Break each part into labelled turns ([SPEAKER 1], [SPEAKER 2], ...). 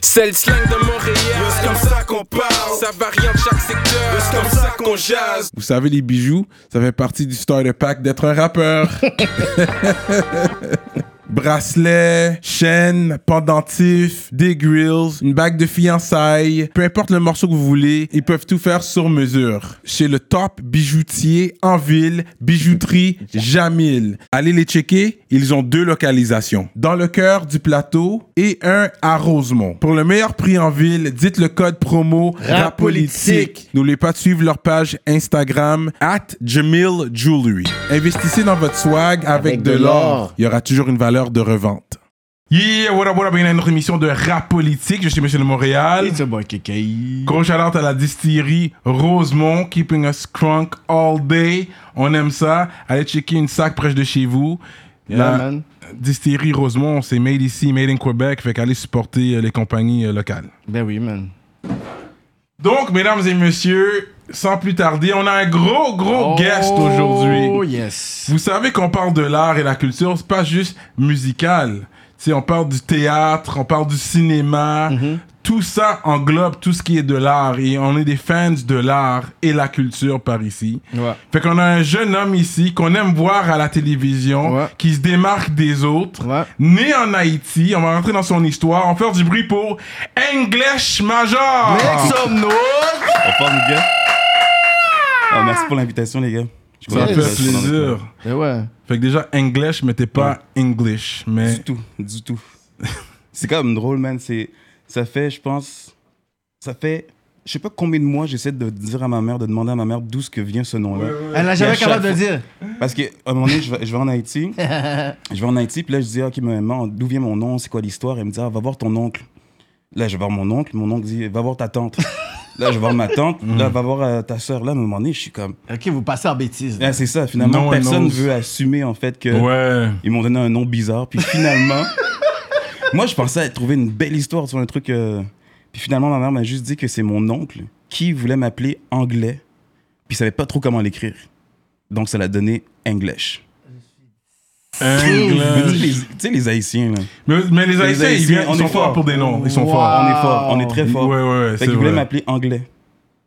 [SPEAKER 1] C'est le slang de Montréal.
[SPEAKER 2] C'est comme ça qu'on parle.
[SPEAKER 1] Ça varie en chaque secteur.
[SPEAKER 2] C'est comme ça qu'on jase.
[SPEAKER 3] Vous savez, les bijoux, ça fait partie du starter pack d'être un rappeur. Bracelets, chaînes, pendentifs, des grills, une bague de fiançailles, peu importe le morceau que vous voulez, ils peuvent tout faire sur mesure. Chez le top bijoutier en ville, bijouterie Jamil. Allez les checker, ils ont deux localisations, dans le cœur du plateau et un à Rosemont. Pour le meilleur prix en ville, dites le code promo RAPOLITIQUE. N'oubliez pas de suivre leur page Instagram at Jamil Jewelry. Investissez dans votre swag avec,
[SPEAKER 4] Avec
[SPEAKER 3] de
[SPEAKER 4] de
[SPEAKER 3] l'or
[SPEAKER 4] l'or.
[SPEAKER 3] il y aura toujours une valeur de revente. Yeah, what up, what up, bienvenue à notre émission de rap politique. Je suis Monsieur de Montréal.
[SPEAKER 4] It's a boy KKI.
[SPEAKER 3] Gros shout-out à la distillerie Rosemont, keeping us crunk all day. On aime ça. Allez checker une sac proche de chez vous. la
[SPEAKER 4] man.
[SPEAKER 3] distillerie Rosemont, c'est made ici, made in Quebec. Fait qu'allez supporter euh, les compagnies euh, locales.
[SPEAKER 4] Ben oui, man.
[SPEAKER 3] Donc, mesdames et messieurs, sans plus tarder, on a un gros, gros guest aujourd'hui.
[SPEAKER 4] Oh yes.
[SPEAKER 3] Vous savez qu'on parle de l'art et la culture, c'est pas juste musical. Tu sais, on parle du théâtre, on parle du cinéma.
[SPEAKER 4] Mm-hmm.
[SPEAKER 3] Tout ça englobe tout ce qui est de l'art et on est des fans de l'art et la culture par ici.
[SPEAKER 4] Ouais.
[SPEAKER 3] Fait qu'on a un jeune homme ici qu'on aime voir à la télévision,
[SPEAKER 4] Ouais.
[SPEAKER 3] qui se démarque des autres,
[SPEAKER 4] Ouais.
[SPEAKER 3] né en Haïti. On va rentrer dans son histoire, on va faire du bruit pour English Major.
[SPEAKER 4] Make some noise.
[SPEAKER 5] Au revoir, les gars. Oh, merci pour l'invitation, les gars. Je suis
[SPEAKER 3] Ça
[SPEAKER 5] content
[SPEAKER 3] fait
[SPEAKER 5] d'être ici dans
[SPEAKER 3] plaisir.
[SPEAKER 5] notre-
[SPEAKER 4] Eh ouais.
[SPEAKER 3] Fait que déjà English, mais t'es pas English, mais
[SPEAKER 5] Du tout, du tout. C'est quand même drôle, man. C'est, ça fait, je pense, ça fait, je sais pas combien de mois j'essaie de dire à ma mère, de demander à ma mère d'où ce que vient ce nom-là.
[SPEAKER 4] Elle n'a
[SPEAKER 5] Et à
[SPEAKER 4] jamais
[SPEAKER 5] chaque
[SPEAKER 4] capable de
[SPEAKER 5] fois-
[SPEAKER 4] dire.
[SPEAKER 5] Parce que à un moment donné, je vais, je vais en Haïti, je vais en Haïti, puis là je dis ok maman, d'où vient mon nom, c'est quoi l'histoire Elle me dit ah, va voir ton oncle. Là je vais voir mon oncle, mon oncle dit va voir ta tante. là je vais voir ma tante,
[SPEAKER 3] Mm.
[SPEAKER 5] là va voir euh, ta soeur. Là à un moment donné, je suis comme
[SPEAKER 4] Ok, vous passez en bêtise.
[SPEAKER 5] Ah, c'est ça, finalement,
[SPEAKER 3] No one
[SPEAKER 5] personne
[SPEAKER 3] knows.
[SPEAKER 5] veut assumer en fait que
[SPEAKER 3] ouais.
[SPEAKER 5] ils m'ont donné un nom bizarre. Puis finalement, moi je pensais être- trouver une belle histoire sur un truc. euh, Puis finalement, ma mère m'a juste dit que c'est mon oncle qui voulait m'appeler anglais, puis il savait pas trop comment l'écrire. Donc ça l'a donné English.
[SPEAKER 3] Euh,
[SPEAKER 5] Je me dis, les-
[SPEAKER 3] English.
[SPEAKER 5] Tu sais, les Haïtiens, là.
[SPEAKER 3] Mais, mais les Haïtiens, ils,
[SPEAKER 5] Haïtiens,
[SPEAKER 3] viennent- ils
[SPEAKER 5] on est
[SPEAKER 3] sont forts
[SPEAKER 5] forts.
[SPEAKER 3] pour des noms. Ils sont
[SPEAKER 4] Wow.
[SPEAKER 3] forts.
[SPEAKER 5] On est fort, on est très fort.
[SPEAKER 3] Ouais, ouais, ouais,
[SPEAKER 5] fait
[SPEAKER 3] c'est
[SPEAKER 5] qu'ils voulaient
[SPEAKER 3] vrai.
[SPEAKER 5] m'appeler anglais.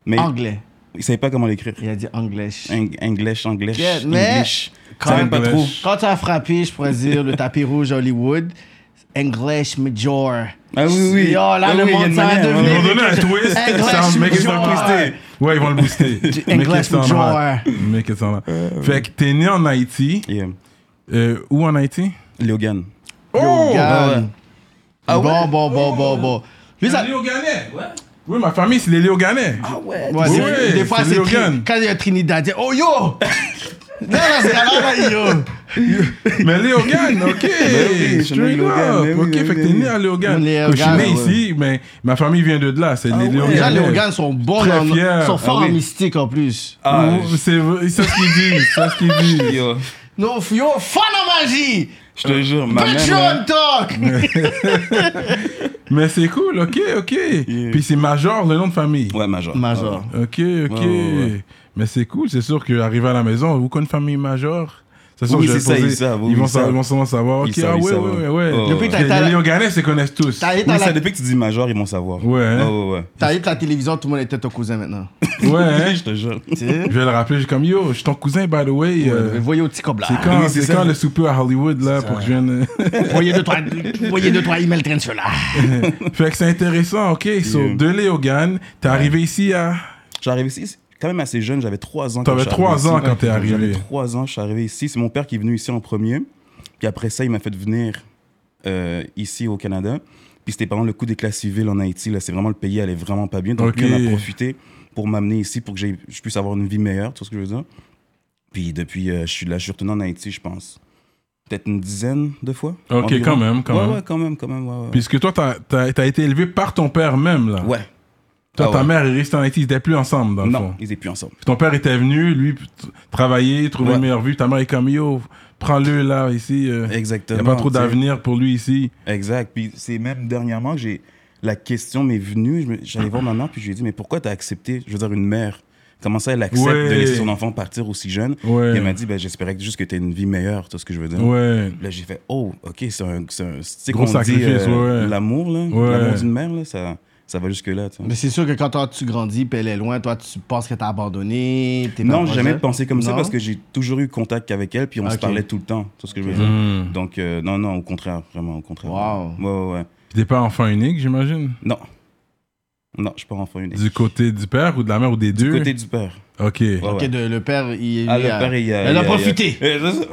[SPEAKER 5] Mais
[SPEAKER 4] Anglais.
[SPEAKER 5] ils savaient pas comment l'écrire.
[SPEAKER 4] Il a dit anglais.
[SPEAKER 5] Eng- English, English,
[SPEAKER 4] Yeah, mais-
[SPEAKER 5] English. Ils
[SPEAKER 4] Quand-
[SPEAKER 5] savaient pas trop.
[SPEAKER 4] Quand tu as frappé, je pourrais dire le tapis rouge Hollywood. English Major.
[SPEAKER 5] Ah oui, oui.
[SPEAKER 4] Yo, là,
[SPEAKER 5] Ah
[SPEAKER 4] le
[SPEAKER 5] oui, il y a
[SPEAKER 4] monde,
[SPEAKER 5] une
[SPEAKER 4] ça va
[SPEAKER 5] manière, hein. ouais.
[SPEAKER 4] devenir-
[SPEAKER 3] Ils vont donner un twist.
[SPEAKER 4] English
[SPEAKER 3] ça, make it
[SPEAKER 4] major.
[SPEAKER 3] sound booster. Ouais, ils vont le booster. Make it
[SPEAKER 4] English
[SPEAKER 3] sound
[SPEAKER 4] major.
[SPEAKER 3] hot. Make it sound hot.
[SPEAKER 5] Euh.
[SPEAKER 3] Fait que t'es né en Haïti.
[SPEAKER 5] Yeah.
[SPEAKER 3] Euh, où en Haïti
[SPEAKER 5] Logan.
[SPEAKER 3] Oh
[SPEAKER 4] Regarde.
[SPEAKER 5] Ah ouais?
[SPEAKER 4] Bon, bon, bon, bon, bon. Lui, ça-
[SPEAKER 3] Les Léoganais. Oui, ma famille, c'est les Léoganais.
[SPEAKER 5] Ah
[SPEAKER 4] Ouais, c'est-
[SPEAKER 3] Ouais,
[SPEAKER 4] des fois,
[SPEAKER 3] c'est
[SPEAKER 4] c'est tri-
[SPEAKER 3] Logan.
[SPEAKER 4] quand il y a un Trinidadien. Oh yo! Non, non, c'est là, là, yo!
[SPEAKER 3] Mais Léogan, ok.
[SPEAKER 5] oui, je suis né à
[SPEAKER 3] Straight
[SPEAKER 5] Léogane,
[SPEAKER 3] up.
[SPEAKER 5] mais oui,
[SPEAKER 3] Ok,
[SPEAKER 5] oui,
[SPEAKER 3] fait que
[SPEAKER 5] mais
[SPEAKER 3] t'es né
[SPEAKER 5] oui.
[SPEAKER 3] à Léogan.
[SPEAKER 4] Léogane,
[SPEAKER 3] Je suis né
[SPEAKER 4] ouais.
[SPEAKER 3] ici, mais ma famille vient de là. C'est les
[SPEAKER 5] Ah ouais.
[SPEAKER 4] Déjà,
[SPEAKER 3] Léoganais.
[SPEAKER 4] les organes sont bons,
[SPEAKER 3] Très
[SPEAKER 4] dans-
[SPEAKER 3] fiers.
[SPEAKER 4] sont forts
[SPEAKER 5] Ah
[SPEAKER 4] en
[SPEAKER 5] oui.
[SPEAKER 4] mystique en plus.
[SPEAKER 5] Ah,
[SPEAKER 3] Oh, C'est vrai, c'est ce qu'ils disent. C'est ce qu'ils disent.
[SPEAKER 5] Yo,
[SPEAKER 4] Nos yo, fan en magie!
[SPEAKER 5] je te jure, ma mère, là,
[SPEAKER 4] Patreon talk!
[SPEAKER 3] Mais c'est cool, ok, ok.
[SPEAKER 5] Yeah.
[SPEAKER 3] Puis c'est Major, le nom de famille.
[SPEAKER 5] Ouais, major. Ah
[SPEAKER 4] Major.
[SPEAKER 3] Ok, ok.
[SPEAKER 5] ouais, ouais.
[SPEAKER 3] Mais c'est cool, c'est sûr qu'arriver à la maison, vous connaissez une famille Major c'est sûr
[SPEAKER 5] Oui,
[SPEAKER 3] que je
[SPEAKER 5] c'est
[SPEAKER 3] vais
[SPEAKER 5] ça,
[SPEAKER 3] poser-
[SPEAKER 5] ils savent, oui,
[SPEAKER 3] ils vont
[SPEAKER 5] ils
[SPEAKER 3] sa-
[SPEAKER 5] savent.
[SPEAKER 3] ils vont sûrement savoir.
[SPEAKER 5] Ils
[SPEAKER 3] ok,
[SPEAKER 5] savent,
[SPEAKER 3] ah
[SPEAKER 5] ils
[SPEAKER 3] ouais,
[SPEAKER 5] savent.
[SPEAKER 3] ouais, ouais, ouais.
[SPEAKER 5] Oh, Depuis,
[SPEAKER 3] Les-
[SPEAKER 4] t'as- t'as-
[SPEAKER 3] Les Léoganais, ils se connaissent tous.
[SPEAKER 4] T'as
[SPEAKER 3] Ouais,
[SPEAKER 4] allé
[SPEAKER 5] Oui,
[SPEAKER 4] à
[SPEAKER 5] ça,
[SPEAKER 4] la,
[SPEAKER 5] depuis que tu dis major, ils vont savoir.
[SPEAKER 3] Ouais, hein.
[SPEAKER 5] Oh, ouais,
[SPEAKER 4] t'as allé à la télévision, tout le monde était ton cousin maintenant.
[SPEAKER 3] hein.
[SPEAKER 5] ouais. je te jure.
[SPEAKER 4] Tu sais?
[SPEAKER 3] Je vais le rappeler, j'ai comme yo, je suis ton cousin, by the way. euh,
[SPEAKER 4] Le Voyez au petit cobla.
[SPEAKER 3] C'est quand,
[SPEAKER 5] Oui, c'est
[SPEAKER 3] c'est
[SPEAKER 5] ça.
[SPEAKER 3] quand le souper à Hollywood, là, pour que je vienne.
[SPEAKER 4] Voyez deux, trois, voyez deux, trois emails traînent sur là.
[SPEAKER 3] fait que c'est intéressant, ok. So,
[SPEAKER 5] Yeah.
[SPEAKER 3] de Léogan, t'es arrivé ici à.
[SPEAKER 5] J'arrive ici c'est quand même assez jeune, j'avais 3 ans. quand
[SPEAKER 3] T'avais
[SPEAKER 5] je suis
[SPEAKER 3] 3 ans
[SPEAKER 5] ici.
[SPEAKER 3] quand t'es arrivé.
[SPEAKER 5] J'avais 3 ans, je suis arrivé ici. C'est mon père qui est venu ici en premier. Puis après ça, il m'a fait venir euh, ici au Canada. Puis c'était pendant le coup d'éclat civil en Haïti. Là, c'est vraiment le pays allait vraiment pas bien. Donc
[SPEAKER 3] Ok.
[SPEAKER 5] lui, il en a profité pour m'amener ici pour que j'aie- je puisse avoir une vie meilleure, tout ce que je veux dire. Puis depuis, euh, je suis là, je suis retourné en Haïti, je pense. Peut-être une dizaine de fois.
[SPEAKER 3] Ok, quand même, quand
[SPEAKER 5] ouais,
[SPEAKER 3] même.
[SPEAKER 5] Ouais, quand même, quand même. Ouais, ouais.
[SPEAKER 3] Puisque toi, t'as- t'as t'as été élevé par ton père même, là.
[SPEAKER 5] ouais.
[SPEAKER 3] Toi,
[SPEAKER 5] Ah
[SPEAKER 3] ta
[SPEAKER 5] ouais.
[SPEAKER 3] mère est restée en Haïti, ils étaient plus ensemble, dans le
[SPEAKER 5] Non,
[SPEAKER 3] fond.
[SPEAKER 5] ils étaient plus ensemble.
[SPEAKER 3] Puis ton père était venu, lui, p- t- travailler, trouver
[SPEAKER 5] Ouais.
[SPEAKER 3] une meilleure vue. Ta mère est comme, yo, prends-le, là, ici. euh, y
[SPEAKER 5] Exactement.
[SPEAKER 3] a pas trop
[SPEAKER 5] tu sais.
[SPEAKER 3] d'avenir pour lui ici.
[SPEAKER 5] Exact. Puis c'est même dernièrement que j'ai la question m'est venue. je me- J'allais voir ma mère puis je lui ai dit mais pourquoi t'as accepté Je veux dire une mère Comment ça, elle accepte
[SPEAKER 3] Ouais.
[SPEAKER 5] de laisser son enfant partir aussi jeune?
[SPEAKER 3] Ouais.
[SPEAKER 5] Et elle m'a dit, ben, j'espérais que- juste que tu aies une vie meilleure, tu vois ce que je veux dire?
[SPEAKER 3] Ouais.
[SPEAKER 5] Là, j'ai fait, oh, ok, c'est un. c'est un- Tu sais,
[SPEAKER 3] Gros
[SPEAKER 5] qu'on dit
[SPEAKER 3] sacrifice,
[SPEAKER 5] euh,
[SPEAKER 3] ouais.
[SPEAKER 5] l'amour, là,
[SPEAKER 3] Ouais.
[SPEAKER 5] l'amour d'une mère, là, ça, ça va jusque-là. tu vois.
[SPEAKER 4] Mais c'est sûr que quand toi, tu grandis, puis elle est loin, toi, tu penses que t'as abandonné. t'es pas
[SPEAKER 5] Non,
[SPEAKER 4] proche
[SPEAKER 5] j'ai jamais
[SPEAKER 4] d'elle.
[SPEAKER 5] pensé comme ça
[SPEAKER 4] Non?
[SPEAKER 5] parce que j'ai toujours eu contact avec elle, puis on se
[SPEAKER 4] Ok.
[SPEAKER 5] parlait tout le temps, tu vois ce que je veux dire?
[SPEAKER 3] Hmm.
[SPEAKER 5] Donc, euh, non, non, au contraire, vraiment, au contraire.
[SPEAKER 4] Wow.
[SPEAKER 5] Ouais, ouais, ouais.
[SPEAKER 3] Puis T'es pas enfant unique, j'imagine?
[SPEAKER 5] Non. Non, je suis pas enfant unique.
[SPEAKER 3] Du côté du père ou de la mère ou des deux?
[SPEAKER 5] Côté du père.
[SPEAKER 3] Ok.
[SPEAKER 5] Ouais,
[SPEAKER 4] Ok,
[SPEAKER 5] ouais.
[SPEAKER 4] de- le père, il est.
[SPEAKER 5] Ah,
[SPEAKER 4] lui,
[SPEAKER 5] le
[SPEAKER 4] a-
[SPEAKER 5] père, il a-
[SPEAKER 4] Elle
[SPEAKER 5] il
[SPEAKER 4] a
[SPEAKER 5] a-
[SPEAKER 4] profité.
[SPEAKER 5] il a- Eh, c'est ça.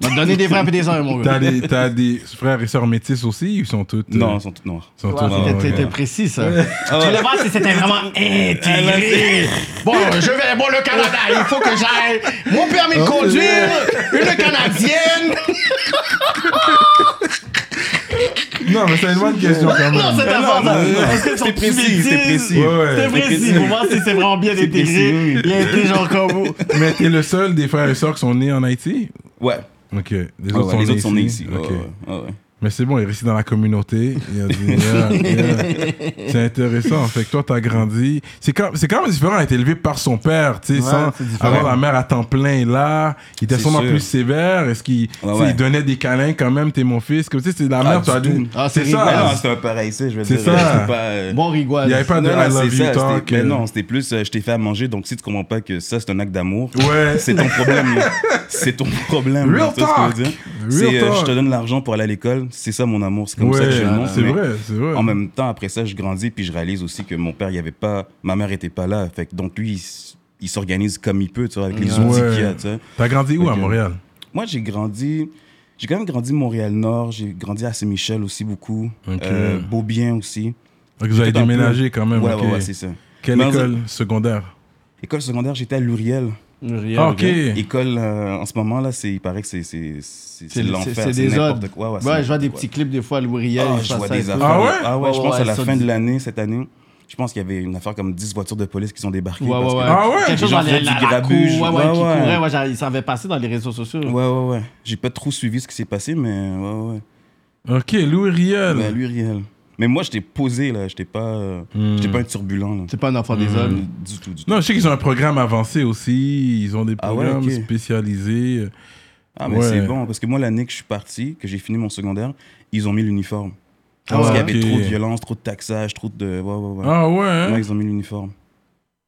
[SPEAKER 4] Il m'a donné des frères et des uns, mon
[SPEAKER 3] T'as
[SPEAKER 4] gars.
[SPEAKER 3] des, t'as des frères et sœurs métis aussi ou ils sont toutes. euh,
[SPEAKER 5] Non, ils sont tous noirs.
[SPEAKER 3] Sont toutes-
[SPEAKER 4] Ah,
[SPEAKER 5] ouais,
[SPEAKER 4] c'était-
[SPEAKER 5] ouais,
[SPEAKER 4] C'était
[SPEAKER 3] ouais.
[SPEAKER 4] précis, ça.
[SPEAKER 5] Ah,
[SPEAKER 4] Tu voulais voir si c'était vraiment intégré.
[SPEAKER 5] c'est-
[SPEAKER 4] Bon, je vais. Bon, le Canada, il faut que j'aille. Mon permis
[SPEAKER 5] Oh,
[SPEAKER 4] de conduire, une Canadienne.
[SPEAKER 3] Non, mais c'est une bonne question quand même.
[SPEAKER 4] Non, c'est important. Est-ce que
[SPEAKER 5] C'est
[SPEAKER 4] sont
[SPEAKER 5] précis,
[SPEAKER 4] petits
[SPEAKER 5] c'est
[SPEAKER 4] bêtises?
[SPEAKER 5] précis.
[SPEAKER 3] Ouais, ouais.
[SPEAKER 4] C'est précis. Pour voir si c'est vraiment bien
[SPEAKER 5] précis,
[SPEAKER 4] intégré.
[SPEAKER 5] oui.
[SPEAKER 4] Il a été genre comme vous.
[SPEAKER 3] Mais t'es le seul des frères et sœurs qui sont nés en Haïti?
[SPEAKER 5] Ouais.
[SPEAKER 3] Ok. Les autres,
[SPEAKER 5] Ah ouais, les autres sont nés ici. Ouais,
[SPEAKER 3] Ok.
[SPEAKER 5] ouais, ouais, ouais.
[SPEAKER 3] Mais c'est bon, il réside dans la communauté. Il a dit, yeah, yeah. C'est intéressant. Fait que toi, t'as grandi. C'est quand, c'est quand même différent d'être élevé par son père, tu sais,
[SPEAKER 4] Ouais,
[SPEAKER 3] sans
[SPEAKER 4] c'est différent.
[SPEAKER 3] avoir la mère à temps plein là. Il était
[SPEAKER 5] C'est
[SPEAKER 3] sûrement
[SPEAKER 5] sûr.
[SPEAKER 3] plus sévère. Est-ce qu'il tu
[SPEAKER 5] Ouais,
[SPEAKER 3] sais,
[SPEAKER 5] ouais.
[SPEAKER 3] il donnait des câlins quand même, t'es mon fils? Comme tu sais, c'est la
[SPEAKER 5] Ah,
[SPEAKER 3] mère,
[SPEAKER 5] du
[SPEAKER 3] t'as
[SPEAKER 5] tout.
[SPEAKER 3] dit.
[SPEAKER 4] Ah,
[SPEAKER 3] c'est
[SPEAKER 4] c'est
[SPEAKER 5] Ah
[SPEAKER 3] ça.
[SPEAKER 5] non, c'était un pareil, ça, je veux
[SPEAKER 3] C'est
[SPEAKER 5] dire.
[SPEAKER 3] ça.
[SPEAKER 5] c'était pas, euh,
[SPEAKER 4] Bon rigole.
[SPEAKER 3] Il n'y avait pas de
[SPEAKER 5] non, non,
[SPEAKER 3] I
[SPEAKER 5] c'est
[SPEAKER 3] love you
[SPEAKER 5] ça,
[SPEAKER 3] talk.
[SPEAKER 5] c'était- Mais
[SPEAKER 3] euh,
[SPEAKER 5] non, c'était plus euh, je t'ai fait à manger, donc si tu comprends pas que ça, c'est un acte d'amour,
[SPEAKER 3] Ouais.
[SPEAKER 5] c'est ton problème. là. c'est ton problème. là,
[SPEAKER 3] Real
[SPEAKER 5] tu vois ce que je veux
[SPEAKER 3] talk.
[SPEAKER 5] dire?
[SPEAKER 3] Real
[SPEAKER 5] C'est, euh,
[SPEAKER 3] talk.
[SPEAKER 5] je te donne l'argent pour aller à l'école, c'est ça mon amour, c'est comme ça que je le
[SPEAKER 3] Ouais,
[SPEAKER 5] montre.
[SPEAKER 3] c'est
[SPEAKER 5] mais
[SPEAKER 3] vrai, c'est vrai.
[SPEAKER 5] En même temps, après ça, je grandis puis je réalise aussi que mon père, il y avait pas, ma mère était pas là, fait que donc lui, il s- il s'organise comme il peut, tu vois, avec les
[SPEAKER 3] Ouais.
[SPEAKER 5] outils qu'il a, tu sais.
[SPEAKER 3] T'as grandi où à
[SPEAKER 5] Ok.
[SPEAKER 3] Montréal?
[SPEAKER 5] Moi, j'ai grandi. J'ai quand même grandi Montréal-Nord, j'ai grandi à Saint-Michel aussi beaucoup,
[SPEAKER 3] Ok.
[SPEAKER 5] euh, Beaubien aussi.
[SPEAKER 3] Donc, Vous avez
[SPEAKER 5] Tout un peu.
[SPEAKER 3] déménagé quand même.
[SPEAKER 5] Ouais,
[SPEAKER 3] ok.
[SPEAKER 5] ouais, ouais, c'est ça.
[SPEAKER 3] Quelle
[SPEAKER 5] Mais on-
[SPEAKER 3] école secondaire?
[SPEAKER 5] École secondaire, j'étais à Luriel.
[SPEAKER 3] Ah, ok.
[SPEAKER 5] École, euh, en ce moment là, c'est, il paraît que c'est, c'est, c'est, c'est
[SPEAKER 4] C'est
[SPEAKER 5] l'enfer.
[SPEAKER 4] c'est des
[SPEAKER 5] n'importe
[SPEAKER 4] odds.
[SPEAKER 5] quoi. Ouais, ouais, c'est
[SPEAKER 4] Ouais, je vois
[SPEAKER 5] n'importe
[SPEAKER 4] des
[SPEAKER 5] quoi.
[SPEAKER 4] petits clips des fois à Louis Riel.
[SPEAKER 5] Ah,
[SPEAKER 4] il
[SPEAKER 5] je
[SPEAKER 4] passe
[SPEAKER 5] vois
[SPEAKER 4] ça et
[SPEAKER 5] des
[SPEAKER 4] tout.
[SPEAKER 5] affaires.
[SPEAKER 3] Ah ouais?
[SPEAKER 5] Ah ouais, je
[SPEAKER 4] Ouais,
[SPEAKER 5] pense
[SPEAKER 4] ouais,
[SPEAKER 5] à la
[SPEAKER 4] ça
[SPEAKER 5] fin
[SPEAKER 4] dit-
[SPEAKER 5] de l'année, cette année, je pense qu'il y avait une affaire comme 10 voitures de police qui sont débarquées.
[SPEAKER 4] Ouais, ouais,
[SPEAKER 5] parce
[SPEAKER 4] ouais.
[SPEAKER 5] que-
[SPEAKER 3] Ah ouais?
[SPEAKER 5] Les
[SPEAKER 4] Quelque chose
[SPEAKER 5] gens
[SPEAKER 4] dans les-
[SPEAKER 5] faisaient
[SPEAKER 4] la,
[SPEAKER 5] du
[SPEAKER 4] la
[SPEAKER 5] grabuge.
[SPEAKER 4] cour, ouais, ouais,
[SPEAKER 5] Ouais,
[SPEAKER 4] qui
[SPEAKER 5] ouais.
[SPEAKER 4] courait, ouais, genre, il s'en avait passer dans les réseaux sociaux.
[SPEAKER 5] Ouais, ouais, ouais. J'ai pas trop suivi ce qui s'est passé, mais ouais, ouais.
[SPEAKER 3] Ok, Louis Riel.
[SPEAKER 5] Ben, lui, réel. Mais moi, j'étais posé, là. J'étais pas, euh, j'étais pas un turbulent, là. Hmm.
[SPEAKER 4] C'est Hmm. pas un enfant des hommes.
[SPEAKER 5] Du tout, du tout.
[SPEAKER 3] Non, je sais qu'ils ont un programme avancé aussi. Ils ont des
[SPEAKER 5] Ah ouais,
[SPEAKER 3] programmes
[SPEAKER 5] ok.
[SPEAKER 3] spécialisés.
[SPEAKER 5] Ah, mais
[SPEAKER 3] Ouais.
[SPEAKER 5] c'est bon, parce que moi, l'année que je suis parti, que j'ai fini mon secondaire, ils ont mis l'uniforme.
[SPEAKER 4] Ah
[SPEAKER 5] parce
[SPEAKER 4] ouais?
[SPEAKER 5] qu'il y avait
[SPEAKER 3] Ok.
[SPEAKER 5] trop de violence, trop de taxage, trop de. Ouais, ouais, ouais.
[SPEAKER 3] Ah ouais, hein?
[SPEAKER 5] Ouais, ils ont mis l'uniforme.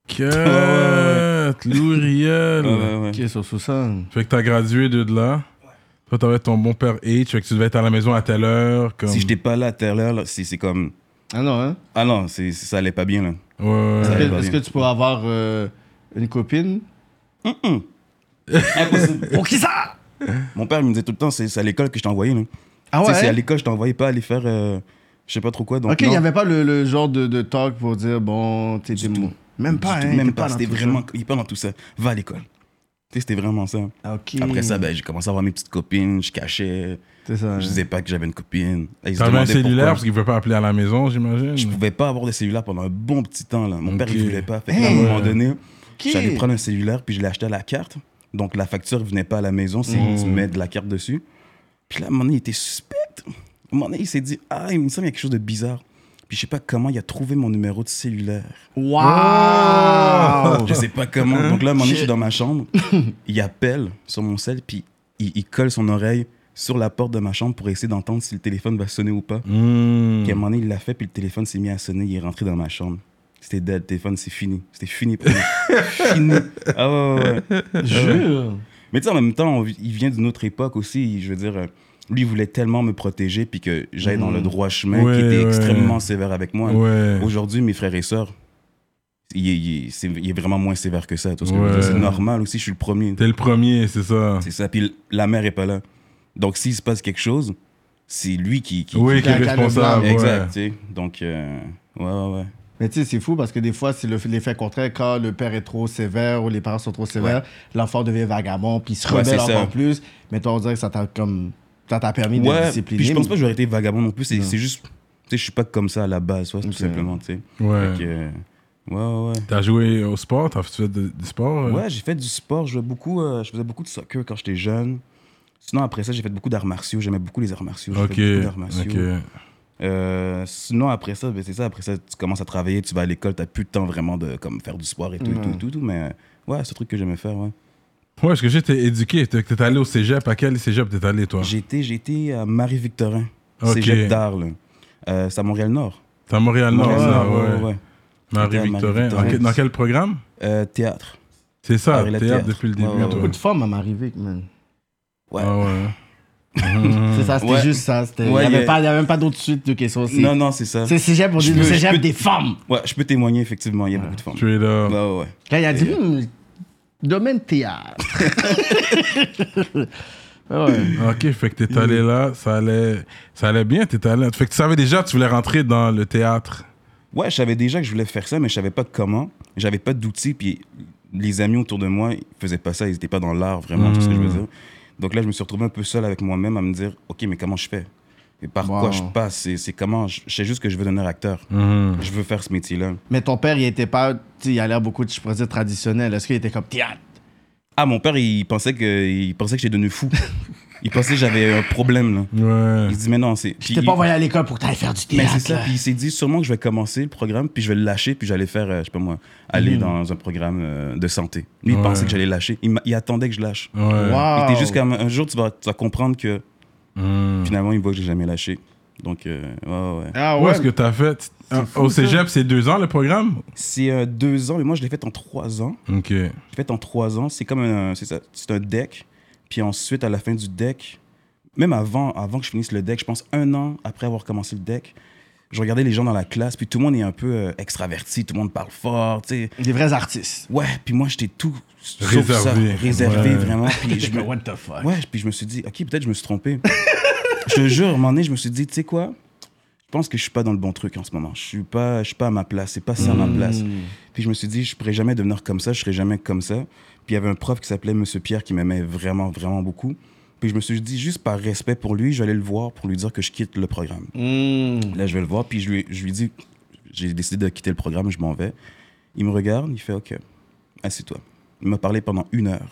[SPEAKER 3] Quête, Louis Riel.
[SPEAKER 5] Ouais, ouais, ouais.
[SPEAKER 4] Ok, sur Susan.
[SPEAKER 3] Fait que t'as gradué de de là. Toi, t'avais ton bon père H. Fait que tu devais être à la maison à telle heure. Comme...
[SPEAKER 5] Si j'étais pas là à telle heure, là, c'est c'est comme.
[SPEAKER 4] Ah non, hein?
[SPEAKER 5] Ah non, c'est c'est- ça allait pas bien, là.
[SPEAKER 3] Ouais, ouais.
[SPEAKER 5] Ça
[SPEAKER 4] Est-ce
[SPEAKER 5] allait
[SPEAKER 4] que,
[SPEAKER 5] pas
[SPEAKER 4] est-ce que
[SPEAKER 5] bien.
[SPEAKER 4] tu pourrais avoir euh, une copine?
[SPEAKER 5] Impossible.
[SPEAKER 4] Pour qui ça?
[SPEAKER 5] Mon père, il me disait tout le temps, c'est c'est à l'école que je t'envoyais, là.
[SPEAKER 4] Ah
[SPEAKER 5] Tu sais, c'est à
[SPEAKER 4] ouais?
[SPEAKER 5] l'école, je t'envoyais pas aller faire. euh, je sais pas trop quoi. Donc,
[SPEAKER 4] Ok, il
[SPEAKER 5] non.
[SPEAKER 4] n'y avait pas le, le genre de, de talk pour dire, bon, t'es des
[SPEAKER 5] tout.
[SPEAKER 4] Même
[SPEAKER 5] Du
[SPEAKER 4] pas,
[SPEAKER 5] tout,
[SPEAKER 4] hein?
[SPEAKER 5] même
[SPEAKER 4] t'es
[SPEAKER 5] pas.
[SPEAKER 4] dans
[SPEAKER 5] C'était
[SPEAKER 4] tout ça.
[SPEAKER 5] vraiment. Il parle dans tout ça. Va à l'école. Tu sais, c'était vraiment ça.
[SPEAKER 4] Ah, Ok.
[SPEAKER 5] Après ça, ben, j'ai commencé à avoir mes petites copines, je cachais.
[SPEAKER 4] C'est ça.
[SPEAKER 5] Je
[SPEAKER 4] hein.
[SPEAKER 5] disais pas que j'avais une copine. Là, ils se
[SPEAKER 3] T'avais un
[SPEAKER 5] demandaient
[SPEAKER 3] cellulaire
[SPEAKER 5] pourquoi.
[SPEAKER 3] parce qu'ils pouvaient pas appeler à la maison, j'imagine.
[SPEAKER 5] Je pouvais pas avoir de cellulaire pendant un bon petit temps. Là. Mon père,
[SPEAKER 3] Ok.
[SPEAKER 5] il voulait pas. Fait qu'à
[SPEAKER 4] Hey.
[SPEAKER 5] un moment donné,
[SPEAKER 4] Ok.
[SPEAKER 5] j'allais prendre un cellulaire puis je l'ai acheté à la carte. Donc la facture venait pas à la maison, c'est tu mets de la carte dessus. Puis là, à un moment donné, il était suspect. À un moment donné, il s'est dit Ah, il me semble qu'il y a quelque chose de bizarre. Puis je sais pas comment il a trouvé mon numéro de cellulaire.
[SPEAKER 4] Wow! Oh.
[SPEAKER 5] Je sais pas comment. Donc là, à un moment donné, je suis dans ma chambre. il appelle sur mon cell, puis il, il colle son oreille sur la porte de ma chambre pour essayer d'entendre si le téléphone va sonner ou pas.
[SPEAKER 3] Hmm.
[SPEAKER 5] Puis à un moment donné, il l'a fait, puis le téléphone s'est mis à sonner, il est rentré dans ma chambre. C'était dead, le téléphone, c'est fini. C'était fini pour lui. fini. Ah ouais, ouais, ouais.
[SPEAKER 4] Jure!
[SPEAKER 5] Mais tu sais, en même temps, on vit- il vient d'une autre époque aussi. Je veux dire, euh, lui, il voulait tellement me protéger, puis que j'aille dans le droit chemin,
[SPEAKER 3] Mhm. Ouais,
[SPEAKER 5] qui était
[SPEAKER 3] ouais.
[SPEAKER 5] extrêmement sévère avec moi.
[SPEAKER 3] Ouais.
[SPEAKER 5] Aujourd'hui, mes frères et sœurs, il est, il est- c'est- il est vraiment moins sévère que ça. tout ce que je veux
[SPEAKER 3] Ouais.
[SPEAKER 5] dire. C'est normal aussi, je suis le premier.
[SPEAKER 3] T'es le premier, c'est ça.
[SPEAKER 5] C'est ça. Puis l- la mère est pas là. Donc s'il se passe quelque chose, c'est lui qui. qui-
[SPEAKER 3] Oui,
[SPEAKER 5] qui-
[SPEAKER 3] qui est
[SPEAKER 4] Qui a- qui a le
[SPEAKER 3] responsable.
[SPEAKER 5] Exact,
[SPEAKER 3] ouais.
[SPEAKER 5] tu sais. Donc, euh, ouais, ouais, ouais.
[SPEAKER 4] Mais tu sais, c'est fou parce que des fois, c'est le- l'effet contraire. Quand le père est trop sévère ou les parents sont trop sévères, l'enfant devient vagabond puis il se
[SPEAKER 5] Ouais,
[SPEAKER 4] rebelle
[SPEAKER 5] c'est ça.
[SPEAKER 4] encore plus. Mais toi, on dirait que ça t'a comme. Ça t'a permis de
[SPEAKER 5] Ouais,
[SPEAKER 4] discipliner.
[SPEAKER 5] puis je pense pas
[SPEAKER 4] mais-
[SPEAKER 5] que j'aurais été vagabond non plus. C'est c'est juste, tu sais, je suis pas comme ça à la base, ouais, tout
[SPEAKER 4] Ok.
[SPEAKER 5] simplement, tu sais.
[SPEAKER 3] Ouais.
[SPEAKER 5] Fait que, euh, ouais, ouais.
[SPEAKER 3] T'as joué au sport, t'as fait de- du sport. euh?
[SPEAKER 5] Ouais, j'ai fait du sport. Je, jouais beaucoup, euh, je faisais beaucoup de soccer quand j'étais jeune. Sinon, après ça, j'ai fait beaucoup d'arts martiaux. J'aimais beaucoup les arts martiaux. J'ai
[SPEAKER 3] Ok.
[SPEAKER 5] fait beaucoup d'arts martiaux.
[SPEAKER 3] Ok.
[SPEAKER 5] Euh, sinon, après ça, ben, c'est ça. Après ça, tu commences à travailler, tu vas à l'école, t'as plus de temps vraiment de comme, faire du sport et tout, et tout, et tout, tout. Mais ouais, c'est un truc que j'aimais faire, ouais.
[SPEAKER 3] Ouais, parce que j'étais éduqué. T'es t'es allé au cégep. À quel cégep t'es allé, toi
[SPEAKER 5] J'étais, j'étais à Marie-Victorin,
[SPEAKER 3] Ok.
[SPEAKER 5] cégep d'art, là. Euh, c'est à Montréal-Nord.
[SPEAKER 3] T'es à Montréal, non
[SPEAKER 5] Montréal-Nord,
[SPEAKER 3] ouais,
[SPEAKER 5] ouais, ouais.
[SPEAKER 3] Marie-Victorin.
[SPEAKER 5] J'étais à
[SPEAKER 3] En que- Dans quel programme
[SPEAKER 5] Euh, théâtre.
[SPEAKER 3] C'est ça,
[SPEAKER 5] Marie, le
[SPEAKER 3] théâtre
[SPEAKER 5] théâtre.
[SPEAKER 3] depuis le
[SPEAKER 5] Ouais,
[SPEAKER 3] début,
[SPEAKER 5] ouais,
[SPEAKER 3] toi.
[SPEAKER 4] Beaucoup de femmes à Marivic, man.
[SPEAKER 5] Ouais.
[SPEAKER 3] Ah ouais.
[SPEAKER 4] C'est ça, c'était
[SPEAKER 5] Hmm. Ouais.
[SPEAKER 4] juste ça. c'était- Il n'y
[SPEAKER 5] Ouais, il y
[SPEAKER 4] avait,
[SPEAKER 5] a-
[SPEAKER 4] pas- il y avait même pas d'autres suites de questions. c'est-
[SPEAKER 5] Non, non, c'est ça.
[SPEAKER 4] C'est le cégep, on dit
[SPEAKER 5] Je
[SPEAKER 4] le
[SPEAKER 5] peux- je
[SPEAKER 4] cégep
[SPEAKER 5] peux-
[SPEAKER 4] des femmes.
[SPEAKER 5] Ouais, je peux témoigner, effectivement, il y a beaucoup de femmes.
[SPEAKER 3] Straight up.
[SPEAKER 5] Ouais, ouais, ouais.
[SPEAKER 4] Là, il a dit, Hum, domaine théâtre. Ah ouais.
[SPEAKER 3] Ok, fait que t'es allé là, ça allait, ça allait bien, t'es allé. Fait que tu savais déjà que tu voulais rentrer dans le théâtre.
[SPEAKER 5] Ouais, je savais déjà que je voulais faire ça, mais je savais pas comment. J'avais pas d'outils, puis les amis autour de moi, ils faisaient pas ça, ils étaient pas dans l'art vraiment, tout ce que je veux
[SPEAKER 4] Hmm.
[SPEAKER 5] dire. Donc là, je me suis retrouvé un peu seul avec moi-même à me dire, OK, mais comment je fais Et par
[SPEAKER 4] Wow. Hmm.
[SPEAKER 5] quoi je passe C'est- C'est comment je, je sais juste que je veux devenir acteur. Je veux faire ce métier-là.
[SPEAKER 4] Mais ton père, il était pas. tu sais, Il a l'air beaucoup, de- je pourrais dire, traditionnel. Est-ce qu'il était comme théâtre
[SPEAKER 5] Ah, mon père, il pensait que, il pensait que j'étais devenu fou. il pensait que j'avais un problème, là.
[SPEAKER 3] Ouais.
[SPEAKER 5] Il se dit, mais non, c'est.
[SPEAKER 4] Tu t'es
[SPEAKER 5] puis-
[SPEAKER 4] Hmm. pas envoyé à l'école pour t'aller faire du
[SPEAKER 5] Mais
[SPEAKER 4] théâtre.
[SPEAKER 5] c'est ça,
[SPEAKER 4] là.
[SPEAKER 5] puis il s'est dit sûrement que je vais commencer le programme, puis je vais le lâcher, puis j'allais faire, euh, je sais pas moi, aller dans un programme euh, de santé. Lui, il
[SPEAKER 3] Hmm. Ouais.
[SPEAKER 5] pensait que j'allais lâcher. Il, m'a- il attendait que je lâche.
[SPEAKER 3] Ouais.
[SPEAKER 4] Wow.
[SPEAKER 5] Il était juste comme, un jour, tu vas, tu vas comprendre que
[SPEAKER 3] Mhm.
[SPEAKER 5] finalement, il voit que j'ai jamais lâché. Donc, euh, ouais, ouais.
[SPEAKER 4] Ah
[SPEAKER 3] Où
[SPEAKER 4] ouais.
[SPEAKER 3] est-ce que t'as fait Ah,
[SPEAKER 5] fou,
[SPEAKER 3] Au
[SPEAKER 5] ça.
[SPEAKER 3] cégep, c'est deux ans le programme
[SPEAKER 5] C'est euh, deux ans, mais moi, je l'ai fait en trois ans.
[SPEAKER 3] Ok.
[SPEAKER 5] Je l'ai fait en trois ans. C'est comme un, c'est ça, c'est un deck. Puis ensuite, à la fin du deck, même avant, avant que je finisse le deck, je pense un an après avoir commencé le deck, je regardais les gens dans la classe, puis tout le monde est un peu euh, extraverti, tout le monde parle fort, tu sais.
[SPEAKER 4] Des vrais artistes.
[SPEAKER 5] Ouais, puis moi, j'étais tout sauf
[SPEAKER 3] Réservé.
[SPEAKER 5] ça, réservé
[SPEAKER 3] Ouais.
[SPEAKER 5] vraiment. Puis je
[SPEAKER 4] J'étais
[SPEAKER 5] me...
[SPEAKER 4] comme, what the fuck.
[SPEAKER 5] Ouais, puis je me suis dit, ok, peut-être je me suis trompé. je te jure, à un moment donné, je me suis dit, tu sais quoi, je pense que je suis pas dans le bon truc en ce moment. Je suis pas, je suis pas à ma place, c'est pas ça ma place. Puis je me suis dit, je pourrais jamais devenir comme ça, je serai jamais comme ça. Puis il y avait un prof qui s'appelait Monsieur Pierre qui m'aimait vraiment, vraiment beaucoup. Puis je me suis dit, juste par respect pour lui, je vais aller le voir pour lui dire que je quitte le programme.
[SPEAKER 4] Mm.
[SPEAKER 5] Là, je vais le voir, puis je lui, je lui dis, j'ai décidé de quitter le programme, je m'en vais. Il me regarde, il fait, OK, assieds-toi. Il m'a parlé pendant une heure.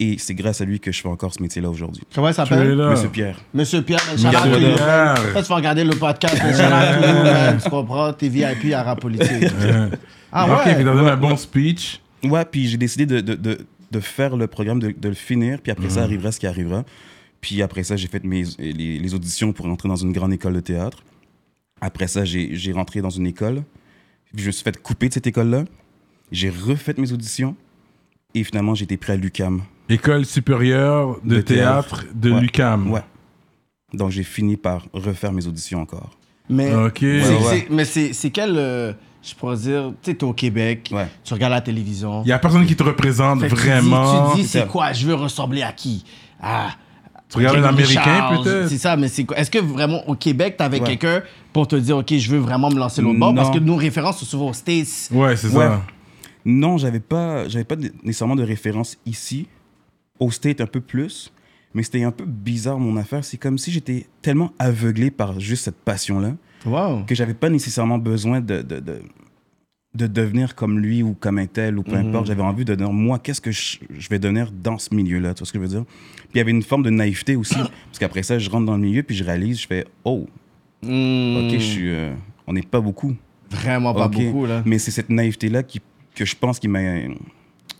[SPEAKER 5] Et c'est grâce à lui que je fais encore ce métier-là aujourd'hui.
[SPEAKER 4] Comment il
[SPEAKER 3] Tu es
[SPEAKER 4] s'appelle
[SPEAKER 3] là.
[SPEAKER 5] Monsieur Pierre.
[SPEAKER 4] Monsieur Pierre, mais shout-out
[SPEAKER 5] Monsieur
[SPEAKER 4] to you,
[SPEAKER 3] Pierre.
[SPEAKER 4] man. Toi, tu vas regarder le podcast, mais shout-out to you, man. Tu comprends? T'es VIP à rap politique.
[SPEAKER 3] Ouais.
[SPEAKER 4] Ah
[SPEAKER 3] ok,
[SPEAKER 4] ouais.
[SPEAKER 3] puis t'as donné un bon speech.
[SPEAKER 5] Ouais, puis j'ai décidé de, de, de, de faire le programme, de, de le finir, puis après ça arrivera ce qui arrivera. Puis après ça, j'ai fait mes, les, les auditions pour rentrer dans une grande école de théâtre. Après ça, j'ai j'ai rentré dans une école. Puis je me suis fait couper de cette école-là. J'ai refait mes auditions. Et finalement, j'ai été pris à l'UCAM.
[SPEAKER 3] École supérieure de,
[SPEAKER 5] De
[SPEAKER 3] théâtre,
[SPEAKER 5] théâtre.
[SPEAKER 3] de
[SPEAKER 5] Ouais.
[SPEAKER 3] l'UCAM.
[SPEAKER 5] Ouais. Donc j'ai fini par refaire mes auditions encore.
[SPEAKER 4] Mais
[SPEAKER 3] Ok.
[SPEAKER 4] c'est-
[SPEAKER 5] Ouais, ouais.
[SPEAKER 4] c'est- mais c'est c'est quel, euh, je pourrais dire, tu sais, t'es au Québec,
[SPEAKER 5] Ouais.
[SPEAKER 4] tu regardes la télévision.
[SPEAKER 3] Il y a personne qui te représente
[SPEAKER 4] Fait que tu dis-
[SPEAKER 3] vraiment.
[SPEAKER 4] Tu dis, c'est
[SPEAKER 5] C'est ça.
[SPEAKER 4] quoi Je veux ressembler à qui À.
[SPEAKER 3] Tu regardes
[SPEAKER 4] Kenny
[SPEAKER 3] l'Américain,
[SPEAKER 4] Charles.
[SPEAKER 3] peut-être?
[SPEAKER 4] C'est ça, mais c'est quoi Est-ce que vraiment au Québec, t'avais
[SPEAKER 5] Ouais.
[SPEAKER 4] quelqu'un pour te dire, OK, je veux vraiment me lancer l'autre bord Parce
[SPEAKER 5] Non.
[SPEAKER 4] que nos références sont souvent aux States.
[SPEAKER 3] Ouais, c'est
[SPEAKER 5] Ouais.
[SPEAKER 3] ça.
[SPEAKER 5] Non, j'avais pas, j'avais pas de- nécessairement de référence ici. Au State, un peu plus. Mais c'était un peu bizarre mon affaire. C'est comme si j'étais tellement aveuglé par juste cette passion-là
[SPEAKER 4] Wow.
[SPEAKER 5] que j'avais pas nécessairement besoin de, de, de, de devenir comme lui ou comme un tel ou peu importe. J'avais envie de devenir moi. Qu'est-ce que je, je vais devenir dans ce milieu-là Tu vois ce que je veux dire Puis il y avait une forme de naïveté aussi. parce qu'après ça, je rentre dans le milieu puis je réalise, je fais Oh, ok, je suis, euh, on n'est pas beaucoup.
[SPEAKER 4] Hmm, Vraiment pas
[SPEAKER 5] Ok.
[SPEAKER 4] beaucoup, là.
[SPEAKER 5] Mais c'est cette naïveté-là qui, que je pense qui m'a,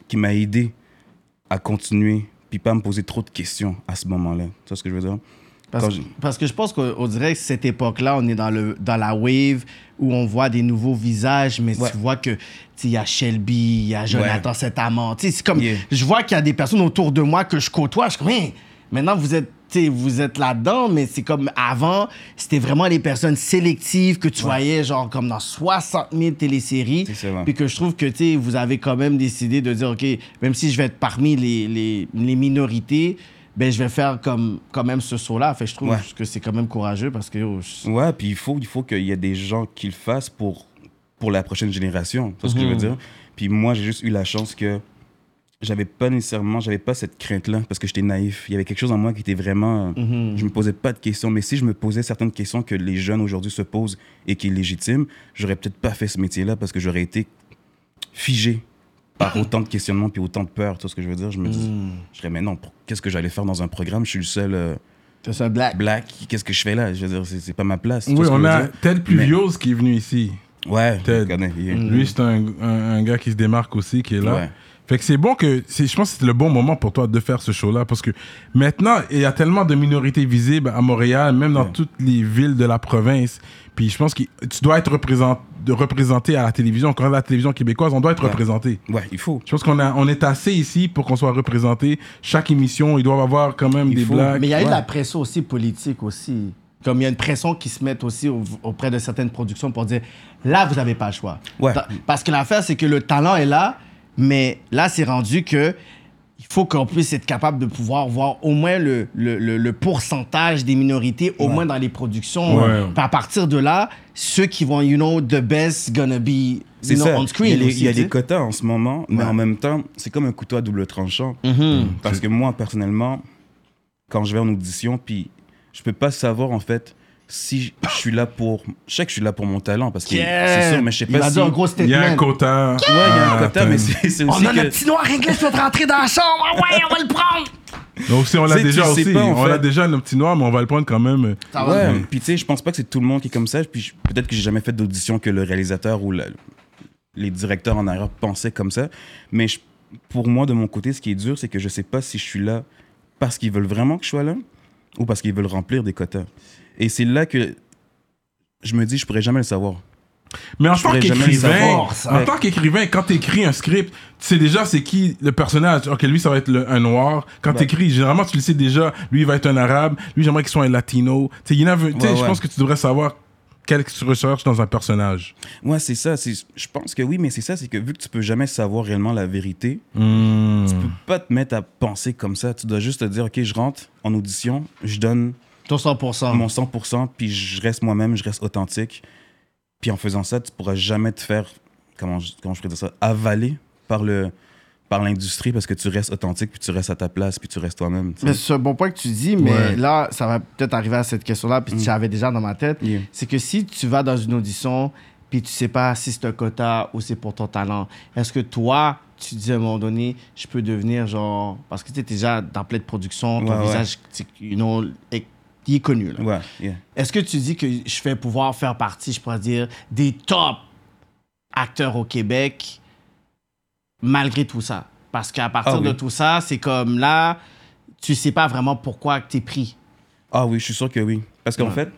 [SPEAKER 5] qui m'a aidé à continuer, puis pas me poser trop de questions à ce moment-là. Tu vois ce que je veux dire?
[SPEAKER 4] Parce,
[SPEAKER 5] Quand je-
[SPEAKER 4] parce que je pense qu'on on dirait que cette époque-là, on est dans, le, dans la wave où on voit des nouveaux visages, mais
[SPEAKER 5] Ouais.
[SPEAKER 4] tu vois que tu sais, il y a Shelby, il y a Jonathan cet amant. Tu sais, C'est comme
[SPEAKER 5] Yeah.
[SPEAKER 4] je vois qu'il y a des personnes autour de moi que je côtoie. Je suis comme Hey, maintenant vous êtes tu sais, vous êtes là-dedans, mais c'est comme avant, c'était vraiment les personnes sélectives que tu voyais, genre comme dans 60 000 téléséries.
[SPEAKER 5] C'est ça, ouais.
[SPEAKER 4] Puis que je trouve que tu sais, vous avez quand même décidé de dire, OK, même si je vais être parmi les, les, les minorités, ben, je vais faire comme, quand même ce saut-là. Fait que je trouve
[SPEAKER 5] Ouais.
[SPEAKER 4] que c'est quand même courageux parce que oh, yo, je-
[SPEAKER 5] Ouais, puis il faut, il faut qu'il y ait des gens qui le fassent pour, pour la prochaine génération. Tu vois ce que je veux dire? Puis moi, j'ai juste eu la chance que j'avais pas nécessairement, j'avais pas cette crainte-là parce que j'étais naïf. Il y avait quelque chose en moi qui était vraiment. Je me posais pas de questions, mais si je me posais certaines questions que les jeunes aujourd'hui se posent et qui est légitime, j'aurais peut-être pas fait ce métier-là parce que j'aurais été figé par autant de questionnements puis autant de peurs. Tu vois ce que je veux dire? Je me dis, je serais, mais non, pour- qu'est-ce que j'allais faire dans un programme? Je suis le seul. euh,
[SPEAKER 4] T'as ça, black.
[SPEAKER 5] black, qu'est-ce que je fais là Je veux dire, c'est- c'est pas ma place. tu
[SPEAKER 3] Oui,
[SPEAKER 5] vois ce que
[SPEAKER 3] on
[SPEAKER 5] je veux
[SPEAKER 3] a
[SPEAKER 5] dire?
[SPEAKER 3] Ted Pluviose qui est venu ici.
[SPEAKER 5] Ouais,
[SPEAKER 3] Ted.
[SPEAKER 5] je connais, il est-
[SPEAKER 4] Mm.
[SPEAKER 3] Lui, c'est un, un- un gars qui se démarque aussi, qui est là.
[SPEAKER 5] Mm. Ouais.
[SPEAKER 3] Fait que c'est bon que. c'est- Je pense que c'était le bon moment pour toi de faire ce show-là. Parce que maintenant, il y a tellement de minorités visibles à Montréal, même dans toutes les villes de la province. Puis je pense que tu dois être représent- de- représenté à la télévision. Encore à la télévision québécoise, on doit être représenté.
[SPEAKER 5] Ouais, il faut.
[SPEAKER 3] Je pense qu'on a- on est assez ici pour qu'on soit représenté. Chaque émission, ils doivent avoir quand même
[SPEAKER 5] Il
[SPEAKER 3] des
[SPEAKER 5] faut.
[SPEAKER 3] blagues.
[SPEAKER 4] Mais il y a eu de
[SPEAKER 3] Ouais.
[SPEAKER 4] la pression aussi politique aussi. Comme il y a une pression qui se met aussi au- auprès de certaines productions pour dire là, vous n'avez pas le choix.
[SPEAKER 5] Ouais.
[SPEAKER 4] Ta- Parce que l'affaire, c'est que le talent est là, mais là, c'est rendu que il faut qu'on puisse être capable de pouvoir voir au moins le, le, le- le pourcentage des minorités, au moins dans les productions.
[SPEAKER 3] Ouais.
[SPEAKER 4] Puis à partir de là, ceux qui vont, you know, the best gonna be
[SPEAKER 5] C'est
[SPEAKER 4] you know,
[SPEAKER 5] ça.
[SPEAKER 4] on screen.
[SPEAKER 5] il y a, les-
[SPEAKER 4] aussi,
[SPEAKER 5] il y a
[SPEAKER 4] tu sais.
[SPEAKER 5] les quotas en ce moment, mais
[SPEAKER 4] Ouais.
[SPEAKER 5] en même temps, c'est comme un couteau à double tranchant.
[SPEAKER 4] Mhm.
[SPEAKER 5] Parce que moi, personnellement, quand je vais en audition, puis je peux pas savoir en fait si je- je suis là pour. Je sais que je suis là pour mon talent, parce que c'est
[SPEAKER 4] Yeah.
[SPEAKER 5] sûr, mais je sais
[SPEAKER 4] Il
[SPEAKER 5] pas
[SPEAKER 4] a
[SPEAKER 5] si.
[SPEAKER 4] dit un gros Ah,
[SPEAKER 3] Il y a
[SPEAKER 4] statement.
[SPEAKER 3] un quota. Ah,
[SPEAKER 5] Ouais, il y a un quota, mais c'est c'est aussi
[SPEAKER 4] On a
[SPEAKER 5] que.
[SPEAKER 4] notre petit noir réglé sur notre entrée dans la chambre. Ah Ouais, on va le prendre.
[SPEAKER 3] Donc, si on l'a
[SPEAKER 5] Tu sais, tu
[SPEAKER 3] déjà
[SPEAKER 5] sais
[SPEAKER 3] aussi.
[SPEAKER 5] pas, en
[SPEAKER 3] on
[SPEAKER 5] fait. Ah,
[SPEAKER 3] l'a déjà, le petit noir, mais on va le prendre quand même. euh,
[SPEAKER 4] Ça va.
[SPEAKER 5] Ouais, puis tu sais, je pense pas que c'est tout le monde qui est comme ça. Puis je- peut-être que j'ai jamais fait d'audition que le réalisateur ou le- les directeurs en arrière pensaient comme ça. Mais je- pour moi, de mon côté, ce qui est dur, c'est que je sais pas si je suis là parce qu'ils veulent vraiment que je sois là ou parce qu'ils veulent remplir des quotas. Et c'est là que je me dis, je pourrais jamais le savoir.
[SPEAKER 3] Mais en
[SPEAKER 5] Je
[SPEAKER 3] tant
[SPEAKER 5] pourrais jamais le
[SPEAKER 3] qu'écrivain,
[SPEAKER 5] savoir, ça.
[SPEAKER 3] en tant qu'écrivain, quand t'écris un script, tu sais déjà c'est qui le personnage. Ok, lui ça va être le- un noir. Quand t'écris, généralement tu le sais déjà. Lui il va être un arabe. Lui j'aimerais qu'il soit un latino. Tu sais, il y en a- tu sais,
[SPEAKER 5] Ouais,
[SPEAKER 3] je
[SPEAKER 5] ouais.
[SPEAKER 3] pense que tu devrais savoir quel que tu recherches dans un personnage.
[SPEAKER 5] Ouais, c'est ça. c'est- Je pense que oui, mais c'est ça, c'est que vu que tu peux jamais savoir réellement la vérité,
[SPEAKER 3] Hmm.
[SPEAKER 5] tu peux
[SPEAKER 3] Hum.
[SPEAKER 5] pas te mettre à penser comme ça. Tu dois juste te dire, OK, je rentre en audition, je donne
[SPEAKER 4] Ton 100%.
[SPEAKER 5] mon 100%, puis je reste moi-même, je reste authentique. Puis en faisant ça, tu pourras jamais te faire, comment je, comment je pourrais dire ça, avaler par le par l'industrie parce que tu restes authentique, puis tu restes à ta place, puis tu restes toi-même. tu sais.
[SPEAKER 4] Mais c'est un bon point que tu dis, mais
[SPEAKER 5] Ouais. Mm.
[SPEAKER 4] là, ça va peut-être arriver à cette question-là, puis tu avais déjà dans ma tête.
[SPEAKER 5] Yeah.
[SPEAKER 4] C'est que si tu vas dans une audition, puis tu sais pas si c'est un quota ou c'est pour ton talent, est-ce que toi, tu dis à un moment donné, je peux devenir genre. Parce que tu es déjà dans plein de productions, ton
[SPEAKER 5] Ouais, ouais.
[SPEAKER 4] visage, tu- you know, est- il est connu. là.
[SPEAKER 5] Ouais, yeah.
[SPEAKER 4] Est-ce que tu dis que je vais pouvoir faire partie, je pourrais dire, des top acteurs au Québec malgré tout ça? Parce qu'à partir
[SPEAKER 5] Ah oui.
[SPEAKER 4] de tout ça, c'est comme là, tu sais pas vraiment pourquoi que t'es pris.
[SPEAKER 5] Ah oui, je suis sûr que oui. Parce qu'en fait,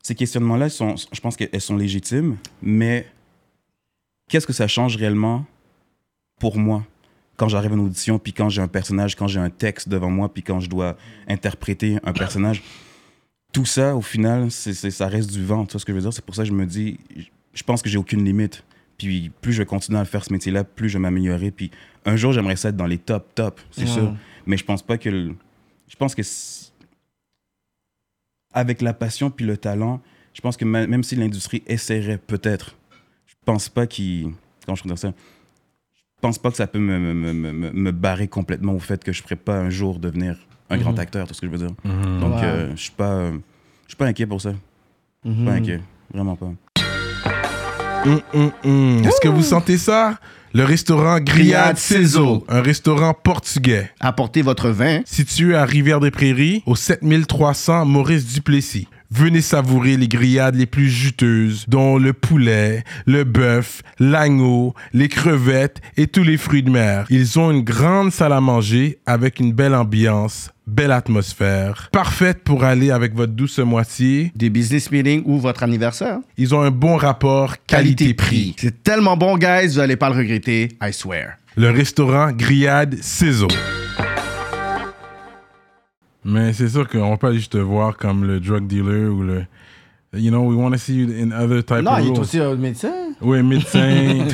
[SPEAKER 5] ces questionnements-là, ils sont- je pense qu'elles sont légitimes, mais qu'est-ce que ça change réellement pour moi quand j'arrive en audition, puis quand j'ai un personnage, quand j'ai un texte devant moi, puis quand je dois interpréter un personnage Tout ça, au final, c'est c'est- ça reste du vent. Tu vois ce que je veux dire C'est pour ça que je me dis, je- je pense que j'ai aucune limite. Puis plus je continue à faire ce métier-là, plus je vais m'améliorer. Puis un jour, j'aimerais ça être dans les top, top, c'est
[SPEAKER 4] Ouais.
[SPEAKER 5] sûr. Mais je pense pas que. le- Je pense que c- avec la passion puis le talent, je pense que ma- même si l'industrie essaierait peut-être, je pense pas qu'il. Comment je peux dire ça Je pense pas que ça peut me, me- me- me- me- me barrer complètement au fait que je ne pourrais pas un jour devenir un
[SPEAKER 3] Mhm.
[SPEAKER 5] grand acteur, tout ce que je veux dire. Donc
[SPEAKER 4] Ouais.
[SPEAKER 5] euh, je suis pas, euh, je suis pas inquiet pour ça. Je suis pas
[SPEAKER 3] Mhm.
[SPEAKER 5] inquiet, vraiment pas.
[SPEAKER 3] Hum, hum, hum. Est-ce que vous sentez ça? Le restaurant Grillade
[SPEAKER 4] Grillade
[SPEAKER 3] Cézo,
[SPEAKER 4] Cézo.
[SPEAKER 3] un restaurant portugais.
[SPEAKER 4] Apportez votre vin.
[SPEAKER 3] situé à Rivière-des-Prairies, au 7300 Maurice Duplessis. Venez savourer les grillades les plus juteuses, dont le poulet, le bœuf, l'agneau, les crevettes et tous les fruits de mer. Ils ont une grande salle à manger avec une belle ambiance, belle atmosphère, parfaite pour aller avec votre douce moitié.
[SPEAKER 4] Des business meetings ou votre anniversaire.
[SPEAKER 3] Ils ont un bon rapport qualité-prix.
[SPEAKER 4] C'est tellement bon, guys, vous allez pas le regretter, I swear.
[SPEAKER 3] Le restaurant Grillade Céso. Mais c'est sûr qu'on va pas juste te voir comme le drug dealer ou le. You know, we want to see you in other type
[SPEAKER 4] Non,
[SPEAKER 3] of
[SPEAKER 4] il est
[SPEAKER 3] roles.
[SPEAKER 4] aussi un médecin.
[SPEAKER 3] Oui, médecin.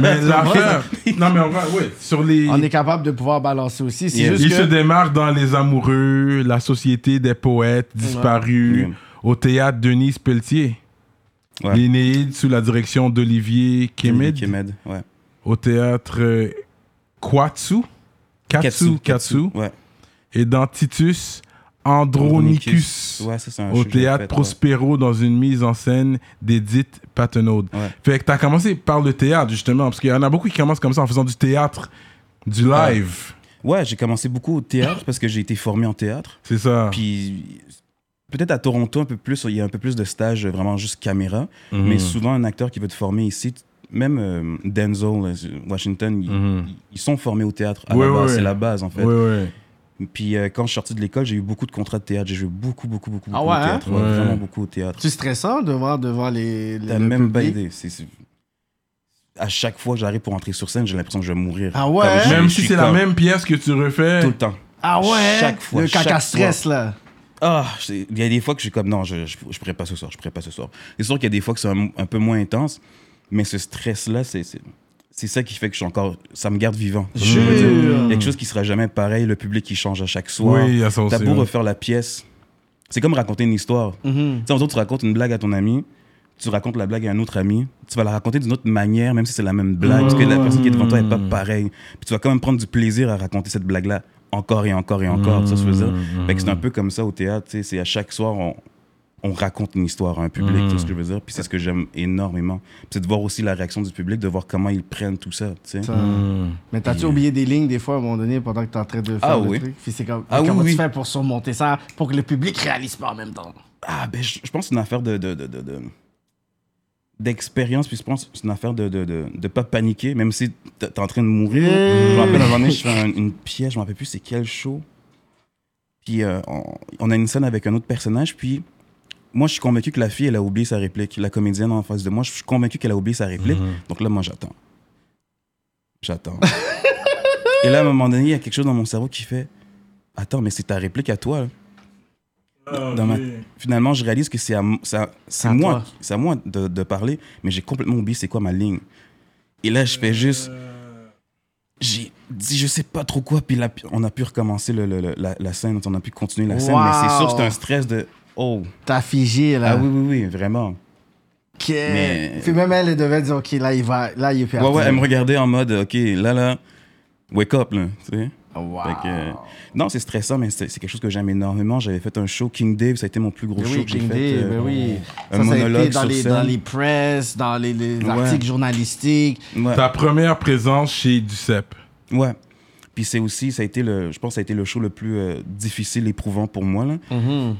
[SPEAKER 3] mais l'affaire. Non, mais on va. Oui, sur les.
[SPEAKER 4] On est capable de pouvoir balancer aussi. C'est
[SPEAKER 5] Yeah.
[SPEAKER 4] juste
[SPEAKER 3] Il
[SPEAKER 4] que...
[SPEAKER 3] se démarque dans Les Amoureux, La Société des Poètes Disparus,
[SPEAKER 5] Ouais.
[SPEAKER 3] au théâtre Denise Pelletier.
[SPEAKER 5] Ouais.
[SPEAKER 3] L'Énéide sous la direction d'Olivier Kemed.
[SPEAKER 5] Kemed, ouais.
[SPEAKER 3] Au théâtre euh, Kwatsu. Katsu. Katsu.
[SPEAKER 5] Ouais.
[SPEAKER 3] et dans Titus Andronicus
[SPEAKER 5] Ouais, ça c'est un
[SPEAKER 3] au
[SPEAKER 5] show que j'ai
[SPEAKER 3] théâtre
[SPEAKER 5] fait,
[SPEAKER 3] Prospero dans une mise en scène d'Edith Patenaude.
[SPEAKER 5] Ouais.
[SPEAKER 3] Fait que t'as commencé par le théâtre justement, parce qu'il y en a beaucoup qui commencent comme ça en faisant du théâtre, du live.
[SPEAKER 5] ouais. Ouais, j'ai commencé beaucoup au théâtre parce que j'ai été formé en théâtre.
[SPEAKER 3] C'est ça.
[SPEAKER 5] Puis peut-être à Toronto un peu plus, il y a un peu plus de stages euh, vraiment juste caméra.
[SPEAKER 3] Mhm.
[SPEAKER 5] Mais souvent un acteur qui veut te former ici, t- même euh, Denzel euh, Washington, ils,
[SPEAKER 3] Mhm.
[SPEAKER 5] ils- ils sont formés au théâtre. à
[SPEAKER 3] Ouais,
[SPEAKER 5] la base.
[SPEAKER 3] ouais, ouais.
[SPEAKER 5] C'est la base en fait.
[SPEAKER 3] Ouais, ouais.
[SPEAKER 5] Puis euh, quand je suis sorti de l'école, j'ai eu beaucoup de contrats de théâtre. J'ai joué beaucoup, beaucoup, beaucoup,
[SPEAKER 4] Ah
[SPEAKER 5] beaucoup
[SPEAKER 4] ouais,
[SPEAKER 5] au
[SPEAKER 4] hein?
[SPEAKER 5] théâtre. ouais,
[SPEAKER 3] Ouais.
[SPEAKER 5] Vraiment beaucoup au théâtre.
[SPEAKER 4] C'est stressant de voir devant les. les
[SPEAKER 5] T'as
[SPEAKER 4] le
[SPEAKER 5] même pas
[SPEAKER 4] public.
[SPEAKER 5] idée. C'est- c'est- À chaque fois que j'arrive pour entrer sur scène, j'ai l'impression que je vais mourir.
[SPEAKER 4] Ah ouais,
[SPEAKER 5] Comme
[SPEAKER 4] hein?
[SPEAKER 5] je-
[SPEAKER 3] Même
[SPEAKER 5] je
[SPEAKER 3] si
[SPEAKER 5] suis
[SPEAKER 3] c'est la
[SPEAKER 5] comme
[SPEAKER 3] même pièce que tu refais.
[SPEAKER 5] Tout le temps.
[SPEAKER 4] Ah ouais?
[SPEAKER 5] Chaque fois,
[SPEAKER 4] Le caca
[SPEAKER 5] chaque
[SPEAKER 4] stress, là.
[SPEAKER 5] Ah, je- il y a des fois que je suis comme, non, je, je, je pourrais pas ce soir, je pourrais pas ce soir. C'est sûr qu'il y a des fois que c'est un, un peu moins intense, mais ce stress-là, c'est, c'est, c'est ça qui fait que je suis encore. Ça me garde vivant. Je veux dire,
[SPEAKER 4] Jure.
[SPEAKER 5] il y a quelque chose qui sera jamais pareil, le public qui change à chaque soir.
[SPEAKER 3] Hmm. Oui, il y a ça aussi.
[SPEAKER 5] T'as beau
[SPEAKER 3] ouais.
[SPEAKER 5] refaire la pièce. C'est comme raconter une histoire. Tu sais, en disant, tu racontes une blague à ton ami, tu racontes la blague à un autre ami, tu vas la raconter d'une autre manière, même si c'est la même blague, parce que la personne qui est devant toi n'est pas
[SPEAKER 3] Mm.
[SPEAKER 5] pareille. Puis tu vas quand même prendre du plaisir à raconter cette blague-là encore et encore et encore. Ça, je veux dire.
[SPEAKER 3] Mm,
[SPEAKER 5] Fait que c'est un peu comme ça au théâtre, tu sais, c'est à chaque soir, on, on raconte une histoire à un public, tu sais ce que je veux dire. Puis c'est ce que j'aime énormément. Puis c'est de voir aussi la réaction du public, de voir comment ils prennent tout ça, tu sais.
[SPEAKER 4] Ça- Mais t'as-tu oublié des lignes des fois à un moment donné pendant que t'es en train de faire
[SPEAKER 5] Ah
[SPEAKER 4] le
[SPEAKER 5] oui.
[SPEAKER 4] truc? Puis c'est comme,
[SPEAKER 5] Ah
[SPEAKER 4] comment
[SPEAKER 5] oui,
[SPEAKER 4] tu
[SPEAKER 5] oui.
[SPEAKER 4] fais pour surmonter ça pour que le public réalise pas en même temps?
[SPEAKER 5] Ah, ben, je, je pense que c'est une affaire de. de- de- de- de- d'expérience, puis je pense que c'est une affaire de de, de, de pas paniquer, même si t'es t'es en train de mourir. Je me rappelle, un moment donné, je fais un- une pièce, je me rappelle plus c'est quel show. Puis euh, on, on a une scène avec un autre personnage, puis moi, je suis convaincu que la fille, elle a oublié sa réplique. La comédienne en face de moi, je suis convaincu qu'elle a oublié sa réplique. Donc là, moi, j'attends. J'attends. Et là, à un moment donné, il y a quelque chose dans mon cerveau qui fait Attends, mais c'est ta réplique à toi, là.
[SPEAKER 3] Ah,
[SPEAKER 5] Dans ma- Finalement, je réalise que c'est à, m- c'est à- c'est
[SPEAKER 4] À
[SPEAKER 5] moi,
[SPEAKER 4] toi.
[SPEAKER 5] c'est à moi de, de parler, mais j'ai complètement oublié c'est quoi ma ligne. Et là, je fais juste. J'ai dit, je sais pas trop quoi, puis là, on a pu recommencer le- le- le- la, la scène, on a pu continuer la scène, mais c'est sûr que c'est un stress de. Oh!
[SPEAKER 4] T'as figé, là.
[SPEAKER 5] Ah oui, oui, oui, vraiment.
[SPEAKER 4] Ok.
[SPEAKER 5] Mais-
[SPEAKER 4] Puis même elle, elle devait dire, OK, là, il va, là, il est perdu.
[SPEAKER 5] Ouais, ouais, elle me regardait en mode, OK, là, là, wake up, là, tu sais.
[SPEAKER 4] Ah, Wow.
[SPEAKER 5] Fait que, euh, non, c'est stressant, mais c'est c'est quelque chose que j'aime énormément. J'avais fait un show, King Dave, ça a été mon plus gros
[SPEAKER 4] Ben
[SPEAKER 5] show
[SPEAKER 4] oui,
[SPEAKER 5] que j'ai
[SPEAKER 4] King
[SPEAKER 5] fait.
[SPEAKER 4] Dave,
[SPEAKER 5] euh,
[SPEAKER 4] ben oui.
[SPEAKER 5] un
[SPEAKER 4] ça, ça a été
[SPEAKER 5] monologue
[SPEAKER 4] dans
[SPEAKER 5] sur
[SPEAKER 4] les,
[SPEAKER 5] scène.
[SPEAKER 4] dans les press, dans les, les
[SPEAKER 5] Ouais.
[SPEAKER 4] articles journalistiques.
[SPEAKER 5] Ouais.
[SPEAKER 3] Ta première présence chez Ducep.
[SPEAKER 5] Ouais. Puis c'est aussi, ça a été le, je pense, que ça a été le show le plus euh, difficile, éprouvant pour moi. là.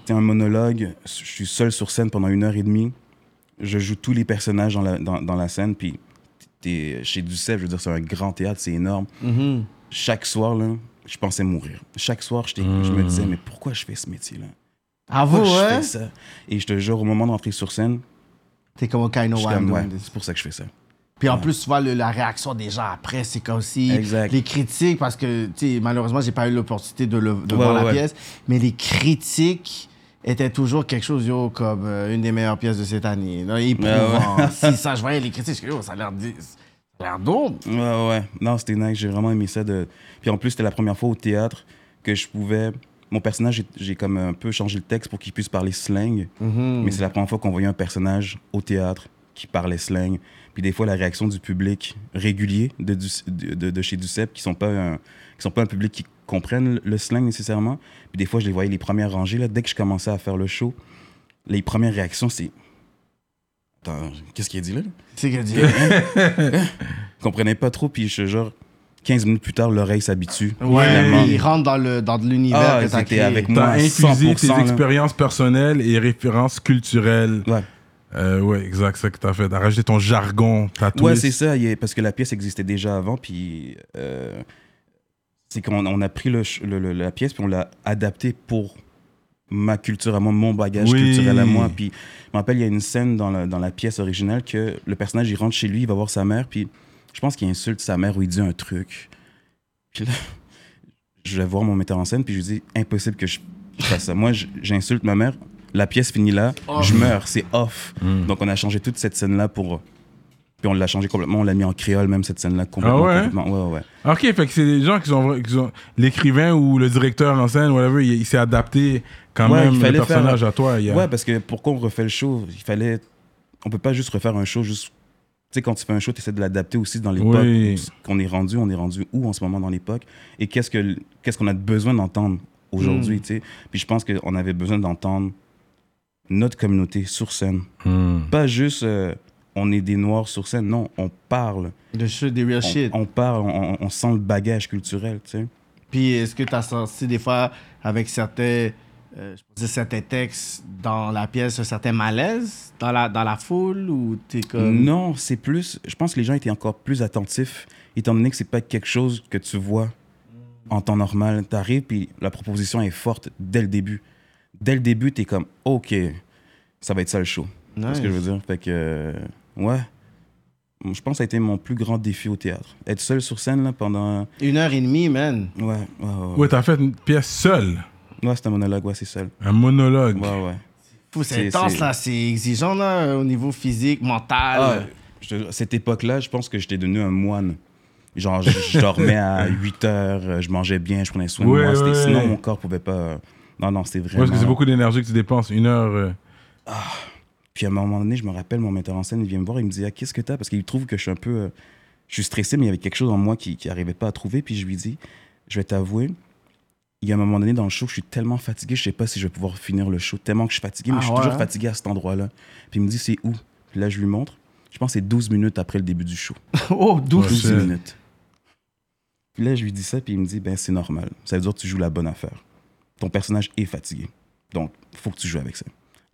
[SPEAKER 5] C'est un monologue. Je suis seul sur scène pendant une heure et demie. Je joue tous les personnages dans la, dans, dans la scène. Puis t'es chez Ducef, je veux dire, c'est un grand théâtre, c'est énorme.
[SPEAKER 4] Mhm.
[SPEAKER 5] Chaque soir, là, je pensais mourir. Chaque soir, j'étais- je me disais, mais pourquoi je fais ce métier-là
[SPEAKER 4] Ah, vous,
[SPEAKER 5] Pourquoi je
[SPEAKER 4] ouais?
[SPEAKER 5] fais ça Et je te jure, au moment d'entrer sur scène,
[SPEAKER 4] T'es comme, OK, I know
[SPEAKER 5] je suis
[SPEAKER 4] what I'm
[SPEAKER 5] comme, ouais,
[SPEAKER 4] doing this.
[SPEAKER 5] c'est pour ça que je fais ça.
[SPEAKER 4] Puis en plus, tu vois le- la réaction des gens après, c'est comme si
[SPEAKER 5] Exact.
[SPEAKER 4] les critiques, parce que tu sais, malheureusement, j'ai pas eu l'opportunité de, le, de
[SPEAKER 5] Ouais,
[SPEAKER 4] voir
[SPEAKER 5] ouais,
[SPEAKER 4] la
[SPEAKER 5] ouais.
[SPEAKER 4] pièce, mais les critiques étaient toujours quelque chose, yo, comme euh, une des meilleures pièces de cette année. Là, éprouvant.
[SPEAKER 5] Ouais, ouais.
[SPEAKER 4] si ça, je voyais les critiques, je suis comme, yo, ça a l'air d- ça a l'air d'ombre.
[SPEAKER 5] Ouais, ouais. Non, c'était nice. J'ai vraiment aimé ça. De... Puis en plus, c'était la première fois au théâtre que je pouvais. Mon personnage, j'ai- j'ai comme un peu changé le texte pour qu'il puisse parler slang. Mais c'est la première fois qu'on voyait un personnage au théâtre qui parlait slang. Puis des fois, la réaction du public régulier de, du- de, de- de chez Ducep, qui sont pas un, qui sont pas un public qui comprennent le slang nécessairement. Puis des fois, je les voyais les premières rangées. Là, dès que je commençais à faire le show, les premières réactions, c'est. Attends, qu'est-ce qu'il a dit là?
[SPEAKER 4] C'est que dit.
[SPEAKER 5] comprenais pas trop, puis je genre 15 minutes plus tard, l'oreille s'habitue.
[SPEAKER 4] Ouais,
[SPEAKER 5] finalement.
[SPEAKER 4] il rentre dans le dans de l'univers
[SPEAKER 5] Ah,
[SPEAKER 4] que t'as
[SPEAKER 5] c'était
[SPEAKER 4] créé.
[SPEAKER 5] avec moi.
[SPEAKER 3] T'as
[SPEAKER 5] à 100%,
[SPEAKER 3] infusé tes
[SPEAKER 5] là.
[SPEAKER 3] expériences personnelles et références culturelles.
[SPEAKER 5] Ouais,
[SPEAKER 3] Euh, ouais, exact, c'est ça que t'as fait. T'as rajouté ton jargon, ta
[SPEAKER 5] ouais
[SPEAKER 3] twist.
[SPEAKER 5] c'est ça, il y a- parce que la pièce existait déjà avant, puis euh, c'est qu'on on a pris le ch- le- le- la pièce, puis on l'a adaptée pour ma culture à moi, mon bagage
[SPEAKER 3] Oui.
[SPEAKER 5] culturel à moi. Puis je me rappelle, il y a une scène dans la, dans la pièce originale que le personnage, il rentre chez lui, il va voir sa mère, puis je pense qu'il insulte sa mère ou il dit un truc. Puis là, je vais voir mon metteur en scène, puis je lui dis impossible que je fasse ça. Moi, je- j'insulte ma mère, la pièce finit là, je meurs, c'est off.
[SPEAKER 3] Hmm.
[SPEAKER 5] Donc, on a changé toute cette scène-là pour. Puis on l'a changé complètement, on l'a mis en créole, même cette scène-là. Complètement,
[SPEAKER 3] Ah ouais?
[SPEAKER 5] complètement. Ouais, ouais.
[SPEAKER 3] Ok, fait que c'est des gens qui sont, qui sont- l'écrivain ou le directeur en scène, whatever, il, il s'est adapté quand
[SPEAKER 5] Ouais, il
[SPEAKER 3] même le
[SPEAKER 5] fallait
[SPEAKER 3] personnage
[SPEAKER 5] faire-
[SPEAKER 3] à toi. il y a-
[SPEAKER 5] Ouais, parce que pourquoi on refait le show Il fallait. On peut pas juste refaire un show, juste. Tu sais, quand tu fais un show, tu essaies de l'adapter aussi dans l'époque
[SPEAKER 3] Oui.
[SPEAKER 5] où- qu'on est rendu. On est rendu où en ce moment dans l'époque Et qu'est-ce que l- qu'est-ce qu'on a besoin d'entendre aujourd'hui,
[SPEAKER 3] Hmm.
[SPEAKER 5] tu sais Puis je pense qu'on avait besoin d'entendre notre communauté sur scène.
[SPEAKER 3] Hmm.
[SPEAKER 5] Pas juste euh, on est des noirs sur scène. Non, on parle.
[SPEAKER 4] Le show des real
[SPEAKER 5] On-
[SPEAKER 4] shit.
[SPEAKER 5] On, parle, on, on- on sent le bagage culturel, tu sais.
[SPEAKER 4] Puis est-ce que tu as senti des fois avec certains, euh, je peux dire certains textes dans la pièce un certain malaise dans la, dans la foule ou t'es comme.
[SPEAKER 5] Non, c'est plus. Je pense que les gens étaient encore plus attentifs, étant donné que c'est pas quelque chose que tu vois en temps normal. T'arrives, puis la proposition est forte dès le début. Dès le début, t'es comme, OK, ça va être ça le show. C'est ce que je veux dire. Fait que, euh, ouais. Je pense que ça a été mon plus grand défi au théâtre. Être seul sur scène là, pendant.
[SPEAKER 4] Une heure et demie, man.
[SPEAKER 5] Ouais, ouais, ouais. Ouais,
[SPEAKER 3] Ouais, t'as fait une pièce seule,
[SPEAKER 5] Ouais, c'est un monologue, ouais, c'est seul.
[SPEAKER 3] un monologue.
[SPEAKER 5] Ouais, ouais.
[SPEAKER 4] Fou, C'est
[SPEAKER 5] C'est-
[SPEAKER 4] intense,
[SPEAKER 5] c'est-
[SPEAKER 4] là. C'est exigeant, là, au niveau physique,
[SPEAKER 5] Ah,
[SPEAKER 4] mental.
[SPEAKER 5] je te- à cette époque-là, je pense que j'étais devenu un moine. Genre, je, je dormais à 8 heures, euh, je mangeais bien, je prenais soin
[SPEAKER 3] Ouais,
[SPEAKER 5] de moi. c'était-
[SPEAKER 3] ouais, ouais.
[SPEAKER 5] Sinon, mon corps pouvait pas. euh, Non, non, c'était
[SPEAKER 3] Ouais,
[SPEAKER 5] vraiment.
[SPEAKER 3] parce que c'est beaucoup d'énergie que tu dépenses, une heure. euh,
[SPEAKER 5] Puis à un moment donné, je me rappelle, mon metteur en scène, il vient me voir, il me dit ah, Qu'est-ce que t'as Parce qu'il trouve que je suis un peu. euh, je suis stressé, mais il y avait quelque chose en moi qui n'arrivait pas à trouver. Puis je lui dis Je vais t'avouer, il y a un moment donné dans le show, je suis tellement fatigué, je sais pas si je vais pouvoir finir le show, tellement que je suis fatigué, mais
[SPEAKER 4] Ah
[SPEAKER 5] je suis
[SPEAKER 4] ouais,
[SPEAKER 5] toujours
[SPEAKER 4] hein?
[SPEAKER 5] fatigué à cet endroit-là. Puis il me dit C'est où Puis là, je lui montre. Je pense que c'est 12 minutes après le début du show.
[SPEAKER 4] Oh, d'où?
[SPEAKER 3] Ouais.
[SPEAKER 5] 12
[SPEAKER 3] c'est-
[SPEAKER 5] minutes. Puis là, je lui dis ça, puis il me dit, ben c'est normal. Ça veut dire que tu joues la bonne affaire. Ton personnage est fatigué. Donc, faut que tu joues avec ça.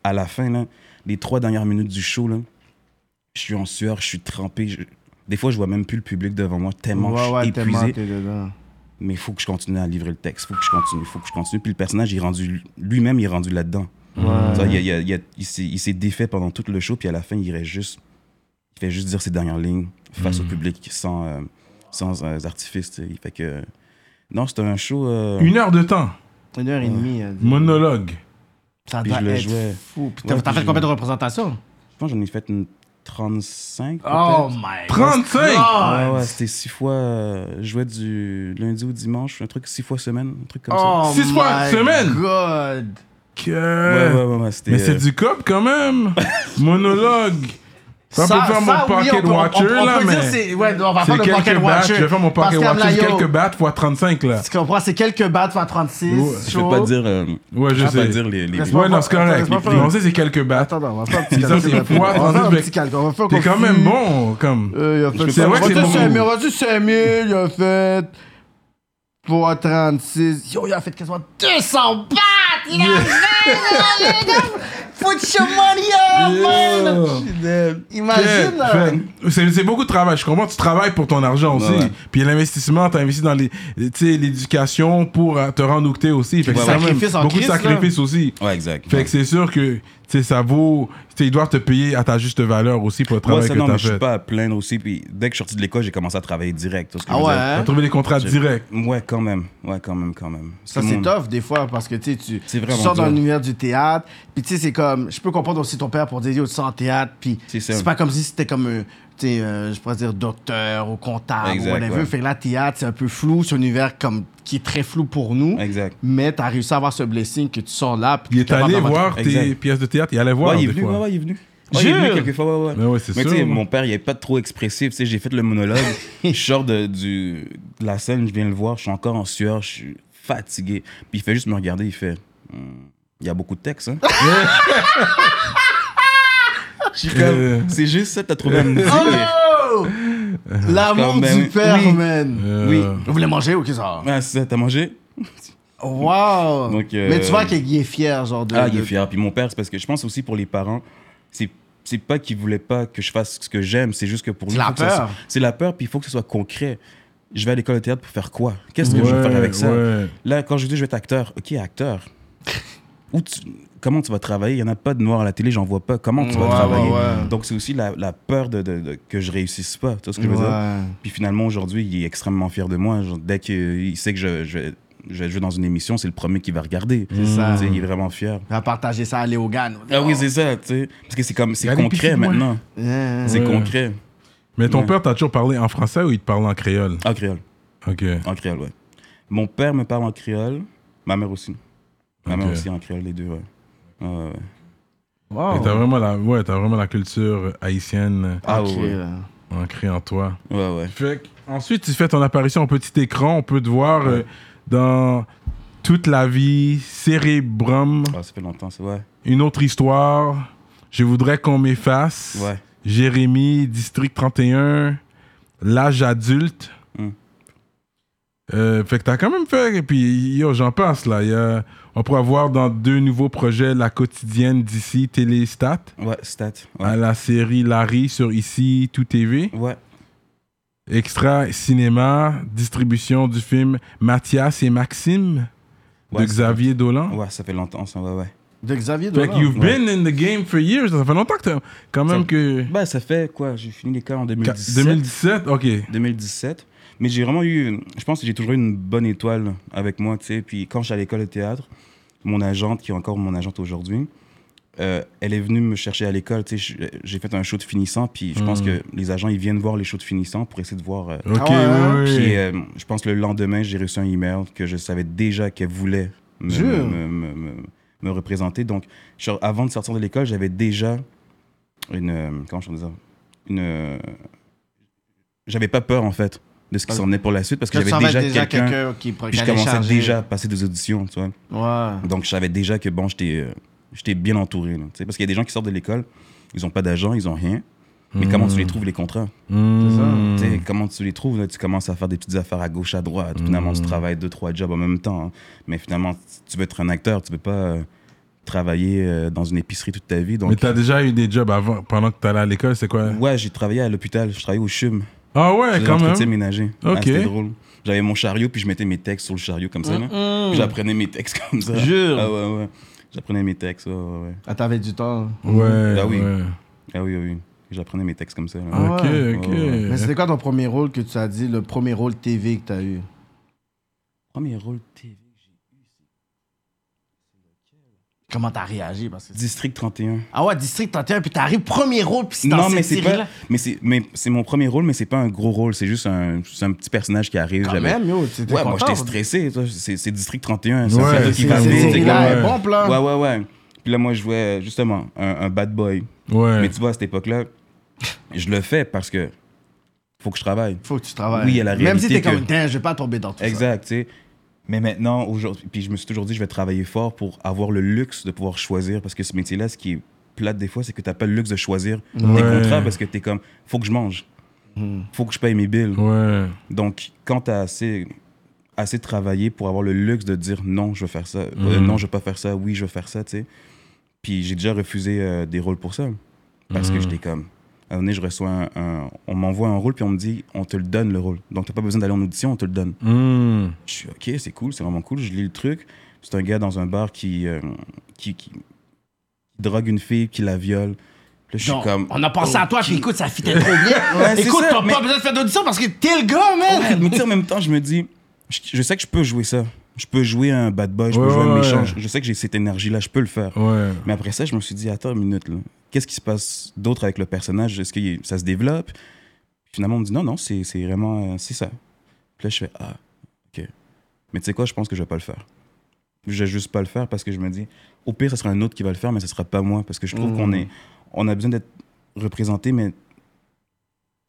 [SPEAKER 5] À la fin, là, les trois dernières minutes du show, là, je suis en sueur, je suis trempé. je- Des fois, je vois même plus le public devant moi, tellement que
[SPEAKER 4] Ouais, ouais,
[SPEAKER 5] je suis
[SPEAKER 4] tellement
[SPEAKER 5] épuisé.
[SPEAKER 4] t'es dedans.
[SPEAKER 5] Mais il faut que je continue à livrer le texte, faut que je continue, faut que je continue. Puis le personnage, il est rendu, lui-même, il est rendu là-dedans. Tu vois, il, Mm. y a- il y a- il s'est- il s'est défait pendant tout le show, puis à la fin, il reste juste. Il fait juste dire ses dernières lignes face
[SPEAKER 3] Mm.
[SPEAKER 5] au public sans, euh, sans euh, artifice. tu sais. Il fait que. Non, c'était un show. euh,
[SPEAKER 3] Une heure de temps,
[SPEAKER 4] Une heure et demie. elle dit.
[SPEAKER 3] monologue.
[SPEAKER 4] Ça
[SPEAKER 5] Puis
[SPEAKER 4] doit
[SPEAKER 5] je le
[SPEAKER 4] être
[SPEAKER 5] jouais.
[SPEAKER 4] fou. Puis T'as
[SPEAKER 5] Ouais,
[SPEAKER 4] t'as
[SPEAKER 5] puis
[SPEAKER 4] fait
[SPEAKER 5] je-
[SPEAKER 4] combien de représentations?
[SPEAKER 5] Je pense que j'en ai fait une 35.
[SPEAKER 4] Oh
[SPEAKER 5] peut-être.
[SPEAKER 4] my
[SPEAKER 3] 35!
[SPEAKER 5] Ouais,
[SPEAKER 4] God!
[SPEAKER 5] Ah ouais, c'était six fois. euh, je jouais du lundi au dimanche, un truc six fois semaine, un truc comme
[SPEAKER 4] Oh
[SPEAKER 3] Six fois
[SPEAKER 4] my
[SPEAKER 3] semaine.
[SPEAKER 4] God!
[SPEAKER 5] ça. Ouais,
[SPEAKER 3] Que-
[SPEAKER 5] ouais, ouais, ouais, c'était.
[SPEAKER 3] Mais c'est
[SPEAKER 5] euh,
[SPEAKER 3] du cop quand même! Monologue! Ça, peut faire mon
[SPEAKER 4] oui,
[SPEAKER 3] pocket
[SPEAKER 4] on peut- on-
[SPEAKER 3] watcher
[SPEAKER 4] on- on
[SPEAKER 3] là,
[SPEAKER 4] peut dire
[SPEAKER 3] mais.
[SPEAKER 4] c'est- Ouais, on va
[SPEAKER 3] C'est
[SPEAKER 4] faire le pocket
[SPEAKER 3] quelques battes,
[SPEAKER 4] watcher.
[SPEAKER 3] je vais faire mon pocket
[SPEAKER 4] Parce que,
[SPEAKER 3] watcher, c'est
[SPEAKER 4] là, yo,
[SPEAKER 3] quelques battes fois 35 là.
[SPEAKER 4] Tu comprends, c'est quelques battes fois 36.
[SPEAKER 3] Ouais.
[SPEAKER 5] Je peux pas dire. euh,
[SPEAKER 3] Ouais,
[SPEAKER 5] je
[SPEAKER 3] je
[SPEAKER 5] peux pas
[SPEAKER 3] sais.
[SPEAKER 5] dire les. les-
[SPEAKER 4] Laisse-moi
[SPEAKER 3] Ouais, non, c'est correct.
[SPEAKER 4] Laisse-moi faire-
[SPEAKER 3] On sait c'est quelques battes.
[SPEAKER 4] Attends, on va faire un petit
[SPEAKER 3] Ça,
[SPEAKER 4] calcul.
[SPEAKER 3] c'est
[SPEAKER 4] rapide.
[SPEAKER 3] fois
[SPEAKER 4] On va faire un
[SPEAKER 3] 36,
[SPEAKER 4] petit calcul. On va faire
[SPEAKER 3] T'es quand
[SPEAKER 4] confus.
[SPEAKER 3] même bon, comme.
[SPEAKER 4] Euh, il a fait
[SPEAKER 3] C'est vrai que c'est beaucoup.
[SPEAKER 4] 5000, il a fait 5000, il a fait 336. Yo, il a fait quasiment 200 bahts! Il a fait, là, les gars! Put your money up, man!
[SPEAKER 3] Yeah. Yeah.
[SPEAKER 4] Imagine, là!
[SPEAKER 3] Fait- C'est c'est beaucoup de travail. Je comprends, tu travailles pour ton argent aussi.
[SPEAKER 5] ouais.
[SPEAKER 3] Puis l'investissement, tu investi dans les- tu sais, l'éducation pour euh, te rendre où que t'es aussi. Fait que
[SPEAKER 5] Ouais,
[SPEAKER 3] c'est
[SPEAKER 5] ouais.
[SPEAKER 3] quand même
[SPEAKER 4] Sacrifice en
[SPEAKER 3] beaucoup de
[SPEAKER 4] crise, là.
[SPEAKER 3] sacrifices aussi.
[SPEAKER 5] Ouais, exact.
[SPEAKER 3] Fait que c'est sûr que tu sais, ça vaut. tu sais, Ils doivent te payer à ta juste valeur aussi pour le
[SPEAKER 5] Ouais,
[SPEAKER 3] travail
[SPEAKER 5] ça,
[SPEAKER 3] que
[SPEAKER 5] non,
[SPEAKER 3] t'as
[SPEAKER 5] mais je
[SPEAKER 3] fait.
[SPEAKER 5] suis pas à plaindre aussi. Puis dès que je suis sorti de l'école, j'ai commencé à travailler direct. tu vois ce que
[SPEAKER 4] Ah
[SPEAKER 5] je veux
[SPEAKER 4] ouais,
[SPEAKER 5] dire?
[SPEAKER 4] hein?
[SPEAKER 3] T'as trouvé des contrats directs.
[SPEAKER 5] Ouais, quand même. Ouais, quand même, quand même.
[SPEAKER 4] Ça, c'est
[SPEAKER 5] mon-
[SPEAKER 4] tough des fois parce que tu sais, tu-
[SPEAKER 5] C'est
[SPEAKER 4] tu
[SPEAKER 5] vraiment
[SPEAKER 4] sors dans
[SPEAKER 5] dur.
[SPEAKER 4] l'univers du théâtre. Puis tu sais, c'est comme. Je peux comprendre aussi ton père pour dire yo, tu sors en théâtre. Puis
[SPEAKER 5] C'est ça.
[SPEAKER 4] c'est pas comme si c'était comme un. Tu sais, euh, je pourrais dire docteur ou comptable
[SPEAKER 5] Exact,
[SPEAKER 4] ou whatever.
[SPEAKER 5] ouais.
[SPEAKER 4] Fait que là, théâtre, c'est un peu flou. C'est un univers comme, qui est très flou pour nous.
[SPEAKER 5] Exact.
[SPEAKER 4] Mais t'as réussi à avoir ce blessing que tu sors là. Puis
[SPEAKER 3] Il
[SPEAKER 4] t'es
[SPEAKER 3] est
[SPEAKER 4] capable
[SPEAKER 3] allé
[SPEAKER 4] d'avoir-
[SPEAKER 3] voir tes
[SPEAKER 5] Exact.
[SPEAKER 3] pièces de théâtre. Il allait voir.
[SPEAKER 5] ouais, il est
[SPEAKER 3] des
[SPEAKER 5] venu.
[SPEAKER 3] fois.
[SPEAKER 5] Ouais, ouais, il est venu. Ouais, il est venu
[SPEAKER 4] Jure.
[SPEAKER 5] quelques fois, ouais, ouais.
[SPEAKER 3] Mais ouais, c'est
[SPEAKER 5] tu
[SPEAKER 3] sûr, hein.
[SPEAKER 5] sais,
[SPEAKER 3] ouais.
[SPEAKER 5] mon père, il est pas trop expressif. Tu sais, j'ai fait le monologue. je sors de, du, de la scène, je viens le voir, je suis encore en sueur, je suis fatigué. Puis il fait juste me regarder, il fait. Hum, Il y a beaucoup de textes, hein. Je suis
[SPEAKER 3] Euh.
[SPEAKER 5] comme, C'est juste ça, t'as trouvé un
[SPEAKER 4] Oh! L'amour
[SPEAKER 5] Comme, ben
[SPEAKER 4] du
[SPEAKER 5] oui.
[SPEAKER 4] père,
[SPEAKER 5] Oui.
[SPEAKER 4] man.
[SPEAKER 3] Euh,
[SPEAKER 5] Oui.
[SPEAKER 4] Vous voulez manger ou qu'est-ce que
[SPEAKER 5] Ah, c'est ça, t'as mangé?
[SPEAKER 4] ça? Wow!
[SPEAKER 5] Donc, euh,
[SPEAKER 4] Mais tu vois qu'il est fier, genre de.
[SPEAKER 5] Ah, il est
[SPEAKER 4] de-
[SPEAKER 5] fier. Puis mon père, c'est parce que je pense aussi pour les parents, c'est c'est pas qu'il voulait pas que je fasse ce que j'aime, c'est juste que pour lui,
[SPEAKER 4] C'est la
[SPEAKER 5] faut que ça
[SPEAKER 4] peur.
[SPEAKER 5] soit- c'est la peur, puis il faut que ce soit concret. Je vais à l'école de théâtre pour faire quoi Qu'est-ce que je vais
[SPEAKER 3] Ouais,
[SPEAKER 5] faire avec ça
[SPEAKER 3] ouais.
[SPEAKER 5] Là, quand je dis je vais être acteur, ok, acteur. Où tu- comment tu vas travailler Il y en a pas de noir à la télé, j'en vois pas. Comment tu vas
[SPEAKER 4] Ouais,
[SPEAKER 5] travailler
[SPEAKER 4] ouais, ouais.
[SPEAKER 5] Donc c'est aussi la, la peur de, de- de- que je réussisse pas. Tu vois ce que je veux dire
[SPEAKER 4] Ouais.
[SPEAKER 5] puis finalement, aujourd'hui, il est extrêmement fier de moi. Genre, dès qu'il sait que je, je, je vais jouer dans une émission, c'est le premier qui va regarder.
[SPEAKER 4] ça.
[SPEAKER 5] Tu sais, Il est vraiment fier.
[SPEAKER 4] On va partager ça à Léogane.
[SPEAKER 5] Ah oui, c'est ça, tu sais. Parce que c'est comme, c'est
[SPEAKER 3] Regardez,
[SPEAKER 5] concret
[SPEAKER 3] piquez-moi.
[SPEAKER 5] maintenant.
[SPEAKER 4] Yeah.
[SPEAKER 5] C'est
[SPEAKER 3] Ouais.
[SPEAKER 5] concret.
[SPEAKER 3] Mais ton
[SPEAKER 5] Ouais.
[SPEAKER 3] père, t'as toujours parlé en français ou il te parle en créole
[SPEAKER 5] En créole.
[SPEAKER 3] Ok.
[SPEAKER 5] En créole, ouais. Mon père me parle en créole. Ma mère aussi. Ma mère
[SPEAKER 3] Ok.
[SPEAKER 5] aussi en créole, les deux, ouais. Ouais, ouais.
[SPEAKER 3] Et
[SPEAKER 4] Wow.
[SPEAKER 3] T'as vraiment la, ouais, t'as vraiment la culture haïtienne
[SPEAKER 5] Ah
[SPEAKER 4] Ok,
[SPEAKER 5] ouais.
[SPEAKER 4] là.
[SPEAKER 3] euh, ancrée en toi.
[SPEAKER 5] Ouais, ouais.
[SPEAKER 3] Fait que, ensuite, tu fais ton apparition au petit écran. On peut te voir euh, dans toute la vie, Cérébrum,
[SPEAKER 5] Ah, ça fait longtemps, ça. Ouais.
[SPEAKER 3] une autre histoire. Je voudrais qu'on m'efface.
[SPEAKER 5] Ouais.
[SPEAKER 3] Jérémy, District 31, l'âge adulte.
[SPEAKER 5] Hmm.
[SPEAKER 3] Euh, fait que t'as quand même fait. Et puis, yo, j'en pense là. Il y a- on pourra voir dans deux nouveaux projets la quotidienne d'ici, Téléstat,
[SPEAKER 5] Ouais, stat. Ouais.
[SPEAKER 3] à la série Larry sur ici, Tout TV.
[SPEAKER 5] Ouais.
[SPEAKER 3] Extra cinéma, distribution du film Mathias et Maxime de
[SPEAKER 5] Ouais, ça-
[SPEAKER 3] Xavier Dolan.
[SPEAKER 5] Ouais, ça fait longtemps, ça, ouais, ouais.
[SPEAKER 4] De Xavier
[SPEAKER 3] Fait que
[SPEAKER 4] Dolan.
[SPEAKER 3] you've been in the game for years. Ça fait longtemps que t'as- quand même
[SPEAKER 5] Ça-
[SPEAKER 3] que.
[SPEAKER 5] Bah, ça fait quoi J'ai fini l'école en 2017.
[SPEAKER 3] 2017, ok.
[SPEAKER 5] 2017. Mais j'ai vraiment eu, je pense que j'ai toujours eu une bonne étoile avec moi, tu sais. Puis quand j'étais à l'école de théâtre, mon agente, qui est encore mon agente aujourd'hui, euh, elle est venue me chercher à l'école, tu sais. je- J'ai fait un show de finissant, puis je pense que les agents, ils viennent voir les shows de finissant pour essayer de voir. euh,
[SPEAKER 3] Ok,
[SPEAKER 4] Ah ouais,
[SPEAKER 3] oui, oui.
[SPEAKER 5] Puis euh, je pense que le lendemain, j'ai reçu un email que je savais déjà qu'elle voulait me,
[SPEAKER 4] Jure.
[SPEAKER 5] me, me- me- me représenter. Donc, je- avant de sortir de l'école, j'avais déjà une. euh, Comment je peux dire ça Une. euh, J'avais pas peur, en fait, de ce qui
[SPEAKER 4] Parce-
[SPEAKER 5] s'en venait pour la suite parce que
[SPEAKER 4] Là, tu
[SPEAKER 5] j'avais
[SPEAKER 4] en vas
[SPEAKER 5] déjà,
[SPEAKER 4] déjà
[SPEAKER 5] quelqu'un.
[SPEAKER 4] quelqu'un qui pourrait
[SPEAKER 5] puis je commençais déjà à passer des auditions, tu vois.
[SPEAKER 4] Ouais.
[SPEAKER 5] Donc, je savais déjà que, bon, j'étais euh, j'étais bien entouré. là, tu sais, parce qu'il y a des gens qui sortent de l'école, ils ont pas d'agent, ils ont rien. Mais comment tu les trouves, les contrats
[SPEAKER 3] Hmm.
[SPEAKER 5] tu sais, comment tu les trouves là, Tu commences à faire des petites affaires à gauche, à
[SPEAKER 3] Hmm.
[SPEAKER 5] droite. Finalement, tu travailles deux, trois jobs en même temps. hein. Mais finalement, tu veux être un acteur, tu peux pas euh, travailler euh, dans une épicerie toute ta vie.
[SPEAKER 3] Mais
[SPEAKER 5] Donc,
[SPEAKER 3] t'as déjà eu des jobs avant, pendant que t'allais à l'école, c'est quoi
[SPEAKER 5] ouais, j'ai travaillé à l'hôpital, je travaillais au CHUM.
[SPEAKER 3] Ah ouais,
[SPEAKER 5] J'étais
[SPEAKER 3] quand
[SPEAKER 5] entretien
[SPEAKER 3] même.
[SPEAKER 5] ménager.
[SPEAKER 3] Ok.
[SPEAKER 5] Ah, C'était drôle. J'avais mon chariot, puis je mettais mes textes sur le chariot comme ça. là. Puis J'apprenais mes textes comme ça.
[SPEAKER 4] Jure.
[SPEAKER 5] Ah ouais, ouais. J'apprenais mes textes, ouais, ouais, ouais.
[SPEAKER 4] Ah, t'avais du temps.
[SPEAKER 3] Ouais.
[SPEAKER 5] Ah oui.
[SPEAKER 3] ouais.
[SPEAKER 5] Ah oui, oui, oui. J'apprenais mes textes comme ça. là.
[SPEAKER 4] Ah
[SPEAKER 3] Ok,
[SPEAKER 4] ouais.
[SPEAKER 3] ok.
[SPEAKER 5] Ouais,
[SPEAKER 4] Mais c'était quoi ton premier rôle que tu as dit, le premier rôle TV que t'as eu
[SPEAKER 5] Premier rôle TV.
[SPEAKER 4] Comment t'as réagi parce que...
[SPEAKER 5] District 31.
[SPEAKER 4] Ah ouais, District 31, puis t'arrives, premier rôle, puis c'est dans
[SPEAKER 5] non,
[SPEAKER 4] cette
[SPEAKER 5] mais c'est
[SPEAKER 4] série-là.
[SPEAKER 5] pas. Mais c'est, mais c'est mon premier rôle, mais c'est pas un gros rôle. C'est juste un, c'est un petit personnage qui arrive.
[SPEAKER 4] Quand
[SPEAKER 5] j'avais-
[SPEAKER 4] même, yo, t'étais
[SPEAKER 5] Ouais, moi
[SPEAKER 4] content.
[SPEAKER 5] j'étais stressé. toi. C'est, c'est District 31. C'est
[SPEAKER 3] Ouais,
[SPEAKER 5] un plateau
[SPEAKER 3] c'est-
[SPEAKER 5] qui va
[SPEAKER 3] c'est-
[SPEAKER 5] vite,
[SPEAKER 3] c'est-
[SPEAKER 5] c'est
[SPEAKER 3] là,
[SPEAKER 5] comme-
[SPEAKER 3] ouais.
[SPEAKER 4] bon plan.
[SPEAKER 5] Ouais, ouais, ouais. Puis là, moi, je jouais justement un, un bad boy.
[SPEAKER 3] Ouais.
[SPEAKER 5] Mais tu vois, à cette époque-là, je le fais parce que faut que je travaille.
[SPEAKER 4] Faut que tu travailles.
[SPEAKER 5] Oui, il y a la
[SPEAKER 4] Même
[SPEAKER 5] réalité
[SPEAKER 4] si t'es comme,
[SPEAKER 5] que-
[SPEAKER 4] Tiens, je vais pas tomber dans tout ça.
[SPEAKER 5] Exact, tu sais. Mais maintenant, aujourd'hui, puis je me suis toujours dit, je vais travailler fort pour avoir le luxe de pouvoir choisir. Parce que ce métier-là, ce qui est plate des fois, c'est que t'as pas le luxe de choisir
[SPEAKER 3] Ouais.
[SPEAKER 5] tes contrats parce que t'es comme, faut que je mange. Faut que je paye mes
[SPEAKER 3] Hmm.
[SPEAKER 5] billes.
[SPEAKER 3] Ouais.
[SPEAKER 5] Donc, quand tu as assez, assez travaillé pour avoir le luxe de dire non, je veux faire ça, Euh, non, je veux pas faire ça, oui, je veux faire ça, tu sais. Puis j'ai déjà refusé euh, des rôles pour ça. Parce que j'étais comme. À un moment donné, je reçois un. un- on m'envoie un rôle, puis on me dit, on te le donne le rôle. Donc, t'as pas besoin d'aller en audition, on te le donne.
[SPEAKER 3] Hmm.
[SPEAKER 5] Je suis OK, c'est cool, c'est vraiment cool. Je lis le truc. C'est un gars dans un bar qui, euh, qui, qui drogue une fille, qui la viole. Puis là, je suis
[SPEAKER 4] Genre,
[SPEAKER 5] comme.
[SPEAKER 4] on a pensé à toi, puis écoute, ça fitait trop bien.
[SPEAKER 5] Ouais, c'est
[SPEAKER 4] écoute,
[SPEAKER 5] ça,
[SPEAKER 4] t'as
[SPEAKER 5] mais-
[SPEAKER 4] pas besoin de faire d'audition parce que t'es le gars,
[SPEAKER 5] Ouais,
[SPEAKER 4] man.
[SPEAKER 5] mais tu sais, en même temps, je me dis, je, je sais que je peux jouer ça. Je peux jouer un bad boy, je peux
[SPEAKER 3] Ouais,
[SPEAKER 5] jouer un
[SPEAKER 3] ouais,
[SPEAKER 5] méchant.
[SPEAKER 3] ouais.
[SPEAKER 5] Je, je sais que j'ai cette énergie-là, je peux le faire.
[SPEAKER 3] Ouais.
[SPEAKER 5] Mais après ça, je me suis dit, attends une minute, là. qu'est-ce qui se passe d'autre avec le personnage Est-ce que y- ça se développe Finalement, on me dit, non, non, c'est c'est vraiment, euh, c'est ça. Puis là, je fais, ah, ok. Mais tu sais quoi, je pense que je vais pas le faire. Je vais juste pas le faire parce que je me dis, au pire, ça sera un autre qui va le faire, mais ce sera pas moi. Parce que je trouve
[SPEAKER 4] Mm.
[SPEAKER 3] Mmh.
[SPEAKER 5] qu'on est, on a besoin d'être représenté, mais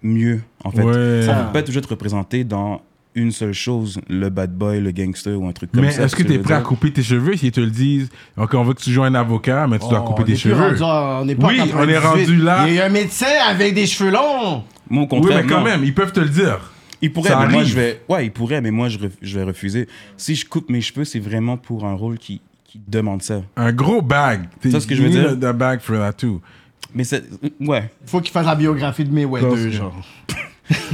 [SPEAKER 5] mieux, en fait.
[SPEAKER 3] ouais.
[SPEAKER 5] On
[SPEAKER 4] Ah.
[SPEAKER 5] peut pas toujours te représenter dans une seule chose, le bad boy, le gangster ou un truc comme
[SPEAKER 3] Mais
[SPEAKER 5] ça.
[SPEAKER 3] est-ce que
[SPEAKER 5] tu
[SPEAKER 3] t'es
[SPEAKER 5] veux
[SPEAKER 3] prêt à
[SPEAKER 5] dire.
[SPEAKER 3] couper tes cheveux s'ils te le disent Ok, on veut que tu joues un avocat, mais tu dois couper
[SPEAKER 4] Oh, on
[SPEAKER 3] tes
[SPEAKER 4] est plus
[SPEAKER 3] cheveux.
[SPEAKER 4] rendu à- on est pas
[SPEAKER 3] Oui,
[SPEAKER 4] en
[SPEAKER 3] on est
[SPEAKER 4] 98.
[SPEAKER 3] rendu là.
[SPEAKER 4] Il y a un médecin avec des cheveux longs.
[SPEAKER 5] Moi, au
[SPEAKER 3] Oui,
[SPEAKER 5] contraire,
[SPEAKER 3] mais quand
[SPEAKER 5] non.
[SPEAKER 3] même, ils peuvent te le dire.
[SPEAKER 5] Il pourrait,
[SPEAKER 3] Ça
[SPEAKER 5] mais moi,
[SPEAKER 3] arrive.
[SPEAKER 5] je vais. Ouais, il pourrait, mais moi, je, ref- je vais refuser. Si je coupe mes cheveux, c'est vraiment pour un rôle qui, qui demande ça.
[SPEAKER 3] Un gros bag.
[SPEAKER 5] Ça, ce que je veux dire.
[SPEAKER 3] The bag for that too.
[SPEAKER 5] Mais c'est. euh, Ouais.
[SPEAKER 4] Faut qu'il fasse la biographie de Mayweather,
[SPEAKER 3] Parce-
[SPEAKER 4] genre.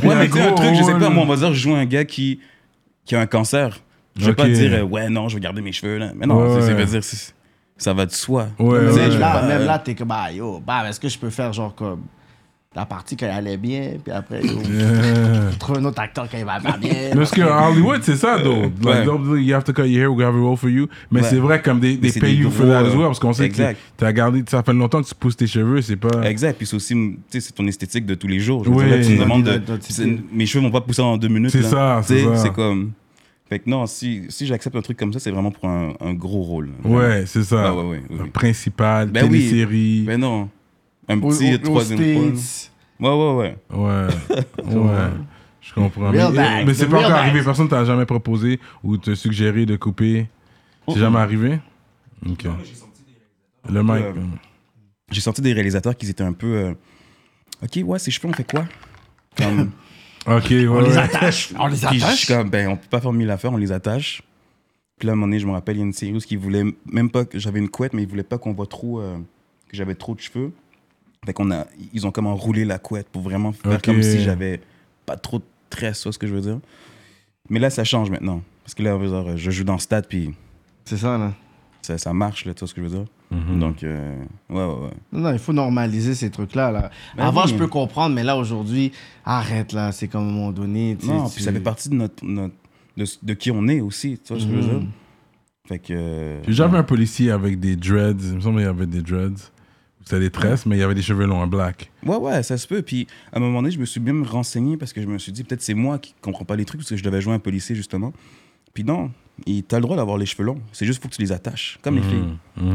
[SPEAKER 5] Ouais, mais
[SPEAKER 3] un
[SPEAKER 5] tu sais, un
[SPEAKER 3] gros
[SPEAKER 5] truc, je sais
[SPEAKER 3] rôle.
[SPEAKER 5] pas, moi, on va dire, je joue un gars qui, qui a un cancer. Je vais
[SPEAKER 3] Ok.
[SPEAKER 5] pas dire, euh, ouais, non, je vais garder mes cheveux, là. Mais non,
[SPEAKER 3] Ouais,
[SPEAKER 5] c'est- ça
[SPEAKER 3] ouais.
[SPEAKER 5] veut dire, c'est- ça va de soi.
[SPEAKER 3] Ouais,
[SPEAKER 5] Tu sais,
[SPEAKER 3] ouais.
[SPEAKER 5] je vais
[SPEAKER 4] là,
[SPEAKER 5] pas-
[SPEAKER 4] même là, t'es comme, bah, yo, bah, est-ce que je peux faire, genre, comme, la partie quand elle allait bien, puis après, yo,
[SPEAKER 3] Euh.
[SPEAKER 4] trouver un autre acteur quand il va pas bien.
[SPEAKER 3] Parce que Hollywood, c'est ça, though. Like,
[SPEAKER 5] ouais.
[SPEAKER 3] don't- you have to cut your hair, we have a role for you. Mais
[SPEAKER 5] Ouais.
[SPEAKER 3] c'est vrai, comme des, des
[SPEAKER 5] c'est
[SPEAKER 3] pay
[SPEAKER 5] des
[SPEAKER 3] you for
[SPEAKER 5] gros,
[SPEAKER 3] that as
[SPEAKER 5] euh,
[SPEAKER 3] well, parce qu'on sait que
[SPEAKER 5] exact.
[SPEAKER 3] t'as gardé, ça fait longtemps que tu pousses tes cheveux, c'est pas.
[SPEAKER 5] euh, Exact, puis c'est aussi, tu sais, c'est ton esthétique de tous les jours. Je veux
[SPEAKER 3] Oui.
[SPEAKER 5] dire, là, tu me
[SPEAKER 3] Ton
[SPEAKER 5] demandes de.
[SPEAKER 4] identité.
[SPEAKER 5] c'est- Mes cheveux vont pas pousser en deux minutes.
[SPEAKER 3] C'est
[SPEAKER 5] là.
[SPEAKER 3] ça,
[SPEAKER 5] Tu sais,
[SPEAKER 3] c'est ça.
[SPEAKER 5] C'est comme. Fait que non, si, si j'accepte un truc comme ça, c'est vraiment pour un, un gros rôle.
[SPEAKER 3] Ouais, c'est ça.
[SPEAKER 5] Ouais, ouais, ouais, oui.
[SPEAKER 3] Principal,
[SPEAKER 5] Ben oui.
[SPEAKER 3] télésérie.
[SPEAKER 5] Mais non. Un
[SPEAKER 4] Au- au-
[SPEAKER 5] petit euh,
[SPEAKER 4] aux
[SPEAKER 5] troisième rôle.
[SPEAKER 4] States.
[SPEAKER 5] Ouais, ouais, ouais.
[SPEAKER 3] Ouais. ouais. Je comprends.
[SPEAKER 4] Real
[SPEAKER 3] Mais,
[SPEAKER 4] bag,
[SPEAKER 3] mais c'est
[SPEAKER 4] the
[SPEAKER 3] pas
[SPEAKER 4] real
[SPEAKER 3] encore
[SPEAKER 4] bag.
[SPEAKER 3] arrivé. Personne t'a jamais proposé ou te suggéré de couper.
[SPEAKER 4] Oh.
[SPEAKER 3] C'est jamais arrivé? Ok. Le mic.
[SPEAKER 5] Euh, J'ai sorti des réalisateurs qui étaient un peu. euh, ok, ouais, ces cheveux, on fait quoi Comme,
[SPEAKER 3] Ok, ouais.
[SPEAKER 4] On les
[SPEAKER 3] ouais.
[SPEAKER 4] attache. On les
[SPEAKER 5] Puis je suis
[SPEAKER 4] attache.
[SPEAKER 5] comme, ben, on peut pas faire mille affaires, on les attache. Puis là, à un moment donné, je me rappelle, il y a une série qui voulait même pas que j'avais une couette, mais ils voulaient pas qu'on voit trop, euh, que j'avais trop de cheveux. Fait qu'on a, ils ont comme enroulé la couette pour vraiment faire
[SPEAKER 3] Ok.
[SPEAKER 5] comme si j'avais pas trop de tresses, tu vois ce que je veux dire. Mais là, ça change maintenant. Parce que là, genre, euh, je joue dans le stade, puis
[SPEAKER 4] C'est ça, là.
[SPEAKER 5] ça, ça marche, là, tu vois ce que je veux dire. Donc, euh, ouais, ouais, ouais.
[SPEAKER 4] Non, non, il faut normaliser ces trucs-là. Là.
[SPEAKER 5] Ben
[SPEAKER 4] Avant,
[SPEAKER 5] oui.
[SPEAKER 4] je peux comprendre, mais là, aujourd'hui, arrête, là. C'est comme à un moment donné. tu sais,
[SPEAKER 5] Non,
[SPEAKER 4] tu-
[SPEAKER 5] puis ça fait partie de notre, notre- de, de qui on est aussi, tu vois ce que je veux dire. Fait que. euh,
[SPEAKER 3] Puis J'avais un policier avec des dreads. Il me semble qu'il y avait des dreads. C'était des tresses, mais il y avait des cheveux longs en black.
[SPEAKER 5] Ouais, ouais, ça se peut. Puis à un moment donné, je me suis même renseigné parce que je me suis dit, peut-être c'est moi qui comprends pas les trucs parce que je devais jouer un policier justement. Puis non, il- t'as le droit d'avoir les cheveux longs. C'est juste faut que tu les attaches, comme les filles.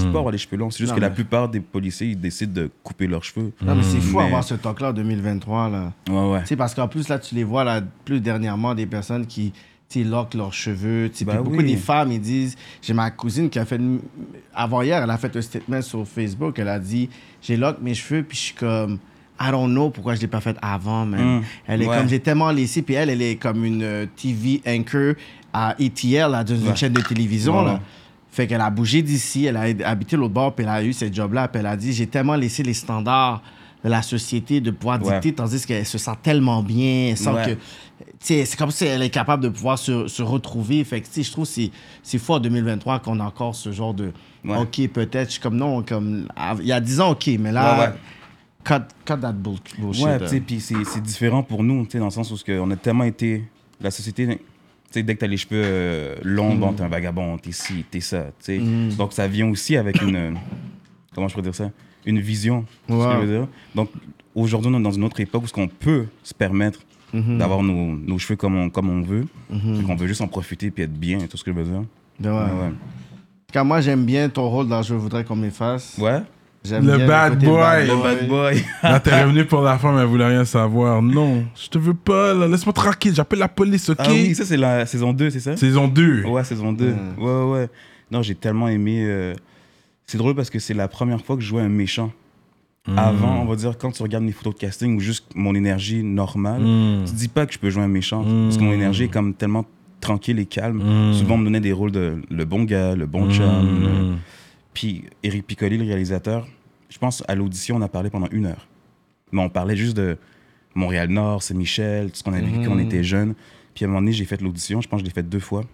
[SPEAKER 5] Tu peux avoir les cheveux longs. C'est juste
[SPEAKER 4] Non,
[SPEAKER 5] que la
[SPEAKER 4] mais-
[SPEAKER 5] plupart des policiers, ils décident de couper leurs cheveux.
[SPEAKER 4] Non, mais c'est fou
[SPEAKER 5] Mais-
[SPEAKER 4] avoir ce talk-là en 2023, là.
[SPEAKER 5] Ouais, ouais.
[SPEAKER 4] Tu sais, parce qu'en plus, là, tu les vois, là, plus dernièrement, des personnes qui, tu sais, lockent leurs cheveux. Tu sais,
[SPEAKER 5] Bah
[SPEAKER 4] puis beaucoup
[SPEAKER 5] oui.
[SPEAKER 4] des femmes, ils disent... J'ai ma cousine qui a fait... une- Avant-hier, elle a fait un statement sur Facebook. Elle a dit, j'ai lock mes cheveux, puis je suis comme... I don't know pourquoi je l'ai pas fait avant, man.
[SPEAKER 5] Mm.
[SPEAKER 4] Elle est
[SPEAKER 5] Ouais.
[SPEAKER 4] comme... J'ai tellement laissé, puis elle, elle est comme une euh, TV anchor à ETL, là, dans une
[SPEAKER 5] Ouais.
[SPEAKER 4] chaîne de télévision,
[SPEAKER 5] Ouais,
[SPEAKER 4] là.
[SPEAKER 5] ouais.
[SPEAKER 4] Fait qu'elle a bougé d'ici, elle a habité l'autre bord, puis elle a eu ce job-là, puis elle a dit, j'ai tellement laissé les standards de la société de pouvoir
[SPEAKER 5] Ouais.
[SPEAKER 4] dicter, tandis qu'elle se sent tellement bien, sans
[SPEAKER 5] Ouais.
[SPEAKER 4] que... tu sais, C'est comme si elle est capable de pouvoir se, se retrouver. Fait que, tu sais, je trouve que c'est- c'est fort en 2023 qu'on a encore ce genre de...
[SPEAKER 5] Ouais.
[SPEAKER 4] OK, peut-être. Je suis comme, non, comme... av- Il y a 10 ans, OK, mais là...
[SPEAKER 5] Ouais, ouais.
[SPEAKER 4] Cut, cut that bull- bullshit.
[SPEAKER 5] Ouais,
[SPEAKER 4] là.
[SPEAKER 5] tu sais, puis c'est c'est différent pour nous, tu sais, dans le sens où ce que on a tellement été. La société, tu sais, dès que t'as les cheveux euh, longs,
[SPEAKER 4] Mm.
[SPEAKER 5] bon, t'es un vagabond, t'es ci, t'es ça, tu sais. Donc ça vient aussi avec une. euh, comment je pourrais dire ça Une vision. tu sais ce que
[SPEAKER 4] Ouais.
[SPEAKER 5] je veux dire? Donc aujourd'hui, on est dans une autre époque où ce qu'on peut se permettre
[SPEAKER 4] Mm-hmm.
[SPEAKER 5] d'avoir nos, nos cheveux comme on, comme on veut. et qu'on veut juste en profiter puis être bien, tout ce que je veux dire.
[SPEAKER 4] Ben Mm-hmm. ouais.
[SPEAKER 5] Ouais,
[SPEAKER 4] Quand moi, j'aime bien ton rôle dans Je voudrais qu'on m'efface.
[SPEAKER 5] ouais. Ouais?
[SPEAKER 4] J'aime
[SPEAKER 3] Le
[SPEAKER 4] bien
[SPEAKER 3] bad
[SPEAKER 4] côté
[SPEAKER 3] boy.
[SPEAKER 5] Le bad boy.
[SPEAKER 3] Là, t'es revenu pour la femme, elle voulait rien savoir. Non, je te veux pas, là. Laisse-moi tranquille, j'appelle la police, ok?
[SPEAKER 5] Ah oui, ça, c'est la saison 2, c'est ça
[SPEAKER 3] Saison 2.
[SPEAKER 5] Ouais, saison 2. Ouais, ouais, ouais. Non, j'ai tellement aimé. euh, C'est drôle parce que c'est la première fois que je jouais un méchant. Avant, on va dire, quand tu regardes mes photos de casting ou juste mon énergie normale,
[SPEAKER 3] Mm.
[SPEAKER 5] tu te dis pas que je peux jouer un méchant. Parce que mon énergie est comme tellement tranquille et calme.
[SPEAKER 3] Mm.
[SPEAKER 5] Souvent, on me donnait des rôles de le bon gars, le
[SPEAKER 3] Hmm.
[SPEAKER 5] bon chum. le-
[SPEAKER 3] Mm.
[SPEAKER 5] Puis Eric Piccoli, le réalisateur, je pense à l'audition, on a parlé pendant une heure. Mais on parlait juste de Montréal-Nord, Saint-Michel, tout ce qu'on a vécu quand on était jeune. Puis à un moment donné, j'ai fait l'audition, je pense que je l'ai fait deux fois.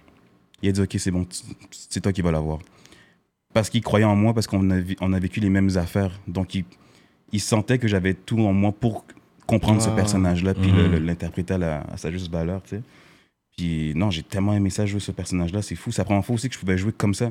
[SPEAKER 5] Il a dit Ok, c'est bon, tu- c'est toi qui vas l'avoir. Parce qu'il croyait en moi, parce qu'on a, vi- on a vécu les mêmes affaires. Donc il, il sentait que j'avais tout en moi pour comprendre ce
[SPEAKER 4] Ah.
[SPEAKER 5] personnage-là, puis le- le- l'interpréter à, la- à sa juste valeur, tu sais. Puis non, j'ai tellement aimé ça, jouer ce personnage-là, c'est fou. C'est la première fois aussi que je pouvais jouer comme ça,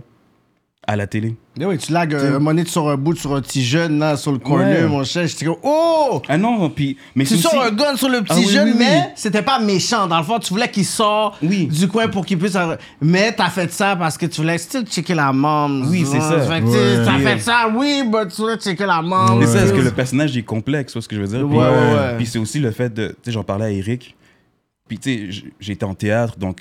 [SPEAKER 5] à la télé.
[SPEAKER 4] Eh oui, tu lagues euh, un moment donné, tu sors un bout sur un petit jeune, là, sur le corner,
[SPEAKER 5] Ouais.
[SPEAKER 4] mon cher. J'étais comme, oh!
[SPEAKER 5] Ah non, puis mais
[SPEAKER 4] Tu
[SPEAKER 5] c'est
[SPEAKER 4] sors
[SPEAKER 5] aussi-
[SPEAKER 4] un gun sur le petit
[SPEAKER 5] Ah oui,
[SPEAKER 4] jeune,
[SPEAKER 5] oui,
[SPEAKER 4] mais
[SPEAKER 5] oui.
[SPEAKER 4] c'était pas méchant. Dans le fond, tu voulais qu'il sorte
[SPEAKER 5] Oui.
[SPEAKER 4] du coin pour qu'il puisse. en- Mais t'as fait ça parce que tu voulais still checker la môme.
[SPEAKER 5] Oui, c'est ça.
[SPEAKER 4] Fait que, tu
[SPEAKER 3] Ouais.
[SPEAKER 4] sais, T'as
[SPEAKER 5] Ouais.
[SPEAKER 4] fait ça, oui, mais tu voulais checker la môme.
[SPEAKER 5] Mais ça, parce que le personnage il est complexe, tu vois ce que je veux dire. Puis, euh,
[SPEAKER 4] Ouais, ouais, ouais.
[SPEAKER 5] puis c'est aussi le fait de, tu sais, j'en parlais à Eric. Puis tu sais, j- j'étais en théâtre, donc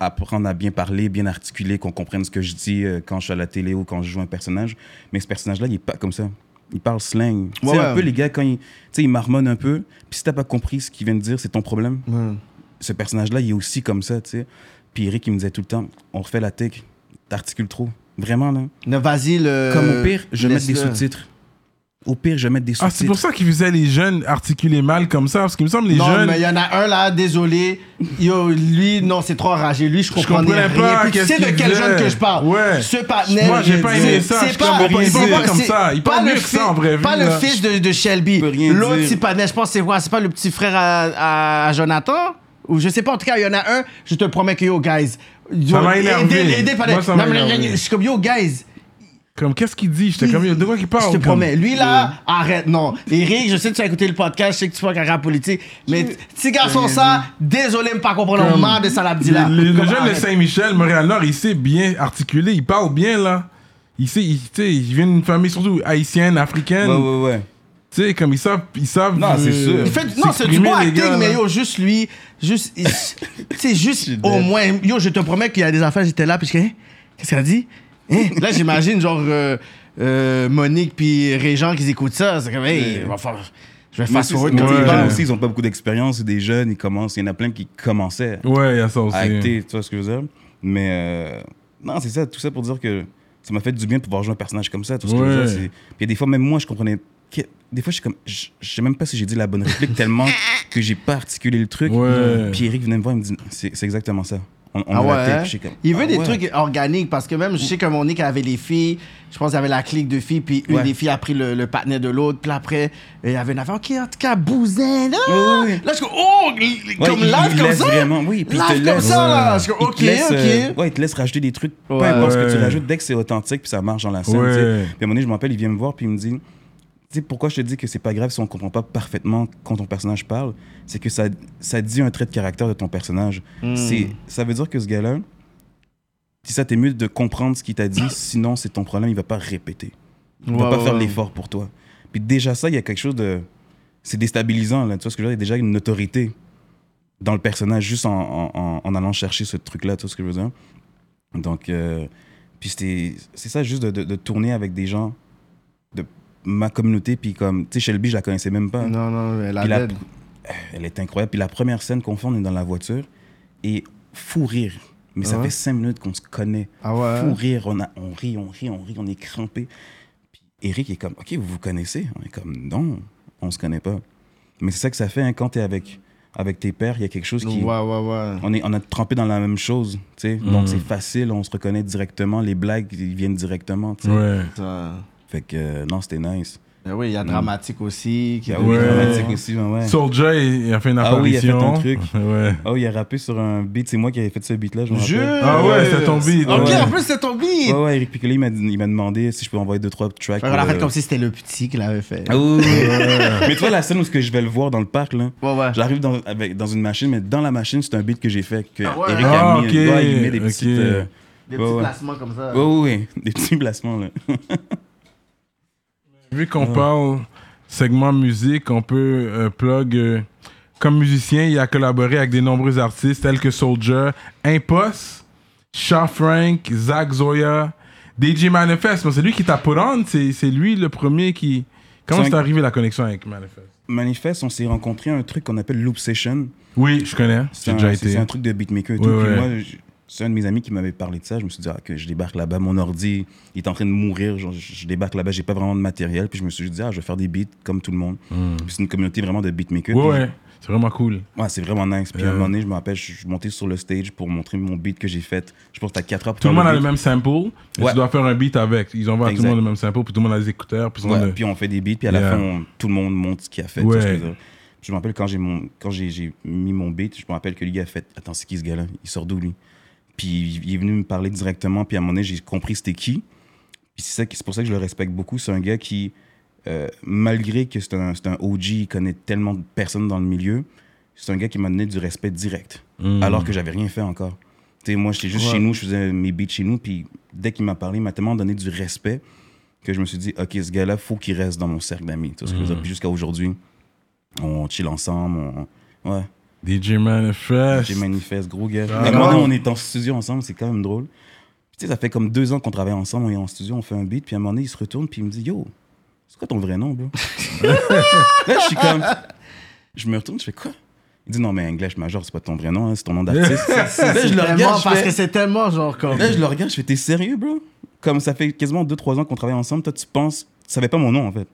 [SPEAKER 5] apprendre à bien parler, bien articuler, qu'on comprenne ce que je dis euh, quand je suis à la télé ou quand je joue un personnage. Mais ce personnage-là, il est pas comme ça. Il parle slang. Tu sais,
[SPEAKER 4] Ouais, ouais.
[SPEAKER 5] un peu les gars quand ils, tu sais, ils marmonnent un peu. Puis si t'as pas compris ce qu'ils viennent de dire, c'est ton problème.
[SPEAKER 4] Mm.
[SPEAKER 5] Ce personnage-là, il est aussi comme ça, tu sais. Puis Eric, il me disait tout le temps, on refait la tech, t'articules trop. Vraiment là.
[SPEAKER 4] Ne vas-y, le.
[SPEAKER 5] Comme au pire, je vais mettre des
[SPEAKER 4] laisse-le.
[SPEAKER 5] sous-titres. Au pire, je vais mettre des
[SPEAKER 3] Ah, c'est
[SPEAKER 5] sous-titres.
[SPEAKER 3] pour ça qu'ils faisaient les jeunes articuler mal comme ça, parce qu'il me semble les
[SPEAKER 4] Non,
[SPEAKER 3] jeunes.
[SPEAKER 4] mais il y en a un là, désolé. Yo, lui, non, c'est trop enragé. Lui, je comprenais,
[SPEAKER 3] comprenais pas
[SPEAKER 4] rien. Puis tu
[SPEAKER 3] qu'est-ce
[SPEAKER 4] sais de
[SPEAKER 3] qu'il
[SPEAKER 4] quel
[SPEAKER 3] disait.
[SPEAKER 4] jeune que je parle.
[SPEAKER 3] Ouais.
[SPEAKER 4] Ce partenaire.
[SPEAKER 3] Moi, j'ai pas aimé ça. Je comprends pas. Il parle pas comme ça. Il parle mieux que ça en vraie vie,
[SPEAKER 4] Pas le
[SPEAKER 3] là.
[SPEAKER 4] fils de, de Shelby.
[SPEAKER 5] peux rien
[SPEAKER 4] L'autre
[SPEAKER 5] dire.
[SPEAKER 4] petit partenaire, je pense, c'est quoi C'est pas le petit frère à, à Jonathan Ou je sais pas. En tout cas, il y en a un. Je te promets que yo, guys. yo,
[SPEAKER 3] Ça m'a énervé.
[SPEAKER 4] Aidez, aidez, partenaire.
[SPEAKER 3] Moi, ça m'a
[SPEAKER 4] Non, mais
[SPEAKER 3] énervé.
[SPEAKER 4] Je suis comme yo, guys.
[SPEAKER 3] Comme, qu'est-ce qu'il dit J'étais comme, de quoi qu'il parle
[SPEAKER 4] Je te
[SPEAKER 3] comme-
[SPEAKER 4] promets. Lui, là, arrête. Non. Eric, je sais que tu as écouté le podcast, je sais que tu fais un carrière politique, mais t- petit garçon, ça, désolé, mais pas comprendre le
[SPEAKER 3] Comme-
[SPEAKER 4] marre de Salabdila.
[SPEAKER 3] Le, le- le
[SPEAKER 4] Comme,
[SPEAKER 3] jeune de
[SPEAKER 4] arrête.
[SPEAKER 3] Saint-Michel, Montréal-Nord, il sait bien articuler, il parle bien, là. Il sait, il, tu sais, il vient d'une famille surtout haïtienne, africaine.
[SPEAKER 5] Ouais, ouais, ouais.
[SPEAKER 3] Tu sais, comme ils savent. Ils savent
[SPEAKER 5] Non, c'est sûr.
[SPEAKER 4] Il fait, non, c'est du
[SPEAKER 3] s'exprimer,
[SPEAKER 4] bon
[SPEAKER 3] les
[SPEAKER 4] acting,
[SPEAKER 3] gars,
[SPEAKER 4] mais
[SPEAKER 3] là.
[SPEAKER 4] yo, juste lui, juste, il- tu sais, juste au moins, yo, je te promets qu'il y a des affaires, j'étais là, puis je dis, Hein? qu'est-ce qu'elle a dit? Hein? Là, j'imagine, genre, euh, euh, Monique puis Régent qui écoutent ça, c'est comme, hey, va falloir- je Je vais
[SPEAKER 5] Moi
[SPEAKER 4] fast
[SPEAKER 5] aussi,
[SPEAKER 4] forward
[SPEAKER 5] mais
[SPEAKER 4] quand
[SPEAKER 5] tu sais,
[SPEAKER 3] ouais.
[SPEAKER 5] les
[SPEAKER 4] il
[SPEAKER 5] jeunes
[SPEAKER 4] parle.
[SPEAKER 5] aussi, ils ont pas beaucoup d'expérience. Des jeunes, ils commencent. Il y en a plein qui commençaient
[SPEAKER 3] Ouais, il y a ça aussi.
[SPEAKER 5] à acter, tu vois ce que je veux dire. Mais euh, non, c'est ça, tout ça pour dire que ça m'a fait du bien de pouvoir jouer un personnage comme ça. Tout ce que je veux
[SPEAKER 3] Ouais.
[SPEAKER 5] dire, c'est- Puis des fois, même moi, je comprenais. que- Des fois, je suis comme. Je je sais même pas si j'ai dit la bonne réplique tellement que j'ai pas articulé le truc.
[SPEAKER 3] Ouais.
[SPEAKER 5] Puis Eric venait me voir, il me dit C'est c'est exactement ça. On, on
[SPEAKER 4] Ah
[SPEAKER 5] a
[SPEAKER 4] ouais,
[SPEAKER 5] la tech.
[SPEAKER 4] hein?
[SPEAKER 5] Je suis comme,
[SPEAKER 4] Il veut
[SPEAKER 5] Ah
[SPEAKER 4] des
[SPEAKER 5] ouais.
[SPEAKER 4] trucs organiques parce que même, je sais que mon Nick avait les filles, je pense qu'il y avait la clique de filles, puis une
[SPEAKER 5] Ouais.
[SPEAKER 4] des filles a pris le, le patinet de l'autre, puis après, il y avait une affaire, ok, en tout cas, bousin, là.
[SPEAKER 5] Ouais, ouais.
[SPEAKER 4] Là, je suis comme, oh, li-
[SPEAKER 5] Ouais,
[SPEAKER 4] comme
[SPEAKER 5] il-
[SPEAKER 4] live
[SPEAKER 5] il
[SPEAKER 4] comme
[SPEAKER 5] laisse
[SPEAKER 4] ça.
[SPEAKER 5] Vraiment, oui, puis il te
[SPEAKER 4] Live
[SPEAKER 5] laisse. euh,
[SPEAKER 4] comme ça, là. Je suis comme,
[SPEAKER 5] Il te
[SPEAKER 4] ok,
[SPEAKER 5] laisse,
[SPEAKER 4] ok.
[SPEAKER 5] euh, ouais, il te laisse rajouter des trucs, peu
[SPEAKER 4] Ouais.
[SPEAKER 5] importe ce que tu
[SPEAKER 3] Ouais.
[SPEAKER 5] rajoutes, dès que c'est authentique, puis ça marche dans la scène.
[SPEAKER 3] Ouais.
[SPEAKER 5] tu sais. Puis à un moment donné, je me rappelle, il vient me voir, puis il me dit Tu sais, pourquoi je te dis que c'est pas grave si on comprend pas parfaitement quand ton personnage parle C'est que ça, ça dit un trait de caractère de ton personnage.
[SPEAKER 4] Hmm.
[SPEAKER 5] C'est, ça veut dire que ce gars-là, si ça t'est mieux de comprendre ce qu'il t'a dit, sinon c'est ton problème, il va pas répéter. Il va
[SPEAKER 4] Ouais,
[SPEAKER 5] pas
[SPEAKER 4] ouais.
[SPEAKER 5] faire l'effort pour toi. Puis déjà, ça, il y a quelque chose de. C'est déstabilisant, là. Tu vois ce que je veux dire? Il y a déjà une autorité dans le personnage juste en, en- en- en allant chercher ce truc-là, tu vois ce que je veux dire? Donc, euh, puis c'était- c'est ça, juste de, de- de tourner avec des gens de ma communauté, puis comme, tu sais, Shelby, je la connaissais même pas.
[SPEAKER 4] Non, non, elle a
[SPEAKER 5] Puis la-
[SPEAKER 4] dead.
[SPEAKER 5] Elle est incroyable. Puis la première scène qu'on fait, on est dans la voiture et fou rire. Mais ça
[SPEAKER 4] Ah ouais?
[SPEAKER 5] fait cinq minutes qu'on se connaît.
[SPEAKER 4] Ah ouais?
[SPEAKER 5] Fou rire, on, a- on rit, on rit, on rit, on est crampé. Puis Eric est comme, OK, vous vous connaissez? On est comme, non, on se connaît pas. Mais c'est ça que ça fait hein, quand t'es avec, avec tes pères, il y a quelque chose qui.
[SPEAKER 4] Ouais, ouais, ouais.
[SPEAKER 5] On, est, on a trempé dans la même chose, tu sais.
[SPEAKER 3] Mm.
[SPEAKER 5] Donc c'est facile, on se reconnaît directement, les blagues ils viennent directement, tu sais.
[SPEAKER 3] Ouais.
[SPEAKER 4] Ça-
[SPEAKER 5] Fait que euh, non, c'était nice.
[SPEAKER 4] Ben oui, il y a Dramatique aussi. Qui
[SPEAKER 5] Il y a
[SPEAKER 3] Ouais.
[SPEAKER 5] Obi Dramatique aussi, Mm. Ah ouais, ouais.
[SPEAKER 3] Soldier, il- il a fait une
[SPEAKER 5] Ah oui, il a fait
[SPEAKER 3] apparition.
[SPEAKER 5] un truc.
[SPEAKER 3] Ouais.
[SPEAKER 5] Oh, il a rappé sur un beat. C'est moi qui avais fait ce beat-là, je me
[SPEAKER 4] Je-
[SPEAKER 5] rappelle.
[SPEAKER 3] Ah ouais, c'est ton beat,
[SPEAKER 4] Ok,
[SPEAKER 3] ouais.
[SPEAKER 4] en plus, c'est ton beat.
[SPEAKER 5] Ouais, ouais, Eric Piccoli, il m'a il m'a demandé si je pouvais envoyer deux, trois tracks.
[SPEAKER 4] On l'a
[SPEAKER 5] euh,
[SPEAKER 4] fait comme si c'était le petit qui l'avait fait.
[SPEAKER 5] Ah oui, oui, oui. mais tu vois, la scène où ce que je vais le voir dans le parc, là.
[SPEAKER 4] Ouais, ouais.
[SPEAKER 5] J'arrive dans, avec- dans une machine, mais dans la machine, c'est un beat que j'ai fait. Que
[SPEAKER 4] Ah ouais.
[SPEAKER 5] Eric
[SPEAKER 3] Ah,
[SPEAKER 5] a mis.
[SPEAKER 3] ok,
[SPEAKER 5] ouais, il met des
[SPEAKER 3] ok.
[SPEAKER 5] petites. euh,
[SPEAKER 4] Des
[SPEAKER 5] ouais,
[SPEAKER 4] petits
[SPEAKER 5] ouais.
[SPEAKER 4] placements comme ça.
[SPEAKER 5] Ouais, ouais, ouais. Des petits placements, là.
[SPEAKER 3] Vu qu'on parle segment musique, on peut euh, plug. euh, comme musicien, il a collaboré avec de nombreux artistes tels que Soldier, Impost, Shaw Frank, Zach Zoya, DJ Manifest. Bon, c'est lui qui t'a put on, c'est c'est lui le premier qui. Comment
[SPEAKER 5] Cinq-
[SPEAKER 3] c'est arrivé la connexion avec Manifest
[SPEAKER 5] Manifeste, on s'est rencontré à un truc qu'on appelle Loop Session.
[SPEAKER 3] Oui, je connais.
[SPEAKER 5] C'est
[SPEAKER 3] J'ai déjà
[SPEAKER 5] un, c'est-
[SPEAKER 3] été.
[SPEAKER 5] c'est un truc de beatmaker et
[SPEAKER 3] Ouais,
[SPEAKER 5] tout. Puis
[SPEAKER 3] ouais.
[SPEAKER 5] moi, je- c'est un de mes amis qui m'avait parlé de ça. Je me suis dit, ah, que je débarque là-bas, mon ordi, il est en train de mourir. Genre, je je débarque là-bas, j'ai pas vraiment de matériel. Puis je me suis dit, ah, je vais faire des beats comme tout le monde. Puis c'est une communauté vraiment de beatmakers.
[SPEAKER 3] Ouais,
[SPEAKER 5] Puis-
[SPEAKER 3] ouais. C'est vraiment cool.
[SPEAKER 5] Ouais, c'est vraiment nice. Puis à un
[SPEAKER 3] Euh.
[SPEAKER 5] moment donné, je me rappelle, je suis monté sur le stage pour montrer mon beat que j'ai fait. Je pense que t'as 4 heures pour
[SPEAKER 3] Tout le
[SPEAKER 5] faire
[SPEAKER 3] monde a le
[SPEAKER 5] beat.
[SPEAKER 3] même sample. et
[SPEAKER 5] Ouais.
[SPEAKER 3] Tu dois faire un beat avec. Ils envoient à tout le
[SPEAKER 5] Exact.
[SPEAKER 3] monde le même sample, puis tout le monde a les écouteurs. Puis tout le
[SPEAKER 5] Ouais,
[SPEAKER 3] monde a-
[SPEAKER 5] Puis on fait des beats, puis à la
[SPEAKER 3] Yeah.
[SPEAKER 5] fin, on- tout le monde monte ce qu'il a fait. tu vois ce que
[SPEAKER 3] Ouais.
[SPEAKER 5] je veux dire. Je me rappelle quand j'ai mon- quand j'ai- j'ai mis mon beat, je me rappelle que lui a fait Attends, c'est qui ce gars-là Il sort d'où lui Puis il- il est venu me parler directement, puis à un moment donné, j'ai compris c'était qui. Puis c'est ça qui- c'est pour ça que je le respecte beaucoup. C'est un gars qui, euh, malgré que c'est un, c'est un OG, il connaît tellement de personnes dans le milieu, c'est un gars qui m'a donné du respect direct, alors que j'avais rien fait encore. Tu sais, moi, j'étais juste chez nous, je faisais mes beats chez nous, puis dès qu'il m'a parlé, il m'a tellement donné du respect que je me suis dit, OK, ce gars-là, faut qu'il reste dans mon cercle d'amis. Tu vois ce que je veux dire? Puis jusqu'à aujourd'hui, on chill ensemble, on... Ouais,
[SPEAKER 3] DJ Manifest.
[SPEAKER 5] j'ai manifeste, gros gars.
[SPEAKER 3] Ah,
[SPEAKER 5] À un moment donné,
[SPEAKER 4] ouais.
[SPEAKER 5] on est en studio ensemble, c'est quand même drôle. Puis, tu sais, ça fait comme deux ans qu'on travaille ensemble, on est en studio, on fait un beat, puis à un moment donné, il se retourne, puis il me dit, yo, c'est quoi ton vrai nom, bro? Là, je suis comme... Je me retourne, je fais quoi? Il dit, non, mais English Major, c'est pas ton vrai nom, hein, c'est ton nom d'artiste. là, je le
[SPEAKER 4] Tellement,
[SPEAKER 5] regarde, je
[SPEAKER 4] parce
[SPEAKER 5] fais-
[SPEAKER 4] que c'est tellement genre comme.
[SPEAKER 5] Là, je le regarde, je fais, t'es sérieux, bro? Comme ça fait quasiment 2-3 ans qu'on travaille ensemble, toi, tu penses, tu savais pas mon nom, en fait.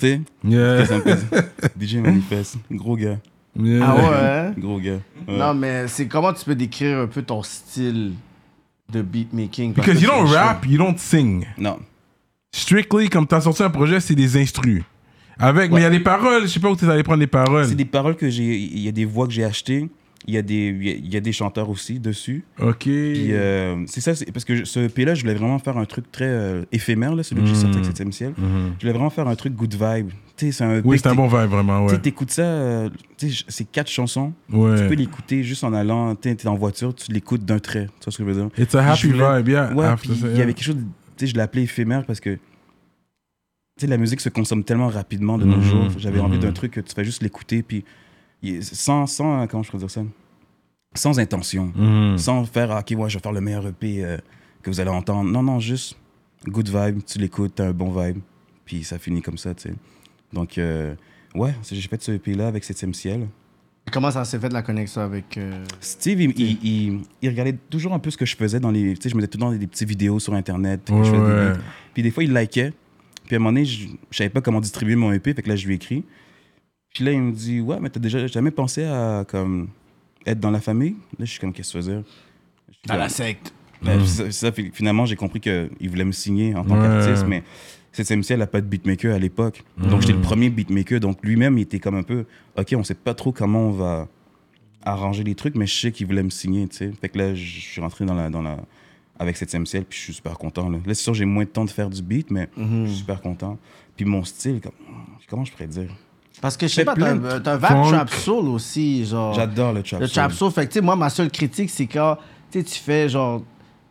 [SPEAKER 5] Tu sais?
[SPEAKER 3] Yeah.
[SPEAKER 5] Ça me fait- DJ Manifest, gros gars,
[SPEAKER 3] Yeah.
[SPEAKER 4] Ah ouais, hein?
[SPEAKER 5] gros gars. Ouais.
[SPEAKER 4] Non, mais c'est comment tu peux décrire un peu ton style de beatmaking? parce
[SPEAKER 3] Because
[SPEAKER 4] que
[SPEAKER 3] you
[SPEAKER 4] c'est
[SPEAKER 3] don't
[SPEAKER 4] chaud.
[SPEAKER 3] rap, you don't sing.
[SPEAKER 5] Non.
[SPEAKER 3] Strictly, comme t'as sorti un projet, c'est des instrus. Avec, mais
[SPEAKER 5] Ouais.
[SPEAKER 3] il y a des paroles, je sais pas où t'es allé prendre les paroles.
[SPEAKER 5] C'est des paroles que j'ai. Il y a des voix que j'ai achetées. Il y, a des, il y a- il y a des chanteurs aussi dessus.
[SPEAKER 3] Ok.
[SPEAKER 5] Puis euh, c'est ça, c'est- parce que je- ce EP-là, je voulais vraiment faire un truc très euh, éphémère, là, celui que j'ai sorti avec 7 ciel. Je voulais vraiment faire un truc good vibe. Tu sais, c'est un EP
[SPEAKER 3] Hum. oui,
[SPEAKER 5] que
[SPEAKER 3] c'est un
[SPEAKER 5] t'é-
[SPEAKER 3] bon vibe, vraiment,
[SPEAKER 5] tu sais,
[SPEAKER 3] ouais.
[SPEAKER 5] t'écoutes ça, euh, tu sais, j- c'est quatre chansons. Tu peux
[SPEAKER 3] Ouais.
[SPEAKER 5] l'écouter juste en allant, tu es en voiture, tu l'écoutes d'un trait. Tu vois ce que je veux dire?
[SPEAKER 3] It's a
[SPEAKER 5] Puis
[SPEAKER 3] happy
[SPEAKER 5] je voulais-
[SPEAKER 3] vibe, yeah.
[SPEAKER 5] Ouais,
[SPEAKER 3] after
[SPEAKER 5] puis
[SPEAKER 3] Ah, ça,
[SPEAKER 5] il y
[SPEAKER 3] yeah.
[SPEAKER 5] avait quelque chose, de- tu sais, je l'ai appelé éphémère parce que, tu sais, la musique se consomme tellement rapidement de nos
[SPEAKER 3] Mhm,
[SPEAKER 5] jours. J'avais envie
[SPEAKER 3] mhm.
[SPEAKER 5] d'un truc que tu fais juste l'écouter, puis il- sans, sans, euh, comment je pourrais dire ça? Sans intention.
[SPEAKER 3] Mhm.
[SPEAKER 5] Sans faire, ah, ok, ouais, je vais faire le meilleur EP euh, que vous allez entendre. Non, non, juste good vibe, tu l'écoutes, t'as un bon vibe, puis ça finit comme ça, tu sais. Donc, euh, Ouais, c'est- j'ai fait ce EP-là avec Septième Ciel.
[SPEAKER 4] Comment ça s'est fait de la connexion avec. euh,
[SPEAKER 5] Steve, il, il- il- il regardait toujours un peu ce que je faisais dans les. Tu sais, je mettais tout le temps des, des petites vidéos sur Internet. que je faisais des
[SPEAKER 3] Ouais.
[SPEAKER 5] beats. Puis des fois, il likait. Puis à un moment donné, je, je savais pas comment distribuer mon EP, fait que là, je lui écris. Puis là, il me dit Ouais, mais t'as déjà jamais pensé à comme, être dans la famille Là, je suis comme Qu'est-ce que tu veux dire Je suis
[SPEAKER 4] À
[SPEAKER 5] comme,
[SPEAKER 4] Ah, la secte.
[SPEAKER 5] ben, c'est ça- c'est ça, fi- finalement, j'ai compris qu'il voulait me signer en tant
[SPEAKER 3] Ouais.
[SPEAKER 5] qu'artiste, mais Septième Ciel n'a pas de beatmaker à l'époque. Donc,
[SPEAKER 4] Mm.
[SPEAKER 5] j'étais le premier beatmaker. Donc, lui-même, il était comme un peu OK, on sait pas trop comment on va arranger les trucs, mais je sais qu'il voulait me signer. tu sais. Fait que là, je suis rentré dans la, dans la, avec Septième Ciel, puis je suis super content. Là, Là, c'est sûr, j'ai moins de temps de faire du beat, mais
[SPEAKER 4] Mm-hmm.
[SPEAKER 5] je suis super content. Puis mon style, comme, comment je pourrais dire
[SPEAKER 4] Parce que je
[SPEAKER 5] Fait
[SPEAKER 4] sais pas, t'as
[SPEAKER 5] plein
[SPEAKER 4] un
[SPEAKER 5] de
[SPEAKER 4] t'as un vague
[SPEAKER 3] funk.
[SPEAKER 4] trap soul aussi, genre.
[SPEAKER 5] J'adore le trap.
[SPEAKER 4] Ah. Le
[SPEAKER 5] soul.
[SPEAKER 4] trap soul. Fait que, tu sais, moi, ma seule critique, c'est quand tu sais, tu fais genre.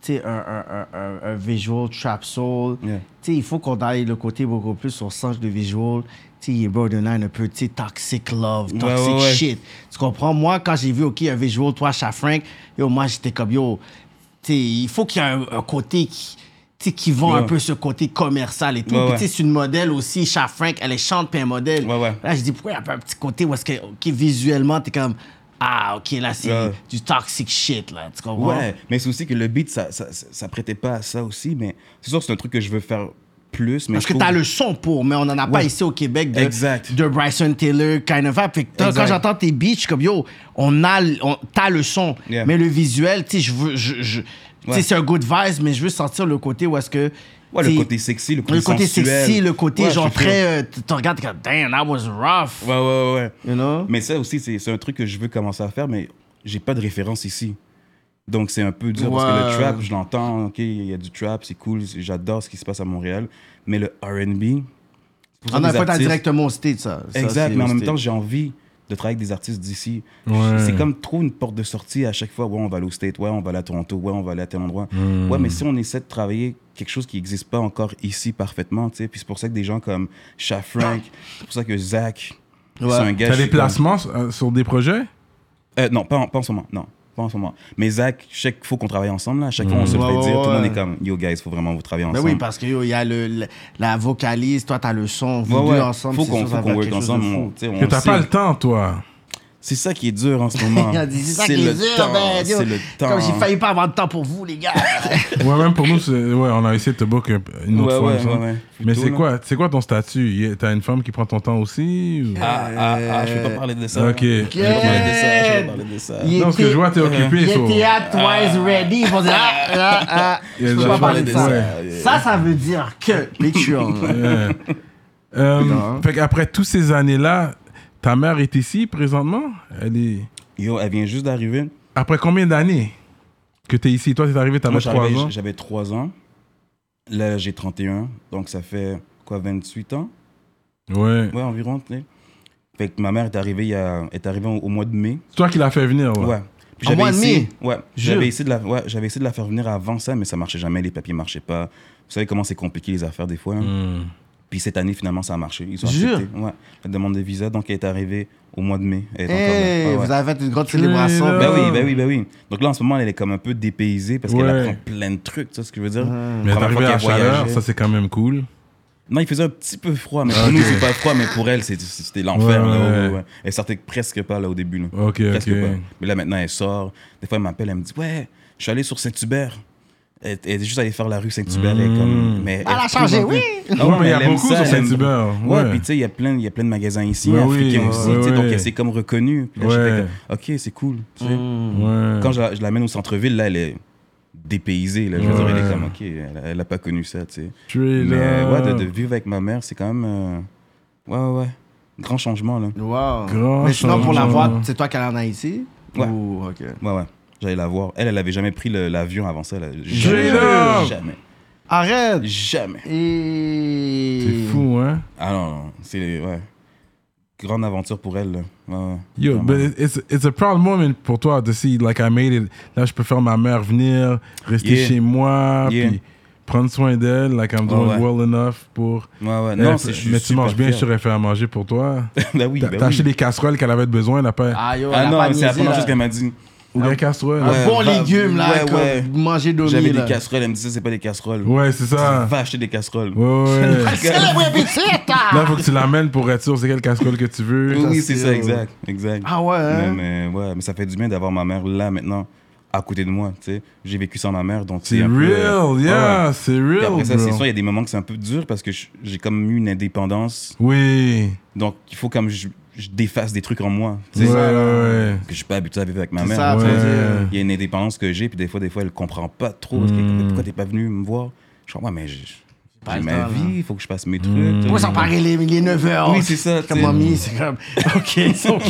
[SPEAKER 4] Tu sais, un, un, un- un- un visual trap soul.
[SPEAKER 5] Yeah.
[SPEAKER 4] Tu sais, il faut qu'on aille le côté beaucoup plus sur le sens de visual. Tu sais, il est borderline un peu, tu sais, toxic love, toxic
[SPEAKER 5] Ouais, ouais, ouais.
[SPEAKER 4] shit. Tu comprends? Moi, quand j'ai vu, OK, un visual, toi, Chafrank, yo, moi, j'étais comme, yo, tu sais, il faut qu'il y ait un, un côté qui. tu sais, qui vend un
[SPEAKER 5] Ouais.
[SPEAKER 4] peu ce côté commercial et tout.
[SPEAKER 5] Ouais,
[SPEAKER 4] Puis,
[SPEAKER 5] ouais.
[SPEAKER 4] tu sais, c'est une modèle aussi. Chafrank, elle est chante, puis un modèle.
[SPEAKER 5] Ouais, ouais.
[SPEAKER 4] Là, je dis, pourquoi il y a pas un petit côté où est-ce que, OK, visuellement, t'es comme, ah, OK, là, c'est
[SPEAKER 5] Ouais.
[SPEAKER 4] du toxic shit, là, tu comprends?
[SPEAKER 5] Ouais, mais c'est aussi que le beat, ça, ça, ça- ça prêtait pas à ça aussi, mais c'est sûr, c'est un truc que je veux faire plus. Mais
[SPEAKER 4] Parce
[SPEAKER 5] je
[SPEAKER 4] que
[SPEAKER 5] trouve-
[SPEAKER 4] t'as le son pour, mais on en a pas
[SPEAKER 5] Ouais.
[SPEAKER 4] ici au Québec de,
[SPEAKER 5] Exact.
[SPEAKER 4] de Bryson Taylor, kind of vibe. Fait que t'as-
[SPEAKER 5] Exact.
[SPEAKER 4] quand j'entends tes beats, je suis comme, yo, on a, l- on- t'as le son,
[SPEAKER 5] Yeah.
[SPEAKER 4] mais le visuel, tu sais, je veux, je, je- tu sais,
[SPEAKER 5] Ouais.
[SPEAKER 4] c'est un good vibe, mais je veux sentir le côté où est-ce que.
[SPEAKER 5] Ouais, le
[SPEAKER 4] tu sais,
[SPEAKER 5] côté sexy, le côté
[SPEAKER 4] Le côté
[SPEAKER 5] sensuel.
[SPEAKER 4] sexy, le côté
[SPEAKER 5] Ouais, je
[SPEAKER 4] genre
[SPEAKER 5] suis
[SPEAKER 4] très. euh, tu te regardes, t'es comme, damn, that was rough.
[SPEAKER 5] Ouais, ouais, ouais, ouais.
[SPEAKER 4] You know?
[SPEAKER 5] Mais ça aussi, c'est c'est un truc que je veux commencer à faire, mais j'ai pas de référence ici. Donc c'est un peu dur parce que
[SPEAKER 4] Ouais.
[SPEAKER 5] le trap, je l'entends, ok, il y a du trap, c'est cool, c'est- j'adore ce qui se passe à Montréal. Mais le RB, c'est pour ça
[SPEAKER 4] On
[SPEAKER 5] que
[SPEAKER 4] n'a
[SPEAKER 5] les
[SPEAKER 4] pas
[SPEAKER 5] artistes-
[SPEAKER 4] directement au state, ça. Ça,
[SPEAKER 5] Exact,
[SPEAKER 4] c'est
[SPEAKER 5] mais en
[SPEAKER 4] au
[SPEAKER 5] même
[SPEAKER 4] state.
[SPEAKER 5] temps, j'ai envie de travailler avec des artistes d'ici.
[SPEAKER 3] Ouais.
[SPEAKER 5] C'est comme trop une porte de sortie à chaque fois. Ouais, on va aller au State, ouais, on va aller à Toronto, ouais, on va aller à tel endroit.
[SPEAKER 3] Hmm.
[SPEAKER 5] Ouais, mais si on essaie de travailler quelque chose qui n'existe pas encore ici parfaitement, tu sais, puis c'est pour ça que des gens comme Shafrank, c'est pour ça que Zach,
[SPEAKER 4] Ouais.
[SPEAKER 5] c'est un gars.
[SPEAKER 3] T'as
[SPEAKER 5] je
[SPEAKER 3] des
[SPEAKER 5] suis comme-
[SPEAKER 3] placements euh, sur des projets
[SPEAKER 5] euh, non, pas en, pas en ce moment. Non, pas en ce moment. Mais Zach, je sais qu'il faut qu'on travaille ensemble. Là. À chaque fois, on
[SPEAKER 3] Hmm.
[SPEAKER 5] se le
[SPEAKER 4] Ouais,
[SPEAKER 5] fait
[SPEAKER 4] ouais,
[SPEAKER 5] dire. Tout le monde
[SPEAKER 4] ouais.
[SPEAKER 5] est comme, yo, guys, faut vraiment vous travailler
[SPEAKER 4] Ben
[SPEAKER 5] ensemble.
[SPEAKER 4] oui, parce que yo, il y a le, le- la vocalise, toi t'as le son, vous
[SPEAKER 5] Ouais,
[SPEAKER 4] deux
[SPEAKER 5] ouais.
[SPEAKER 4] ensemble.
[SPEAKER 5] Faut
[SPEAKER 4] c'est
[SPEAKER 5] qu'on
[SPEAKER 4] sûr,
[SPEAKER 5] faut
[SPEAKER 4] ça va
[SPEAKER 5] qu'on
[SPEAKER 4] faire
[SPEAKER 5] work
[SPEAKER 4] quelque chose de
[SPEAKER 5] ensemble.
[SPEAKER 4] fou.
[SPEAKER 5] on- tu sais, on
[SPEAKER 3] Que t'as
[SPEAKER 5] sait.
[SPEAKER 3] pas le temps, toi.
[SPEAKER 5] C'est ça qui est dur en ce moment.
[SPEAKER 4] Il a dit, ça qui
[SPEAKER 5] le
[SPEAKER 4] est dur,
[SPEAKER 5] temps,
[SPEAKER 4] ben, yo,
[SPEAKER 5] C'est le temps.
[SPEAKER 4] Comme j'ai failli pas avoir de temps pour vous, les gars.
[SPEAKER 3] Ouais, même pour nous, c'est- ouais, on a essayé de te book euh, une
[SPEAKER 5] Ouais,
[SPEAKER 3] autre fois.
[SPEAKER 5] ouais,
[SPEAKER 3] il me semble.
[SPEAKER 5] ouais, ouais.
[SPEAKER 3] Mais
[SPEAKER 5] Plutôt,
[SPEAKER 3] c'est
[SPEAKER 5] là.
[SPEAKER 3] quoi, c'est quoi ton statut Y a- T'as une femme qui prend ton temps aussi ou-
[SPEAKER 5] Ah, ah, ah, je peux pas parler de ça.
[SPEAKER 3] Ok.
[SPEAKER 5] Je peux pas parler de ça. Je peux pas parler de ça.
[SPEAKER 4] Il
[SPEAKER 3] Non, parce que
[SPEAKER 4] était-
[SPEAKER 3] je vois, t'es
[SPEAKER 4] Il
[SPEAKER 3] occupé. so-
[SPEAKER 4] était à Twice Ready, ils vont dire, ah, ah, ah,
[SPEAKER 3] Yeah,
[SPEAKER 4] je peux
[SPEAKER 3] je
[SPEAKER 4] pas
[SPEAKER 3] vois
[SPEAKER 4] parler
[SPEAKER 3] les
[SPEAKER 4] de ça.
[SPEAKER 5] dessins.
[SPEAKER 4] Ça, ça veut dire que Patreon.
[SPEAKER 3] Yeah. Euh, fait qu'après toutes ces années-là, ta mère est ici présentement Elle est.
[SPEAKER 5] Yo, elle vient juste d'arriver.
[SPEAKER 3] Après combien d'années que t'es ici Toi, t'es arrivé,
[SPEAKER 5] Moi,
[SPEAKER 3] t'avais 3
[SPEAKER 5] j'arrivais,
[SPEAKER 3] ans.
[SPEAKER 5] j'avais 3 ans. Là, j'ai 31. Donc, ça fait quoi, 28 ans?
[SPEAKER 3] Ouais.
[SPEAKER 5] Ouais, environ, tu sais. Fait que ma mère est arrivée, il y a- est arrivée au- au mois de mai.
[SPEAKER 3] C'est toi qui l'as fait venir. ouais.
[SPEAKER 5] Ouais. Puis
[SPEAKER 4] En
[SPEAKER 5] j'avais
[SPEAKER 4] mois et demi?
[SPEAKER 5] essayé, ouais,
[SPEAKER 4] Jure.
[SPEAKER 5] j'avais essayé de la, ouais, j'avais essayé de la faire venir avant ça, mais ça marchait jamais, les papiers marchaient pas. Vous savez comment c'est compliqué les affaires des fois. hein?
[SPEAKER 3] Hmm.
[SPEAKER 5] Puis cette année finalement ça a marché, ils ont
[SPEAKER 4] Jure.
[SPEAKER 5] accepté. Ouais, la demande de visa donc elle est arrivée au mois de mai. Elle est
[SPEAKER 4] Hey,
[SPEAKER 5] encore là. Ouais,
[SPEAKER 4] Eh, vous
[SPEAKER 5] ouais.
[SPEAKER 4] avez fait une grande célébration.
[SPEAKER 3] là.
[SPEAKER 5] Ben oui, ben oui, ben oui. Donc là en ce moment elle est comme un peu dépaysée parce qu'elle
[SPEAKER 3] Ouais.
[SPEAKER 5] apprend plein de trucs, tu sais ce que je veux dire.
[SPEAKER 3] Mais t'es
[SPEAKER 5] Première
[SPEAKER 3] arrivé
[SPEAKER 5] fois
[SPEAKER 3] à la
[SPEAKER 5] qu'elle
[SPEAKER 3] chaleur,
[SPEAKER 5] voyageait.
[SPEAKER 3] ça c'est quand même cool.
[SPEAKER 5] Non, il faisait un petit peu froid, mais pour nous c'est pas froid, mais pour elle c'est- c'était l'enfer.
[SPEAKER 3] Ouais,
[SPEAKER 5] là.
[SPEAKER 3] ouais,
[SPEAKER 5] Ouais,
[SPEAKER 3] ouais.
[SPEAKER 5] ouais. Elle sortait presque pas là au début. là.
[SPEAKER 3] Ok,
[SPEAKER 5] Presque
[SPEAKER 3] ok.
[SPEAKER 5] pas. Mais là, maintenant, elle sort. Des fois, elle m'appelle, elle me dit Ouais, je suis allé sur Saint-Hubert. Elle, elle est juste allée faire la rue Saint-Hubert. Elle, est comme, mais
[SPEAKER 4] Elle a
[SPEAKER 5] trouve
[SPEAKER 4] changé,
[SPEAKER 5] un peu-
[SPEAKER 4] oui.
[SPEAKER 5] Ah
[SPEAKER 3] Hmm. Ouais, mais il y a
[SPEAKER 5] elle aime
[SPEAKER 3] beaucoup
[SPEAKER 5] ça,
[SPEAKER 3] sur
[SPEAKER 5] elle aime-
[SPEAKER 3] Saint-Hubert,
[SPEAKER 5] Ouais,
[SPEAKER 3] ouais.
[SPEAKER 5] puis tu sais, il y, a plein- il y a plein de magasins ici,
[SPEAKER 3] Ouais,
[SPEAKER 5] africains
[SPEAKER 3] oui,
[SPEAKER 5] aussi.
[SPEAKER 3] ouais,
[SPEAKER 5] tu sais,
[SPEAKER 3] ouais.
[SPEAKER 5] Donc, elle s'est comme reconnue. Puis là, j'étais
[SPEAKER 3] Ouais. Hmm.
[SPEAKER 5] comme, Ok, c'est cool. tu sais.
[SPEAKER 3] Ouais.
[SPEAKER 5] Mm. Quand je, la- je l'amène au centre-ville, là, elle est dépaysée. Là, je veux dire, elle
[SPEAKER 3] Ouais.
[SPEAKER 5] est comme Ok, elle, elle a pas connu ça. tu sais.
[SPEAKER 3] tu es
[SPEAKER 5] Mais
[SPEAKER 3] là. Ah.
[SPEAKER 5] ouais, de, de vivre avec ma mère, c'est quand même. euh, Ouais, ouais, ouais. Grand changement, là.
[SPEAKER 4] Wow.
[SPEAKER 3] Grand
[SPEAKER 4] Mais sinon, pour la
[SPEAKER 3] changement.
[SPEAKER 4] voir, c'est toi qui en as ici?
[SPEAKER 5] Ouais.
[SPEAKER 4] Ou- ok.
[SPEAKER 5] Ouais, ouais. J'allais la voir. Elle, elle avait jamais pris le- l'avion avant ça. Là.
[SPEAKER 3] Jure.
[SPEAKER 5] Jamais.
[SPEAKER 4] Arrête!
[SPEAKER 5] Jamais.
[SPEAKER 4] Et...
[SPEAKER 3] C'est fou, hein
[SPEAKER 5] Ah non, non. C'est. Ouais. Grande aventure pour elle. là. Ouais, ouais.
[SPEAKER 3] Yo, ben,
[SPEAKER 5] Vraiment.
[SPEAKER 3] but it's, it's a proud moment pour toi to see, like, I made it. Là, je peux faire ma mère venir, rester
[SPEAKER 5] Yeah.
[SPEAKER 3] chez moi,
[SPEAKER 5] Yeah.
[SPEAKER 3] puis prendre soin d'elle, like, I'm
[SPEAKER 5] Ouais,
[SPEAKER 3] doing
[SPEAKER 5] ouais.
[SPEAKER 3] well enough pour...
[SPEAKER 5] Ouais, ouais.
[SPEAKER 3] Elle,
[SPEAKER 5] Euh, Non, c'est juste.
[SPEAKER 3] mais Euh, tu
[SPEAKER 5] super
[SPEAKER 3] manges bien, je
[SPEAKER 5] fier.
[SPEAKER 3] t'aurais fait à manger pour toi.
[SPEAKER 5] Bah oui,
[SPEAKER 3] T'as
[SPEAKER 5] bah
[SPEAKER 3] t'as acheté
[SPEAKER 5] oui.
[SPEAKER 3] des casseroles qu'elle avait besoin, elle a pas...
[SPEAKER 4] Ah, yo,
[SPEAKER 5] Ah
[SPEAKER 4] elle a
[SPEAKER 5] non,
[SPEAKER 4] pas
[SPEAKER 5] c'est la
[SPEAKER 4] niaisé,
[SPEAKER 5] première
[SPEAKER 4] là.
[SPEAKER 5] chose qu'elle m'a dit.
[SPEAKER 3] Ou bien casserole.
[SPEAKER 4] Un bon
[SPEAKER 5] va-
[SPEAKER 4] légume, là,
[SPEAKER 5] ouais,
[SPEAKER 4] que
[SPEAKER 5] ouais.
[SPEAKER 4] manger dormi,
[SPEAKER 5] J'avais
[SPEAKER 4] là.
[SPEAKER 5] des casseroles, elle me disait c'est pas des casseroles.
[SPEAKER 3] Ouais, c'est ça.
[SPEAKER 5] Va acheter des casseroles.
[SPEAKER 3] Ouais, ouais.
[SPEAKER 4] Célèbre appétit, ah!
[SPEAKER 3] Là, faut que tu l'amènes pour être sûr c'est quelle casserole que tu veux.
[SPEAKER 5] Oui, c'est
[SPEAKER 4] c'est-
[SPEAKER 5] ça, exact, exact.
[SPEAKER 4] Ah ouais, hein?
[SPEAKER 5] Mais, mais ouais, mais ça fait du bien d'avoir ma mère là maintenant, à côté de moi. Tu sais, j'ai vécu sans ma mère, donc
[SPEAKER 3] C'est
[SPEAKER 5] un peu, euh,
[SPEAKER 3] real, yeah,
[SPEAKER 5] ouais.
[SPEAKER 3] c'est
[SPEAKER 5] Puis
[SPEAKER 3] real.
[SPEAKER 5] après ça, c'est
[SPEAKER 3] bro.
[SPEAKER 5] sûr, il y a des moments que c'est un peu dur parce que je- j'ai comme eu une indépendance,
[SPEAKER 3] Oui.
[SPEAKER 5] donc il faut comme je, je défasse des trucs en moi. tu
[SPEAKER 3] Ouais,
[SPEAKER 5] sais,
[SPEAKER 3] ouais, ouais.
[SPEAKER 5] Que je suis pas habitué à vivre avec ma
[SPEAKER 4] C'est
[SPEAKER 5] mère.
[SPEAKER 4] euh, ça,
[SPEAKER 5] tu sais.
[SPEAKER 4] ouais.
[SPEAKER 5] Il y a une indépendance que j'ai, puis des fois, des fois, elle comprend pas trop. parce qu'elle est
[SPEAKER 3] Hmm.
[SPEAKER 5] comme, Pourquoi t'es pas venu me voir Je suis comme, ouais, mais j'ai
[SPEAKER 4] Pas
[SPEAKER 5] j'ai
[SPEAKER 4] le
[SPEAKER 5] ma
[SPEAKER 4] temps, là.
[SPEAKER 5] vie, il faut que je passe mes trucs.
[SPEAKER 3] Hmm.
[SPEAKER 5] tu sais.
[SPEAKER 4] Pourquoi s'en parler les, les 9 heures?
[SPEAKER 5] Oui, c'est ça,
[SPEAKER 4] Comme
[SPEAKER 5] tu sais.
[SPEAKER 4] mamie, c'est comme. Ok, c'est ok.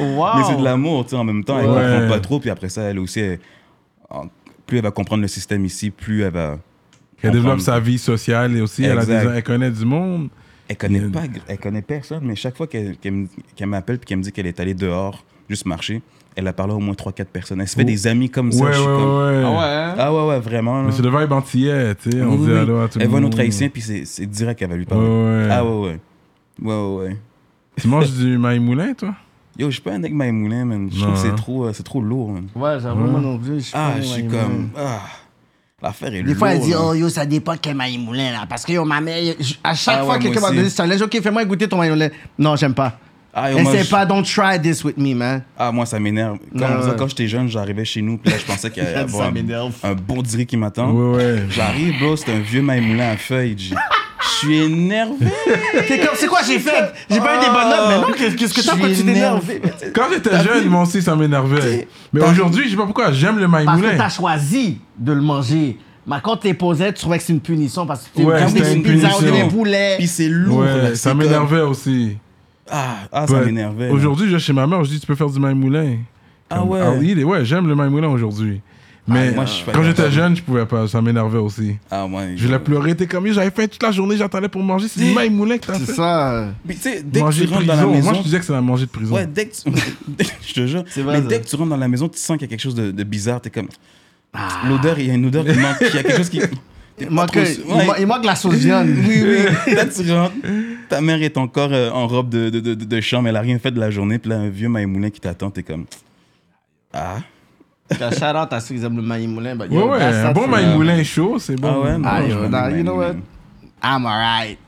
[SPEAKER 4] wow.
[SPEAKER 5] Mais c'est de l'amour, tu sais, en même temps, elle
[SPEAKER 3] Ouais.
[SPEAKER 5] comprend pas trop, puis après ça, elle aussi, elle- en- plus elle va comprendre le système ici, plus elle va.
[SPEAKER 3] Elle développe
[SPEAKER 5] comprendre.
[SPEAKER 3] sa vie sociale et aussi, elle, a des,
[SPEAKER 5] Exact.
[SPEAKER 3] elle connaît du monde.
[SPEAKER 5] Elle connaît
[SPEAKER 3] Yeah.
[SPEAKER 5] pas, elle connaît personne, mais chaque fois qu'elle qu'elle me- qu'elle m'appelle puis qu'elle me dit qu'elle est allée dehors, juste marcher, elle a parlé à au moins 3-4 personnes. Elle se fait des amis comme ça.
[SPEAKER 3] Oh. Ouais, ouais,
[SPEAKER 5] je suis comme,
[SPEAKER 3] ouais.
[SPEAKER 4] Ah ouais, hein?
[SPEAKER 5] Ah ouais, ouais, vraiment. là.
[SPEAKER 3] Mais c'est le vibe antillais, tu sais.
[SPEAKER 5] Oui,
[SPEAKER 3] On
[SPEAKER 5] oui,
[SPEAKER 3] dit
[SPEAKER 5] oui.
[SPEAKER 3] allô à tout le monde.
[SPEAKER 5] Elle voit notre haïtien, puis c'est c'est direct qu'elle va lui
[SPEAKER 3] Ouais,
[SPEAKER 5] parler.
[SPEAKER 3] ouais.
[SPEAKER 5] Ah ouais, ouais. Ouais, ouais, ouais.
[SPEAKER 3] Tu manges du maï moulin, toi
[SPEAKER 5] Yo, je suis pas un mec maïmoulin, man. Je trouve
[SPEAKER 3] Non,
[SPEAKER 5] que c'est
[SPEAKER 3] hein.
[SPEAKER 5] trop, euh, c'est trop lourd, man.
[SPEAKER 4] Ouais, j'avoue, moi non plus.
[SPEAKER 5] Ah,
[SPEAKER 4] pas
[SPEAKER 5] je suis
[SPEAKER 4] maïmoulin.
[SPEAKER 5] comme. hein. Ah, l'affaire est
[SPEAKER 4] Des
[SPEAKER 5] lourde.
[SPEAKER 4] fois, elle dit,
[SPEAKER 5] là.
[SPEAKER 4] oh yo, ça dépend quel maïmoulin, là. Parce que yo, ma mère, je- à chaque
[SPEAKER 5] Ah ouais,
[SPEAKER 4] fois que
[SPEAKER 5] moi
[SPEAKER 4] quelqu'un m'a
[SPEAKER 5] aussi.
[SPEAKER 4] donné ce challenge, ok, fais-moi goûter ton maïmoulin. Non, j'aime pas.
[SPEAKER 5] Ah, yo, moi,
[SPEAKER 4] Essaye
[SPEAKER 5] je-
[SPEAKER 4] pas, don't try this with me, man.
[SPEAKER 5] Ah, moi, ça m'énerve. Comme
[SPEAKER 4] Ouais,
[SPEAKER 5] ça,
[SPEAKER 4] ouais.
[SPEAKER 5] quand j'étais jeune, j'arrivais chez nous, puis là, je pensais qu'il y allait
[SPEAKER 4] Ça
[SPEAKER 5] avoir un,
[SPEAKER 4] m'énerve.
[SPEAKER 5] un bon diri qui m'attend.
[SPEAKER 3] Ouais, ouais.
[SPEAKER 5] J'arrive, bro, c'est un vieux maïmoulin à feuilles. Je je suis énervé.
[SPEAKER 4] T'es comme, c'est quoi j'ai fait? J'ai pas eu des bonnes notes, mais non, qu'est- qu'est-ce que
[SPEAKER 5] Oh. Je
[SPEAKER 4] t'as
[SPEAKER 5] suis
[SPEAKER 4] quand tu t'énerves?
[SPEAKER 5] énervé.
[SPEAKER 3] Quand j'étais jeune, moi aussi, ça m'énervait. Mais aujourd'hui, je sais pas pourquoi, j'aime le maï
[SPEAKER 4] Parce que t'as
[SPEAKER 3] moulin.
[SPEAKER 4] choisi de le manger. Mais quand t'es posé, tu trouvais que c'est une punition parce que tu
[SPEAKER 5] Ah
[SPEAKER 3] Ouais,
[SPEAKER 4] manges
[SPEAKER 3] c'était
[SPEAKER 4] des
[SPEAKER 3] une
[SPEAKER 4] pizzas ou des
[SPEAKER 3] punition.
[SPEAKER 4] poulets.
[SPEAKER 5] Puis c'est lourd. là,
[SPEAKER 3] Ouais,
[SPEAKER 5] c'est
[SPEAKER 3] ça
[SPEAKER 5] comme-
[SPEAKER 3] m'énervait aussi.
[SPEAKER 5] Ah, ah, ça
[SPEAKER 3] Ouais.
[SPEAKER 5] m'énervait. là.
[SPEAKER 3] Aujourd'hui, je vais chez ma mère, je dis tu peux faire du maï moulin.
[SPEAKER 5] Ah
[SPEAKER 3] Comme,
[SPEAKER 5] ouais.
[SPEAKER 3] I'll eat it. Ouais, j'aime le maï moulin aujourd'hui. Mais
[SPEAKER 5] Ah, moi, je suis pas
[SPEAKER 3] quand j'étais
[SPEAKER 5] capable.
[SPEAKER 3] jeune, je pouvais pas, ça m'énervait aussi.
[SPEAKER 5] Ah, ouais.
[SPEAKER 3] Je l'ai pleuré, t'es comme j'avais faim toute la journée, j'attendais pour manger, c'est du maï moulin que t'as
[SPEAKER 4] C'est
[SPEAKER 3] fait.
[SPEAKER 4] ça.
[SPEAKER 5] Mais tu sais, dès que
[SPEAKER 3] manger
[SPEAKER 5] tu
[SPEAKER 3] de
[SPEAKER 5] rentres
[SPEAKER 3] prison.
[SPEAKER 5] dans la maison.
[SPEAKER 3] Moi, je disais que c'est la manger de prison.
[SPEAKER 5] Ouais, dès que tu. dès- je te jure.
[SPEAKER 4] C'est vrai,
[SPEAKER 5] mais dès
[SPEAKER 4] ça.
[SPEAKER 5] que tu rentres dans la maison, tu sens qu'il y a quelque chose de, de bizarre. T'es comme.
[SPEAKER 3] Ah.
[SPEAKER 5] L'odeur, il y a une odeur qui manque. Il y a quelque chose qui. t'es
[SPEAKER 4] Il
[SPEAKER 5] pas
[SPEAKER 4] manque,
[SPEAKER 5] trop sûr. Ouais.
[SPEAKER 4] il manque- il manque la sauce viande.
[SPEAKER 5] Oui, oui. Là, tu rentres, ta mère est encore euh, en robe de, de, de, de chambre, elle a rien fait de la journée, puis là, un vieux maïmoulin qui t'attend, t'es comme. Ah.
[SPEAKER 4] Shout out à ceux qui aiment le maïmoulin. but
[SPEAKER 3] Ouais,
[SPEAKER 4] yo,
[SPEAKER 5] bah,
[SPEAKER 3] ouais,
[SPEAKER 4] that's-
[SPEAKER 3] un
[SPEAKER 4] that's
[SPEAKER 3] bon
[SPEAKER 4] it.
[SPEAKER 3] maï moulin chaud, c'est bon.
[SPEAKER 5] Ah ouais, non,
[SPEAKER 4] Ah,
[SPEAKER 5] je
[SPEAKER 4] yo,
[SPEAKER 5] m'en
[SPEAKER 4] nah,
[SPEAKER 5] mets,
[SPEAKER 4] you know
[SPEAKER 5] mais-
[SPEAKER 4] what? I'm alright.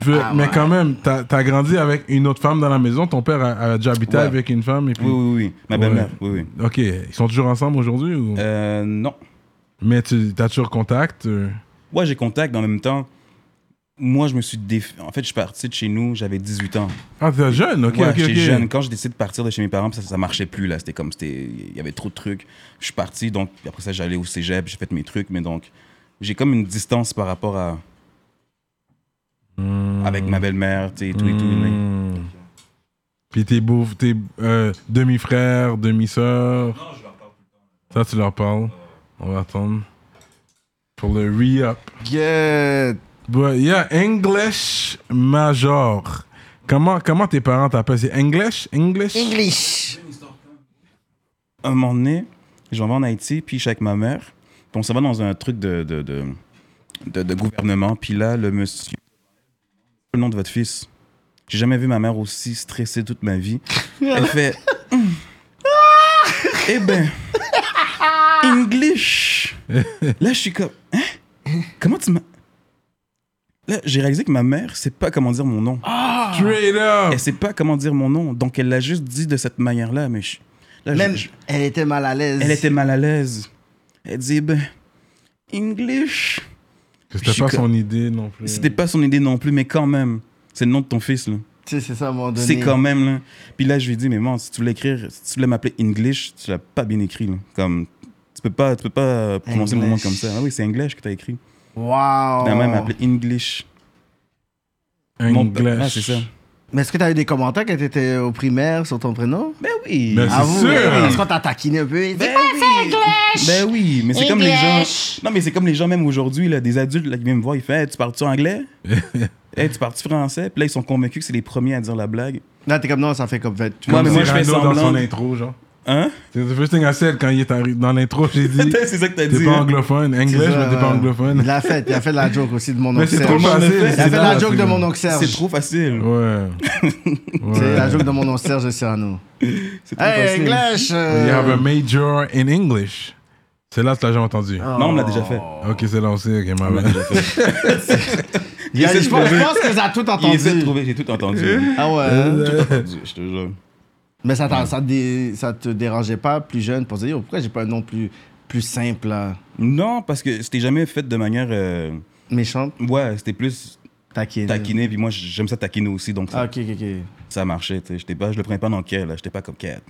[SPEAKER 3] Je veux-
[SPEAKER 4] Ah
[SPEAKER 3] mais
[SPEAKER 4] ouais.
[SPEAKER 3] quand même, t'as as grandi avec une autre femme dans la maison. Ton père a, a déjà habité
[SPEAKER 5] Ouais.
[SPEAKER 3] avec une femme. Et puis...
[SPEAKER 5] Oui, oui, oui. Ma
[SPEAKER 3] Ouais.
[SPEAKER 5] belle-mère, oui, oui.
[SPEAKER 3] Ok, ils sont toujours ensemble aujourd'hui ou...
[SPEAKER 5] Euh, non.
[SPEAKER 3] Mais tu as toujours contact euh?
[SPEAKER 5] Ouais, j'ai contact, mais en même temps, moi, je me suis déf... En fait, je suis parti de chez nous, j'avais 18 ans.
[SPEAKER 3] Ah, t'es jeune, ok,
[SPEAKER 5] ouais,
[SPEAKER 3] ok,
[SPEAKER 5] j'étais
[SPEAKER 3] ok.
[SPEAKER 5] jeune. Quand j'ai décidé de partir de chez mes parents, ça, ça marchait plus, là. C'était comme, c'était... Il y avait trop de trucs. Je suis parti, donc, après ça, j'allais au cégep, j'ai fait mes trucs, mais donc, j'ai comme une distance par rapport à... Avec ma belle-mère, tu sais, et tout et tout. mais-
[SPEAKER 3] Hmm. Puis tes beaux, tes euh, demi-frères, demi-sœurs. Ça, tu leur parles. On va attendre. Pour le re-up.
[SPEAKER 4] Good.
[SPEAKER 3] But yeah, English Major. Comment, comment tes parents t'appellent C'est English English
[SPEAKER 4] English.
[SPEAKER 5] un moment donné, je m'en vais en Haïti, puis je suis avec ma mère. Puis on s'en va dans un truc de, de, de, de- de gouvernement. Puis là, le monsieur. Le nom de votre fils. J'ai jamais vu ma mère aussi stressée toute ma vie. Elle fait. Hum. Eh ben. English. Là, je suis comme. Hein? Comment tu m'as. Là, j'ai réalisé que ma mère sait pas comment dire mon nom.
[SPEAKER 3] Straight up
[SPEAKER 5] Elle sait pas comment dire mon nom. Donc, elle l'a juste dit de cette manière-là. Mais je- là, je-
[SPEAKER 4] Même,
[SPEAKER 5] je-
[SPEAKER 4] elle était mal à l'aise.
[SPEAKER 5] elle était mal à l'aise. Elle dit, ben, English.
[SPEAKER 3] C'était
[SPEAKER 5] Je
[SPEAKER 3] pas
[SPEAKER 5] suis
[SPEAKER 3] son idée non plus.
[SPEAKER 5] C'était pas son idée non plus, mais quand même. C'est le nom de ton fils, là.
[SPEAKER 4] Tu sais, c'est ça, à un moment Hmm. donné.
[SPEAKER 5] C'est quand même, là. Puis là, je lui dis, mais moi, si tu voulais écrire, si tu voulais m'appeler English, tu l'as pas bien écrit, là. Comme, tu peux pas, tu peux pas euh, prononcer mon nom
[SPEAKER 4] English. Oh.
[SPEAKER 5] comme ça. Ah oui, c'est English que t'as écrit.
[SPEAKER 4] Wow.
[SPEAKER 5] T'as même appelé English. Mon
[SPEAKER 3] English.
[SPEAKER 5] père- Ah, c'est ça.
[SPEAKER 4] Mais est-ce que t'as eu des commentaires quand t'étais au primaire sur ton prénom?
[SPEAKER 5] Ben oui.
[SPEAKER 3] Ben, c'est
[SPEAKER 5] Ah,
[SPEAKER 4] Avoue,
[SPEAKER 3] sûr.
[SPEAKER 4] oui. Est-ce qu'on t'a taquiné un peu?
[SPEAKER 5] Ben oui. Ben oui, mais c'est comme les gens. Non, mais c'est comme les gens, même aujourd'hui, là, des adultes là, qui viennent me voir, ils font Hey, Tu parles-tu anglais Hey, Tu parles-tu français Puis là, ils sont convaincus que c'est les premiers à dire la blague.
[SPEAKER 4] Là, t'es comme non, ça fait comme fait.
[SPEAKER 5] Ouais, mais moi, je
[SPEAKER 3] Cyrano
[SPEAKER 5] fais
[SPEAKER 3] dans
[SPEAKER 5] semblant.
[SPEAKER 3] son intro, genre.
[SPEAKER 5] Hein?
[SPEAKER 3] C'est the first thing I said quand il est arrivé dans l'intro, j'ai dit
[SPEAKER 5] C'est ça que t'as
[SPEAKER 3] t'es
[SPEAKER 5] dit.
[SPEAKER 3] pas
[SPEAKER 5] hein?
[SPEAKER 3] anglophone, anglais, mais t'es pas
[SPEAKER 4] Il
[SPEAKER 3] anglophone.
[SPEAKER 4] l'a fait, il a fait de la joke aussi de mon
[SPEAKER 3] Mais
[SPEAKER 4] oncle
[SPEAKER 3] c'est trop
[SPEAKER 4] Serge.
[SPEAKER 5] Comment on a
[SPEAKER 3] facile.
[SPEAKER 5] fait?
[SPEAKER 3] c'est
[SPEAKER 4] Il a fait de
[SPEAKER 3] là,
[SPEAKER 4] la joke
[SPEAKER 3] c'est
[SPEAKER 4] de
[SPEAKER 3] comme-
[SPEAKER 4] mon oncle
[SPEAKER 5] C'est
[SPEAKER 4] Serge.
[SPEAKER 5] trop facile.
[SPEAKER 3] Ouais.
[SPEAKER 4] C'est
[SPEAKER 3] ouais.
[SPEAKER 4] la joke de mon oncle Serge de Cyrano.
[SPEAKER 5] C'est trop
[SPEAKER 4] Hey,
[SPEAKER 5] facile.
[SPEAKER 4] English! euh,
[SPEAKER 3] You have a major in English. C'est là que tu l'as jamais entendu.
[SPEAKER 4] Oh.
[SPEAKER 5] Non, on l'a déjà fait.
[SPEAKER 3] Ok, c'est là, on sait. Ok, ma bad.
[SPEAKER 5] Il
[SPEAKER 4] il a-
[SPEAKER 5] essaie de
[SPEAKER 4] je, pense, je
[SPEAKER 5] trouver.
[SPEAKER 4] pense que ça a tout
[SPEAKER 5] Il essaie de
[SPEAKER 4] entendu.
[SPEAKER 5] trouver. Euh, J'ai tout entendu.
[SPEAKER 4] Ah ouais.
[SPEAKER 5] Tout entendu, je te jure.
[SPEAKER 4] Mais ça, t'en- ça, te dé- ça te dérangeait pas plus jeune pour se dire Yo, pourquoi j'ai pas un nom plus, plus simple, là?
[SPEAKER 5] Non, parce que c'était jamais fait de manière. euh,
[SPEAKER 4] méchante?
[SPEAKER 5] Ouais, c'était plus
[SPEAKER 4] Taquine.
[SPEAKER 5] taquiner. Puis moi, j'aime ça taquiner aussi. Donc
[SPEAKER 4] Ah,
[SPEAKER 5] ça,
[SPEAKER 4] ok, ok, ok.
[SPEAKER 5] ça marchait. tu sais. J'étais pas, je le prenais pas dans le cœur, là. J'étais pas comme Cat.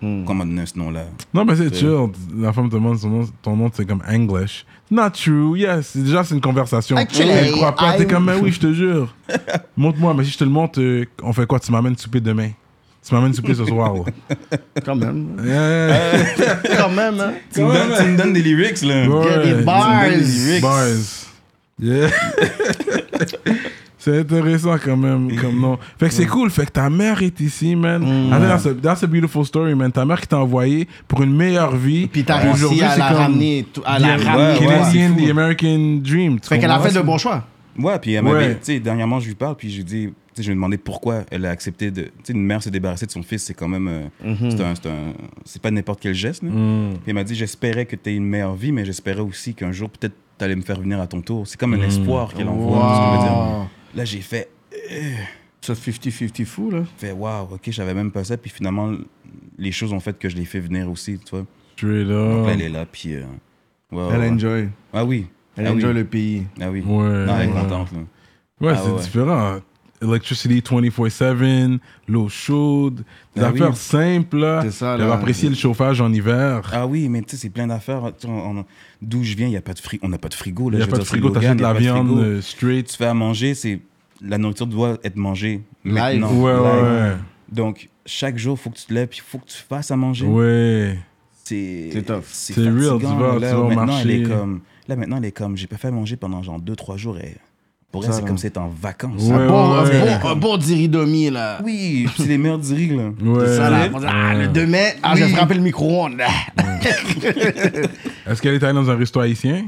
[SPEAKER 4] Hmm.
[SPEAKER 5] Comment donner ce nom-là?
[SPEAKER 3] Non, mais c'est chill. La femme te demande son nom, ton nom, c'est comme English. Not true. Yes, déjà, c'est une conversation.
[SPEAKER 4] Actually,
[SPEAKER 3] Elle croit pas. T'es
[SPEAKER 4] I'm-
[SPEAKER 3] comme, mais oui, je te jure. Montre-moi, mais si je te le montre, euh, on fait quoi Tu m'amènes souper demain. Tu m'amènes souper ce soir. là.
[SPEAKER 4] Quand même. hein.
[SPEAKER 3] Yeah.
[SPEAKER 4] Quand même, hein.
[SPEAKER 5] Tu me donnes- tu me donnes des lyrics, là.
[SPEAKER 3] Ouais.
[SPEAKER 4] Il y a des bars.
[SPEAKER 5] donnes des lyrics.
[SPEAKER 3] Bars. Yeah. c'est intéressant quand même, comme nom. Fait
[SPEAKER 4] Mm.
[SPEAKER 3] que c'est cool. Fait que ta mère est ici, man. I think that's, a, that's a beautiful story, man. Ta mère qui t'a envoyé pour une meilleure vie.
[SPEAKER 4] Puis t'as
[SPEAKER 3] Puis aujourd'hui,
[SPEAKER 4] réussi à
[SPEAKER 3] c'est
[SPEAKER 4] la
[SPEAKER 3] comme
[SPEAKER 4] ramener. tout- À la
[SPEAKER 3] the
[SPEAKER 5] ouais,
[SPEAKER 4] ramener.
[SPEAKER 5] ouais.
[SPEAKER 3] Canadian,
[SPEAKER 5] c'est fou.
[SPEAKER 3] the American Dream. tu
[SPEAKER 4] Fait qu'elle a
[SPEAKER 3] comprends?
[SPEAKER 4] fait de bons choix.
[SPEAKER 5] Ouais, puis elle m'avait.
[SPEAKER 3] Ouais.
[SPEAKER 5] Tu sais, dernièrement, je lui parle, puis je lui dis. Tu sais, je lui ai demandé pourquoi elle a accepté de. Tu sais, une mère se débarrasser de son fils, c'est quand même. euh, c'est un- C'est un. C'est pas n'importe quel geste, là.
[SPEAKER 3] Hmm.
[SPEAKER 5] Puis elle m'a dit J'espérais que tu aies une meilleure vie, mais j'espérais aussi qu'un jour, peut-être, tu allais me faire venir à ton tour. C'est
[SPEAKER 3] Hmm.
[SPEAKER 5] comme un espoir qu'elle envoie. tu sais ce que je veux dire.
[SPEAKER 4] Wow.
[SPEAKER 5] Là, j'ai fait euh,
[SPEAKER 4] Ça 50-50 fou, là.
[SPEAKER 5] fait waouh, ok, j'avais même pas ça. Puis finalement, les choses ont fait que je l'ai fait venir aussi, tu vois.
[SPEAKER 3] Straight
[SPEAKER 5] Donc
[SPEAKER 3] up.
[SPEAKER 5] là, elle est là, puis. euh, ouais, ouais,
[SPEAKER 4] Elle
[SPEAKER 5] ouais.
[SPEAKER 4] enjoy.
[SPEAKER 5] Ah oui.
[SPEAKER 4] Elle
[SPEAKER 5] ah, oui.
[SPEAKER 4] enjoy le pays.
[SPEAKER 5] ah oui.
[SPEAKER 3] Ouais,
[SPEAKER 5] Non, elle est
[SPEAKER 3] ouais.
[SPEAKER 5] contente, là.
[SPEAKER 3] Ouais,
[SPEAKER 5] Ah
[SPEAKER 3] c'est
[SPEAKER 5] ouais.
[SPEAKER 3] différent. Electricity 24-7, l'eau chaude, des
[SPEAKER 5] Ah oui.
[SPEAKER 3] affaires simples. là.
[SPEAKER 4] Ben C'est ça,
[SPEAKER 3] Elle
[SPEAKER 4] là.
[SPEAKER 3] va apprécier le chauffage en hiver.
[SPEAKER 5] Ah oui, mais tu sais, c'est plein d'affaires. Tu sais, on- on- D'où je viens, il n'y a pas de frigo. On n'a pas de frigo. Là,
[SPEAKER 3] Il n'y a
[SPEAKER 5] Je
[SPEAKER 3] pas
[SPEAKER 5] veux
[SPEAKER 3] de
[SPEAKER 5] dire,
[SPEAKER 3] frigo,
[SPEAKER 5] c'est Logan,
[SPEAKER 3] t'achètes de
[SPEAKER 5] y a
[SPEAKER 3] la
[SPEAKER 5] pas de
[SPEAKER 3] viande
[SPEAKER 5] frigo.
[SPEAKER 3] euh,
[SPEAKER 5] Tu
[SPEAKER 3] straight.
[SPEAKER 5] fais à manger, c'est. La nourriture doit être mangée.
[SPEAKER 4] Live.
[SPEAKER 5] Maintenant.
[SPEAKER 3] Ouais, ouais, ouais.
[SPEAKER 5] Live. Donc, chaque jour, faut que tu te lèves, puis faut que tu fasses à manger.
[SPEAKER 3] Ouais.
[SPEAKER 5] C'est.
[SPEAKER 4] C'est tough.
[SPEAKER 5] C'est
[SPEAKER 3] C'est real, tu
[SPEAKER 5] fatigant,
[SPEAKER 3] vas-
[SPEAKER 5] là.
[SPEAKER 3] tu vas au
[SPEAKER 5] maintenant, elle est
[SPEAKER 3] marché.
[SPEAKER 5] comme. Là, maintenant, elle est comme. J'ai pas fait à manger pendant genre 2-3 jours. Et... Pour elle,
[SPEAKER 4] Ça,
[SPEAKER 5] c'est
[SPEAKER 4] là.
[SPEAKER 5] comme si elle était en vacances. Ah
[SPEAKER 3] Ouais,
[SPEAKER 4] Un bon, un
[SPEAKER 3] ouais, ouais.
[SPEAKER 4] bon, un bon diridomi, là.
[SPEAKER 5] Oui, puis c'est les meilleurs du riz, là.
[SPEAKER 3] Ouais.
[SPEAKER 4] Ça, là, on dit, ah, le 2 mai, ah, je vais frapper le micro-ondes.
[SPEAKER 3] Est-ce qu'elle est allée dans un resto haïtien?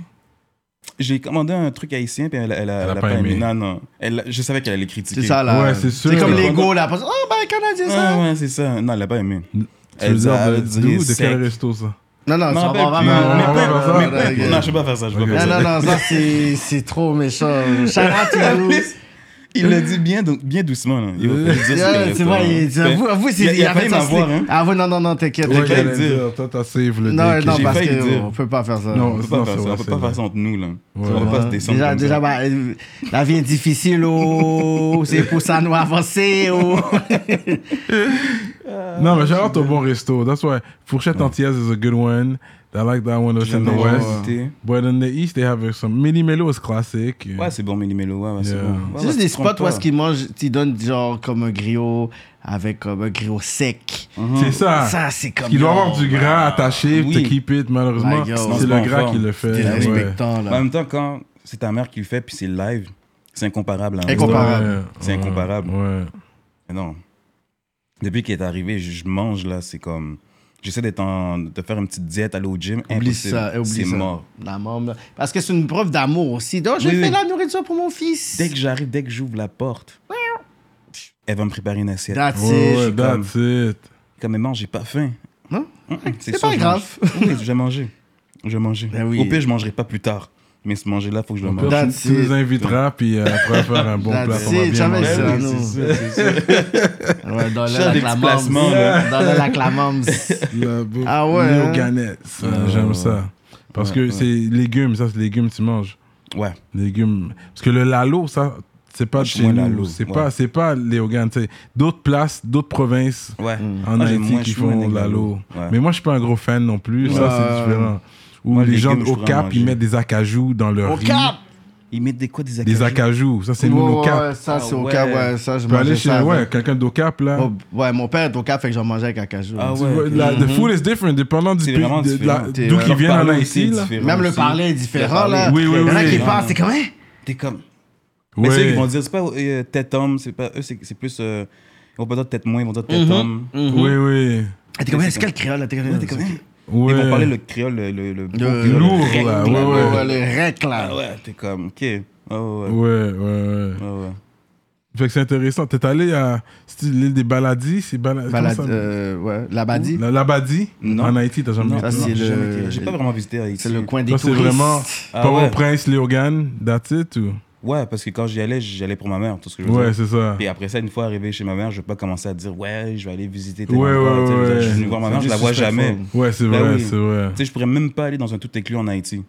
[SPEAKER 5] J'ai commandé un truc haïtien, puis elle, elle, a-
[SPEAKER 3] Elle a
[SPEAKER 5] elle a
[SPEAKER 3] pas
[SPEAKER 5] pas aimé.
[SPEAKER 3] aimé.
[SPEAKER 5] Non, non. Elle, je savais qu'elle allait critiquer.
[SPEAKER 4] C'est ça, là.
[SPEAKER 3] Ouais, c'est sûr.
[SPEAKER 4] C'est comme les
[SPEAKER 5] Ouais.
[SPEAKER 4] gars, là. parce que, Oh, ben, Canadien, ça.
[SPEAKER 5] Ouais, ouais, c'est ça. Non, elle l'a pas aimé.
[SPEAKER 3] Tu veux
[SPEAKER 5] dit,
[SPEAKER 3] dire
[SPEAKER 5] ah,
[SPEAKER 3] de,
[SPEAKER 5] elle dit,
[SPEAKER 3] d'où? De
[SPEAKER 5] sec.
[SPEAKER 3] quel resto, ça?
[SPEAKER 4] Non, non,
[SPEAKER 5] Je m'en
[SPEAKER 4] ça, on
[SPEAKER 5] rappelle
[SPEAKER 4] va
[SPEAKER 5] plus.
[SPEAKER 3] vraiment-
[SPEAKER 5] Mais
[SPEAKER 3] on va
[SPEAKER 5] peu-
[SPEAKER 3] faire ça.
[SPEAKER 5] mais peu-
[SPEAKER 3] Ouais.
[SPEAKER 5] Non, je vais pas faire ça. Je vais pas
[SPEAKER 4] Non,
[SPEAKER 5] faire
[SPEAKER 4] non,
[SPEAKER 5] ça.
[SPEAKER 4] non, ça, c'est c'est trop méchant. Shout out to
[SPEAKER 5] En
[SPEAKER 4] you.
[SPEAKER 5] plus, Il l'a dit bien, donc, bien doucement. Là. Il va falloir dire ce qu'elle
[SPEAKER 4] Yeah,
[SPEAKER 5] reste,
[SPEAKER 4] Ah, C'est vrai,
[SPEAKER 5] hein.
[SPEAKER 4] il- c'est-
[SPEAKER 5] Mais
[SPEAKER 4] avoue, avoue, c'est-
[SPEAKER 5] il a- il a
[SPEAKER 4] fait
[SPEAKER 5] failli
[SPEAKER 4] ça
[SPEAKER 5] m'avoir,
[SPEAKER 4] slick.
[SPEAKER 5] hein.
[SPEAKER 4] Ah, ouais, non, non, non, t'inquiète.
[SPEAKER 5] Ouais,
[SPEAKER 4] t'inquiète.
[SPEAKER 5] qu'elle
[SPEAKER 3] j'allais
[SPEAKER 5] dit. bah,
[SPEAKER 3] dire, Toi, t'as save le
[SPEAKER 4] Non,
[SPEAKER 3] dick.
[SPEAKER 4] non,
[SPEAKER 5] j'ai
[SPEAKER 4] parce
[SPEAKER 5] failli
[SPEAKER 4] que
[SPEAKER 5] dire.
[SPEAKER 4] on peut pas faire ça.
[SPEAKER 3] Non,
[SPEAKER 5] On peut pas
[SPEAKER 3] c'est
[SPEAKER 5] faire ça.
[SPEAKER 3] vrai,
[SPEAKER 5] On peut
[SPEAKER 3] c'est
[SPEAKER 5] pas
[SPEAKER 3] vrai.
[SPEAKER 5] faire ça entre nous. Là.
[SPEAKER 3] Ouais.
[SPEAKER 5] On va pas se descendre.
[SPEAKER 4] déjà,
[SPEAKER 5] comme ça.
[SPEAKER 4] déjà bah, euh, la vie est difficile, oh, c'est pour ça nous avancer, oh.
[SPEAKER 3] Non, mais j'ai hâte au bon resto. That's why Fourchette Antillaise is a good one. I like that one that's in the
[SPEAKER 5] J'ai déjà
[SPEAKER 3] west.
[SPEAKER 5] visité.
[SPEAKER 3] But in the east, they have some... Mini Melo is classic.
[SPEAKER 5] Ouais, c'est bon, Mini Melo. Ouais, ouais, c'est
[SPEAKER 3] Yeah.
[SPEAKER 5] bon.
[SPEAKER 4] C'est juste des spots où est-ce qu'ils mangent, ils donnent genre comme un griot avec comme un griot sec.
[SPEAKER 3] C'est ça.
[SPEAKER 4] Ça, c'est comme.
[SPEAKER 3] Ah. Il doit
[SPEAKER 4] yo,
[SPEAKER 3] avoir du
[SPEAKER 4] man.
[SPEAKER 3] gras attaché
[SPEAKER 5] bah, Oui.
[SPEAKER 3] to keep it, malheureusement.
[SPEAKER 4] Like, yo,
[SPEAKER 3] c'est
[SPEAKER 5] c'est
[SPEAKER 3] le
[SPEAKER 5] pas en
[SPEAKER 3] gras
[SPEAKER 5] forme.
[SPEAKER 3] qui le fait.
[SPEAKER 4] T'es
[SPEAKER 3] ouais.
[SPEAKER 4] respectant,
[SPEAKER 5] En
[SPEAKER 4] là.
[SPEAKER 5] même temps, quand c'est ta mère qui le fait, puis c'est live, c'est incomparable. hein.
[SPEAKER 4] Incomparable.
[SPEAKER 5] C'est
[SPEAKER 3] ouais,
[SPEAKER 5] incomparable.
[SPEAKER 3] Ouais.
[SPEAKER 5] Mais Non. Depuis qu'il est arrivé, je, je mange là, c'est comme. J'essaie d'être en- de faire une petite diète, aller au gym.
[SPEAKER 4] Oublie
[SPEAKER 5] impossible.
[SPEAKER 4] ça, oublie
[SPEAKER 5] C'est
[SPEAKER 4] ça.
[SPEAKER 5] mort.
[SPEAKER 4] La môme, là. Parce que c'est une preuve d'amour aussi. Donc, j'ai
[SPEAKER 5] Oui,
[SPEAKER 4] fait
[SPEAKER 5] oui.
[SPEAKER 4] de la nourriture pour mon fils.
[SPEAKER 5] Dès que j'arrive, dès que j'ouvre la porte, elle va me préparer une assiette.
[SPEAKER 4] That's
[SPEAKER 3] Ouais,
[SPEAKER 4] it. Hein?
[SPEAKER 3] ouais,
[SPEAKER 5] suis
[SPEAKER 3] that's it.
[SPEAKER 5] Comme maman, j'ai pas faim.
[SPEAKER 4] Non?
[SPEAKER 5] Mm-mm,
[SPEAKER 4] C'est
[SPEAKER 5] sûr,
[SPEAKER 4] pas
[SPEAKER 5] je
[SPEAKER 4] grave.
[SPEAKER 5] mange. Oui, je vais manger. Je vais manger.
[SPEAKER 4] Ben oui.
[SPEAKER 5] Au pire, je mangerai pas plus tard. Mais ce manger-là, faut que je le mange.
[SPEAKER 4] That's
[SPEAKER 3] Personne tu nous
[SPEAKER 4] it.
[SPEAKER 3] inviteras, puis euh, après faire un bon
[SPEAKER 4] That's
[SPEAKER 3] plat.
[SPEAKER 4] it,
[SPEAKER 3] On va bien
[SPEAKER 4] jamais
[SPEAKER 3] manger.
[SPEAKER 4] ça.
[SPEAKER 5] Ben oui,
[SPEAKER 4] non.
[SPEAKER 5] c'est sûr, c'est sûr.
[SPEAKER 4] Ouais, dans
[SPEAKER 5] Cher des
[SPEAKER 4] le
[SPEAKER 5] petits placements, là.
[SPEAKER 4] Dans le lac la môme.
[SPEAKER 3] La bouffe
[SPEAKER 4] Ah ouais, hein?
[SPEAKER 3] néo-ghanais. Ça, Euh, J'aime ça. Parce que c'est légumes, ça, c'est légumes que tu manges.
[SPEAKER 5] Ouais.
[SPEAKER 3] Légumes. Parce que le lalo, ça, c'est pas de
[SPEAKER 5] Ah, Chez
[SPEAKER 3] chez
[SPEAKER 5] moi,
[SPEAKER 3] nous.
[SPEAKER 5] lalo,
[SPEAKER 3] C'est
[SPEAKER 5] ouais.
[SPEAKER 3] pas, c'est pas léogan. D'autres places, d'autres provinces
[SPEAKER 5] Ouais.
[SPEAKER 3] Mm. en
[SPEAKER 5] Moi, j'aime
[SPEAKER 3] Haïti
[SPEAKER 5] moins-
[SPEAKER 3] qui
[SPEAKER 5] je suis moins
[SPEAKER 3] font de
[SPEAKER 5] des
[SPEAKER 3] l'alo.
[SPEAKER 5] galops. Ouais.
[SPEAKER 3] Mais moi, je suis pas un gros fan non plus.
[SPEAKER 4] Ouais.
[SPEAKER 3] Ça, c'est différent. Où
[SPEAKER 5] Moi,
[SPEAKER 3] les
[SPEAKER 5] les
[SPEAKER 3] gens
[SPEAKER 5] légumes, je
[SPEAKER 3] au
[SPEAKER 5] pourrais en
[SPEAKER 3] Cap, ils
[SPEAKER 5] manger.
[SPEAKER 3] mettent des acajou dans leur
[SPEAKER 4] Au
[SPEAKER 3] riz.
[SPEAKER 4] cap!
[SPEAKER 5] Ils mettent des quoi des acajou?
[SPEAKER 3] Des acajou. Ça, c'est
[SPEAKER 4] Ouais,
[SPEAKER 3] nous, au
[SPEAKER 4] ouais,
[SPEAKER 3] Cap.
[SPEAKER 4] ouais, ça, c'est
[SPEAKER 5] Ah
[SPEAKER 4] au cap,
[SPEAKER 5] ouais.
[SPEAKER 4] ouais. Ça, je
[SPEAKER 3] Tu peux aller
[SPEAKER 4] mangeais
[SPEAKER 3] chez
[SPEAKER 4] ça.
[SPEAKER 3] ouais,
[SPEAKER 4] avec-
[SPEAKER 3] quelqu'un d'au Cap, là.
[SPEAKER 4] Mon- Ouais, mon père est au cap, fait que j'en mangeais avec acajou.
[SPEAKER 5] Ah
[SPEAKER 3] Tu
[SPEAKER 5] ouais,
[SPEAKER 3] vois,
[SPEAKER 5] ok.
[SPEAKER 3] la- the food is different, dépendant du
[SPEAKER 5] C'est
[SPEAKER 3] pays,
[SPEAKER 5] vraiment
[SPEAKER 3] de- de la-
[SPEAKER 5] différent.
[SPEAKER 4] T'es-
[SPEAKER 3] d'où
[SPEAKER 4] ouais.
[SPEAKER 3] qu'ils
[SPEAKER 5] Leur
[SPEAKER 3] viennent en
[SPEAKER 5] parler
[SPEAKER 3] Haïti,
[SPEAKER 5] aussi est
[SPEAKER 3] là.
[SPEAKER 5] différent
[SPEAKER 4] Même le
[SPEAKER 5] aussi.
[SPEAKER 4] parler est différent,
[SPEAKER 5] Le
[SPEAKER 4] là.
[SPEAKER 5] parler.
[SPEAKER 3] Oui, oui,
[SPEAKER 4] Il y en a
[SPEAKER 3] oui.
[SPEAKER 4] qui
[SPEAKER 5] Non,
[SPEAKER 4] parlent,
[SPEAKER 5] non.
[SPEAKER 4] c'est comment?
[SPEAKER 5] T'es comme. Mais ceux qui
[SPEAKER 3] Ouais.
[SPEAKER 5] vont dire, c'est pas euh,
[SPEAKER 3] Mhm.
[SPEAKER 5] tête homme, c'est pas eux, c'est c'est plus. euh, ils vont pas dire tête moins, ils vont dire tête homme.
[SPEAKER 3] Oui, oui.
[SPEAKER 4] T'es comme,
[SPEAKER 5] c'est
[SPEAKER 4] hey, c'est quel créole là? T'es comme, t'es comme,
[SPEAKER 3] Ouais.
[SPEAKER 5] Ils vont parler le créole, le, le, le,
[SPEAKER 4] Le-
[SPEAKER 5] le
[SPEAKER 3] lourd,
[SPEAKER 5] règle,
[SPEAKER 3] là,
[SPEAKER 5] là,
[SPEAKER 3] ouais,
[SPEAKER 5] le-
[SPEAKER 3] Euh, ouais.
[SPEAKER 4] le rec
[SPEAKER 5] Ah
[SPEAKER 4] là.
[SPEAKER 5] ouais, t'es comme, ok. Ouais, ouais, ouais.
[SPEAKER 3] Ouais, Ah, ouais, ouais.
[SPEAKER 5] Ouais, ouais.
[SPEAKER 3] Fait que c'est intéressant. T'es allé à c'est-tu l'île des Baladies, c'est Bala- comment
[SPEAKER 4] Balade-
[SPEAKER 3] ça-
[SPEAKER 4] euh, ouais, la Badie.
[SPEAKER 3] La, la Badie
[SPEAKER 5] Non.
[SPEAKER 3] En Haïti, t'as jamais
[SPEAKER 5] Non, Ah,
[SPEAKER 3] été.
[SPEAKER 4] ça, c'est
[SPEAKER 5] non, j'ai
[SPEAKER 4] le-
[SPEAKER 5] jamais été là. J'ai pas vraiment visité Haïti.
[SPEAKER 4] C'est le coin des
[SPEAKER 3] Ça, c'est
[SPEAKER 4] touristes.
[SPEAKER 3] vraiment
[SPEAKER 5] Ah
[SPEAKER 3] Port au
[SPEAKER 5] ouais.
[SPEAKER 3] Prince, Léogan, that's it ou
[SPEAKER 5] Ouais, parce que quand j'y allais, j'y allais pour ma mère, tout ce que je veux
[SPEAKER 3] Ouais,
[SPEAKER 5] dire.
[SPEAKER 3] c'est ça.
[SPEAKER 5] Et après ça, une fois arrivé chez ma mère, je vais pas commencer à dire ouais, je vais aller visiter tel
[SPEAKER 3] Ouais,
[SPEAKER 5] endroit,
[SPEAKER 3] ouais,
[SPEAKER 5] tu sais, je veux dire, Je
[SPEAKER 3] ouais.
[SPEAKER 5] suis venu voir ma
[SPEAKER 4] C'est
[SPEAKER 5] mère, je la vois jamais.
[SPEAKER 4] disrespectful.
[SPEAKER 3] Ouais, c'est
[SPEAKER 5] Ben
[SPEAKER 3] vrai,
[SPEAKER 5] oui.
[SPEAKER 3] c'est vrai.
[SPEAKER 5] Tu sais, je pourrais même pas aller dans un tout inclus en Haïti.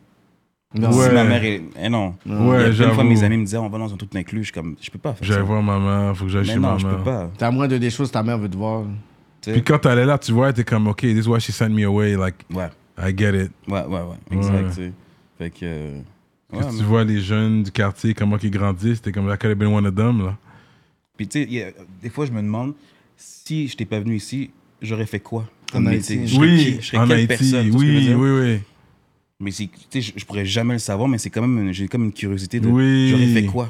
[SPEAKER 4] Non.
[SPEAKER 3] Ouais.
[SPEAKER 5] Si ma mère est. Eh non. Il y a
[SPEAKER 3] Ouais,
[SPEAKER 5] plein de
[SPEAKER 3] j'avoue.
[SPEAKER 5] fois, mes amis me disaient on va dans un tout inclus. Je suis comme, je peux pas faire
[SPEAKER 3] J'allais
[SPEAKER 5] ça.
[SPEAKER 3] voir maman, faut que j'aille
[SPEAKER 5] Mais
[SPEAKER 3] chez
[SPEAKER 5] non,
[SPEAKER 3] maman.
[SPEAKER 5] je peux pas.
[SPEAKER 4] T'as moins de des choses ta mère veut te voir.
[SPEAKER 5] tu sais.
[SPEAKER 3] Puis quand t'allais là, tu vois, t'es comme, OK, this is why she sent me away, like,
[SPEAKER 5] Ouais,
[SPEAKER 3] I get it.
[SPEAKER 5] ouais, ouais, ouais.
[SPEAKER 3] Ouais.
[SPEAKER 5] Exact, tu sais. Fait que. euh, ouais,
[SPEAKER 3] Quand
[SPEAKER 5] mais-
[SPEAKER 3] tu vois les jeunes du quartier, comment ils grandissent, t'es comme, I could have been one of them, là.
[SPEAKER 5] Puis tu sais, il y a- des fois, je me demande si je t'ai pas venu ici, j'aurais fait quoi comme
[SPEAKER 4] En
[SPEAKER 5] métier
[SPEAKER 4] Haïti.
[SPEAKER 5] Je serais qui? Je serais
[SPEAKER 3] en
[SPEAKER 5] quelle
[SPEAKER 3] Haïti,
[SPEAKER 5] personne, tu sais ce que je veux
[SPEAKER 3] oui, oui,
[SPEAKER 5] dire?
[SPEAKER 3] oui.
[SPEAKER 5] Mais c'est- tu sais, je, je pourrais jamais le savoir, mais c'est quand même, une- j'ai comme une curiosité de.
[SPEAKER 3] Oui.
[SPEAKER 5] J'aurais fait quoi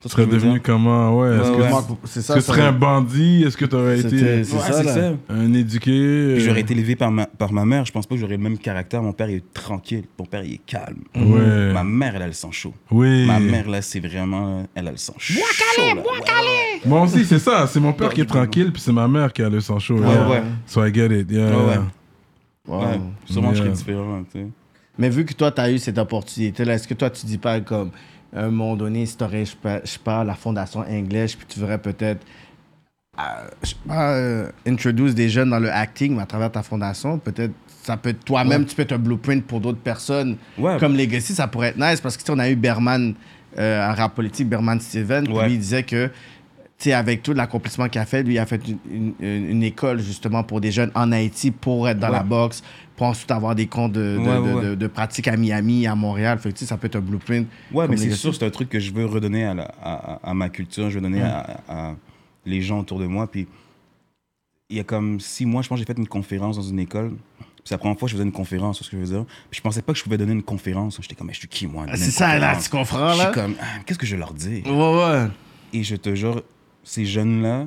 [SPEAKER 5] Tu
[SPEAKER 3] Tu serais devenu comment, Ah ouais. Est-ce
[SPEAKER 5] Ouais,
[SPEAKER 3] que,
[SPEAKER 5] ouais.
[SPEAKER 3] est-ce
[SPEAKER 4] Moi, C'est
[SPEAKER 3] que
[SPEAKER 4] ça.
[SPEAKER 3] tu serais un bandit? Est-ce que t'aurais été
[SPEAKER 4] C'était-
[SPEAKER 5] C'est ça,
[SPEAKER 4] là.
[SPEAKER 5] ça.
[SPEAKER 3] un éduqué?
[SPEAKER 5] Puis
[SPEAKER 3] euh,
[SPEAKER 5] j'aurais été élevé par ma, par ma mère, je pense pas que j'aurais le même caractère. Mon père, il est tranquille. Mon père, il est calme.
[SPEAKER 3] Ouais.
[SPEAKER 5] Ma mère, elle a le sang chaud.
[SPEAKER 3] Oui.
[SPEAKER 5] Ma mère, là, c'est vraiment. Elle a le sang chaud. là. Ouais, ouais.
[SPEAKER 3] Moi aussi, c'est ça. C'est mon père qui est
[SPEAKER 5] Ouais, ouais.
[SPEAKER 3] tranquille, puis c'est ma mère qui a le sang chaud.
[SPEAKER 5] Ouais,
[SPEAKER 3] yeah.
[SPEAKER 5] Ah ouais. Ah
[SPEAKER 3] So I get it. Yeah.
[SPEAKER 5] Ouais, ouais.
[SPEAKER 4] Wow.
[SPEAKER 5] Ouais. Sûrement, je serais
[SPEAKER 3] Yeah.
[SPEAKER 5] différent, tu sais.
[SPEAKER 4] Mais vu que toi, tu as eu cette opportunité-là, est-ce que toi, tu dis pas comme, à un moment donné, si tu aurais, je sais pas- je sais pas, la fondation anglaise, puis tu voudrais peut-être, euh, je sais pas, euh, introduce des jeunes dans le acting, mais à travers ta fondation, peut-être, ça peut être toi-même, tu peux être un blueprint pour d'autres personnes.
[SPEAKER 5] Ouais.
[SPEAKER 4] Comme Legacy, ça pourrait être nice, parce que tu sais, on a eu Berman, euh, un rap politique, Berman Steven, puis
[SPEAKER 5] Ouais.
[SPEAKER 4] lui, il disait que. tu sais, avec tout l'accomplissement qu'il a fait, lui, il a fait une, une- une- une école justement pour des jeunes en Haïti pour être dans
[SPEAKER 5] Ouais.
[SPEAKER 4] la boxe, pour ensuite avoir des comptes de, de,
[SPEAKER 5] Ouais,
[SPEAKER 4] de-
[SPEAKER 5] ouais.
[SPEAKER 4] de- de pratique à Miami, à Montréal. Fait que, tu sais, ça peut être un blueprint.
[SPEAKER 5] Ouais,
[SPEAKER 4] comme
[SPEAKER 5] mais c'est
[SPEAKER 4] legacy.
[SPEAKER 5] sûr, c'est un truc que je veux redonner à, la- à, à- à ma culture, je veux donner à, à- à les gens autour de moi. Puis il y a comme six mois, je pense, j'ai fait une conférence dans une école. Puis C'est la première fois que je faisais une conférence, c'est ce que je veux dire. Puis je pensais pas que je pouvais donner une conférence. J'étais comme, mais je suis qui, moi à
[SPEAKER 4] Ah,
[SPEAKER 5] donner
[SPEAKER 4] C'est
[SPEAKER 5] une
[SPEAKER 4] ça, là,
[SPEAKER 5] conférence?
[SPEAKER 4] tu comprends,
[SPEAKER 5] Je suis
[SPEAKER 4] là?
[SPEAKER 5] comme, Ah, qu'est-ce que je vais leur dire
[SPEAKER 4] Ouais, ouais.
[SPEAKER 5] Et je te jure, ces jeunes-là,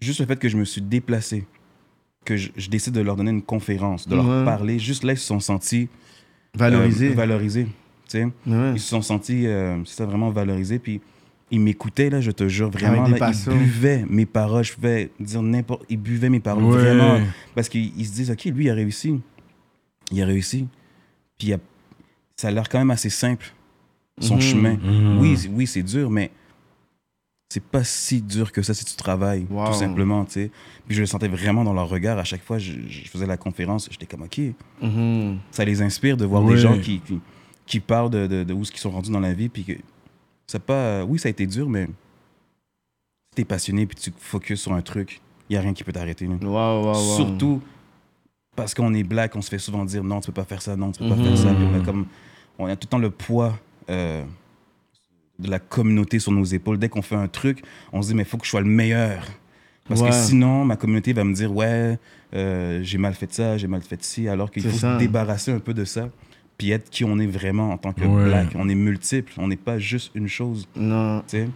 [SPEAKER 5] juste le fait que je me suis déplacé, que je, je décide de leur donner une conférence, de leur
[SPEAKER 4] Ouais.
[SPEAKER 5] parler, juste là, ils se sont sentis euh,
[SPEAKER 4] Valoriser.
[SPEAKER 5] valorisés. Tu sais
[SPEAKER 4] Ouais.
[SPEAKER 5] ils se sont sentis, euh, c'est ça, vraiment valorisés. Puis ils m'écoutaient, là, je te jure, vraiment.
[SPEAKER 4] Avec des
[SPEAKER 5] là, ils
[SPEAKER 4] passions.
[SPEAKER 5] buvaient mes paroles, je pouvais dire n'importe. Ils buvaient mes paroles,
[SPEAKER 3] Ouais.
[SPEAKER 5] vraiment. Parce qu'ils ils se disent, OK, lui, il a réussi. Il a réussi. Puis il a- ça a l'air quand même assez simple, son
[SPEAKER 4] Mhm.
[SPEAKER 5] chemin.
[SPEAKER 3] Mhm.
[SPEAKER 5] Oui, c'est- oui c'est dur, mais c'est pas si dur que ça si tu travailles,
[SPEAKER 4] Wow.
[SPEAKER 5] tout simplement, tu sais. Puis je le sentais vraiment dans leur regard. À chaque fois, je, je faisais la conférence, j'étais comme, OK,
[SPEAKER 4] Mhm.
[SPEAKER 5] ça les inspire de voir
[SPEAKER 3] Oui.
[SPEAKER 5] des gens qui, qui, qui parlent de, de, de où ce qu'ils sont rendus dans la vie. Puis que c'est pas. euh, Oui, ça a été dur, mais si t'es passionné puis tu focuses sur un truc, il y a rien qui peut t'arrêter. là.
[SPEAKER 4] Wow, wow, wow.
[SPEAKER 5] Surtout parce qu'on est black, on se fait souvent dire non, tu peux pas faire ça, non, tu peux pas
[SPEAKER 4] Mhm.
[SPEAKER 5] faire ça. Puis on a comme on a tout le temps le poids. euh, de la communauté sur nos épaules. Dès qu'on fait un truc, on se dit, mais il faut que je sois le meilleur. Parce
[SPEAKER 4] Ouais.
[SPEAKER 5] que sinon, ma communauté va me dire, ouais, euh, j'ai mal fait ça, j'ai mal fait ci, alors qu'il
[SPEAKER 4] C'est
[SPEAKER 5] faut
[SPEAKER 4] ça.
[SPEAKER 5] se débarrasser un peu de ça, puis être qui on est vraiment en tant que
[SPEAKER 3] Ouais.
[SPEAKER 5] black. On est multiple, on n'est pas juste une chose,
[SPEAKER 4] Non.
[SPEAKER 5] tu sais.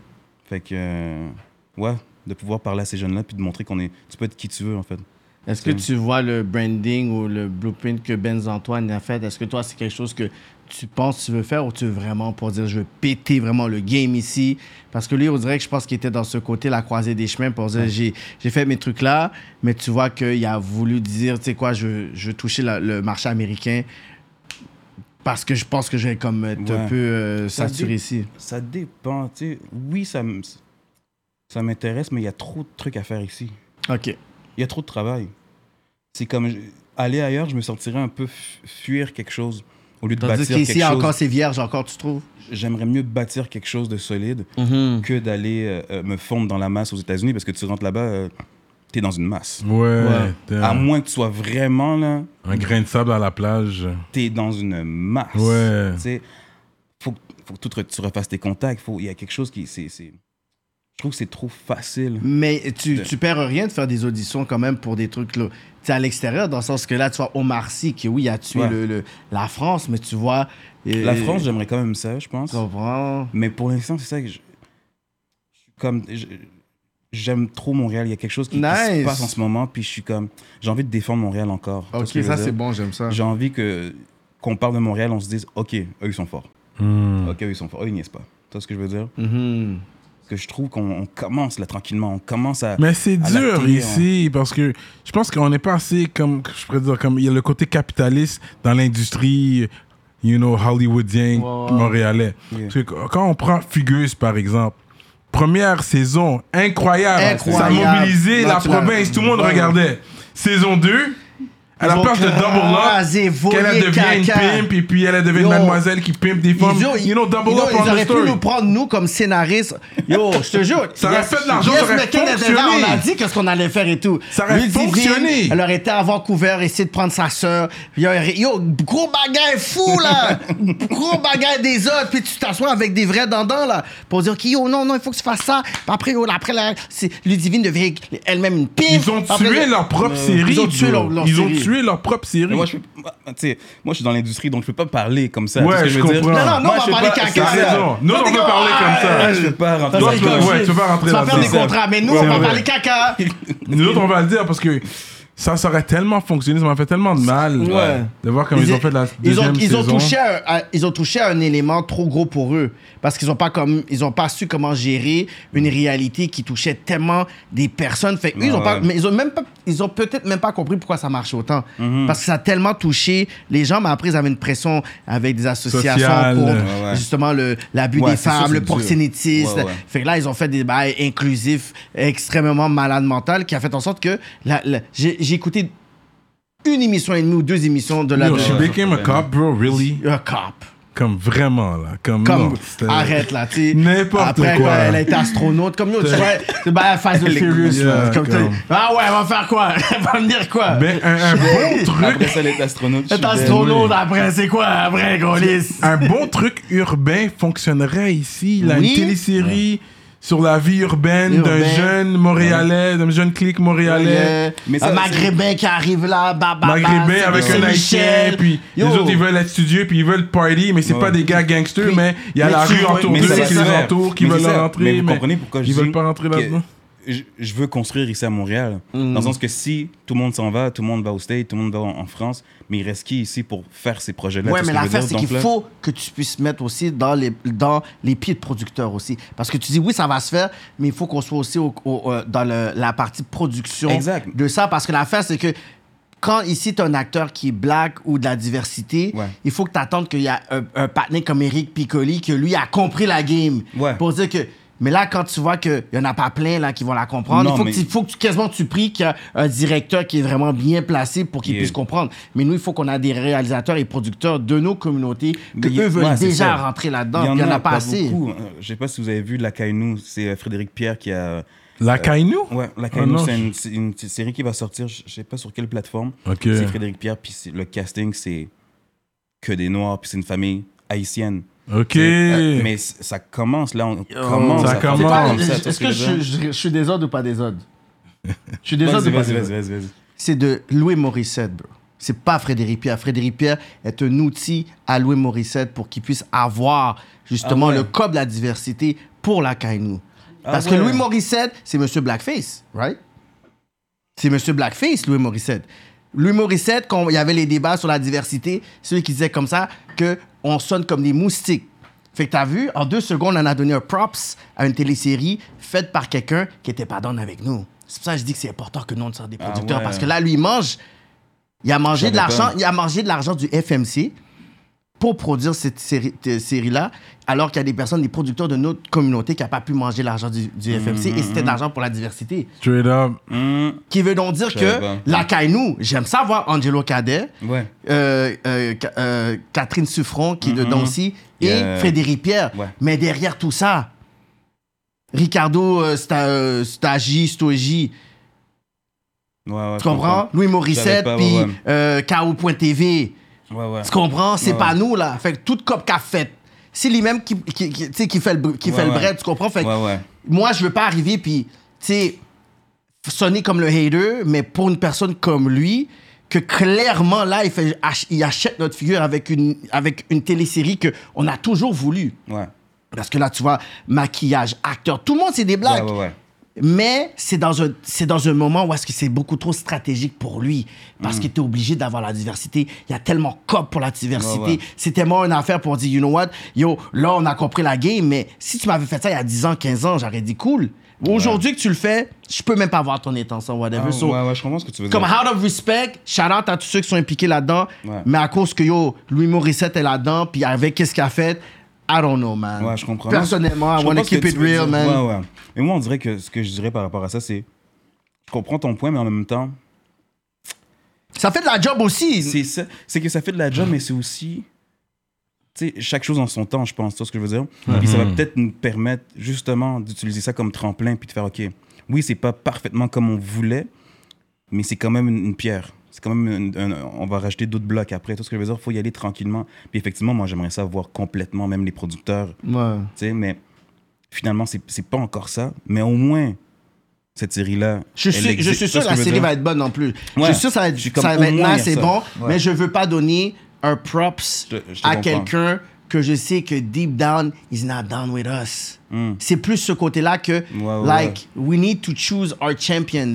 [SPEAKER 5] Fait que, euh, ouais, de pouvoir parler à ces jeunes-là, puis de montrer qu'on est, tu peux être qui tu veux, en fait.
[SPEAKER 4] Est-ce que tu vois le branding ou le blueprint que Benz Antoine a fait? Est-ce que toi, c'est quelque chose que tu penses que tu veux faire ou tu veux vraiment pour dire je veux péter vraiment le game ici? Parce que lui, on dirait que je pense qu'il était dans ce côté, la croisée des chemins pour dire j'ai, j'ai fait mes trucs là, mais tu vois qu'il a voulu dire, tu sais quoi, je, veux- je veux toucher la- le marché américain parce que je pense que je vais comme être un
[SPEAKER 5] Ouais.
[SPEAKER 4] peu euh,
[SPEAKER 5] Ça
[SPEAKER 4] saturé
[SPEAKER 5] dé-
[SPEAKER 4] ici.
[SPEAKER 5] Ça dépend, tu sais. Oui, ça, m- ça m'intéresse, mais il y a trop de trucs à faire ici.
[SPEAKER 4] OK.
[SPEAKER 5] Il y a trop de travail. C'est comme je- aller ailleurs, je me sentirais un peu fu- fuir quelque chose au lieu de
[SPEAKER 4] Tandis
[SPEAKER 5] bâtir quelque
[SPEAKER 4] qu'ici,
[SPEAKER 5] chose.
[SPEAKER 4] encore, c'est vierge, encore, tu trouves?
[SPEAKER 5] J'aimerais mieux bâtir quelque chose de solide que d'aller euh, euh, me fondre dans la masse aux États-Unis parce que tu rentres là-bas, euh, t'es dans une masse.
[SPEAKER 3] Ouais, t'es
[SPEAKER 5] À
[SPEAKER 3] un,
[SPEAKER 5] moins que tu sois vraiment là,
[SPEAKER 3] un grain de sable à la plage.
[SPEAKER 5] t'es dans une masse.
[SPEAKER 3] Ouais.
[SPEAKER 5] Tu sais, faut, faut que tout re- tu refasses tes contacts. Faut- Il y a quelque chose qui. c'est c'est- Je trouve que c'est trop facile.
[SPEAKER 4] Mais tu,
[SPEAKER 5] De-
[SPEAKER 4] tu perds rien de faire des auditions quand même pour des trucs là. Tu sais, à l'extérieur, dans le sens que là, tu vois Omar Sy, qui oui, a tué
[SPEAKER 5] Ouais.
[SPEAKER 4] le, le- la France, mais tu vois. euh,
[SPEAKER 5] La France, j'aimerais quand même ça, je pense.
[SPEAKER 4] Tu comprends?
[SPEAKER 5] Mais pour l'instant, c'est ça que je. je suis Comme. Je, j'aime trop Montréal. Il y a quelque chose qui, qui
[SPEAKER 4] Nice. Ah,
[SPEAKER 5] se passe en ce moment. Puis je suis comme, j'ai envie de défendre Montréal encore. Tu vois
[SPEAKER 6] Ok,
[SPEAKER 5] ce que je veux
[SPEAKER 6] ça
[SPEAKER 5] dire?
[SPEAKER 6] c'est bon, j'aime
[SPEAKER 4] hein.
[SPEAKER 6] ça.
[SPEAKER 5] J'ai envie que qu'on parle de Montréal, on se dise, ok, eux ils sont forts.
[SPEAKER 3] Hmm.
[SPEAKER 5] Ok, eux ils sont forts. Eux ils niaisent pas. Tu vois ce que je veux dire?
[SPEAKER 4] Mhm.
[SPEAKER 5] Parce que je trouve qu'on on commence là tranquillement, on commence à.
[SPEAKER 3] Mais c'est
[SPEAKER 5] à la
[SPEAKER 3] dur
[SPEAKER 5] télé,
[SPEAKER 4] hein.
[SPEAKER 3] ici parce que je pense qu'on n'est pas assez comme je pourrais dire comme il y a le côté capitaliste dans l'industrie you know hollywoodien montréalais. Parce que quand on prend Fugueuse par exemple Première saison, incroyable.
[SPEAKER 4] Incroyable.
[SPEAKER 3] Ça a mobilisé
[SPEAKER 4] Là,
[SPEAKER 3] la
[SPEAKER 4] tu l'as-
[SPEAKER 3] province, tout le monde
[SPEAKER 4] Ouais.
[SPEAKER 3] regardait. Saison 2, à la
[SPEAKER 4] Ils ont
[SPEAKER 3] place de
[SPEAKER 4] crasé,
[SPEAKER 3] Double Up,
[SPEAKER 4] volé,
[SPEAKER 3] qu'elle elle devient une
[SPEAKER 4] caca.
[SPEAKER 3] pimp, et puis elle elle devient une
[SPEAKER 4] Yo.
[SPEAKER 3] mademoiselle qui pimpe des femmes.
[SPEAKER 4] Ils ont-
[SPEAKER 3] you know, Double
[SPEAKER 4] ils ont-
[SPEAKER 3] Up on
[SPEAKER 4] ils
[SPEAKER 3] the
[SPEAKER 4] auraient pu
[SPEAKER 3] story.
[SPEAKER 4] nous prendre, nous, comme scénaristes. Yo, je te jure.
[SPEAKER 3] Ça aurait fait de l'argent, ça aurait
[SPEAKER 4] McKinnon était là,
[SPEAKER 3] fonctionné.
[SPEAKER 4] On a dit que ce qu'on allait faire et tout.
[SPEAKER 3] Ça aurait
[SPEAKER 4] Lui, Divine,
[SPEAKER 3] fonctionné.
[SPEAKER 4] Elle aurait été à Vancouver, essayer de prendre sa sœur. Puis il aurait- Yo, gros bagage fou, là. gros bagage des autres. Puis tu t'assois avec des vrais dandans, là. Pour dire, OK, yo, non, non, il faut que tu fasses ça. Puis après, yo, là, après, là, c'est- Ludivine devient elle-même une pimpe.
[SPEAKER 3] Ils ont
[SPEAKER 4] Après, euh,
[SPEAKER 3] tué leur propre série.
[SPEAKER 4] Ils ont tué
[SPEAKER 3] bro.
[SPEAKER 4] leur, leur
[SPEAKER 3] Ils ont
[SPEAKER 4] série.
[SPEAKER 3] tué leur propre série.
[SPEAKER 5] Mais moi, je, peux- moi, tu sais, moi, je suis dans l'industrie, donc je peux pas parler comme ça.
[SPEAKER 3] Ouais,
[SPEAKER 5] Tu sais ce que
[SPEAKER 3] je
[SPEAKER 5] veux dire?
[SPEAKER 3] comprends. Non, non,
[SPEAKER 4] nous,
[SPEAKER 5] Moi,
[SPEAKER 4] on va
[SPEAKER 5] je peux
[SPEAKER 4] parler
[SPEAKER 5] pas-
[SPEAKER 4] caca.
[SPEAKER 5] c'est ça.
[SPEAKER 3] raison. Nous, on
[SPEAKER 4] Toi,
[SPEAKER 3] veut
[SPEAKER 4] t'es
[SPEAKER 3] parler
[SPEAKER 4] comme,
[SPEAKER 3] comme ça.
[SPEAKER 5] Je peux pas rentrer
[SPEAKER 4] Ça,
[SPEAKER 5] dans
[SPEAKER 4] c'est
[SPEAKER 5] ce
[SPEAKER 4] comme-
[SPEAKER 5] truc.
[SPEAKER 3] ouais, tu peux pas rentrer
[SPEAKER 4] Tu vas
[SPEAKER 3] là-dedans.
[SPEAKER 4] faire des
[SPEAKER 5] C'est ça.
[SPEAKER 4] contrats, mais nous,
[SPEAKER 3] Ouais,
[SPEAKER 4] on va
[SPEAKER 3] ouais.
[SPEAKER 4] parler caca.
[SPEAKER 3] Nous autres, on va le dire parce que ça, ça aurait tellement fonctionné, ça m'a fait tellement de mal euh,
[SPEAKER 4] Ouais.
[SPEAKER 3] de voir comme ils, ont fait la
[SPEAKER 4] ils ont,
[SPEAKER 3] deuxième
[SPEAKER 4] ils ont
[SPEAKER 3] saison.
[SPEAKER 4] touché à, à- ils ont touché à un élément trop gros pour eux parce qu'ils ont pas comme ils ont pas su comment gérer une réalité qui touchait tellement des personnes fait que eux, ils ont
[SPEAKER 5] Ouais.
[SPEAKER 4] pas mais ils ont même pas ils ont peut-être même pas compris pourquoi ça marche autant
[SPEAKER 5] Mhm.
[SPEAKER 4] parce que ça a tellement touché les gens mais après ils avaient une pression avec des associations
[SPEAKER 3] Sociale.
[SPEAKER 4] contre
[SPEAKER 5] Ouais, ouais.
[SPEAKER 4] justement le l'abus
[SPEAKER 5] Ouais,
[SPEAKER 4] des
[SPEAKER 5] c'est sûr,
[SPEAKER 4] femmes
[SPEAKER 5] c'est
[SPEAKER 4] le
[SPEAKER 5] dur.
[SPEAKER 4] proxénétisme
[SPEAKER 5] Ouais, ouais.
[SPEAKER 4] fait que là ils ont fait des bails inclusifs extrêmement malades mental qui a fait en sorte que la- la- j'ai j'ai écouté une émission et demie ou deux émissions de la
[SPEAKER 3] Yo,
[SPEAKER 4] de-
[SPEAKER 3] she became a cop, bro, really?
[SPEAKER 4] un cop.
[SPEAKER 3] Comme vraiment, là. Comme,
[SPEAKER 4] Comme,
[SPEAKER 3] non, c'était-
[SPEAKER 4] arrête là, tu sais.
[SPEAKER 3] N'importe
[SPEAKER 4] Après,
[SPEAKER 3] quoi.
[SPEAKER 4] quand elle a été astronaute, comme yo, tu vois, c'est bah, Fast and Furious, là.
[SPEAKER 3] Yeah,
[SPEAKER 4] Comme tu-
[SPEAKER 3] comme.
[SPEAKER 4] Ah ouais, elle va faire quoi Elle va me dire quoi
[SPEAKER 3] Ben, un, un bon
[SPEAKER 5] Après
[SPEAKER 3] truc,
[SPEAKER 5] ça, les astronautes.
[SPEAKER 4] Elle est astronaute après, c'est quoi après, Gaulis
[SPEAKER 3] un bon truc urbain fonctionnerait ici. Là,
[SPEAKER 4] Oui.
[SPEAKER 3] une télésérie sur la vie urbaine d'un
[SPEAKER 4] Urbain.
[SPEAKER 3] jeune Montréalais, d'un jeune clique Montréalais.
[SPEAKER 5] Mais ça,
[SPEAKER 4] Euh, un
[SPEAKER 5] c'est-
[SPEAKER 4] maghrébin qui arrive là, baba.
[SPEAKER 3] Maghrébin avec un haïtien, puis
[SPEAKER 4] Yo.
[SPEAKER 3] les autres ils veulent être studieux, puis ils veulent party, mais c'est
[SPEAKER 5] Ouais.
[SPEAKER 3] pas des gars gangsters,
[SPEAKER 4] Puis-
[SPEAKER 3] mais il y a
[SPEAKER 4] mais
[SPEAKER 3] la
[SPEAKER 4] tu
[SPEAKER 3] rue
[SPEAKER 4] vois-
[SPEAKER 3] autour
[SPEAKER 4] mais
[SPEAKER 3] d'eux
[SPEAKER 4] c'est
[SPEAKER 3] qui
[SPEAKER 4] ça.
[SPEAKER 3] les entoure, qui
[SPEAKER 5] Mais
[SPEAKER 3] veulent
[SPEAKER 5] c'est
[SPEAKER 3] leur
[SPEAKER 5] ça.
[SPEAKER 3] rentrer.
[SPEAKER 5] Mais vous comprenez pourquoi je
[SPEAKER 3] ils
[SPEAKER 5] dis
[SPEAKER 3] veulent pas rentrer
[SPEAKER 5] que
[SPEAKER 3] là-dedans.
[SPEAKER 5] Je, je veux construire ici à Montréal.
[SPEAKER 4] Mm.
[SPEAKER 5] Dans le sens que si tout le monde s'en va, tout le monde va au States, tout le monde va en, en France, mais il reste qui ici pour faire ces projets-là
[SPEAKER 4] Ouais,
[SPEAKER 5] tu
[SPEAKER 4] mais
[SPEAKER 5] sais ce que je veux
[SPEAKER 4] l'affaire,
[SPEAKER 5] dire?
[SPEAKER 4] c'est qu'il
[SPEAKER 5] Donc là-
[SPEAKER 4] faut que tu puisses mettre aussi dans les, dans les pieds de producteurs aussi. Parce que tu dis, oui, ça va se faire, mais il faut qu'on soit aussi au- au- euh, dans le- la partie production
[SPEAKER 5] Exact.
[SPEAKER 4] de ça. Parce que l'affaire, c'est que quand ici, tu un acteur qui est black ou de la diversité,
[SPEAKER 5] Ouais.
[SPEAKER 4] il faut que tu attendes qu'il y a un, un partenaire comme Eric Piccoli que lui a compris la game.
[SPEAKER 5] Ouais.
[SPEAKER 4] Pour dire que. Mais là, quand tu vois qu'il y en a pas plein là, qui vont la comprendre,
[SPEAKER 5] Non,
[SPEAKER 4] il faut,
[SPEAKER 5] mais-
[SPEAKER 4] que tu, faut que tu, quasiment tu pries qu'il y a un directeur qui est vraiment bien placé pour qu'il
[SPEAKER 5] Yeah.
[SPEAKER 4] puisse comprendre. Mais nous, il faut qu'on a des réalisateurs et producteurs de nos communautés que
[SPEAKER 5] Mais il y a-
[SPEAKER 4] eux veulent
[SPEAKER 5] ouais, c'est
[SPEAKER 4] déjà
[SPEAKER 5] ça.
[SPEAKER 4] rentrer là-dedans. puis Il n'y en, a pas, assez.
[SPEAKER 5] beaucoup. Euh, Je sais pas si vous avez vu La Kainou, c'est euh, Frédéric Pierre qui a.
[SPEAKER 3] La Kainou
[SPEAKER 5] Ouais, La
[SPEAKER 3] Ah
[SPEAKER 5] Kainou,
[SPEAKER 3] non,
[SPEAKER 5] c'est
[SPEAKER 3] je-
[SPEAKER 5] une, c'est une petite série qui va sortir, je je sais pas sur quelle plateforme.
[SPEAKER 3] Ok.
[SPEAKER 5] C'est Frédéric Pierre, puis c'est- le casting, c'est que des Noirs, puis c'est une famille haïtienne.
[SPEAKER 3] Ok.
[SPEAKER 5] Euh, mais c- ça commence, là, on commence.
[SPEAKER 3] Ça
[SPEAKER 5] à faire des
[SPEAKER 3] commence.
[SPEAKER 5] trucs comme ça, tu vois
[SPEAKER 4] Est-ce
[SPEAKER 5] ce que
[SPEAKER 4] que
[SPEAKER 5] je veux
[SPEAKER 4] je,
[SPEAKER 5] dire?
[SPEAKER 4] je- je suis désordre ou pas désordre Je suis désordre
[SPEAKER 5] Vas-y,
[SPEAKER 4] ou pas
[SPEAKER 5] vas-y,
[SPEAKER 4] désordre
[SPEAKER 5] vas-y, vas-y, vas-y.
[SPEAKER 4] C'est de Louis Morissette, bro. C'est pas Frédéric Pierre. Frédéric Pierre est un outil à Louis Morissette pour qu'il puisse avoir justement
[SPEAKER 5] Ah ouais.
[SPEAKER 4] le cob de la diversité pour la Kainou.
[SPEAKER 5] Ah
[SPEAKER 4] Parce
[SPEAKER 5] ouais.
[SPEAKER 4] que Louis Morissette, c'est Monsieur Blackface, right? C'est Monsieur Blackface, Louis Morissette. Louis Morissette, quand il y avait les débats sur la diversité, celui qui disait comme ça que on sonne comme des moustiques. Fait que t'as vu, en deux secondes, on a donné un props à une télésérie faite par quelqu'un qui était pas down avec nous. C'est pour ça que je dis que c'est important que nous on sorte des
[SPEAKER 5] Ah
[SPEAKER 4] producteurs
[SPEAKER 5] ouais.
[SPEAKER 4] parce que là, lui, il mange. Il a mangé
[SPEAKER 5] Je
[SPEAKER 4] de l'argent.
[SPEAKER 5] savais pas.
[SPEAKER 4] Il a mangé de l'argent du FMC pour produire cette série, t- série-là, alors qu'il y a des personnes, des producteurs de notre communauté qui n'ont pas pu manger l'argent du, du FMC et
[SPEAKER 5] Mhm,
[SPEAKER 4] c'était de l'argent pour la diversité.
[SPEAKER 3] Straight up.
[SPEAKER 5] Hum,
[SPEAKER 4] Qui veut donc dire
[SPEAKER 5] Je
[SPEAKER 4] que
[SPEAKER 5] savais pas.
[SPEAKER 4] la Kainou, j'aime ça voir Angelo Cadet,
[SPEAKER 5] ouais.
[SPEAKER 4] euh, euh, Ca- euh, Catherine Suffron qui est dedans aussi et
[SPEAKER 5] Mm-hmm. Yeah.
[SPEAKER 4] Frédéric Pierre.
[SPEAKER 5] Ouais.
[SPEAKER 4] Mais derrière tout ça, Ricardo euh, Sta- euh, Stagi, Stoji,
[SPEAKER 5] Ouais, ouais,
[SPEAKER 4] tu
[SPEAKER 5] je
[SPEAKER 4] comprends? Louis Morissette,
[SPEAKER 5] pas, ouais,
[SPEAKER 4] puis
[SPEAKER 5] ouais.
[SPEAKER 4] euh, KO.tv.
[SPEAKER 5] Ouais, ouais.
[SPEAKER 4] Tu comprends? C'est
[SPEAKER 5] Ouais,
[SPEAKER 4] pas
[SPEAKER 5] ouais.
[SPEAKER 4] nous, là. Fait que toute cop qu'a fait, c'est lui-même qui, qui, qui, tu sais, qui fait le, br- qui
[SPEAKER 5] Ouais,
[SPEAKER 4] fait le
[SPEAKER 5] ouais.
[SPEAKER 4] bread, tu comprends? Fait que
[SPEAKER 5] Ouais, ouais.
[SPEAKER 4] moi, je veux pas arriver puis, tu sais, sonner comme le hater, mais pour une personne comme lui, que clairement, là, il, fait, ach- il achète notre figure avec une, avec une télésérie qu'on a toujours voulu.
[SPEAKER 5] Ouais.
[SPEAKER 4] Parce que là, tu vois, maquillage, acteur, tout le monde, c'est des blagues.
[SPEAKER 5] Ouais, ouais, ouais.
[SPEAKER 4] Mais c'est dans un, c'est dans un moment où est-ce que c'est beaucoup trop stratégique pour lui. Parce
[SPEAKER 5] Mm.
[SPEAKER 4] qu'il était obligé d'avoir la diversité. Il y a tellement cop pour la diversité.
[SPEAKER 5] Ouais, ouais.
[SPEAKER 4] C'est tellement une affaire pour dire, you know what, yo, là, on a compris la game, mais si tu m'avais fait ça il y a 10 ans, 15 ans, j'aurais dit cool. Aujourd'hui que tu le fais, je peux même pas voir ton intention, whatever.
[SPEAKER 5] Ah,
[SPEAKER 4] So,
[SPEAKER 5] ouais, ouais, je comprends ce que tu veux
[SPEAKER 4] Comme
[SPEAKER 5] dire.
[SPEAKER 4] out of respect, shout out à tous ceux qui sont impliqués là-dedans.
[SPEAKER 5] Ouais.
[SPEAKER 4] Mais à cause que yo, Louis Morissette est là-dedans, puis avec qu'est-ce qu'il a fait, I don't know, man.
[SPEAKER 5] Ouais, je comprends.
[SPEAKER 4] Personnellement,
[SPEAKER 5] Je
[SPEAKER 4] I
[SPEAKER 5] comprends
[SPEAKER 4] wanna
[SPEAKER 5] ce que
[SPEAKER 4] keep
[SPEAKER 5] tu
[SPEAKER 4] it
[SPEAKER 5] veux
[SPEAKER 4] real,
[SPEAKER 5] dire.
[SPEAKER 4] man.
[SPEAKER 5] Ouais, ouais. Et moi, on dirait que ce que je dirais par rapport à ça, c'est. Je comprends ton point, mais en même temps,
[SPEAKER 4] Ça fait de la job aussi.
[SPEAKER 5] c'est ça. C'est que ça fait de la job, mais c'est aussi. Tu sais, chaque chose en son temps, je pense. Tu vois ce que je veux dire? Puis
[SPEAKER 4] Mm-hmm.
[SPEAKER 5] ça va peut-être nous permettre, justement, d'utiliser ça comme tremplin, puis de faire, OK, oui, c'est pas parfaitement comme on voulait, mais c'est quand même une, une pierre. C'est quand même. une- un- un- on va rajouter d'autres blocs après. Tu vois ce que je veux dire? Faut y aller tranquillement. Puis effectivement, moi, j'aimerais ça voir complètement, même les producteurs
[SPEAKER 4] Ouais.
[SPEAKER 5] tu sais, mais finalement, c'est c'est pas encore ça. Mais au moins, cette série-là.
[SPEAKER 4] Je suis, je suis sûr que la série va être bonne non plus. Je
[SPEAKER 5] Ouais.
[SPEAKER 4] suis sûr que ça va
[SPEAKER 5] Je suis
[SPEAKER 4] être,
[SPEAKER 5] comme,
[SPEAKER 4] ça
[SPEAKER 5] au
[SPEAKER 4] va être
[SPEAKER 5] moins,
[SPEAKER 4] nice
[SPEAKER 5] il y a
[SPEAKER 4] et
[SPEAKER 5] ça.
[SPEAKER 4] bon,
[SPEAKER 5] Ouais.
[SPEAKER 4] mais je veux pas donner un props
[SPEAKER 5] Je te- je te
[SPEAKER 4] à
[SPEAKER 5] comprends.
[SPEAKER 4] quelqu'un que je sais que deep down, he's not down with us. C'est plus ce côté-là que,
[SPEAKER 5] Hmm. ouais,
[SPEAKER 4] like, we need to choose our champions.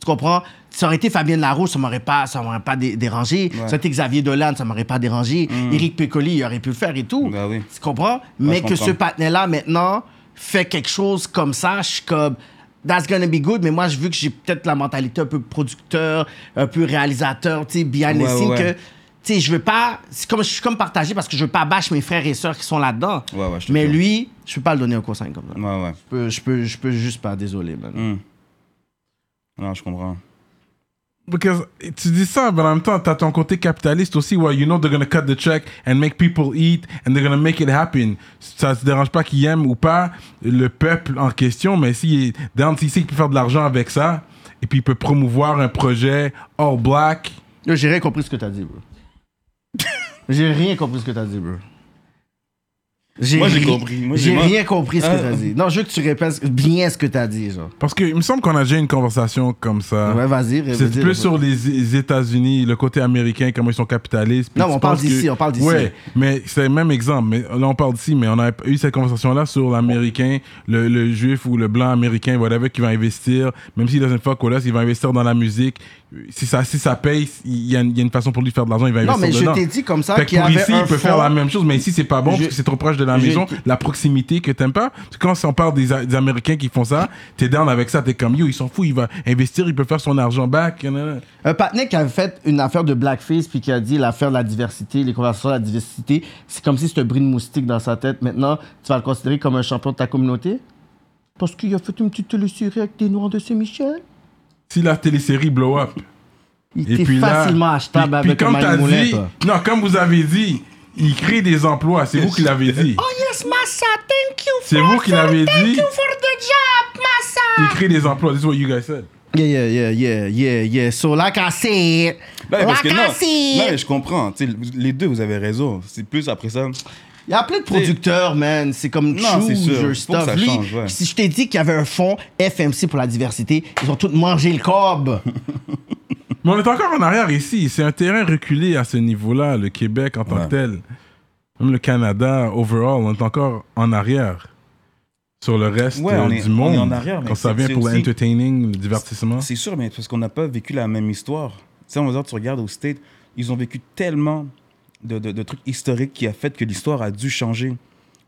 [SPEAKER 4] Tu comprends? Ça aurait été Fabienne Larose, ça m'aurait pas, ça m'aurait pas dé- dérangé. Ça aurait été Xavier Dolan, ça m'aurait pas dérangé. Eric Piccoli, il aurait pu le faire et tout.
[SPEAKER 5] Hmm. Ben oui.
[SPEAKER 4] Tu comprends?
[SPEAKER 5] je
[SPEAKER 4] Mais que
[SPEAKER 5] comprends.
[SPEAKER 4] ce partenaire-là, maintenant, fait quelque chose comme ça, je suis comme, that's gonna be good, mais moi, je veux que j'ai peut-être la mentalité un peu producteur, un peu réalisateur, tu sais, behind
[SPEAKER 5] Ouais,
[SPEAKER 4] the
[SPEAKER 5] ouais,
[SPEAKER 4] scene,
[SPEAKER 5] ouais.
[SPEAKER 4] que, tu sais, je veux pas, c'est comme, je suis comme partagé parce que je veux pas bâcher mes frères et sœurs qui sont là-dedans.
[SPEAKER 5] Ouais, ouais, je te
[SPEAKER 4] mais
[SPEAKER 5] comprends.
[SPEAKER 4] lui, je peux pas le donner un conseil comme ça.
[SPEAKER 5] Ouais, ouais.
[SPEAKER 4] Je peux, je peux, je peux juste pas, désolé, man.
[SPEAKER 5] Mm. Non, je comprends.
[SPEAKER 3] Because tu dis ça, mais en même temps, t'as ton côté capitaliste aussi, where you know they're gonna cut the check and make people eat and they're gonna make it happen. Ça te dérange pas qu'ils aiment ou pas le peuple en question, mais si dans s'il sait qu'il peut faire de l'argent avec ça, et puis il peut promouvoir un projet all black.
[SPEAKER 4] Yo, J'ai rien compris ce que t'as dit, bro. j'ai rien compris ce que t'as dit, bro.
[SPEAKER 5] Moi, j'ai
[SPEAKER 4] ri-
[SPEAKER 5] compris. Moi, j'ai
[SPEAKER 4] J'ai
[SPEAKER 5] mal-
[SPEAKER 4] rien compris ce que
[SPEAKER 5] Ah.
[SPEAKER 4] t'as dit. Non, je veux que tu répètes ce- bien ce que t'as dit, genre.
[SPEAKER 3] Parce que il me semble qu'on a déjà une conversation comme ça.
[SPEAKER 4] Ouais, vas-y.
[SPEAKER 3] C'est
[SPEAKER 4] vas-y,
[SPEAKER 3] plus
[SPEAKER 4] vas-y.
[SPEAKER 3] sur les les États-unis, le côté américain, comment ils sont capitalistes. puis
[SPEAKER 4] Non,
[SPEAKER 3] tu
[SPEAKER 4] mais on parle
[SPEAKER 3] penses que-
[SPEAKER 4] d'ici, on parle d'ici.
[SPEAKER 3] Ouais, mais c'est le même exemple. Mais là, on parle d'ici, mais on a eu cette conversation-là sur l'américain, le, le juif ou le blanc américain, whatever, qui va investir, même s'il dans une fuck ou là, s'il va investir dans la musique, si ça, si ça paye, il y, a une- il y a une façon pour lui de faire de l'argent, il va
[SPEAKER 4] Non,
[SPEAKER 3] investir
[SPEAKER 4] mais je
[SPEAKER 3] dedans.
[SPEAKER 4] t'ai dit comme ça
[SPEAKER 3] Fait que
[SPEAKER 4] qu'il y
[SPEAKER 3] pour
[SPEAKER 4] avait
[SPEAKER 3] ici,
[SPEAKER 4] un
[SPEAKER 3] il peut
[SPEAKER 4] fonds-
[SPEAKER 3] faire la même chose, mais ici, c'est pas bon
[SPEAKER 4] Je-
[SPEAKER 3] parce que c'est trop proche de la
[SPEAKER 4] je-
[SPEAKER 3] maison, la proximité que t'aimes pas. Parce que quand on parle des, des Américains qui font ça, t'es down avec ça, t'es comme yo, ils s'en foutent, il va investir, il peut faire son argent back. nanana.
[SPEAKER 4] Un partenaire qui avait Euh, fait une affaire de blackface puis qui a dit l'affaire de la diversité, les conversations de la diversité, c'est comme si c'était un bris de moustique dans sa tête. Maintenant, tu vas le considérer comme un champion de ta communauté? Parce qu'il a fait une petite télésérie avec des noirs de Saint-Michel?
[SPEAKER 3] si la télésérie blow up.
[SPEAKER 4] Il
[SPEAKER 3] Et
[SPEAKER 4] était
[SPEAKER 3] puis là,
[SPEAKER 4] facilement achetable
[SPEAKER 3] puis- puis
[SPEAKER 4] avec un
[SPEAKER 3] comme t'as
[SPEAKER 4] Mike Moulin,
[SPEAKER 3] dit,
[SPEAKER 4] toi.
[SPEAKER 3] non, comme vous avez dit, il crée des emplois. C'est vous qui l'avez dit.
[SPEAKER 4] Oh yes, Massa, thank you
[SPEAKER 3] C'est vous qui l'avez dit.
[SPEAKER 4] for the job, Massa!
[SPEAKER 3] Il crée des emplois. This is what you guys said.
[SPEAKER 4] Yeah, yeah, yeah, yeah, yeah, yeah. So, like I said,
[SPEAKER 5] Non, mais Ben, parce
[SPEAKER 4] like
[SPEAKER 5] que non,
[SPEAKER 4] I
[SPEAKER 5] non, mais
[SPEAKER 4] said.
[SPEAKER 5] je comprends. Tu sais, les deux, vous avez raison. C'est plus après ça.
[SPEAKER 4] Il y a plein de producteurs, man. C'est comme
[SPEAKER 5] Non, c'est
[SPEAKER 4] choose
[SPEAKER 5] sûr.
[SPEAKER 4] your
[SPEAKER 5] Faut que
[SPEAKER 4] stuff.
[SPEAKER 5] ça
[SPEAKER 4] Lui,
[SPEAKER 5] change, ouais.
[SPEAKER 4] si je t'ai dit qu'il y avait un fonds FMC pour la diversité, ils ont tous mangé le corbe.
[SPEAKER 3] Mais on est encore en arrière ici. C'est un terrain reculé à ce niveau-là, le Québec en tant que tel. Même le Canada, overall, on est encore en arrière sur le reste
[SPEAKER 5] Ouais, on
[SPEAKER 3] euh,
[SPEAKER 5] est-
[SPEAKER 3] du
[SPEAKER 5] on
[SPEAKER 3] monde.
[SPEAKER 5] est en arrière, mais
[SPEAKER 3] quand ça
[SPEAKER 5] c'est-
[SPEAKER 3] vient
[SPEAKER 5] c'est
[SPEAKER 3] pour
[SPEAKER 5] aussi-
[SPEAKER 3] l'entertaining, le divertissement.
[SPEAKER 5] C'est sûr, mais parce qu'on n'a pas vécu la même histoire. Tu sais, on va dire, tu regardes aux States, ils ont vécu tellement de, de- de trucs historiques qui a fait que l'histoire a dû changer.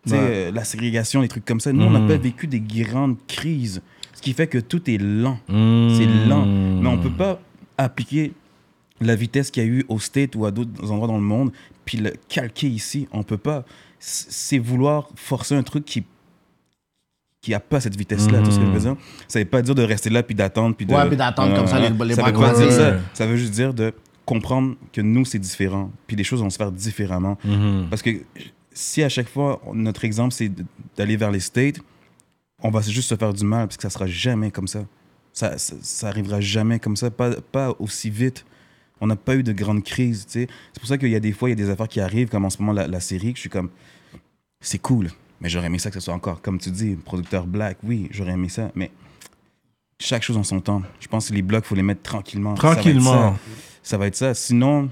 [SPEAKER 5] Tu sais,
[SPEAKER 3] Ouais.
[SPEAKER 5] euh, la ségrégation, les trucs comme ça. Nous, on n'a pas vécu des grandes crises. Ce qui fait que tout est lent. C'est lent. Mais on peut pas appliquer la vitesse qu'il y a eu aux States ou à d'autres endroits dans le monde, puis le calquer ici. On peut pas. C- C'est vouloir forcer un truc qui qui a pas cette vitesse-là, tout ce que je veux dire. Ça veut pas dire de rester là puis d'attendre puis de...
[SPEAKER 4] Ouais, puis d'attendre comme ça, les- les
[SPEAKER 5] ça
[SPEAKER 4] bras
[SPEAKER 5] veut pas
[SPEAKER 4] croisés.
[SPEAKER 5] dire ça.
[SPEAKER 3] Ouais.
[SPEAKER 5] Ça veut juste dire de comprendre que nous, c'est différent. Puis les choses vont se faire différemment. Parce que si à chaque fois, on- notre exemple, c'est de- d'aller vers les States, on va juste se faire du mal parce que ça sera jamais comme ça. Ça, ça, ça arrivera jamais comme ça, pas, pas aussi vite. On n'a pas eu de grande crise, tu sais. C'est pour ça qu'il y a des fois, il y a des affaires qui arrivent, comme en ce moment, la, la série, que je suis comme, c'est cool, mais j'aurais aimé ça que ce soit encore, comme tu dis, producteur black, oui, j'aurais aimé ça, mais chaque chose en son temps. Je pense que les blocs, faut les mettre tranquillement. Ça va être
[SPEAKER 3] Tranquillement.
[SPEAKER 5] ça. Ça va être ça. Sinon,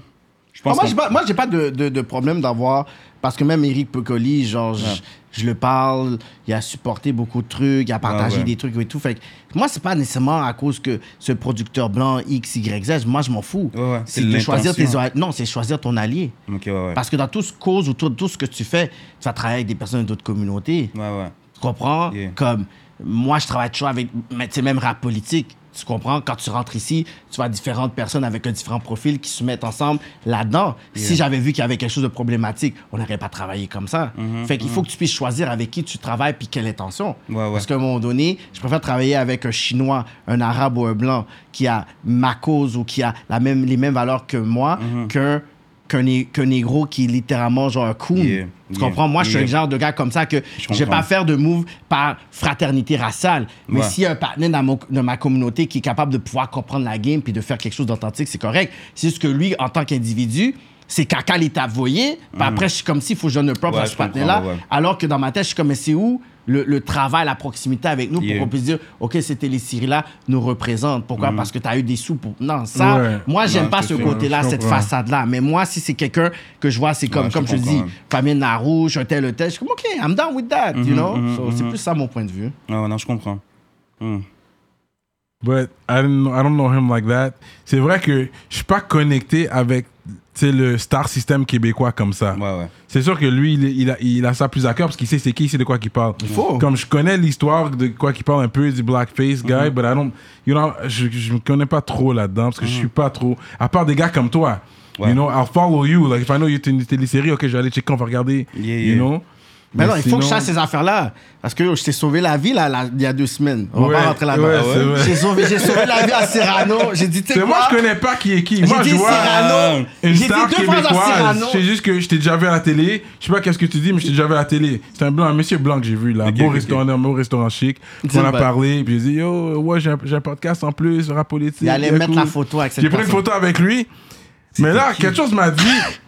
[SPEAKER 5] je Je pense
[SPEAKER 4] Ah, moi,
[SPEAKER 5] qu'on-
[SPEAKER 4] j'ai pas, moi, j'ai pas de, de- de problème d'avoir. Parce que même Eric Piccoli, genre, je- je le parle, il a supporté beaucoup de trucs, il a partagé
[SPEAKER 5] Ah ouais.
[SPEAKER 4] des trucs et tout. Fait que moi, c'est pas nécessairement à cause que ce producteur blanc X, Y, Z, moi, je m'en fous.
[SPEAKER 5] Ouais, ouais.
[SPEAKER 4] C'est
[SPEAKER 5] C'est
[SPEAKER 4] de choisir tes.
[SPEAKER 5] l'intention.
[SPEAKER 4] alli- Non, c'est choisir ton allié.
[SPEAKER 5] Ok, ouais, ouais.
[SPEAKER 4] Parce que dans tout ce cause, autour de tout ce que tu fais, tu vas travailler avec des personnes d'autres communautés.
[SPEAKER 5] Ouais, ouais.
[SPEAKER 4] Tu comprends?
[SPEAKER 5] Yeah.
[SPEAKER 4] Comme moi, je travaille toujours avec, mais tu sais, même rap politique. Tu comprends? Quand tu rentres ici, tu vois différentes personnes avec un différent profil qui se mettent ensemble là-dedans. Si j'avais vu qu'il y avait quelque chose de problématique, on n'aurait pas travaillé comme ça. fait qu'il faut que tu puisses choisir avec qui tu travailles puis quelle intention.
[SPEAKER 5] Mm-hmm, Ouais, ouais.
[SPEAKER 4] Parce qu'à un moment donné, je préfère travailler avec un Chinois, un Arabe ou un Blanc qui a ma cause ou qui a la même, les mêmes valeurs que moi
[SPEAKER 5] Mm-hmm.
[SPEAKER 4] qu'un qu'un né- qu'un négro qui est littéralement genre un coon.
[SPEAKER 5] Yeah,
[SPEAKER 4] Tu
[SPEAKER 5] yeah,
[SPEAKER 4] comprends? Moi, je suis
[SPEAKER 5] yeah.
[SPEAKER 4] le genre de gars comme ça que je vais
[SPEAKER 5] comprends.
[SPEAKER 4] pas faire de move par fraternité raciale. Mais
[SPEAKER 5] Ouais.
[SPEAKER 4] s'il y a un partenaire dans, mon- dans ma communauté qui est capable de pouvoir comprendre la game puis de faire quelque chose d'authentique, c'est correct. C'est juste que lui, en tant qu'individu, c'est caca les voyé. Puis après, je suis comme s'il faut que je donne le
[SPEAKER 5] Mhm.
[SPEAKER 4] propre
[SPEAKER 5] Ouais,
[SPEAKER 4] à
[SPEAKER 5] je
[SPEAKER 4] ce
[SPEAKER 5] comprends,
[SPEAKER 4] partenaire-là.
[SPEAKER 5] ouais.
[SPEAKER 4] Alors que dans ma tête, je suis comme, mais c'est où le, le travail, la proximité avec nous
[SPEAKER 5] Yeah. Mhm.
[SPEAKER 4] pour qu'on puisse dire, OK, c'était les Syries-là nous représentent. Pourquoi? Parce que tu as eu des sous pour. Non, ça,
[SPEAKER 3] Ouais.
[SPEAKER 4] moi, j'aime
[SPEAKER 5] Non,
[SPEAKER 4] pas
[SPEAKER 5] je
[SPEAKER 4] ce
[SPEAKER 5] sais,
[SPEAKER 4] côté-là,
[SPEAKER 3] je
[SPEAKER 4] cette
[SPEAKER 3] comprends.
[SPEAKER 4] façade-là. Mais moi, si c'est quelqu'un que je vois, c'est comme,
[SPEAKER 5] Ouais, je
[SPEAKER 4] comme je te
[SPEAKER 5] comprends
[SPEAKER 4] dis,
[SPEAKER 5] quand même.
[SPEAKER 4] famille de la rouge, un tel, un tel. Je suis comme, OK, I'm down with that,
[SPEAKER 3] Mm,
[SPEAKER 4] you know? So, C'est plus ça mon point de vue.
[SPEAKER 5] Ouais, ouais, non, je comprends. Hmm.
[SPEAKER 3] But I don't, know- I don't know him like that. C'est vrai que je suis pas connecté avec tu sais, le star system québécois comme ça.
[SPEAKER 5] Ouais, ouais.
[SPEAKER 3] C'est sûr que lui, il, est- il a, il a ça plus à cœur parce qu'il sait c'est qui, il sait de quoi qu'il parle.
[SPEAKER 4] faut.
[SPEAKER 3] Comme je connais l'histoire de quoi qu'il parle un peu du blackface
[SPEAKER 4] Mm-hmm.
[SPEAKER 3] guy, but I don't, you know, je, je me connais pas trop là-dedans parce que
[SPEAKER 4] Mm-hmm.
[SPEAKER 3] je suis pas trop. À part des gars comme toi,
[SPEAKER 5] Ouais.
[SPEAKER 3] you know, I'll follow you. Like if I know you're in une télésérie, ok, je vais aller checker, on va regarder,
[SPEAKER 5] Yeah,
[SPEAKER 3] you
[SPEAKER 5] yeah.
[SPEAKER 3] know.
[SPEAKER 4] Mais, non, il faut que je
[SPEAKER 3] sinon-
[SPEAKER 4] chasse ces affaires-là. Parce que yo, je t'ai sauvé la vie là, là, il y a deux semaines. On
[SPEAKER 3] Ouais,
[SPEAKER 4] va pas rentrer là-dedans.
[SPEAKER 3] ouais, c'est vrai.
[SPEAKER 4] j'ai sauvé, j'ai sauvé la vie à Serrano. J'ai dit, tu sais
[SPEAKER 3] C'est moi,
[SPEAKER 4] quoi?
[SPEAKER 3] je connais pas qui est qui.
[SPEAKER 4] J'ai
[SPEAKER 3] Moi,
[SPEAKER 4] dit
[SPEAKER 3] je vois euh,
[SPEAKER 4] Cyrano.
[SPEAKER 3] une
[SPEAKER 4] J'ai dit
[SPEAKER 3] star
[SPEAKER 4] deux phrases à
[SPEAKER 3] québécoise.
[SPEAKER 4] Cyrano.
[SPEAKER 3] C'est juste que je t'ai déjà vu à la télé. Je sais pas qu'est-ce que tu dis, mais je t'ai déjà vu à la télé. C'est un blanc, un monsieur blanc que j'ai vu là.
[SPEAKER 5] Ok,
[SPEAKER 3] beau
[SPEAKER 5] ok.
[SPEAKER 3] restaurant, un beau restaurant chic.
[SPEAKER 4] C'est
[SPEAKER 3] On a
[SPEAKER 4] vrai.
[SPEAKER 3] parlé, puis j'ai dit yo, ouais, j'ai un, j'ai un podcast en plus, rap politique.
[SPEAKER 4] Il allait
[SPEAKER 3] bien
[SPEAKER 4] mettre la photo avec cette
[SPEAKER 3] J'ai pris une
[SPEAKER 4] personne.
[SPEAKER 3] photo avec lui. Mais là, quelque chose m'a dit.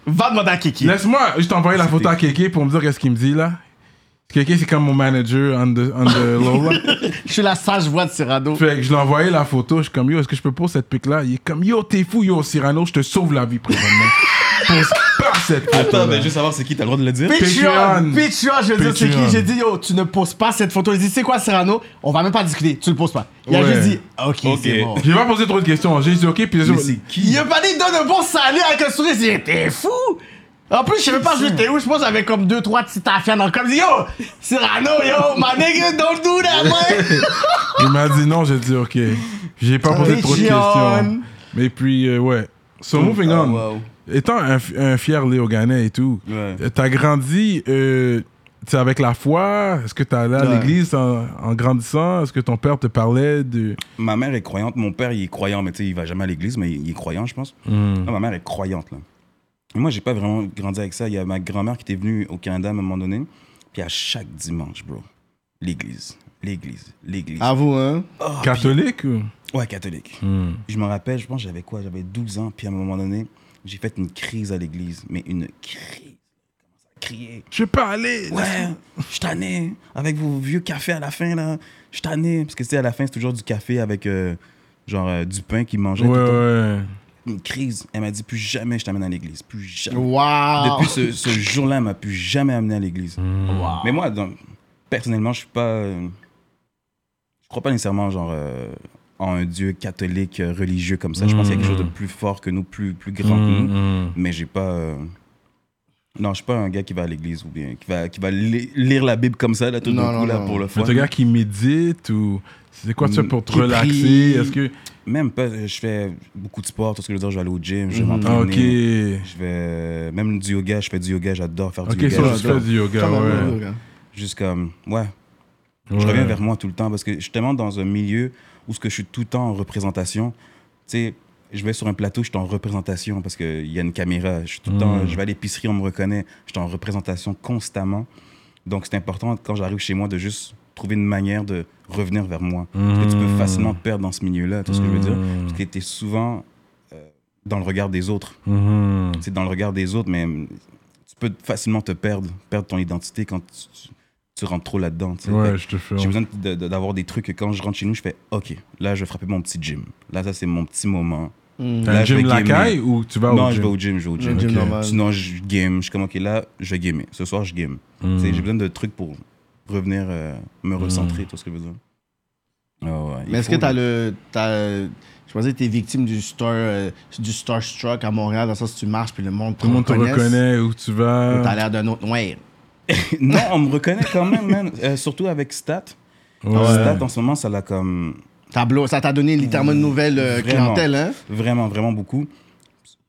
[SPEAKER 4] Va demander à Kiki.
[SPEAKER 3] Laisse-moi, je t'ai envoyé la photo à Kéké pour me dire qu'est-ce qu'il me dit là. Kéké, c'est comme mon manager on the, on the low. là.
[SPEAKER 4] Je suis la sage voix de Serrano.
[SPEAKER 3] Fait que je lui ai envoyé la photo, je suis comme yo, est-ce que je peux poser cette pic là Il est comme yo, t'es fou, yo, Cyrano, je te sauve la vie présentement. Pose pas cette photo.
[SPEAKER 5] Attends, ben, juste savoir c'est qui, t'as le droit de le dire?
[SPEAKER 4] Patreon,
[SPEAKER 3] Patreon.
[SPEAKER 4] Patreon, je veux dire, c'est
[SPEAKER 3] Patreon.
[SPEAKER 4] qui J'ai dit, yo, tu ne poses pas cette photo. J'ai dit, c'est quoi, Serrano On va même pas discuter, tu le poses pas. Il a
[SPEAKER 3] Ouais.
[SPEAKER 4] juste dit, ok, c'est
[SPEAKER 5] Ok.
[SPEAKER 4] bon.
[SPEAKER 3] J'ai pas posé trop de questions, hein. j'ai dit ok, puis
[SPEAKER 5] Mais c'est qui?
[SPEAKER 4] Il a pas dit, donne un bon salut avec un sourire. J'ai dit, t'es fou En plus, je sais même pas, j'étais où Je pense que j'avais comme deux, trois petites affaires dans le com. J'ai dit, yo, Serrano, yo, my nigga, don't do that, man.
[SPEAKER 3] il m'a dit non, j'ai dit ok. J'ai pas posé trop de
[SPEAKER 4] Patreon.
[SPEAKER 3] questions. hein. Mais puis euh, ouais. So moving
[SPEAKER 5] Ah,
[SPEAKER 3] on.
[SPEAKER 5] wow.
[SPEAKER 3] Étant un, f- un fier Léoganais et tout,
[SPEAKER 5] Ouais.
[SPEAKER 3] euh, t'as grandi euh, t'sais, avec la foi. Est-ce que t'as allé à
[SPEAKER 4] Ouais.
[SPEAKER 3] l'église en, en grandissant Est-ce que ton père te parlait de
[SPEAKER 5] Ma mère est croyante, mon père il est croyant, mais tu sais, il va jamais à l'église, mais il est croyant, je pense.
[SPEAKER 3] Hmm.
[SPEAKER 5] Non, ma mère est croyante, là. Et moi, j'ai pas vraiment grandi avec ça. Il y a ma grand-mère qui était venue au Canada à un moment donné, puis à chaque dimanche, bro, l'église, l'église, l'église.
[SPEAKER 3] Ah.
[SPEAKER 4] Avoue, hein.
[SPEAKER 5] Ah,
[SPEAKER 3] catholique ou
[SPEAKER 5] Ouais, catholique.
[SPEAKER 3] Hmm.
[SPEAKER 5] Je me rappelle, je pense que j'avais quoi J'avais 12 ans, puis à un moment donné, j'ai fait une crise à l'église, mais une crise. Je commence à crier.
[SPEAKER 3] Je vais pas aller.
[SPEAKER 5] Ouais, je suis tanné. Avec vos vieux cafés à la fin, là. Je suis tanné. Parce que, tu sais, à la fin, c'est toujours du café avec, euh, genre, euh, du pain qu'ils mangeaient.
[SPEAKER 3] Ouais
[SPEAKER 5] tout le temps.
[SPEAKER 3] ouais. Mm,
[SPEAKER 5] Une crise. Elle m'a dit, plus jamais je t'amène à l'église. Plus jamais.
[SPEAKER 4] Wow. Hmm.
[SPEAKER 5] Depuis ce, ce jour-là, elle m'a plus jamais amené à l'église. Mais moi, dans- personnellement, je suis pas. euh, je crois pas nécessairement genre euh, en un Dieu catholique euh, religieux comme ça. Je pense qu'il y a quelque
[SPEAKER 4] Hmm.
[SPEAKER 5] chose de plus fort que nous, plus plus grand que nous.
[SPEAKER 3] mm.
[SPEAKER 5] Mais j'ai pas. euh, non, je suis pas un gars qui va à l'église ou bien qui va qui va li- lire la Bible comme ça là tout
[SPEAKER 4] Non,
[SPEAKER 5] d'un
[SPEAKER 4] non,
[SPEAKER 5] coup là
[SPEAKER 4] non.
[SPEAKER 5] pour le
[SPEAKER 3] Mais
[SPEAKER 5] fun.
[SPEAKER 3] t'es un gars qui médite ou c'est quoi ça pour te
[SPEAKER 4] Qui prie.
[SPEAKER 3] relaxer Est-ce que
[SPEAKER 5] Même pas. euh, Je fais beaucoup de sport. Tout ce que je veux dire, je vais aller au gym,
[SPEAKER 4] Hmm.
[SPEAKER 5] je vais
[SPEAKER 3] Ah, ok,
[SPEAKER 5] m'entraîner. Je vais même du yoga. Je fais du yoga. J'adore faire du
[SPEAKER 3] ok,
[SPEAKER 5] yoga.
[SPEAKER 3] ça
[SPEAKER 5] Juste
[SPEAKER 3] tu fais du yoga,
[SPEAKER 4] Comme un
[SPEAKER 3] ouais.
[SPEAKER 4] mot, gars.
[SPEAKER 5] juste comme ouais.
[SPEAKER 3] Ouais.
[SPEAKER 5] euh, Je reviens vers moi tout le temps parce que je suis tellement dans un milieu où ce que je suis tout le temps en représentation. Tu sais, je vais sur un plateau, je suis en représentation parce qu'il y a une caméra. Je suis tout le
[SPEAKER 3] Mm.
[SPEAKER 5] temps, je vais à l'épicerie, on me reconnaît. Je suis en représentation constamment. Donc c'est important quand j'arrive chez moi de juste trouver une manière de revenir vers moi.
[SPEAKER 3] Mm.
[SPEAKER 5] Parce que tu peux facilement te perdre dans ce milieu-là, tu vois ce que je veux dire? Parce que tu es souvent euh, dans le regard des autres.
[SPEAKER 3] Mhm.
[SPEAKER 5] C'est dans le regard des autres, mais hum, tu peux facilement te perdre, perdre ton identité quand tu, tu- tu rentres trop là-dedans. tu sais. Fait
[SPEAKER 3] Ouais,
[SPEAKER 5] que
[SPEAKER 3] je te fais.
[SPEAKER 5] J'ai besoin de- de- d'avoir des trucs que quand je rentre chez nous, je fais OK, là je vais frapper mon petit gym. Là, ça c'est mon petit moment.
[SPEAKER 4] Hmm.
[SPEAKER 3] T'as un gym
[SPEAKER 5] je vais
[SPEAKER 3] lacaille
[SPEAKER 5] gamer.
[SPEAKER 3] ou tu vas
[SPEAKER 5] non,
[SPEAKER 3] au
[SPEAKER 5] je
[SPEAKER 3] gym?
[SPEAKER 5] vais au gym, je vais au gym.
[SPEAKER 4] Le gym
[SPEAKER 3] Ok.
[SPEAKER 4] normal.
[SPEAKER 5] Sinon, je game. Je suis comme, ok, là, je vais gamer. Ce soir, je game. Tu
[SPEAKER 3] Mm.
[SPEAKER 5] sais, J'ai besoin de trucs pour revenir euh, me recentrer, tout ce que je veux dire. Ah ouais, il
[SPEAKER 4] Mais est-ce
[SPEAKER 5] faut,
[SPEAKER 4] que t'as
[SPEAKER 5] là.
[SPEAKER 4] le. t'as- je pensais que t'es victime du star euh, du starstruck à Montréal, dans le sens où tu marches puis le monde
[SPEAKER 3] Mm. Tout le monde te reconnaît où tu
[SPEAKER 4] T'as
[SPEAKER 3] vas.
[SPEAKER 4] l'air d'un autre noir.
[SPEAKER 5] Non, on me reconnaît quand même, man. Euh, surtout avec Stat. Stat, en ce moment, ça l'a comme.
[SPEAKER 4] Tableau, ça t'a donné littéralement une nouvelle euh,
[SPEAKER 5] Vraiment.
[SPEAKER 4] clientèle, hein?
[SPEAKER 5] Vraiment, vraiment beaucoup.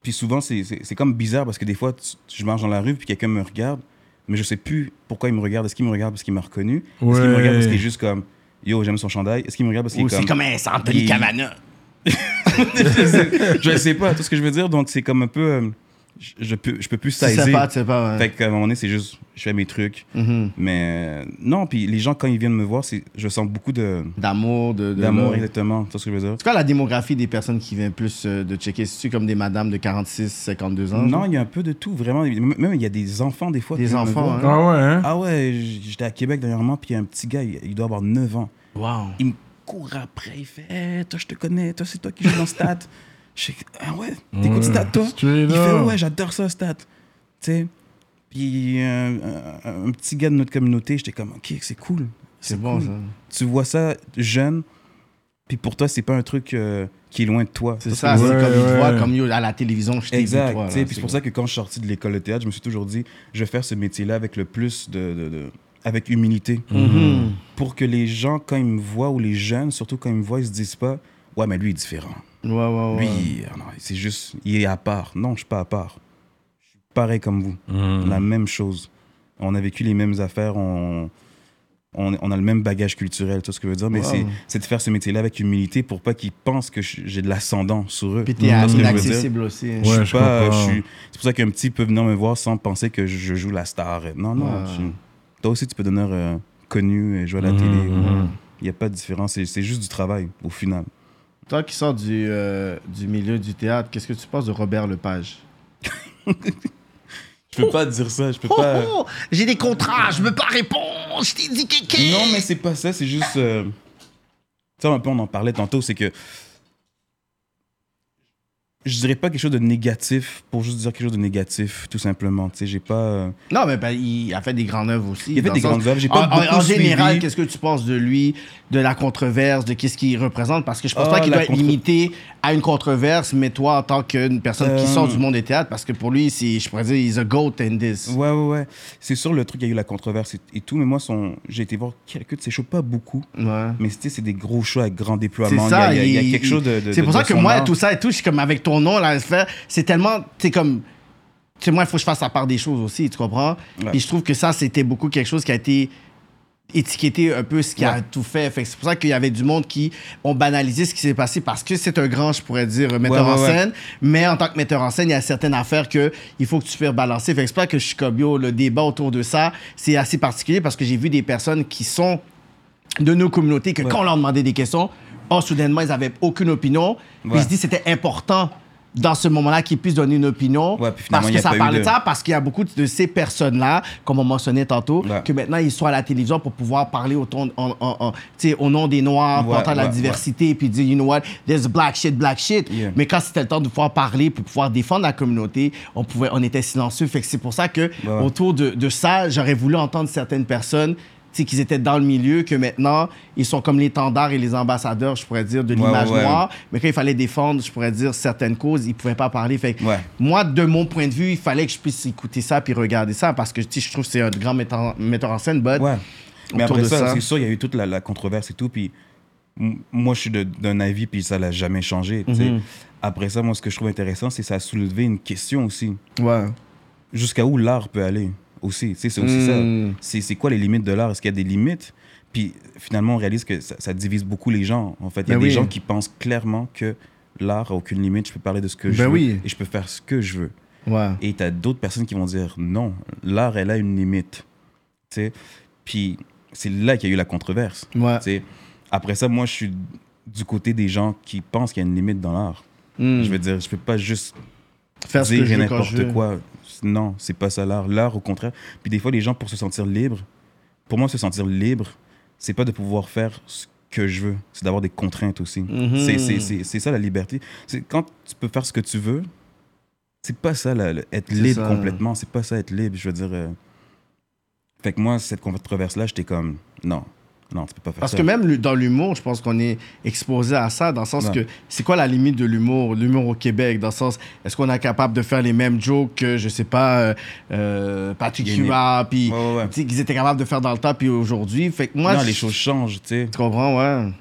[SPEAKER 5] Puis souvent, c'est- c'est c'est comme bizarre parce que des fois, tu- je marche dans la rue, puis quelqu'un me regarde, mais je sais plus pourquoi il me regarde. Est-ce qu'il me regarde parce qu'il m'a reconnu Est-ce qu'il me
[SPEAKER 3] Ouais.
[SPEAKER 5] regarde parce qu'il est juste comme Yo, j'aime son chandail Est-ce qu'il me regarde parce qu'il
[SPEAKER 4] Ou
[SPEAKER 5] est
[SPEAKER 4] c'est
[SPEAKER 5] comme.
[SPEAKER 4] comme un Anthony
[SPEAKER 5] Il-
[SPEAKER 4] Cavana.
[SPEAKER 5] je sais pas, tout ce que je veux dire. Donc, c'est comme un peu. euh, je, je peux, je peux plus
[SPEAKER 4] Tu
[SPEAKER 5] saisir.
[SPEAKER 4] sais pas, tu sais pas. ouais.
[SPEAKER 5] Fait qu'à un moment donné, c'est juste, je fais mes trucs.
[SPEAKER 4] Mhm.
[SPEAKER 5] Mais euh, non, puis les gens, quand ils viennent me voir, c'est- je sens beaucoup de-
[SPEAKER 4] D'amour, de. de-
[SPEAKER 5] d'amour,
[SPEAKER 4] de-
[SPEAKER 5] exactement. Tu vois ce que je veux dire?
[SPEAKER 4] C'est quoi la démographie des personnes qui viennent plus euh, de checker? C'est-tu comme des madames de 46, 52 ans?
[SPEAKER 5] Non,
[SPEAKER 4] genre?
[SPEAKER 5] il y a un peu de tout, vraiment. M- Même il y a des enfants, des fois.
[SPEAKER 4] Des
[SPEAKER 5] qui viennent me voir.
[SPEAKER 4] enfants, hein.
[SPEAKER 3] Ah ouais, hein?
[SPEAKER 5] Ah ouais, j- j'étais à Québec dernièrement, puis il y a un petit gars, il, il doit avoir 9 ans.
[SPEAKER 4] Wow.
[SPEAKER 5] Il me court après, il fait Hey, toi, je te connais, toi, c'est toi qui joues dans Stat. Je fais Ah ouais, t'écoutes
[SPEAKER 3] Ouais,
[SPEAKER 5] Stat, toi
[SPEAKER 3] straight
[SPEAKER 5] Il fait
[SPEAKER 3] up.
[SPEAKER 5] Ouais, j'adore ça, Stat. Tu sais. Puis euh, un, un petit gars de notre communauté, j'étais comme Ok, c'est cool.
[SPEAKER 4] C'est bon,
[SPEAKER 5] cool.
[SPEAKER 4] ça.
[SPEAKER 5] Tu vois ça jeune, puis pour toi, c'est pas un truc euh, qui est loin de toi.
[SPEAKER 4] C'est
[SPEAKER 5] Parce
[SPEAKER 4] ça,
[SPEAKER 5] que-
[SPEAKER 4] c'est
[SPEAKER 3] Ouais,
[SPEAKER 4] comme ils te
[SPEAKER 3] ouais.
[SPEAKER 4] voient, comme yo, à la télévision, je t'ai vu,
[SPEAKER 5] Exact.
[SPEAKER 4] toi,
[SPEAKER 5] tu
[SPEAKER 4] là,
[SPEAKER 5] sais, puis c'est pour ça que quand je suis sorti de l'école de théâtre, je me suis toujours dit, je vais faire ce métier-là avec le plus de, de- de- avec humilité,
[SPEAKER 4] Mhm.
[SPEAKER 5] pour que les gens quand ils me voient ou les jeunes, surtout quand ils me voient, ils se disent pas, ouais mais lui il est différent.
[SPEAKER 4] Ouais, ouais, ouais.
[SPEAKER 5] Lui, il- ah non, c'est juste, il est à part. Non, je suis pas à part. Je suis pareil comme vous,
[SPEAKER 4] Mmh.
[SPEAKER 5] la même chose. On a vécu les mêmes affaires, on on, on a le même bagage culturel, tout ce que je veux dire, mais
[SPEAKER 4] Wow.
[SPEAKER 5] c'est- c'est de faire ce métier-là avec humilité pour pas qu'ils pensent que je- j'ai de l'ascendant sur eux.
[SPEAKER 4] Puis
[SPEAKER 5] Tu
[SPEAKER 4] t'es
[SPEAKER 5] vois ce que je veux dire?
[SPEAKER 4] inaccessible aussi. hein.
[SPEAKER 5] Je
[SPEAKER 3] Ouais,
[SPEAKER 5] suis
[SPEAKER 3] je
[SPEAKER 5] pas.
[SPEAKER 3] comprends.
[SPEAKER 5] je suis- C'est pour ça qu'un petit peut venir me voir sans penser que je, je joue la star. Non, non.
[SPEAKER 4] Ouais.
[SPEAKER 5] je- toi aussi, tu peux devenir euh, connu et jouer à la télé. Il n'y a pas de différence. C'est- C'est juste du travail, au final.
[SPEAKER 4] Toi qui sors du, euh, du milieu du théâtre, qu'est-ce que tu penses de Robert Lepage
[SPEAKER 5] Je peux pas dire ça. Je peux
[SPEAKER 4] oh, j'ai des contrats, je veux pas répondre, je t'ai dit kéké.
[SPEAKER 5] Non, mais c'est pas ça. C'est juste. euh, Tu sais, un peu, on en parlait tantôt. C'est que. Je dirais pas quelque chose de négatif pour juste dire quelque chose de négatif, tout simplement. Tu sais, j'ai pas. euh,
[SPEAKER 4] Non, mais ben, il a fait des grandes œuvres aussi.
[SPEAKER 5] Il a fait
[SPEAKER 4] dans
[SPEAKER 5] des
[SPEAKER 4] le sens-
[SPEAKER 5] grandes œuvres, j'ai
[SPEAKER 4] En,
[SPEAKER 5] pas
[SPEAKER 4] en-
[SPEAKER 5] beaucoup
[SPEAKER 4] en général,
[SPEAKER 5] suivi.
[SPEAKER 4] qu'est-ce que tu penses de lui, de la controverse, de qu'est-ce qu'il représente Parce que je pense
[SPEAKER 5] Ah,
[SPEAKER 4] pas qu'il
[SPEAKER 5] la
[SPEAKER 4] doit être
[SPEAKER 5] contre-
[SPEAKER 4] limité à une controverse, mais toi, en tant qu'une personne qui
[SPEAKER 5] Euh.
[SPEAKER 4] sort du monde des théâtres, parce que pour lui, c'est- je pourrais dire, he's a goat in this.
[SPEAKER 5] Ouais, ouais, ouais. C'est sûr, le truc, il y a eu la controverse et, et tout, mais moi, son... j'ai été voir quelques de ses shows, pas beaucoup.
[SPEAKER 4] Ouais.
[SPEAKER 5] Mais tu sais, c'est des gros shows avec grand
[SPEAKER 4] C'est
[SPEAKER 5] déploiement.
[SPEAKER 4] ça,
[SPEAKER 5] il, y a, il y a- il y a quelque
[SPEAKER 4] il-
[SPEAKER 5] chose de. de-
[SPEAKER 4] C'est pour
[SPEAKER 5] de-
[SPEAKER 4] ça
[SPEAKER 5] de
[SPEAKER 4] que
[SPEAKER 5] son
[SPEAKER 4] moi,
[SPEAKER 5] art.
[SPEAKER 4] tout ça et tout, je suis comme avec ton nom, là, je fais- c'est tellement. Tu sais, comme. Tu sais, moi, il faut que je fasse la part des choses aussi, tu comprends?
[SPEAKER 5] Ouais.
[SPEAKER 4] Puis je trouve que ça, c'était beaucoup quelque chose qui a été étiqueté un peu ce qui a
[SPEAKER 5] Ouais.
[SPEAKER 4] tout fait. Fait que c'est pour ça qu'il y avait du monde qui ont banalisé ce qui s'est passé parce que c'est un grand, je pourrais dire, metteur
[SPEAKER 5] Ouais, ouais,
[SPEAKER 4] en
[SPEAKER 5] ouais.
[SPEAKER 4] scène. Mais en tant que metteur en scène, il y a certaines affaires que il faut que tu fasses balancer. Fait que c'est pas que je suis comme, yo, le débat autour de ça, c'est assez particulier parce que j'ai vu des personnes qui sont de nos communautés que quand on leur demandait des questions, oh, soudainement, ils n'avaient aucune opinion. Puis
[SPEAKER 5] Ouais.
[SPEAKER 4] je dis c'était important dans ce moment-là qu'ils puissent donner une opinion
[SPEAKER 5] Ouais, puis finalement,
[SPEAKER 4] parce
[SPEAKER 5] il y
[SPEAKER 4] que
[SPEAKER 5] a
[SPEAKER 4] ça
[SPEAKER 5] pas eu
[SPEAKER 4] parlait de
[SPEAKER 5] de-
[SPEAKER 4] ça, parce qu'il y a beaucoup de ces personnes-là, comme on mentionnait tantôt,
[SPEAKER 5] Ouais.
[SPEAKER 4] que maintenant, ils sont à la télévision pour pouvoir parler au, ton- en- en- en- tu sais, au nom des Noirs,
[SPEAKER 5] Ouais,
[SPEAKER 4] portant la
[SPEAKER 5] ouais,
[SPEAKER 4] diversité, puis dire, you know what, there's black shit, black shit.
[SPEAKER 5] Yeah.
[SPEAKER 4] Mais quand c'était le temps de pouvoir parler, puis pouvoir défendre la communauté, on, pouvait, on était silencieux. Fait que c'est pour ça que
[SPEAKER 5] ouais.
[SPEAKER 4] autour de, de ça, j'aurais voulu entendre certaines personnes tu sais, qu'ils étaient dans le milieu, que maintenant, ils sont comme l'étendard et les ambassadeurs, je pourrais dire, de
[SPEAKER 5] Ouais,
[SPEAKER 4] l'image
[SPEAKER 5] ouais, ouais.
[SPEAKER 4] noire. Mais quand il fallait défendre, je pourrais dire, certaines causes, ils ne pouvaient pas parler. Fait que
[SPEAKER 5] Ouais.
[SPEAKER 4] moi, de mon point de vue, il fallait que je puisse écouter ça puis regarder ça parce que tu sais, je trouve que c'est un grand metteur, en- metteur en scène, but
[SPEAKER 5] Ouais. Mais
[SPEAKER 4] autour
[SPEAKER 5] après
[SPEAKER 4] de
[SPEAKER 5] ça,
[SPEAKER 4] ça.
[SPEAKER 5] c'est sûr, il y a eu toute la, la controverse et tout. Puis m- moi, je suis de- d'un avis, puis ça l'a jamais changé. tu sais.
[SPEAKER 4] Mhm.
[SPEAKER 5] Après ça, moi, ce que je trouve intéressant, c'est que ça a soulevé une question aussi.
[SPEAKER 4] ouais.
[SPEAKER 5] Jusqu'à où l'art peut aller aussi. tu sais, C'est aussi
[SPEAKER 4] Mm.
[SPEAKER 5] ça. C'est- C'est quoi les limites de l'art Est-ce qu'il y a des limites Puis finalement, on réalise que ça, ça divise beaucoup les gens. En fait, il y a
[SPEAKER 4] Ben
[SPEAKER 5] des
[SPEAKER 4] oui.
[SPEAKER 5] gens qui pensent clairement que l'art a aucune limite. Je peux parler de ce que je
[SPEAKER 4] Ben
[SPEAKER 5] veux
[SPEAKER 4] oui.
[SPEAKER 5] et je peux faire ce que je veux.
[SPEAKER 4] Ouais.
[SPEAKER 5] Et t'as d'autres personnes qui vont dire non, l'art, elle a une limite. Tu sais? Puis c'est là qu'il y a eu la controverse.
[SPEAKER 4] Ouais.
[SPEAKER 5] Tu sais? Après ça, moi, je suis du côté des gens qui pensent qu'il y a une limite dans l'art.
[SPEAKER 4] Mm.
[SPEAKER 5] Je veux dire, je peux pas juste
[SPEAKER 4] Faire ce que
[SPEAKER 5] dire
[SPEAKER 4] je veux quand je veux.
[SPEAKER 5] n'importe quoi. Non, c'est pas ça l'art. L'art, au contraire. Puis des fois, les gens, pour se sentir libre, pour moi, se sentir libre, c'est pas de pouvoir faire ce que je veux. C'est d'avoir des contraintes aussi. C'est- c'est- c'est- C'est ça la liberté. C'est quand tu peux faire ce que tu veux, c'est pas ça la- le- être libre
[SPEAKER 4] ça.
[SPEAKER 5] complètement. C'est pas ça être libre. Je veux dire. euh, Fait que moi, cette controverse-là, j'étais comme non, non, tu peux pas faire
[SPEAKER 4] Parce
[SPEAKER 5] ça.
[SPEAKER 4] que même le- dans l'humour, je pense qu'on est exposé à ça, dans le sens
[SPEAKER 5] Ouais.
[SPEAKER 4] que c'est quoi la limite de l'humour, l'humour au Québec, dans le sens, est-ce qu'on est capable de faire les mêmes jokes que, je sais pas, euh, euh, Patrick
[SPEAKER 5] Il y a une-
[SPEAKER 4] Huard, puis
[SPEAKER 5] Ouais, ouais, ouais.
[SPEAKER 4] tu sais, qu'ils étaient capables de faire dans le temps, puis aujourd'hui, fait que moi,
[SPEAKER 5] non,
[SPEAKER 4] je-
[SPEAKER 5] les choses changent, tu sais.
[SPEAKER 4] Tu comprends, ouais.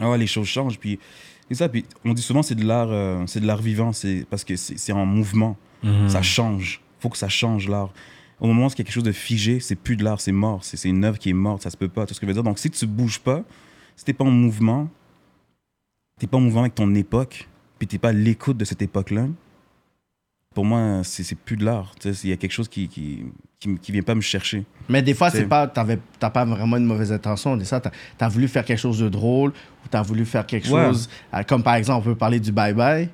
[SPEAKER 5] Ah ouais, les choses changent. Puis, c'est ça. Puis, on dit souvent c'est de l'art, euh, c'est de l'art vivant, c'est parce que c'est c'est en mouvement. Ça change. Faut que ça change l'art. Au moment où il y a quelque chose de figé, c'est plus de l'art, c'est mort. C'est c'est une œuvre qui est morte, ça se peut pas. Tout ce que je veux dire. Donc, si tu bouges pas, si t'es pas en mouvement, t'es pas en mouvement avec ton époque, puis t'es pas à l'écoute de cette époque-là. Pour moi, c'est c'est plus de l'art. Tu sais, Il y a quelque chose qui, qui, qui, me- qui vient pas me chercher.
[SPEAKER 4] Mais des fois, c'est
[SPEAKER 5] C'est-
[SPEAKER 4] pas, t'avais- t'as pas vraiment une mauvaise intention. Des fois, t'as, t'as voulu faire quelque chose de drôle ou t'as voulu faire quelque
[SPEAKER 5] Ouais.
[SPEAKER 4] chose, euh, comme par exemple, on peut parler du bye-bye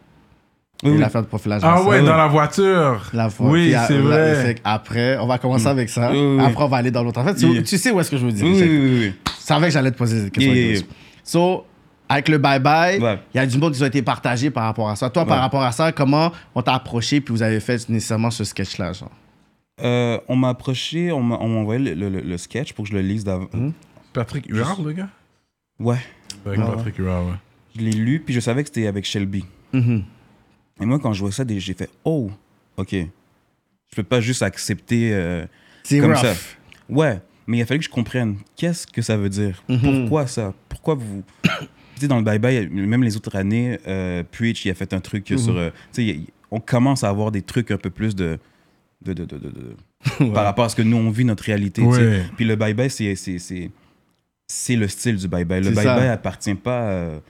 [SPEAKER 4] et
[SPEAKER 5] oui.
[SPEAKER 4] l'affaire de profilage.
[SPEAKER 3] Ah
[SPEAKER 4] racial.
[SPEAKER 3] ouais, dans la voiture.
[SPEAKER 4] La fois.
[SPEAKER 3] oui,
[SPEAKER 4] Puis, à-
[SPEAKER 3] c'est
[SPEAKER 4] la-
[SPEAKER 3] vrai.
[SPEAKER 4] fait que Après, on va commencer avec ça.
[SPEAKER 5] Mm. Oui, oui, oui.
[SPEAKER 4] Après, on va aller dans l'autre. En fait, tu,
[SPEAKER 5] Oui.
[SPEAKER 4] tu sais où est-ce que je veux dire.
[SPEAKER 5] Oui,
[SPEAKER 4] C'est-
[SPEAKER 5] oui, oui, oui.
[SPEAKER 4] Je savais que j'allais te poser cette question.
[SPEAKER 5] Yeah, yeah,
[SPEAKER 4] Louis. So, avec le bye-bye, il
[SPEAKER 5] Ouais.
[SPEAKER 4] y a du monde qui a été partagé par rapport à ça. Toi, par
[SPEAKER 5] Ouais.
[SPEAKER 4] rapport à ça, comment on t'a approché puis vous avez fait nécessairement ce sketch-là, genre?
[SPEAKER 5] Euh, on m'a approché, on m'a on m'a envoyé le, le- le sketch pour que je le lise d'avant.
[SPEAKER 3] Patrick Huard, le gars
[SPEAKER 5] Ah Ouais,
[SPEAKER 3] Avec Patrick Huard, ouais.
[SPEAKER 5] je l'ai lu, puis je savais que c'était avec Shelby. Mm-hmm. Et moi, quand je vois ça, des- j'ai fait Oh, ok. Je peux pas juste accepter euh,
[SPEAKER 4] C'est
[SPEAKER 5] comme
[SPEAKER 4] rough.
[SPEAKER 5] ça. Ouais, mais il a fallu que je comprenne qu'est-ce que ça veut dire.
[SPEAKER 4] Mhm.
[SPEAKER 5] Pourquoi ça Pourquoi vous. tu sais, dans le bye-bye, même les autres années, euh, Preach, il a fait un truc
[SPEAKER 4] Mhm.
[SPEAKER 5] sur. euh, tu sais, il- il- on commence à avoir des trucs un peu plus de. de, de, de- de- de- Par rapport à ce que nous, on vit, notre réalité. tu sais.
[SPEAKER 3] Ouais.
[SPEAKER 5] Puis le bye-bye, c'est- c'est- c'est c'est le style du bye-bye. Le
[SPEAKER 4] C'est ça.
[SPEAKER 5] bye-bye appartient pas euh,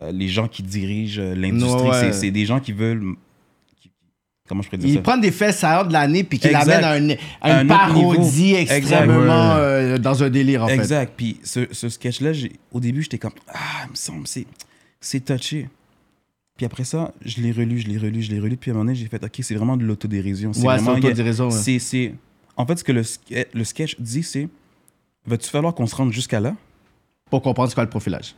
[SPEAKER 5] euh, les gens qui dirigent euh, l'industrie.
[SPEAKER 4] Ouais, ouais.
[SPEAKER 5] C'est- C'est des gens qui veulent. qui- Comment je pourrais dire
[SPEAKER 4] Ils
[SPEAKER 5] ça
[SPEAKER 4] prennent des faits saillants de l'année puis qu'ils
[SPEAKER 5] Exact.
[SPEAKER 4] l'amènent à une, à
[SPEAKER 5] À
[SPEAKER 4] une
[SPEAKER 5] un autre
[SPEAKER 4] parodie
[SPEAKER 5] niveau.
[SPEAKER 4] extrêmement
[SPEAKER 3] Exact. Ouais.
[SPEAKER 4] euh, dans un délire, en fait.
[SPEAKER 5] Exact. Puis ce, ce sketch-là, j'ai- au début, j'étais comme Ah, il me semble, c'est, c'est touché. Puis après ça, je l'ai relu, je l'ai relu, je l'ai relu. Puis à un moment donné, j'ai fait Ok, c'est vraiment de l'autodérision.
[SPEAKER 4] Ouais, c'est hein.
[SPEAKER 5] vraiment, il y a-
[SPEAKER 4] l'autodérision, ouais.
[SPEAKER 5] c'est- c'est- En fait, ce que le, ske- le sketch dit, c'est Va-tu falloir qu'on se rende jusqu'à là
[SPEAKER 4] Pour comprendre ce qu'est le profilage.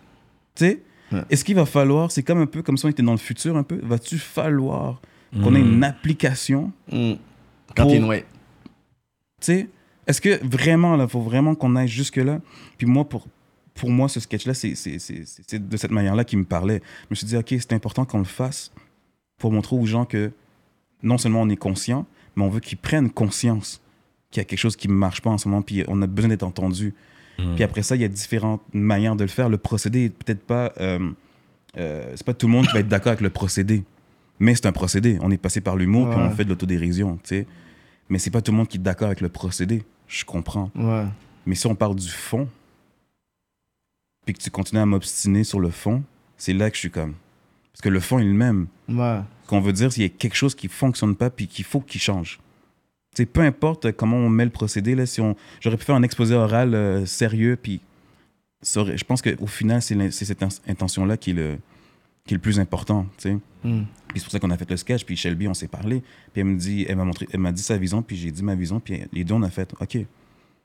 [SPEAKER 5] Tu sais
[SPEAKER 4] Ouais.
[SPEAKER 5] Est-ce qu'il va falloir, c'est comme un peu comme si on était dans le futur un peu, va-tu falloir qu'on ait
[SPEAKER 4] Hmm.
[SPEAKER 5] une application
[SPEAKER 4] Quand
[SPEAKER 5] Mm. Pour-
[SPEAKER 4] t'es noué.
[SPEAKER 5] Tu sais, est-ce que vraiment, là, faut vraiment qu'on aille jusque-là? Puis moi, pour, pour moi, ce sketch-là, c'est c'est- c'est- c'est- c'est de cette manière-là qu'il me parlait. Je me suis dit, OK, c'est important qu'on le fasse pour montrer aux gens que non seulement on est conscient, mais on veut qu'ils prennent conscience qu'il y a quelque chose qui ne marche pas en ce moment, puis on a besoin d'être entendu. Puis après ça, il y a différentes manières de le faire. Le procédé est peut-être pas. euh, euh, c'est pas tout le monde qui va être d'accord avec le procédé, mais c'est un procédé. On est passé par l'humour, puis
[SPEAKER 4] Ouais.
[SPEAKER 5] on fait de l'autodérision, tu sais. Mais c'est pas tout le monde qui est d'accord avec le procédé. Je comprends.
[SPEAKER 4] Ouais.
[SPEAKER 5] Mais si on parle du fond, puis que tu continues à m'obstiner sur le fond, c'est là que je suis comme. Parce que le fond est le même.
[SPEAKER 4] Ouais.
[SPEAKER 5] Ce qu'on veut dire, c'est qu'il y a quelque chose qui fonctionne pas, puis qu'il faut qu'il change. Tu sais, peu importe comment on met le procédé, là, si on... j'aurais pu faire un exposé oral euh, sérieux, puis ça aurait- je pense qu'au final, c'est l'in- c'est cette in- intention-là qui est le, qui est le plus important. tu sais.
[SPEAKER 4] Mm.
[SPEAKER 5] Puis c'est pour ça qu'on a fait le sketch, puis Shelby, on s'est parlé. Puis elle me dit, elle m'a montré, elle m'a dit sa vision, puis j'ai dit ma vision, puis les deux, on a fait, OK,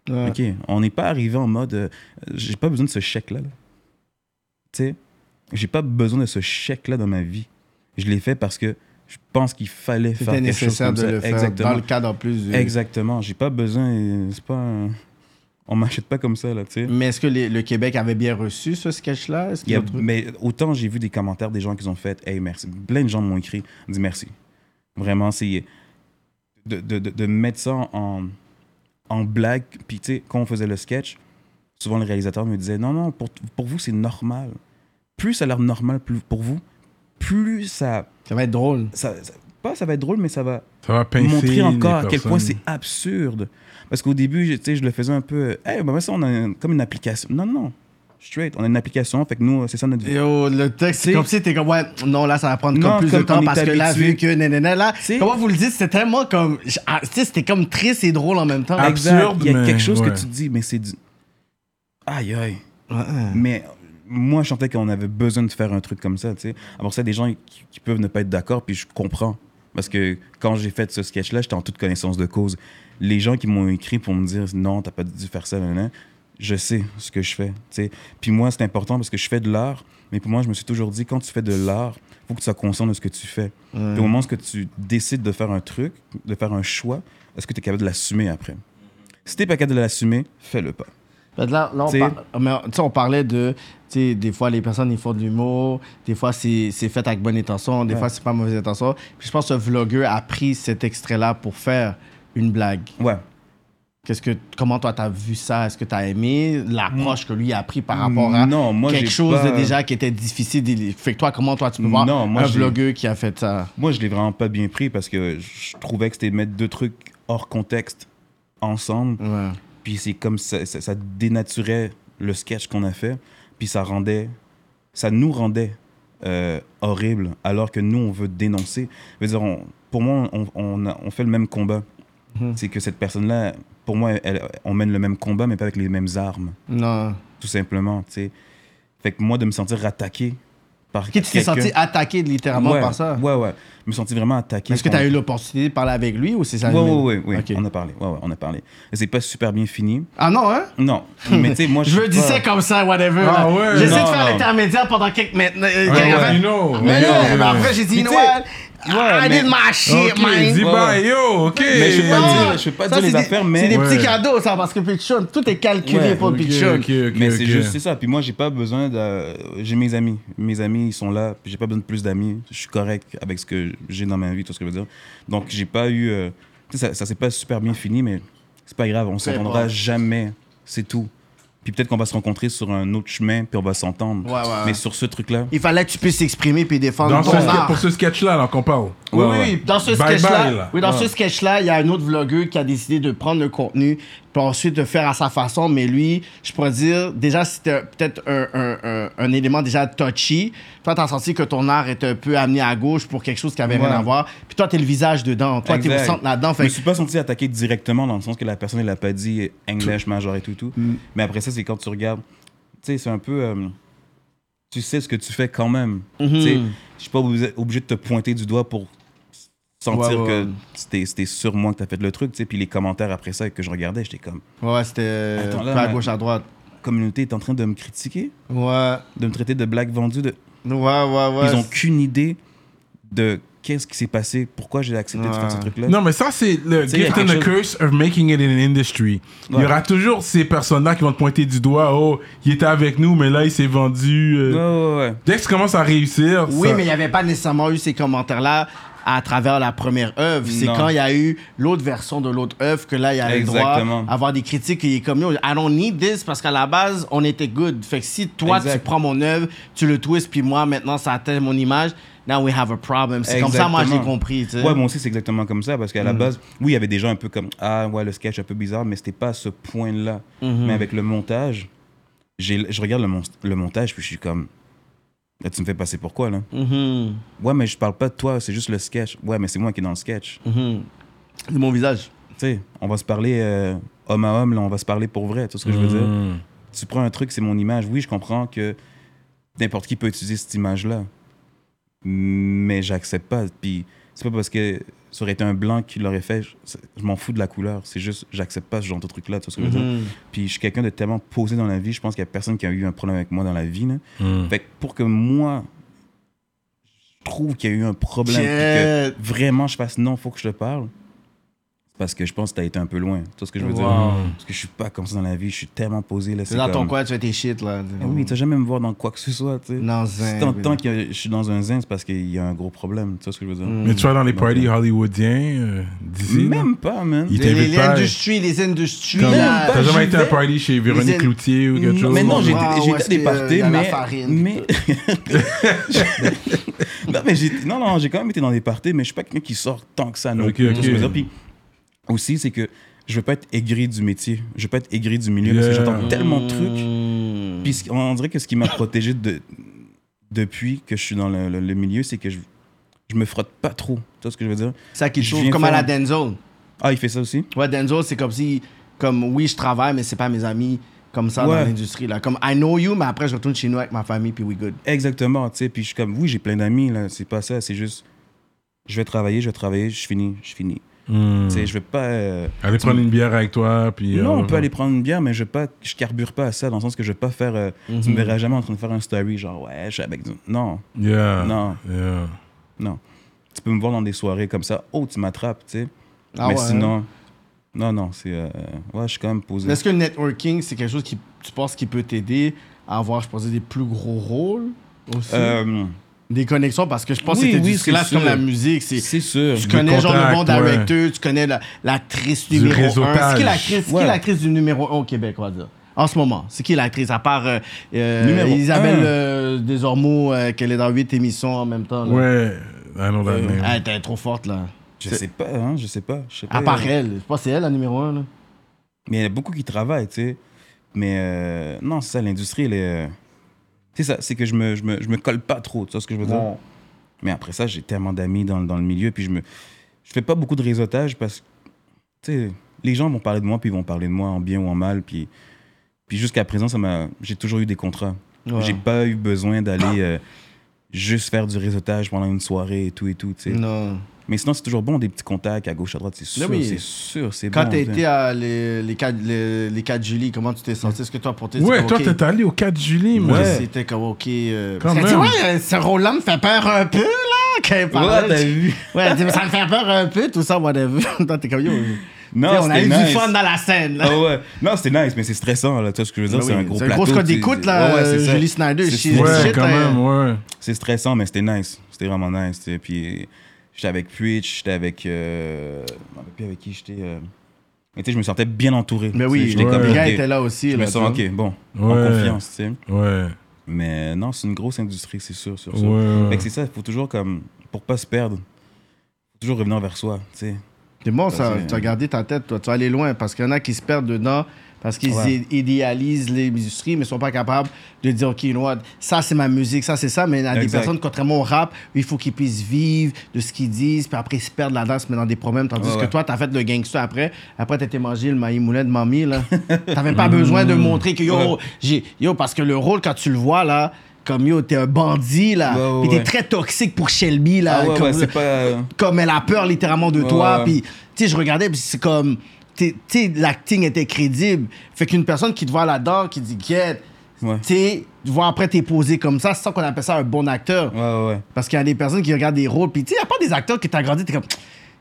[SPEAKER 4] Ouais.
[SPEAKER 5] OK, on n'est pas arrivé en mode euh, j'ai pas besoin de ce chèque-là. là. Tu sais, j'ai pas besoin de ce chèque-là dans ma vie. Je l'ai fait parce que je pense qu'il fallait faire
[SPEAKER 4] C'était
[SPEAKER 5] quelque chose
[SPEAKER 4] nécessaire
[SPEAKER 5] comme
[SPEAKER 4] de
[SPEAKER 5] ça.
[SPEAKER 4] le faire
[SPEAKER 5] Exactement.
[SPEAKER 4] dans le cadre en plus du-
[SPEAKER 5] Exactement. J'ai pas besoin. euh, C'est pas. un- On m'achète pas comme ça, là, tu sais.
[SPEAKER 4] Mais est-ce que les- le Québec avait bien reçu ce sketch-là? Est-ce
[SPEAKER 5] Il y a-
[SPEAKER 4] qu'ils ont-
[SPEAKER 5] mais autant j'ai vu des commentaires des gens qui ont fait Hey, merci. Plein de gens m'ont écrit, dit merci. Vraiment, c'est. De, de, de, de mettre ça en, en blague. Puis, tu sais, quand on faisait le sketch, souvent le réalisateur me disait Non, non, pour, pour vous, c'est normal. Plus ça a l'air normal plus, pour vous, plus ça,
[SPEAKER 4] Ça va être drôle.
[SPEAKER 5] ça- ça. Pas ça va être drôle, mais ça va
[SPEAKER 3] Ça va pincer
[SPEAKER 5] montrer encore à
[SPEAKER 3] les
[SPEAKER 5] quel point
[SPEAKER 3] personnes.
[SPEAKER 5] c'est absurde. Parce qu'au début, je- tu sais, je le faisais un peu. euh, Hey, ben, ça, on a un- comme une application. Non, non, non. Straight. On a une application. Fait que nous, c'est ça notre vie.
[SPEAKER 4] Yo, oh, le texte, c'est
[SPEAKER 5] C'est-
[SPEAKER 4] comme si t'es comme, ouais, non, là, ça va prendre comme
[SPEAKER 5] Non,
[SPEAKER 4] plus
[SPEAKER 5] comme
[SPEAKER 4] de temps
[SPEAKER 5] on est
[SPEAKER 4] parce que là,
[SPEAKER 5] habitué.
[SPEAKER 4] vu que, nanana, là,
[SPEAKER 5] C'est-
[SPEAKER 4] comment vous le dites, c'était tellement comme, j- ah, tu sais, c'était comme triste et drôle en même temps.
[SPEAKER 3] Ah,
[SPEAKER 5] Exact.
[SPEAKER 3] absurde,
[SPEAKER 5] Il y a
[SPEAKER 3] mais-
[SPEAKER 5] quelque chose
[SPEAKER 3] ouais.
[SPEAKER 5] que tu te dis, mais c'est du. Aïe, aïe.
[SPEAKER 4] Ouais, ouais.
[SPEAKER 5] Mais euh, moi, je sentais qu'on avait besoin de faire un truc comme ça, tu sais. Après ça, des gens qui, qui peuvent ne pas être d'accord, puis je comprends. Parce que quand j'ai fait ce sketch-là, j'étais en toute connaissance de cause. Les gens qui m'ont écrit pour me dire non, t'as pas dû faire ça, nan, nan, je sais ce que je fais. tu sais. Puis moi, c'est important parce que je fais de l'art, mais pour moi, je me suis toujours dit, quand tu fais de l'art, il faut que tu sois conscient de ce que tu fais. Puis au moment où tu décides de faire un truc, de faire un choix, est-ce que tu es capable de l'assumer après? Si tu pas capable de l'assumer, fais-le pas.
[SPEAKER 4] Fait que Là, là, on,
[SPEAKER 5] T'sais-
[SPEAKER 4] par- mais, tu sais, on parlait de. tu sais, des fois, les personnes, ils font de l'humour. Des fois, c'est c'est fait avec bonne intention. Des fois, c'est pas mauvaise intention. Puis je pense que ce vlogueur a pris cet extrait-là pour faire une blague.
[SPEAKER 5] Ouais.
[SPEAKER 4] Qu'est-ce que, comment toi, t'as vu ça? Est-ce que t'as aimé l'approche que lui a pris par rapport à
[SPEAKER 5] Mm. Non, moi,
[SPEAKER 4] quelque
[SPEAKER 5] j'ai
[SPEAKER 4] chose
[SPEAKER 5] pas-
[SPEAKER 4] de déjà qui était difficile? d'il- Fait que toi, comment toi, tu peux voir
[SPEAKER 5] Non, moi,
[SPEAKER 4] un
[SPEAKER 5] j'ai-
[SPEAKER 4] vlogueur qui a fait ça?
[SPEAKER 5] Moi, je l'ai vraiment pas bien pris parce que je trouvais que c'était mettre deux trucs hors contexte ensemble.
[SPEAKER 4] Ouais.
[SPEAKER 5] Puis c'est comme ça, ça, ça dénaturait le sketch qu'on a fait. Puis ça rendait, ça nous rendait euh, horrible alors que nous, on veut dénoncer. Je veux dire, on- pour moi, on, on a- on fait le même combat. C'est que cette personne-là, pour moi, elle- on mène le même combat, mais pas avec les mêmes armes,
[SPEAKER 4] Non.
[SPEAKER 5] tout simplement. tu sais. Fait que moi, de me sentir attaqué par
[SPEAKER 4] Qui tu t'es
[SPEAKER 5] quelqu'un-
[SPEAKER 4] senti attaqué littéralement
[SPEAKER 5] ouais,
[SPEAKER 4] par ça?
[SPEAKER 5] Ouais, ouais. Je me sentis vraiment attaqué.
[SPEAKER 4] Est-ce que
[SPEAKER 5] quand-
[SPEAKER 4] t'as eu l'opportunité de parler avec lui ou c'est ça?
[SPEAKER 5] Ouais, ouais, ouais, ouais.
[SPEAKER 4] Ok.
[SPEAKER 5] On a parlé. Ouais, ouais, on a parlé. C'est pas super bien fini.
[SPEAKER 4] Ah non, hein?
[SPEAKER 5] Non, mais tu sais, moi,
[SPEAKER 4] Je veux
[SPEAKER 5] suis
[SPEAKER 4] dire
[SPEAKER 5] pas-
[SPEAKER 4] ça comme ça, whatever.
[SPEAKER 3] Ah
[SPEAKER 4] là.
[SPEAKER 3] ouais,
[SPEAKER 4] J'essaie
[SPEAKER 5] non,
[SPEAKER 4] de faire
[SPEAKER 5] non.
[SPEAKER 4] l'intermédiaire pendant quelques minutes. euh, quelques-
[SPEAKER 5] ouais.
[SPEAKER 3] You Ah know,
[SPEAKER 4] Mais
[SPEAKER 3] you
[SPEAKER 4] non,
[SPEAKER 3] know.
[SPEAKER 4] mais après j'ai dit,
[SPEAKER 5] Mais
[SPEAKER 4] you know
[SPEAKER 5] tu sais-
[SPEAKER 4] what? I I
[SPEAKER 5] Ouais, mais-
[SPEAKER 4] did my shit,
[SPEAKER 3] Ok,
[SPEAKER 4] man.
[SPEAKER 3] dis
[SPEAKER 5] Ouais.
[SPEAKER 3] bye, yo, ok.
[SPEAKER 5] Mais je sais pas
[SPEAKER 4] Ah,
[SPEAKER 5] dire- je peux pas
[SPEAKER 4] ça,
[SPEAKER 5] dire les
[SPEAKER 4] c'est des-
[SPEAKER 5] affaires, mais-
[SPEAKER 4] C'est des petits
[SPEAKER 3] Ouais.
[SPEAKER 4] cadeaux, ça, parce que Pitchon, tout est calculé
[SPEAKER 5] Ouais,
[SPEAKER 4] pour
[SPEAKER 3] Ok,
[SPEAKER 4] Pitchon.
[SPEAKER 3] ok, ok,
[SPEAKER 5] oh, Mais
[SPEAKER 3] ok.
[SPEAKER 5] c'est juste, c'est ça. Puis moi, j'ai pas besoin de. J'ai mes amis. Mes amis, ils sont là. Puis j'ai pas besoin de plus d'amis. Je suis correct avec ce que j'ai dans ma vie, tout ce que je veux dire. Donc, j'ai pas eu. euh, tu sais, ça, ça s'est pas super bien fini, mais c'est pas grave. On s'entendra
[SPEAKER 4] pas.
[SPEAKER 5] jamais. C'est tout. Puis peut-être qu'on va se rencontrer sur un autre chemin, puis on va s'entendre.
[SPEAKER 4] Ouais, ouais, ouais.
[SPEAKER 5] Mais sur ce truc-là.
[SPEAKER 4] Il fallait que tu puisses t'exprimer puis défendre
[SPEAKER 3] Dans
[SPEAKER 4] ton
[SPEAKER 3] ce-
[SPEAKER 4] art.
[SPEAKER 3] pour ce sketch-là, alors qu'on parle.
[SPEAKER 5] Ouais,
[SPEAKER 4] oui,
[SPEAKER 5] ouais.
[SPEAKER 4] oui, dans ce
[SPEAKER 3] Bye bye,
[SPEAKER 4] sketch-là,
[SPEAKER 3] là.
[SPEAKER 4] oui, dans ce sketch-là, il y a un autre vlogueur qui a décidé de prendre le contenu puis ensuite de faire à sa façon. Mais lui, je pourrais dire, déjà, c'était peut-être un, un- un- un élément déjà touchy. Toi, t'as senti que ton art était un peu amené à gauche pour quelque chose qui avait
[SPEAKER 5] Ouais.
[SPEAKER 4] rien à voir. Puis toi, t'es le visage dedans. Toi, t'es au
[SPEAKER 5] Exact.
[SPEAKER 4] centre là-dedans.
[SPEAKER 5] Je
[SPEAKER 4] Fait
[SPEAKER 5] me
[SPEAKER 4] que-
[SPEAKER 5] suis pas senti attaqué directement dans le sens que la personne, elle a pas dit English, major et tout, tout.
[SPEAKER 4] Mm.
[SPEAKER 5] Mais après ça, c'est quand tu regardes. Tu sais, c'est un peu. euh, tu sais ce que tu fais quand même. Tu
[SPEAKER 4] Mm-hmm.
[SPEAKER 5] sais, je suis pas obligé, obligé de te pointer du doigt pour sentir
[SPEAKER 4] Ouais, ouais.
[SPEAKER 5] que c'était c'était sur moi que t'as fait le truc. Tu sais, puis les commentaires après ça que je regardais, j'étais comme.
[SPEAKER 4] Ouais, c'était euh,
[SPEAKER 5] Attends, là,
[SPEAKER 4] peu à
[SPEAKER 5] mais-
[SPEAKER 4] gauche, à droite.
[SPEAKER 5] Communauté est en train de me critiquer,
[SPEAKER 4] Ouais,
[SPEAKER 5] de me traiter de blague vendue. De...
[SPEAKER 4] ouais, ouais, ouais.
[SPEAKER 5] Ils ont qu'une idée de qu'est-ce qui s'est passé, pourquoi j'ai accepté de
[SPEAKER 4] Ouais.
[SPEAKER 5] faire ce truc-là.
[SPEAKER 3] Non, mais ça, c'est le
[SPEAKER 5] sais, il y a
[SPEAKER 3] gift and the
[SPEAKER 5] quelque
[SPEAKER 3] curse of making it in an industry. Il y
[SPEAKER 5] Ouais.
[SPEAKER 3] aura toujours ces personnes-là qui vont te pointer du doigt. Oh, il était avec nous, mais là, il s'est vendu. euh.
[SPEAKER 5] Ouais, ouais, ouais.
[SPEAKER 3] Dès que tu commences à réussir,
[SPEAKER 4] Oui,
[SPEAKER 3] ça-
[SPEAKER 4] mais il n'y avait pas nécessairement eu ces commentaires-là à travers la première œuvre. C'est
[SPEAKER 5] Non.
[SPEAKER 4] quand il y a eu l'autre version de l'autre œuvre que là, il y a le droit
[SPEAKER 5] Exactement.
[SPEAKER 4] à avoir des critiques et comme yo, I don't need this parce qu'à la base, on était good. Fait que si toi, tu
[SPEAKER 5] Exact.
[SPEAKER 4] prends mon œuvre, tu le twists, puis moi, maintenant, ça atteint mon image, now we have a problem. C'est comme ça, moi, je l'ai
[SPEAKER 5] Exactement.
[SPEAKER 4] compris. tu sais. Mm.
[SPEAKER 5] Ouais, moi aussi, c'est exactement comme ça. Parce qu'à la base, oui, il y avait des gens un peu comme Ah, ouais, le sketch un peu bizarre, mais c'était pas à ce point-là.
[SPEAKER 4] Mm-hmm.
[SPEAKER 5] Mais avec le montage, j'ai- je regarde le, mon- le montage, puis je suis comme Là, tu me fais passer pour quoi, là
[SPEAKER 4] Mhm,
[SPEAKER 5] Ouais, mais je parle pas de toi, c'est juste le sketch. Ouais, mais c'est moi qui est dans le sketch.
[SPEAKER 4] mhm. C'est mon visage.
[SPEAKER 5] Tu sais, on va se parler euh, homme à homme, là, on va se parler pour vrai, tu sais ce que je veux dire Tu prends un truc, c'est mon image. Oui, je comprends que n'importe qui peut utiliser cette image-là. Mais j'accepte pas. Puis c'est pas parce que ça aurait été un blanc qui l'aurait fait. Je, c'est- je m'en fous de la couleur. C'est juste, j'accepte pas ce genre de truc-là. Tu vois ce que je veux dire?
[SPEAKER 4] Mhm.
[SPEAKER 5] Puis je suis quelqu'un de tellement posé dans la vie. Je pense qu'il y a personne qui a eu un problème avec moi dans la vie. là. Fait que pour que moi, je trouve qu'il y a eu un problème.
[SPEAKER 4] Yeah.
[SPEAKER 5] Puis que vraiment, je fasse non, faut que je te parle. c'est Parce que je pense que t'as été un peu loin. Tu vois ce que je veux dire?
[SPEAKER 4] Wow.
[SPEAKER 5] Parce que je suis pas comme ça dans la vie. Je suis tellement posé. Là,
[SPEAKER 4] C'est
[SPEAKER 5] c'est
[SPEAKER 4] dans ton
[SPEAKER 5] comme-
[SPEAKER 4] coin, tu fais tes shit, là.
[SPEAKER 5] eh oui, tu vas jamais me voir dans quoi que ce soit, tu sais.
[SPEAKER 4] Dans un-
[SPEAKER 5] Si t'entends que je suis dans un zin, c'est parce qu'il y a un gros problème, tu vois ce que je veux dire?
[SPEAKER 4] Hmm.
[SPEAKER 3] Mais tu vas dans les parties hollywoodiens euh, d'ici. là.
[SPEAKER 5] Même pas, man.
[SPEAKER 3] Il
[SPEAKER 4] Les, les,
[SPEAKER 3] t'invite pas.
[SPEAKER 4] industries, les industries,
[SPEAKER 3] Comme-
[SPEAKER 4] là.
[SPEAKER 3] T'as
[SPEAKER 5] pas,
[SPEAKER 3] jamais
[SPEAKER 5] j'y
[SPEAKER 3] été à un
[SPEAKER 5] vais.
[SPEAKER 3] party chez Véronique
[SPEAKER 4] ailes-
[SPEAKER 3] Cloutier ou quelque chose
[SPEAKER 5] Mm, Mais non, j'ai
[SPEAKER 4] Ah,
[SPEAKER 5] j'ai
[SPEAKER 4] où
[SPEAKER 5] été
[SPEAKER 4] est-ce
[SPEAKER 5] à des
[SPEAKER 4] que y
[SPEAKER 5] parties,
[SPEAKER 4] a la
[SPEAKER 5] mais.
[SPEAKER 4] farine?
[SPEAKER 5] mais- non, mais j'ai non, non, j'ai quand même été dans des parties, mais je suis pas quelqu'un qui sort tant que ça. Non,
[SPEAKER 3] Ok,
[SPEAKER 5] plus, tu vois ce que je veux
[SPEAKER 3] ok.
[SPEAKER 5] dire? Puis aussi, c'est que je veux pas être aigri du métier, je veux pas être aigri du milieu, parce que
[SPEAKER 3] Yeah.
[SPEAKER 5] j'entends tellement de trucs.
[SPEAKER 4] Hmm.
[SPEAKER 5] Puis ce- on dirait que ce qui m'a protégé de, depuis que je suis dans le, le- le milieu, c'est que je, je me frotte pas trop. Tu vois ce que je veux dire?
[SPEAKER 4] Ça qui
[SPEAKER 5] Je
[SPEAKER 4] trouve
[SPEAKER 5] viens
[SPEAKER 4] comme à
[SPEAKER 5] faire
[SPEAKER 4] la
[SPEAKER 5] un-
[SPEAKER 4] Denzel.
[SPEAKER 5] Ah, il fait ça aussi?
[SPEAKER 4] Ouais, Denzel, c'est comme si, comme oui, je travaille, mais c'est pas mes amis comme ça
[SPEAKER 5] Ouais.
[SPEAKER 4] dans l'industrie. là. Comme I know you, mais après, je retourne chez nous avec ma famille, puis we good.
[SPEAKER 5] Exactement, tu sais. Puis je suis comme, oui, j'ai plein d'amis, là, c'est pas ça, c'est juste, je vais travailler, je vais travailler, je finis, je finis.
[SPEAKER 4] Hmm.
[SPEAKER 5] Tu sais, je vais pas. euh,
[SPEAKER 3] Aller prendre une bière avec toi, puis...
[SPEAKER 5] non,
[SPEAKER 3] euh,
[SPEAKER 5] on
[SPEAKER 4] Uh-huh.
[SPEAKER 5] peut aller prendre une bière, mais je vais pas, je carbure pas à ça, dans le sens que je vais pas faire. euh,
[SPEAKER 4] Mm-hmm.
[SPEAKER 5] Tu me verras jamais en train de faire un story, genre, ouais, je suis avec. du- Non,
[SPEAKER 3] Yeah.
[SPEAKER 5] Non.
[SPEAKER 3] Yeah.
[SPEAKER 5] non. Tu peux me voir dans des soirées comme ça, oh, tu m'attrapes, tu sais.
[SPEAKER 4] Ah
[SPEAKER 5] mais
[SPEAKER 4] ouais,
[SPEAKER 5] sinon, non, non, c'est. euh, ouais, je suis quand même posé.
[SPEAKER 4] Est-ce que le networking, c'est quelque chose qui, tu penses, qui peut t'aider à avoir, je pense, des plus gros rôles aussi?
[SPEAKER 5] Euh,
[SPEAKER 4] Des connexions, parce que je pense
[SPEAKER 5] Oui,
[SPEAKER 4] que c'était
[SPEAKER 5] oui,
[SPEAKER 4] du-
[SPEAKER 5] c'est
[SPEAKER 4] là, c'est comme
[SPEAKER 5] sûr.
[SPEAKER 4] la musique, c'est...
[SPEAKER 5] c'est sûr.
[SPEAKER 4] Tu
[SPEAKER 3] Des
[SPEAKER 4] connais genre le bon
[SPEAKER 3] contacts, ouais.
[SPEAKER 4] directeur, tu connais la- l'actrice
[SPEAKER 3] Du
[SPEAKER 4] numéro 1.
[SPEAKER 3] réseautage.
[SPEAKER 4] C'est qui l'actrice c'est qui
[SPEAKER 5] Ouais.
[SPEAKER 4] l'actrice du numéro 1 au Québec, on va dire? En ce moment, c'est qui l'actrice à part euh, euh,
[SPEAKER 5] Numéro
[SPEAKER 4] Isabelle
[SPEAKER 5] un.
[SPEAKER 4] euh, Desormeaux, euh, qu'elle est dans 8 émissions en même temps? là.
[SPEAKER 3] Ouais. I know
[SPEAKER 5] Euh,
[SPEAKER 3] that name.
[SPEAKER 4] Ah, Elle est trop forte, là.
[SPEAKER 5] Je sais pas, hein, je sais pas. Je sais pas
[SPEAKER 4] À part
[SPEAKER 5] euh,
[SPEAKER 4] elle, je pense que c'est elle la numéro 1. Là.
[SPEAKER 5] Mais il y en a beaucoup qui travaillent, tu sais. Mais euh, non, c'est ça, l'industrie, elle est. euh, C'est ça, c'est que je me, je, me, je me colle pas trop, tu vois ce que je veux dire? Mais après ça, j'ai tellement d'amis dans, dans le milieu, puis je me. Je fais pas beaucoup de réseautage parce que, tu sais, les gens vont parler de moi, puis ils vont parler de moi en bien ou en mal, puis. Puis jusqu'à présent, ça m'a. J'ai toujours eu des contrats.
[SPEAKER 4] Ouais.
[SPEAKER 5] J'ai pas eu besoin d'aller euh, juste faire du réseautage pendant une soirée et tout et tout, tu sais.
[SPEAKER 4] Non.
[SPEAKER 5] Mais sinon, c'est toujours bon, des petits contacts à gauche, à droite, c'est sûr,
[SPEAKER 4] oui.
[SPEAKER 5] c'est sûr, c'est
[SPEAKER 4] Quand
[SPEAKER 5] bon,
[SPEAKER 4] t'as
[SPEAKER 5] tu sais.
[SPEAKER 4] été à les, les, 4, les, les quatre Julie, comment tu t'es senti? Est-ce que toi, pour tes
[SPEAKER 3] Ouais, toi, t'es allé au 4 Julie, moi.
[SPEAKER 5] Ouais.
[SPEAKER 4] C'était comme OK. euh,
[SPEAKER 3] Quand
[SPEAKER 4] parce que tu
[SPEAKER 3] même.
[SPEAKER 4] vois, euh, ce rôle-là me fait peur un peu, là. Quand
[SPEAKER 5] Ouais,
[SPEAKER 4] il
[SPEAKER 5] ben
[SPEAKER 4] parle,
[SPEAKER 5] t'as
[SPEAKER 4] tu-
[SPEAKER 5] vu?
[SPEAKER 4] Ouais, tu- ça me fait peur un peu, tout ça, whatever. Toi, t'es comme yo.
[SPEAKER 5] Non,
[SPEAKER 4] Tu sais, on a eu
[SPEAKER 5] c'était
[SPEAKER 4] du
[SPEAKER 5] nice.
[SPEAKER 4] fun dans la scène, là.
[SPEAKER 5] Ah ouais. Non, c'était nice, mais c'est stressant, là. Tu vois ce que je veux dire?
[SPEAKER 4] Ben
[SPEAKER 5] c'est
[SPEAKER 4] oui,
[SPEAKER 5] un gros
[SPEAKER 4] c'est un
[SPEAKER 5] plateau.
[SPEAKER 4] gros score
[SPEAKER 5] tu sais.
[SPEAKER 4] d'écoute, là,
[SPEAKER 5] Ouais, ouais, c'est ça.
[SPEAKER 4] Julie Snyder,
[SPEAKER 5] C'est
[SPEAKER 4] she-
[SPEAKER 5] stressant.
[SPEAKER 3] Ouais,
[SPEAKER 4] Shit,
[SPEAKER 3] quand
[SPEAKER 4] hein.
[SPEAKER 3] même, ouais.
[SPEAKER 5] C'est stressant, mais c'était nice. C'était vraiment nice. tu sais. Puis j'étais avec Twitch, j'étais avec. Euh... Je me rappelle plus avec qui j'étais. euh, Mais tu sais, je me sentais bien entouré.
[SPEAKER 4] Mais
[SPEAKER 5] tu sais,
[SPEAKER 4] Ben oui,
[SPEAKER 5] j'étais
[SPEAKER 3] ouais.
[SPEAKER 5] comme.
[SPEAKER 4] les gars
[SPEAKER 5] ok,
[SPEAKER 4] étaient là aussi.
[SPEAKER 5] Je
[SPEAKER 4] là,
[SPEAKER 5] me sens,
[SPEAKER 4] tu
[SPEAKER 5] ok, bon, en
[SPEAKER 3] Ouais.
[SPEAKER 5] confiance, tu sais.
[SPEAKER 3] Ouais.
[SPEAKER 5] Mais non, c'est une grosse industrie, c'est sûr, sûr, sûr.
[SPEAKER 3] Ouais.
[SPEAKER 5] Fait que c'est ça, il faut toujours, comme, pour pas se perdre, faut toujours revenir vers soi, tu sais.
[SPEAKER 4] C'est bon, ça.
[SPEAKER 5] Vas-y.
[SPEAKER 4] Tu as gardé ta tête, toi. Tu vas aller loin parce qu'il y en a qui se perdent dedans parce qu'ils
[SPEAKER 5] Ouais.
[SPEAKER 4] i- idéalisent les industries, mais ne sont pas capables de dire, OK, you know what, ça, c'est ma musique, ça, c'est ça. Mais il y a des
[SPEAKER 5] Exact.
[SPEAKER 4] personnes, contrairement au rap, il faut qu'ils puissent vivre de ce qu'ils disent, puis après, ils se perdent la danse, mais dans des problèmes. Tandis
[SPEAKER 5] Ouais,
[SPEAKER 4] que
[SPEAKER 5] ouais.
[SPEAKER 4] toi, tu as fait le gangster après. Après, tu étais mangé le maïs moulet de mamie, là. T'avais pas besoin de montrer que, yo,
[SPEAKER 5] Mm. Ouais.
[SPEAKER 4] j'ai- yo, parce que le rôle, quand tu le vois, là, comme yo, t'es un bandit, là.
[SPEAKER 5] Ouais, ouais,
[SPEAKER 4] Puis t'es
[SPEAKER 5] ouais.
[SPEAKER 4] très toxique pour Shelby, là.
[SPEAKER 5] Ah ouais,
[SPEAKER 4] comme-
[SPEAKER 5] ouais, c'est pas-
[SPEAKER 4] comme elle a peur littéralement de
[SPEAKER 5] Ouais,
[SPEAKER 4] toi.
[SPEAKER 5] ouais.
[SPEAKER 4] Puis, tu sais, je regardais, puis c'est comme, tu sais, l'acting était crédible. Fait qu'une personne qui te voit là-dedans, qui dit, get,
[SPEAKER 5] Ouais.
[SPEAKER 4] tu sais, tu vois après t'es posé comme ça, c'est ça qu'on appelle ça un bon acteur.
[SPEAKER 5] Ouais, ouais, ouais.
[SPEAKER 4] Parce qu'il y a des personnes qui regardent des rôles, puis tu sais, il y a pas des acteurs que t'as grandi, t'es comme,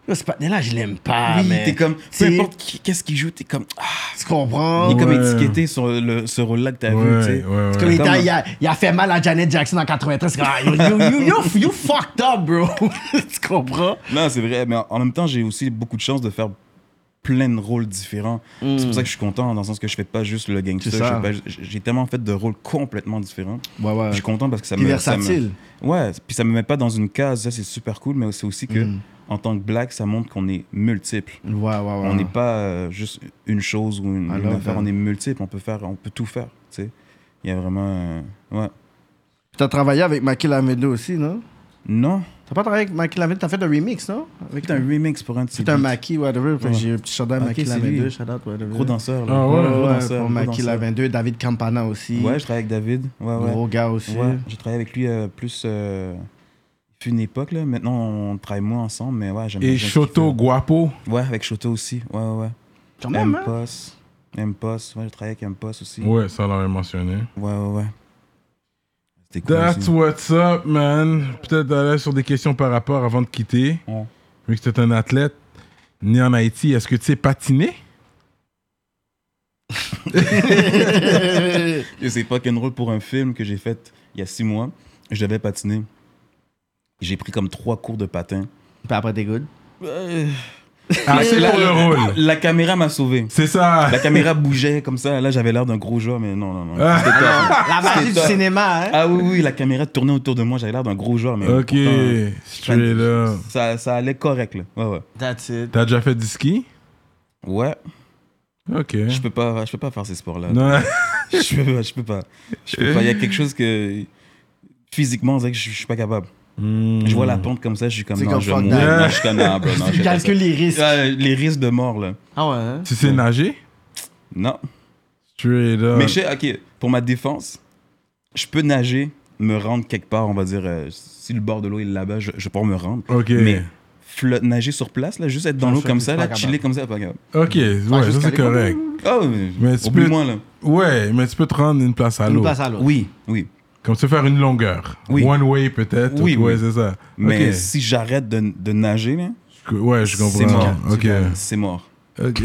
[SPEAKER 4] Yo, ce patiné-là, je l'aime pas.
[SPEAKER 5] oui,
[SPEAKER 4] Ah, mais,
[SPEAKER 5] t'es comme,
[SPEAKER 4] tu
[SPEAKER 5] peu
[SPEAKER 4] sais,
[SPEAKER 5] importe qui- qu'est-ce qu'il joue, t'es comme, ah,
[SPEAKER 4] Tu comprends?
[SPEAKER 5] Il est comme
[SPEAKER 3] Ouais.
[SPEAKER 5] étiqueté sur le, ce rôle-là que t'as
[SPEAKER 3] Ouais,
[SPEAKER 5] vu, tu sais.
[SPEAKER 3] ouais,
[SPEAKER 4] Comme il,
[SPEAKER 5] Comme-
[SPEAKER 4] était- il a, il a fait mal à Janet Jackson en 93. c'est comme, ah, you, you, you, you- you fucked up, bro. tu comprends?
[SPEAKER 5] Non, c'est vrai, mais en- en même temps, j'ai aussi beaucoup de chance de faire plein de rôles différents. C'est pour ça que je suis content, dans le sens que je fais pas juste le gangster.
[SPEAKER 4] C'est
[SPEAKER 5] je
[SPEAKER 4] ça.
[SPEAKER 5] fais pas ju- J'ai tellement fait de rôles complètement différents.
[SPEAKER 4] Ouais, ouais.
[SPEAKER 5] Je suis content parce que ça
[SPEAKER 4] T'es
[SPEAKER 5] me... ça me-
[SPEAKER 4] versatile.
[SPEAKER 5] Ouais, puis ça me met pas dans une case, ça c'est super cool, mais c'est aussi que, en tant que black, ça montre qu'on est multiple.
[SPEAKER 4] Ouais, ouais, ouais.
[SPEAKER 5] On n'est pas euh, juste une chose ou une,
[SPEAKER 4] I
[SPEAKER 5] une
[SPEAKER 4] love
[SPEAKER 5] affaire,
[SPEAKER 4] that.
[SPEAKER 5] on est multiple, on peut faire, on peut tout faire, tu sais. Il y a vraiment... euh, ouais.
[SPEAKER 4] T'as travaillé avec Michael Amedo aussi, non?
[SPEAKER 5] Non,
[SPEAKER 4] T'as pas travaillé avec Michael Amedo, t'as fait un remix, non? Avec
[SPEAKER 5] c'est un remix pour un de ces
[SPEAKER 4] C'est un
[SPEAKER 5] beats.
[SPEAKER 4] Maki, whatever. Fait que
[SPEAKER 5] Ouais.
[SPEAKER 4] J'ai un petit shout-out à
[SPEAKER 5] Ok,
[SPEAKER 4] Maki
[SPEAKER 5] c'est
[SPEAKER 4] Lamedo,
[SPEAKER 5] lui.
[SPEAKER 4] shout-out, whatever.
[SPEAKER 5] Gros danseur, là.
[SPEAKER 3] Ah ouais?
[SPEAKER 4] Ouais,
[SPEAKER 5] gros
[SPEAKER 4] ouais,
[SPEAKER 5] danseur,
[SPEAKER 4] pour
[SPEAKER 5] gros
[SPEAKER 4] Maki
[SPEAKER 5] danseur.
[SPEAKER 4] Lamedo, David Campana aussi.
[SPEAKER 5] Ouais, je travaille avec David. Ouais, ouais.
[SPEAKER 4] Gros gars aussi.
[SPEAKER 5] Ouais, j'ai travaillé avec lui euh, plus. euh, il fut une époque, là. Maintenant, on travaille moins ensemble, mais ouais, j'aime
[SPEAKER 3] Et
[SPEAKER 5] bien ce qu'il
[SPEAKER 3] Shoto Guapo.
[SPEAKER 5] fait. Ouais, avec Shoto aussi. Ouais, ouais, ouais.
[SPEAKER 4] Quand même, hein?
[SPEAKER 5] M-Poss. M-Poss. Ouais, j'ai travaillé avec M-Poss aussi. Ouais,
[SPEAKER 3] Ouais, ça on l'avait mentionné.
[SPEAKER 5] ouais, ouais. C'était cool.
[SPEAKER 3] That's
[SPEAKER 5] aussi.
[SPEAKER 3] what's up, man. Peut-être d'aller sur des questions par rapport avant de quitter.
[SPEAKER 5] Ouais.
[SPEAKER 3] Vu que t'es un athlète né en Haïti, est-ce que tu sais patiner?
[SPEAKER 5] Et C'est pas qu'un rôle pour un film que j'ai fait il y a six mois. Je devais patiner. J'ai pris comme trois cours de patin.
[SPEAKER 4] Puis après, t'es good.
[SPEAKER 3] Ah, c'est
[SPEAKER 5] La-
[SPEAKER 3] pour le
[SPEAKER 5] la-
[SPEAKER 3] rôle.
[SPEAKER 5] La caméra m'a sauvé.
[SPEAKER 3] C'est ça.
[SPEAKER 5] La caméra bougeait comme ça. Là, j'avais l'air d'un gros joueur, mais non, non, non.
[SPEAKER 3] Ah.
[SPEAKER 5] C'était top.
[SPEAKER 4] La magie du
[SPEAKER 5] top.
[SPEAKER 4] cinéma, hein?
[SPEAKER 5] Ah oui, oui, la caméra tournait autour de moi, j'avais l'air d'un gros joueur, mais.
[SPEAKER 3] Ok,
[SPEAKER 5] pourtant,
[SPEAKER 3] straight up.
[SPEAKER 5] ça, ça allait correct, là. Ouais, ouais.
[SPEAKER 4] That's it.
[SPEAKER 3] T'as déjà fait du ski?
[SPEAKER 5] Ouais,
[SPEAKER 3] Ok.
[SPEAKER 5] je peux pas, je peux pas faire ces sports-là.
[SPEAKER 3] Non.
[SPEAKER 5] Je peux pas, je peux pas. Je peux pas. Il y a quelque chose que. Physiquement, on dirait que je, je suis pas capable. Je vois
[SPEAKER 3] Hmm.
[SPEAKER 5] la pente comme ça, je suis comme.
[SPEAKER 4] C'est
[SPEAKER 5] Non,
[SPEAKER 4] comme
[SPEAKER 5] je vais
[SPEAKER 4] fuck
[SPEAKER 5] mourir.
[SPEAKER 3] that.
[SPEAKER 5] Non, je suis comme, non, bro, non, je
[SPEAKER 4] Tu
[SPEAKER 5] vais pas ça.
[SPEAKER 4] calcules les risques.
[SPEAKER 5] Ouais, les risques de mort, là.
[SPEAKER 4] Ah ouais, hein?
[SPEAKER 3] Tu sais nager?
[SPEAKER 5] Non.
[SPEAKER 3] Straight up.
[SPEAKER 5] Mais je sais, ok, pour ma défense, je peux nager, me rendre quelque part, on va dire, euh, si le bord de l'eau est là-bas, je, je peux me rendre.
[SPEAKER 3] Ok.
[SPEAKER 5] Mais flotte, nager sur place, là, juste être dans
[SPEAKER 4] Non,
[SPEAKER 5] l'eau
[SPEAKER 4] ça,
[SPEAKER 5] comme
[SPEAKER 4] je
[SPEAKER 5] ça,
[SPEAKER 4] suis
[SPEAKER 5] là,
[SPEAKER 4] pas
[SPEAKER 5] chiller comme ça, pas grave.
[SPEAKER 3] Ok, ouais, ça
[SPEAKER 4] jusqu'à
[SPEAKER 3] c'est
[SPEAKER 4] l'école.
[SPEAKER 3] correct.
[SPEAKER 5] Oh, mais,
[SPEAKER 3] Mais tu peux-
[SPEAKER 5] oublie-moi, là.
[SPEAKER 3] Ouais, mais tu peux te rendre une place à
[SPEAKER 4] Une
[SPEAKER 3] l'autre.
[SPEAKER 4] place à l'autre.
[SPEAKER 5] Oui, oui.
[SPEAKER 3] Comme se faire une longueur.
[SPEAKER 5] Oui.
[SPEAKER 3] One way peut-être.
[SPEAKER 5] Oui,
[SPEAKER 3] ouais,
[SPEAKER 5] oui.
[SPEAKER 3] c'est ça.
[SPEAKER 5] Mais
[SPEAKER 3] Ok.
[SPEAKER 5] si j'arrête de, de nager, là,
[SPEAKER 3] Je- Ouais, je comprends.
[SPEAKER 5] c'est mort.
[SPEAKER 3] Ok.
[SPEAKER 5] C'est mort.
[SPEAKER 3] Ok.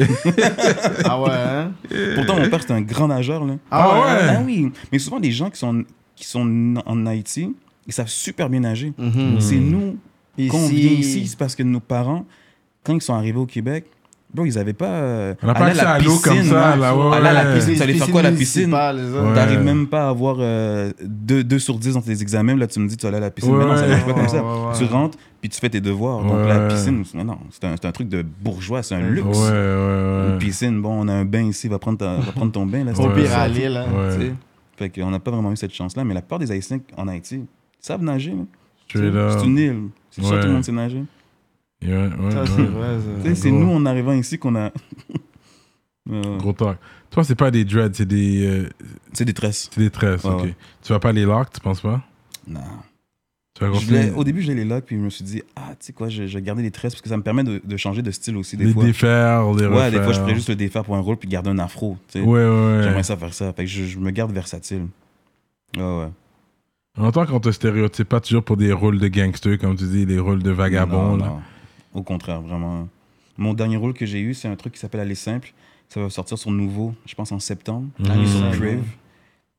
[SPEAKER 4] Ah ouais, hein?
[SPEAKER 5] Pourtant, mon père, c'était un grand nageur, là.
[SPEAKER 3] Ah ouais.
[SPEAKER 5] Ah oui, mais souvent des gens qui sont, qui sont n- en Haïti, ils savent super bien nager. C'est nous, quand on
[SPEAKER 4] Ici.
[SPEAKER 5] vient ici, c'est parce que nos parents, quand ils sont arrivés au Québec, bro, ils n'avaient pas... euh,
[SPEAKER 3] On n'a pas
[SPEAKER 5] aller
[SPEAKER 3] accès à l'eau comme
[SPEAKER 5] piscine,
[SPEAKER 3] ça,
[SPEAKER 5] ouais.
[SPEAKER 3] là, ouais,
[SPEAKER 5] Aller à la
[SPEAKER 3] ouais.
[SPEAKER 5] piscine, tu allais Euh, faire quoi à la piscine
[SPEAKER 4] municipales, les autres.
[SPEAKER 3] Ouais.
[SPEAKER 5] T'arrives même pas à avoir 2 sur 10 dans tes examens. Là, tu me dis, tu vas aller à la piscine. Mais non, ça
[SPEAKER 3] Ouais.
[SPEAKER 5] marche pas comme ça.
[SPEAKER 4] Ouais, ouais,
[SPEAKER 5] Tu
[SPEAKER 4] ouais.
[SPEAKER 5] rentres, puis tu fais tes devoirs. Donc,
[SPEAKER 3] Ouais.
[SPEAKER 5] la piscine, non, non, c'est un, c'est un truc de bourgeois, c'est un
[SPEAKER 3] ouais,
[SPEAKER 5] luxe. Une
[SPEAKER 3] ouais, ouais.
[SPEAKER 5] piscine, bon, on a un bain ici, va prendre, ta- va prendre ton bain. Là, c'est
[SPEAKER 4] Au
[SPEAKER 5] un peu
[SPEAKER 3] Ouais.
[SPEAKER 4] pire,
[SPEAKER 5] ça,
[SPEAKER 4] aller, là.
[SPEAKER 5] tu
[SPEAKER 3] Ouais,
[SPEAKER 5] sais. Fait qu'on n'a pas vraiment eu cette chance-là, mais la plupart des Haïtiens en Haïti savent nager. là.
[SPEAKER 3] tu es là.
[SPEAKER 5] C'est une île. C'est sûr
[SPEAKER 3] Ouais.
[SPEAKER 5] tout le monde sait nager.
[SPEAKER 3] Yeah, ouais,
[SPEAKER 4] Ça, c'est
[SPEAKER 3] ouais.
[SPEAKER 4] vrai,
[SPEAKER 5] Tu
[SPEAKER 4] ça.
[SPEAKER 5] sais, C'est
[SPEAKER 3] gros.
[SPEAKER 5] nous en arrivant ici qu'on a. Euh,
[SPEAKER 3] Gros talk. Toi, c'est pas des dreads, c'est des, euh,
[SPEAKER 5] c'est des tresses.
[SPEAKER 3] c'est des tresses.
[SPEAKER 5] Ouais,
[SPEAKER 3] ok.
[SPEAKER 5] ouais.
[SPEAKER 3] Tu vas pas les locks, tu penses pas
[SPEAKER 5] Non.
[SPEAKER 3] Tu vas
[SPEAKER 5] Je voulais-
[SPEAKER 3] continuer
[SPEAKER 5] au début, j'ai les locks, puis je me suis dit, ah, tu sais quoi, je, je vais garder les tresses parce que ça me permet de, de changer de style aussi des
[SPEAKER 3] les
[SPEAKER 5] fois.
[SPEAKER 3] défaire,
[SPEAKER 5] ouais, des
[SPEAKER 3] les
[SPEAKER 5] fois, je
[SPEAKER 3] refaire.
[SPEAKER 5] pourrais juste le défaire pour un rôle puis garder un afro. tu sais.
[SPEAKER 3] Ouais, ouais, ouais.
[SPEAKER 5] J'aimerais ça faire ça. Fait que je, je me garde versatile. Ouais, ouais.
[SPEAKER 3] En tant qu'on te stéréotype pas toujours pour des rôles de gangster, comme tu dis, les rôles de vagabond.
[SPEAKER 5] Non,
[SPEAKER 3] là.
[SPEAKER 5] non. Au contraire, vraiment. Mon dernier rôle que j'ai eu, c'est un truc qui s'appelle Aller simple. Ça va sortir sur nouveau, je pense en septembre.
[SPEAKER 3] Mmh.
[SPEAKER 5] Aller sur
[SPEAKER 4] Simple.
[SPEAKER 5] Crave.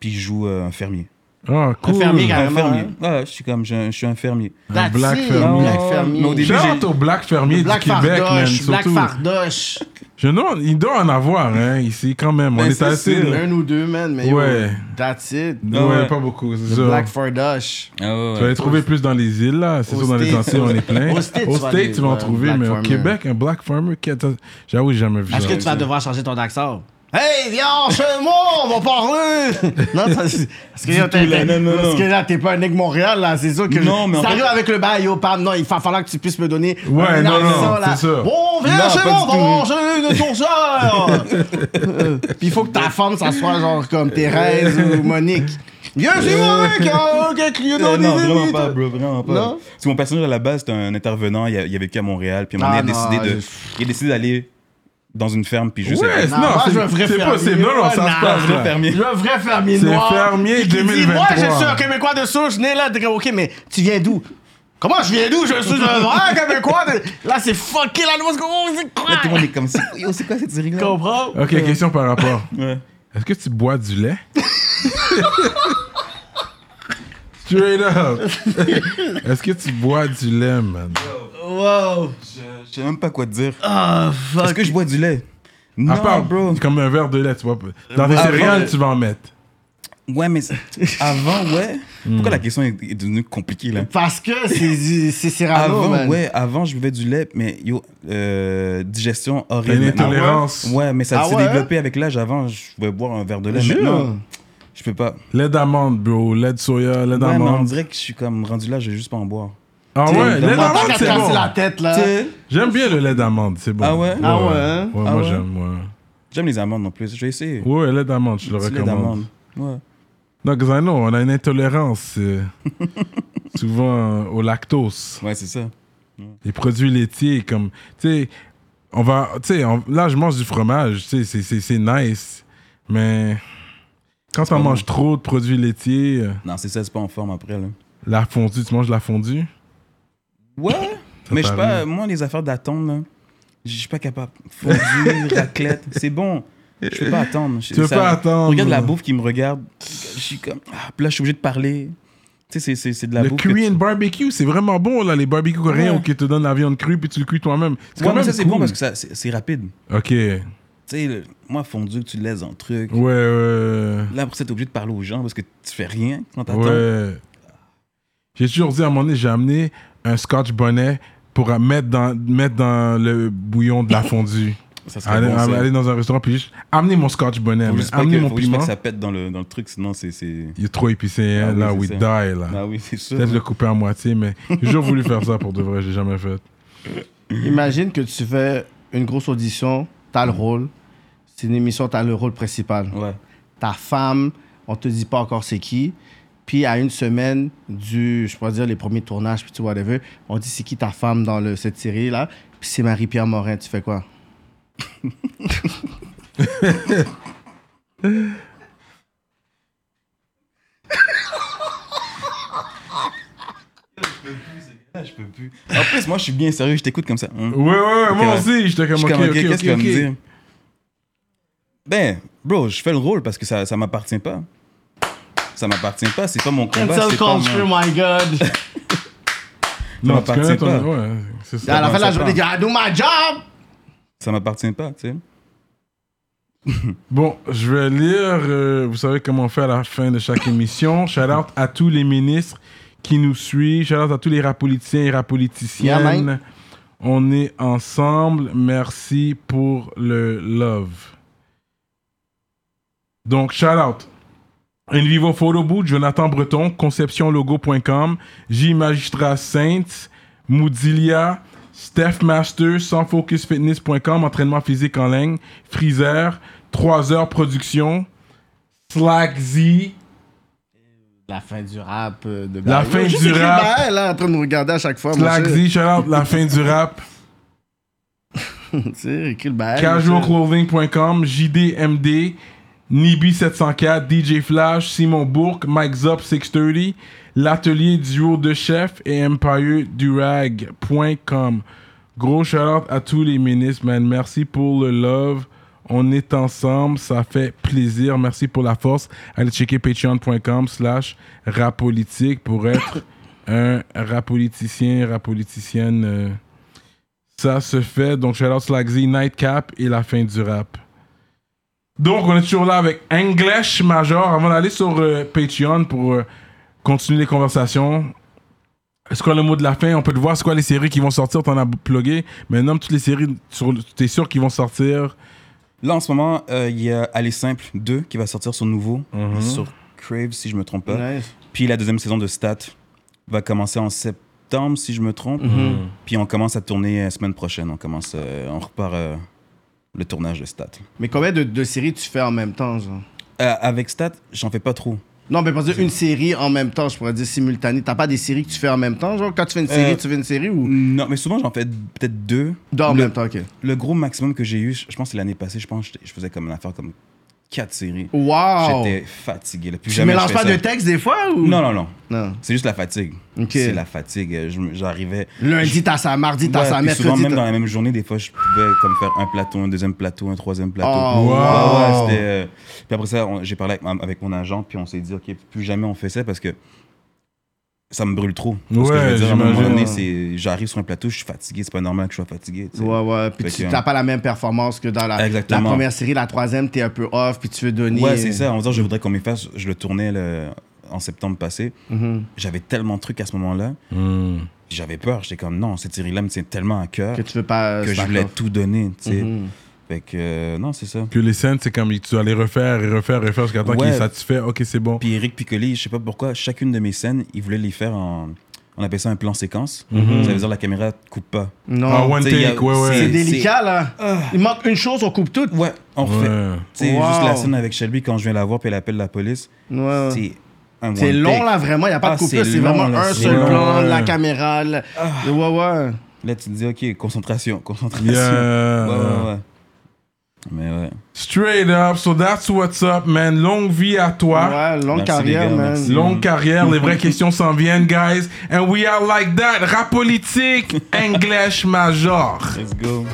[SPEAKER 5] Puis je joue euh, un fermier.
[SPEAKER 3] Ah, cool.
[SPEAKER 4] fermier, gars.
[SPEAKER 5] Un
[SPEAKER 4] Carrément,
[SPEAKER 5] fermier. Ouais, je suis comme, je, je suis un fermier.
[SPEAKER 3] Un
[SPEAKER 4] That's
[SPEAKER 3] black
[SPEAKER 4] it,
[SPEAKER 3] fermier.
[SPEAKER 4] Black
[SPEAKER 5] Non,
[SPEAKER 4] fermier.
[SPEAKER 5] mais au début,
[SPEAKER 3] Shout out au black fermier du
[SPEAKER 4] Black
[SPEAKER 3] Québec, man,
[SPEAKER 4] Fardoche, Black
[SPEAKER 3] surtout.
[SPEAKER 4] Fardoche.
[SPEAKER 3] Je demande, il doit en avoir, hein, ici, quand même. On
[SPEAKER 5] Ben,
[SPEAKER 3] est
[SPEAKER 5] c'est
[SPEAKER 3] assez.
[SPEAKER 5] sûr.
[SPEAKER 3] là.
[SPEAKER 4] Un ou deux, man, mais yo,
[SPEAKER 3] Ouais.
[SPEAKER 4] that's it.
[SPEAKER 3] Ouais,
[SPEAKER 5] Ouais.
[SPEAKER 3] pas beaucoup, c'est
[SPEAKER 4] The
[SPEAKER 3] ça.
[SPEAKER 4] Black Fardoche.
[SPEAKER 5] Ah
[SPEAKER 3] Tu vas les trouver plus dans les îles, là. C'est
[SPEAKER 4] Au
[SPEAKER 3] sûr, dans les
[SPEAKER 4] States.
[SPEAKER 3] anciens, on est plein.
[SPEAKER 4] Au States,
[SPEAKER 3] Au
[SPEAKER 4] tu vas
[SPEAKER 3] States,
[SPEAKER 4] aller,
[SPEAKER 3] tu vas en
[SPEAKER 4] ouais,
[SPEAKER 3] trouver,
[SPEAKER 4] Black
[SPEAKER 3] mais au
[SPEAKER 4] Farmer.
[SPEAKER 3] Québec, un black farmer, qu'est-ce que- j'avoue, j'ai jamais vu
[SPEAKER 4] Est-ce que
[SPEAKER 3] ça.
[SPEAKER 4] tu vas devoir changer ton accent? Hey, viens chez moi, on va parler! non, ça, c'est- parce que, yo, t'es-
[SPEAKER 5] là, non, non,
[SPEAKER 4] parce
[SPEAKER 5] non.
[SPEAKER 4] que là, t'es pas un nègre Montréal, là, c'est sûr que.
[SPEAKER 5] Non, mais en
[SPEAKER 4] ça
[SPEAKER 5] fait-
[SPEAKER 4] arrive avec le bail, yo, pam, non, il va falloir que tu puisses me donner.
[SPEAKER 3] Ouais,
[SPEAKER 4] un
[SPEAKER 3] non, non,
[SPEAKER 4] accent, là.
[SPEAKER 3] c'est sûr.
[SPEAKER 4] Bon, viens
[SPEAKER 5] Non,
[SPEAKER 4] chez
[SPEAKER 5] pas
[SPEAKER 4] moi,
[SPEAKER 5] du
[SPEAKER 4] on va
[SPEAKER 5] tout.
[SPEAKER 4] manger une tourgeur! Euh, Puis il faut que ta femme, ça soit genre comme Thérèse ou Monique. Viens chez moi, quand quelqu'un client
[SPEAKER 5] Euh,
[SPEAKER 4] dans
[SPEAKER 5] non,
[SPEAKER 4] les
[SPEAKER 5] vraiment
[SPEAKER 4] élites.
[SPEAKER 5] pas, bro, vraiment pas.
[SPEAKER 4] Non?
[SPEAKER 5] Parce que mon personnage à la base, c'était un intervenant, il a, il a vécu à Montréal, puis à un moment
[SPEAKER 4] Ah,
[SPEAKER 5] donné, il a
[SPEAKER 4] non,
[SPEAKER 5] décidé de-
[SPEAKER 4] je-
[SPEAKER 5] il a décidé d'aller dans une ferme, puis juste.
[SPEAKER 3] Ouais,
[SPEAKER 4] Non,
[SPEAKER 3] non,
[SPEAKER 4] moi, je veux un
[SPEAKER 3] c'est
[SPEAKER 4] vrai
[SPEAKER 3] c'est
[SPEAKER 4] fermier.
[SPEAKER 3] possible. Non, non, ça
[SPEAKER 4] Ouais,
[SPEAKER 3] se
[SPEAKER 4] non,
[SPEAKER 5] un
[SPEAKER 3] passe.
[SPEAKER 5] vrai
[SPEAKER 3] là.
[SPEAKER 5] fermier.
[SPEAKER 4] Le vrai fermier
[SPEAKER 3] C'est
[SPEAKER 4] noir.
[SPEAKER 3] fermier
[SPEAKER 4] qui dit,
[SPEAKER 3] 2023.
[SPEAKER 4] Moi, je suis un Québécois de souche, né là. T'es comme, OK, mais tu viens d'où? Comment je viens d'où? Je suis un vrai Québécois. de- Là, c'est fucké la noix. Oh, c'est quoi?
[SPEAKER 5] Là, tout le monde est comme, c'est yo, c'est quoi cette série-là?
[SPEAKER 4] Tu comprends?
[SPEAKER 3] Ok, question par rapport.
[SPEAKER 5] Ouais.
[SPEAKER 3] Est-ce que tu bois du lait? Straight up. Est-ce que tu bois du lait, man?
[SPEAKER 4] Wow.
[SPEAKER 5] Je sais même pas quoi te dire.
[SPEAKER 4] Ah,
[SPEAKER 5] Est-ce
[SPEAKER 4] fuck.
[SPEAKER 5] que je bois du lait?
[SPEAKER 3] À
[SPEAKER 5] Non,
[SPEAKER 3] part,
[SPEAKER 5] bro.
[SPEAKER 3] comme un verre de lait, tu vois. pas. Dans tes
[SPEAKER 4] Ah,
[SPEAKER 3] céréales,
[SPEAKER 4] ouais.
[SPEAKER 3] tu vas en mettre.
[SPEAKER 5] Ouais, mais c'est- avant, ouais. Pourquoi la question est est devenue compliquée, là?
[SPEAKER 4] Parce que c'est du- c'est Cyrano,
[SPEAKER 5] Avant,
[SPEAKER 4] man.
[SPEAKER 5] ouais, avant, je buvais du lait, mais yo, euh, digestion horrible.
[SPEAKER 3] T'as une
[SPEAKER 5] maintenant.
[SPEAKER 3] intolérance.
[SPEAKER 5] Ouais, mais ça
[SPEAKER 4] Ah
[SPEAKER 5] s'est
[SPEAKER 4] ouais?
[SPEAKER 5] développé avec l'âge. Avant, je pouvais boire un verre de lait.
[SPEAKER 4] Jure.
[SPEAKER 5] Maintenant, je peux pas.
[SPEAKER 3] Lait d'amande, bro. Lait de
[SPEAKER 5] Ouais,
[SPEAKER 3] soya, lait
[SPEAKER 5] mais on
[SPEAKER 3] d'amande.
[SPEAKER 5] dirait que je suis comme rendu là, je vais juste pas en boire.
[SPEAKER 3] Ah
[SPEAKER 5] T'sais,
[SPEAKER 3] ouais,
[SPEAKER 5] dans mon
[SPEAKER 3] lait
[SPEAKER 4] T'as
[SPEAKER 5] Ah,
[SPEAKER 3] d'amande,
[SPEAKER 4] qu'à te
[SPEAKER 3] c'est
[SPEAKER 4] casser
[SPEAKER 3] bon.
[SPEAKER 4] la tête, là.
[SPEAKER 5] T'sais,
[SPEAKER 3] J'aime bien le lait d'amande, c'est bon.
[SPEAKER 5] Ah ouais?
[SPEAKER 4] Ah ouais,
[SPEAKER 3] Ouais,
[SPEAKER 4] hein?
[SPEAKER 3] moi
[SPEAKER 5] Ah ouais?
[SPEAKER 3] j'aime, moi.
[SPEAKER 5] J'aime les amandes en plus. Je vais essayer.
[SPEAKER 3] Ouais, ouais, lait d'amande, je le
[SPEAKER 5] Petit lait d'amande.
[SPEAKER 3] recommande.
[SPEAKER 5] Ouais.
[SPEAKER 3] Non, cause I know, on a une intolérance euh, souvent euh, au lactose.
[SPEAKER 5] Ouais, c'est ça.
[SPEAKER 3] les produits laitiers comme tu sais on va tu sais on- là je mange du fromage tu sais c'est- c'est c'est nice mais quand on
[SPEAKER 5] pas
[SPEAKER 3] mange trop de produits laitiers euh,
[SPEAKER 5] Non, c'est ça, c'est pas en forme après, là.
[SPEAKER 3] la fondue tu manges de la fondue
[SPEAKER 5] Ouais. mais je sais pas,
[SPEAKER 3] t'arrive.
[SPEAKER 5] moi, les affaires d'attendre, là, je suis pas capable. Fondue, raclette, c'est bon. Je peux pas attendre. Je-
[SPEAKER 3] Tu peux
[SPEAKER 5] ça-
[SPEAKER 3] pas attendre.
[SPEAKER 5] Regarde la bouffe qui me regarde. Je suis comme. Ah, puis là, je suis obligé de parler. Tu sais, c'est- c'est c'est de la
[SPEAKER 3] le
[SPEAKER 5] bouffe. que tu-
[SPEAKER 3] Korean barbecue c'est vraiment bon là les barbecues coréens
[SPEAKER 5] Ouais.
[SPEAKER 3] où qui te donnent la viande crue puis tu le cuis toi-même c'est
[SPEAKER 5] Ouais,
[SPEAKER 3] quand
[SPEAKER 5] mais
[SPEAKER 3] même
[SPEAKER 5] ça, c'est
[SPEAKER 3] cool.
[SPEAKER 5] bon parce que ça- c'est c'est rapide.
[SPEAKER 3] ok ouais
[SPEAKER 5] Tu sais, le- moi, fondue, tu laisses un truc.
[SPEAKER 3] ouais
[SPEAKER 5] Là, pour ça, t'es obligé de parler aux gens parce que tu fais rien quand t'attends.
[SPEAKER 3] ouais j'ai toujours dit à un moment donné j'ai amené un scotch bonnet pour euh, mettre dans mettre dans le bouillon de la fondue
[SPEAKER 5] Ça serait
[SPEAKER 3] aller,
[SPEAKER 5] bon, ça.
[SPEAKER 3] aller dans un restaurant puis juste amener mon scotch bonnet,
[SPEAKER 5] Faut
[SPEAKER 3] man.
[SPEAKER 5] juste pas
[SPEAKER 3] amener
[SPEAKER 5] que-
[SPEAKER 3] mon
[SPEAKER 5] faut juste pas
[SPEAKER 3] piment.
[SPEAKER 5] que ça pète dans le, dans le truc, sinon c'est. c'est-
[SPEAKER 3] Il est trop épicé, hein,
[SPEAKER 5] Ah oui,
[SPEAKER 3] là,
[SPEAKER 5] c'est
[SPEAKER 3] we
[SPEAKER 5] ça.
[SPEAKER 3] die, là.
[SPEAKER 5] Ah oui, c'est sûr.
[SPEAKER 3] Peut-être le couper à moitié, mais j'ai toujours voulu faire ça pour de vrai, j'ai jamais fait.
[SPEAKER 4] Imagine que tu fais une grosse audition, t'as le rôle. C'est une émission, t'as le rôle principal.
[SPEAKER 5] Ouais.
[SPEAKER 4] ta femme, on te dit pas encore c'est qui, Puis à une semaine du, je pourrais dire, les premiers tournages, puis tout, whatever, on dit c'est qui ta femme dans le, cette série-là? Puis c'est Marie-Pierre Morin, tu fais quoi?
[SPEAKER 3] Eh
[SPEAKER 5] Je peux plus. En plus, moi, je suis bien sérieux, je t'écoute comme ça. Hum.
[SPEAKER 3] Ouais, ouais, ouais, moi
[SPEAKER 5] ouais.
[SPEAKER 3] aussi, j'étais
[SPEAKER 5] Je
[SPEAKER 3] comme,
[SPEAKER 5] suis
[SPEAKER 3] ok,
[SPEAKER 5] comme,
[SPEAKER 3] ok,
[SPEAKER 5] ok, qu'est-ce
[SPEAKER 3] ok.
[SPEAKER 5] qu'il va me
[SPEAKER 3] ok.
[SPEAKER 5] dire? Ben, bro, je fais le rôle parce que ça, ça m'appartient pas. Ça m'appartient pas, c'est pas mon
[SPEAKER 3] ben,
[SPEAKER 5] combat, c'est pas mon...
[SPEAKER 4] my God!
[SPEAKER 3] Non,
[SPEAKER 5] Ça
[SPEAKER 3] tu connais
[SPEAKER 5] m'appartient
[SPEAKER 3] ton-
[SPEAKER 5] pas.
[SPEAKER 3] ouais, c'est ça.
[SPEAKER 4] à la fin de la
[SPEAKER 5] ça
[SPEAKER 4] journée, il dit, I do my job!
[SPEAKER 5] Ça m'appartient pas, tu sais.
[SPEAKER 3] Bon, je vais lire, euh, vous savez comment on fait à la fin de chaque émission. Shout out à tous les ministres qui nous suivent. Shout out à tous les rap politiciens et rap
[SPEAKER 4] Yeah,
[SPEAKER 3] politiciennes.
[SPEAKER 4] man.
[SPEAKER 3] on est ensemble. Merci pour le love. Donc, shout out. Envivo Photo Boot, Jonathan Breton, conceptionlogo.com, J Magistrat Saints, Moodilia, Steph Master, sansfocusfitness.com, entraînement physique en ligne, Freezer, 3 heures production, Slack Z,
[SPEAKER 4] La fin du rap euh, de
[SPEAKER 3] La
[SPEAKER 4] Barry.
[SPEAKER 3] fin
[SPEAKER 4] Yo, juste
[SPEAKER 3] du
[SPEAKER 4] écrit
[SPEAKER 3] rap.
[SPEAKER 4] Barry, là, en train de nous regarder à chaque fois. mon
[SPEAKER 3] Slack
[SPEAKER 4] cher.
[SPEAKER 3] Z, shout out la fin du rap,
[SPEAKER 4] Tu sais, écrit le Barry, mon cher.
[SPEAKER 3] casualclothing.com, JDMD, Nibi704, DJ Flash, Simon Bourque, Mike Zop 630, l'atelier duo de chef et empiredurag.com. Gros shout-out à tous les ministres, man. Merci pour le love. On est ensemble, ça fait plaisir. Merci pour la force. Allez checker patreon.com slash rapolitique pour être un rapoliticien, rapoliticienne... euh, ça se fait. Donc, shout out Slagsy, Nightcap et la fin du rap. Donc, on est toujours là avec English Major. Avant d'aller sur euh, Patreon pour euh, continuer les conversations, est-ce qu'on a le mot de la fin On peut te voir, c'est quoi les séries qui vont sortir T'en as plugué. Mais nomme toutes les séries, sur, t'es sûr qu'ils vont sortir
[SPEAKER 5] Là, en ce moment, euh, il y a Aller Simple 2 qui va sortir sur nouveau,
[SPEAKER 3] Mm-hmm.
[SPEAKER 5] sur Crave, si je me trompe pas.
[SPEAKER 4] Nice.
[SPEAKER 5] Puis la deuxième saison de Stat va commencer en septembre, si je me trompe.
[SPEAKER 4] Mhm.
[SPEAKER 5] Puis on commence à tourner la semaine prochaine. On commence, euh, on repart euh, le tournage de Stat.
[SPEAKER 4] Mais combien de, de séries tu fais en même temps, genre?
[SPEAKER 5] Euh, avec Stat, j'en fais pas trop.
[SPEAKER 4] Non, mais parce que une série en même temps, je pourrais dire simultanée. T'as pas des séries que tu fais en même temps, genre quand tu fais une série,
[SPEAKER 5] Euh,
[SPEAKER 4] tu fais une série ou
[SPEAKER 5] Non, mais souvent j'en fais peut-être deux.
[SPEAKER 4] deux en
[SPEAKER 5] le-
[SPEAKER 4] même temps, ok.
[SPEAKER 5] Le gros maximum que j'ai eu, je je pense que c'est l'année passée, je pense que j'étais- je faisais comme une affaire comme quatre séries.
[SPEAKER 4] Wow!
[SPEAKER 5] J'étais fatigué. Là. Plus
[SPEAKER 4] Tu
[SPEAKER 5] jamais je
[SPEAKER 4] mélanges
[SPEAKER 5] fais
[SPEAKER 4] pas
[SPEAKER 5] ça.
[SPEAKER 4] de texte des fois ou
[SPEAKER 5] Non, non, non.
[SPEAKER 4] Non.
[SPEAKER 5] C'est juste la fatigue.
[SPEAKER 4] Ok.
[SPEAKER 5] C'est la fatigue. Je me- J'arrivais.
[SPEAKER 4] Lundi t'as ça, mardi t'as
[SPEAKER 5] Ouais,
[SPEAKER 4] ça,
[SPEAKER 5] puis souvent,
[SPEAKER 4] mercredi
[SPEAKER 5] même dans
[SPEAKER 4] t'as.
[SPEAKER 5] la même journée, des fois, je pouvais comme faire un plateau, un deuxième plateau, un troisième plateau.
[SPEAKER 4] Oh,
[SPEAKER 5] Ouais, ouais,
[SPEAKER 4] wow.
[SPEAKER 5] c'était, euh, Puis après ça, on- j'ai parlé avec, ma- avec mon agent, puis on s'est dit, OK, plus jamais on fait ça parce que ça me brûle trop. Parce que je
[SPEAKER 3] Ouais,
[SPEAKER 5] veux dire, à un moment
[SPEAKER 3] j'imagine.
[SPEAKER 5] donné, c'est- j'arrive sur un plateau, je suis fatigué, c'est pas normal que je sois fatigué. tu sais.
[SPEAKER 4] Ouais, ouais. Puis
[SPEAKER 5] Fait
[SPEAKER 4] tu
[SPEAKER 5] que,
[SPEAKER 4] t'as pas la même performance que dans la, la
[SPEAKER 5] Exactement.
[SPEAKER 4] première série, la troisième, t'es un peu off, puis tu veux donner.
[SPEAKER 5] Ouais, c'est ça. En disant, je voudrais qu'on m'efface, je le tournais le- en septembre passé.
[SPEAKER 4] Mhm.
[SPEAKER 5] J'avais tellement de trucs à ce moment-là,
[SPEAKER 3] Mm.
[SPEAKER 5] j'avais peur. J'étais comme, non, cette série-là me tient tellement à cœur
[SPEAKER 4] Que
[SPEAKER 5] que,
[SPEAKER 4] tu veux pas. euh,
[SPEAKER 5] je
[SPEAKER 4] slack
[SPEAKER 5] voulais
[SPEAKER 4] off.
[SPEAKER 5] tout donner, tu sais.
[SPEAKER 4] Mhm.
[SPEAKER 5] Fait que, euh, non, c'est ça.
[SPEAKER 3] Que les scènes, c'est comme tu dois les refaire et refaire, refaire jusqu'à temps
[SPEAKER 5] Ouais.
[SPEAKER 3] qu'il est satisfait. Ok, c'est bon.
[SPEAKER 5] Puis Eric Piccoli, je sais pas pourquoi, chacune de mes scènes, il voulait les faire en. On appelle ça un plan séquence.
[SPEAKER 3] Mhm.
[SPEAKER 5] Ça veut dire la caméra coupe pas.
[SPEAKER 4] Non.
[SPEAKER 3] Ah, one
[SPEAKER 5] Tu sais, il y a-
[SPEAKER 3] take, ouais, ouais.
[SPEAKER 4] C'est
[SPEAKER 5] c'est-
[SPEAKER 4] délicat, là.
[SPEAKER 5] Ah.
[SPEAKER 4] Il manque une chose, on coupe tout.
[SPEAKER 5] Ouais, on refait.
[SPEAKER 3] Ouais.
[SPEAKER 5] Tu sais,
[SPEAKER 4] Wow.
[SPEAKER 5] juste la scène avec Shelby quand je viens la voir puis elle appelle la police.
[SPEAKER 4] Ouais.
[SPEAKER 5] C'est un
[SPEAKER 4] C'est
[SPEAKER 5] one
[SPEAKER 4] long,
[SPEAKER 5] take.
[SPEAKER 4] là, vraiment. Il n'y a pas
[SPEAKER 5] Ah,
[SPEAKER 4] de coupure.
[SPEAKER 5] c'est
[SPEAKER 4] C'est
[SPEAKER 5] long,
[SPEAKER 4] vraiment
[SPEAKER 5] là,
[SPEAKER 4] un
[SPEAKER 5] c'est
[SPEAKER 4] seul
[SPEAKER 3] long.
[SPEAKER 4] plan,
[SPEAKER 3] Ouais. Ah.
[SPEAKER 4] la caméra. le- Ouais, ouais.
[SPEAKER 5] Là, tu te dis, OK, concentration, concentration.
[SPEAKER 3] Yeah.
[SPEAKER 5] Ouais, ouais, ouais. Mais ouais.
[SPEAKER 3] Straight up, so that's what's up, man. Longue vie à toi.
[SPEAKER 4] Ouais, longue
[SPEAKER 5] Merci,
[SPEAKER 4] carrière,
[SPEAKER 5] les gars,
[SPEAKER 4] man.
[SPEAKER 5] merci.
[SPEAKER 3] Longue carrière, les vraies questions s'en viennent, guys. And we are like that. Rap politique, English major.
[SPEAKER 5] Let's go.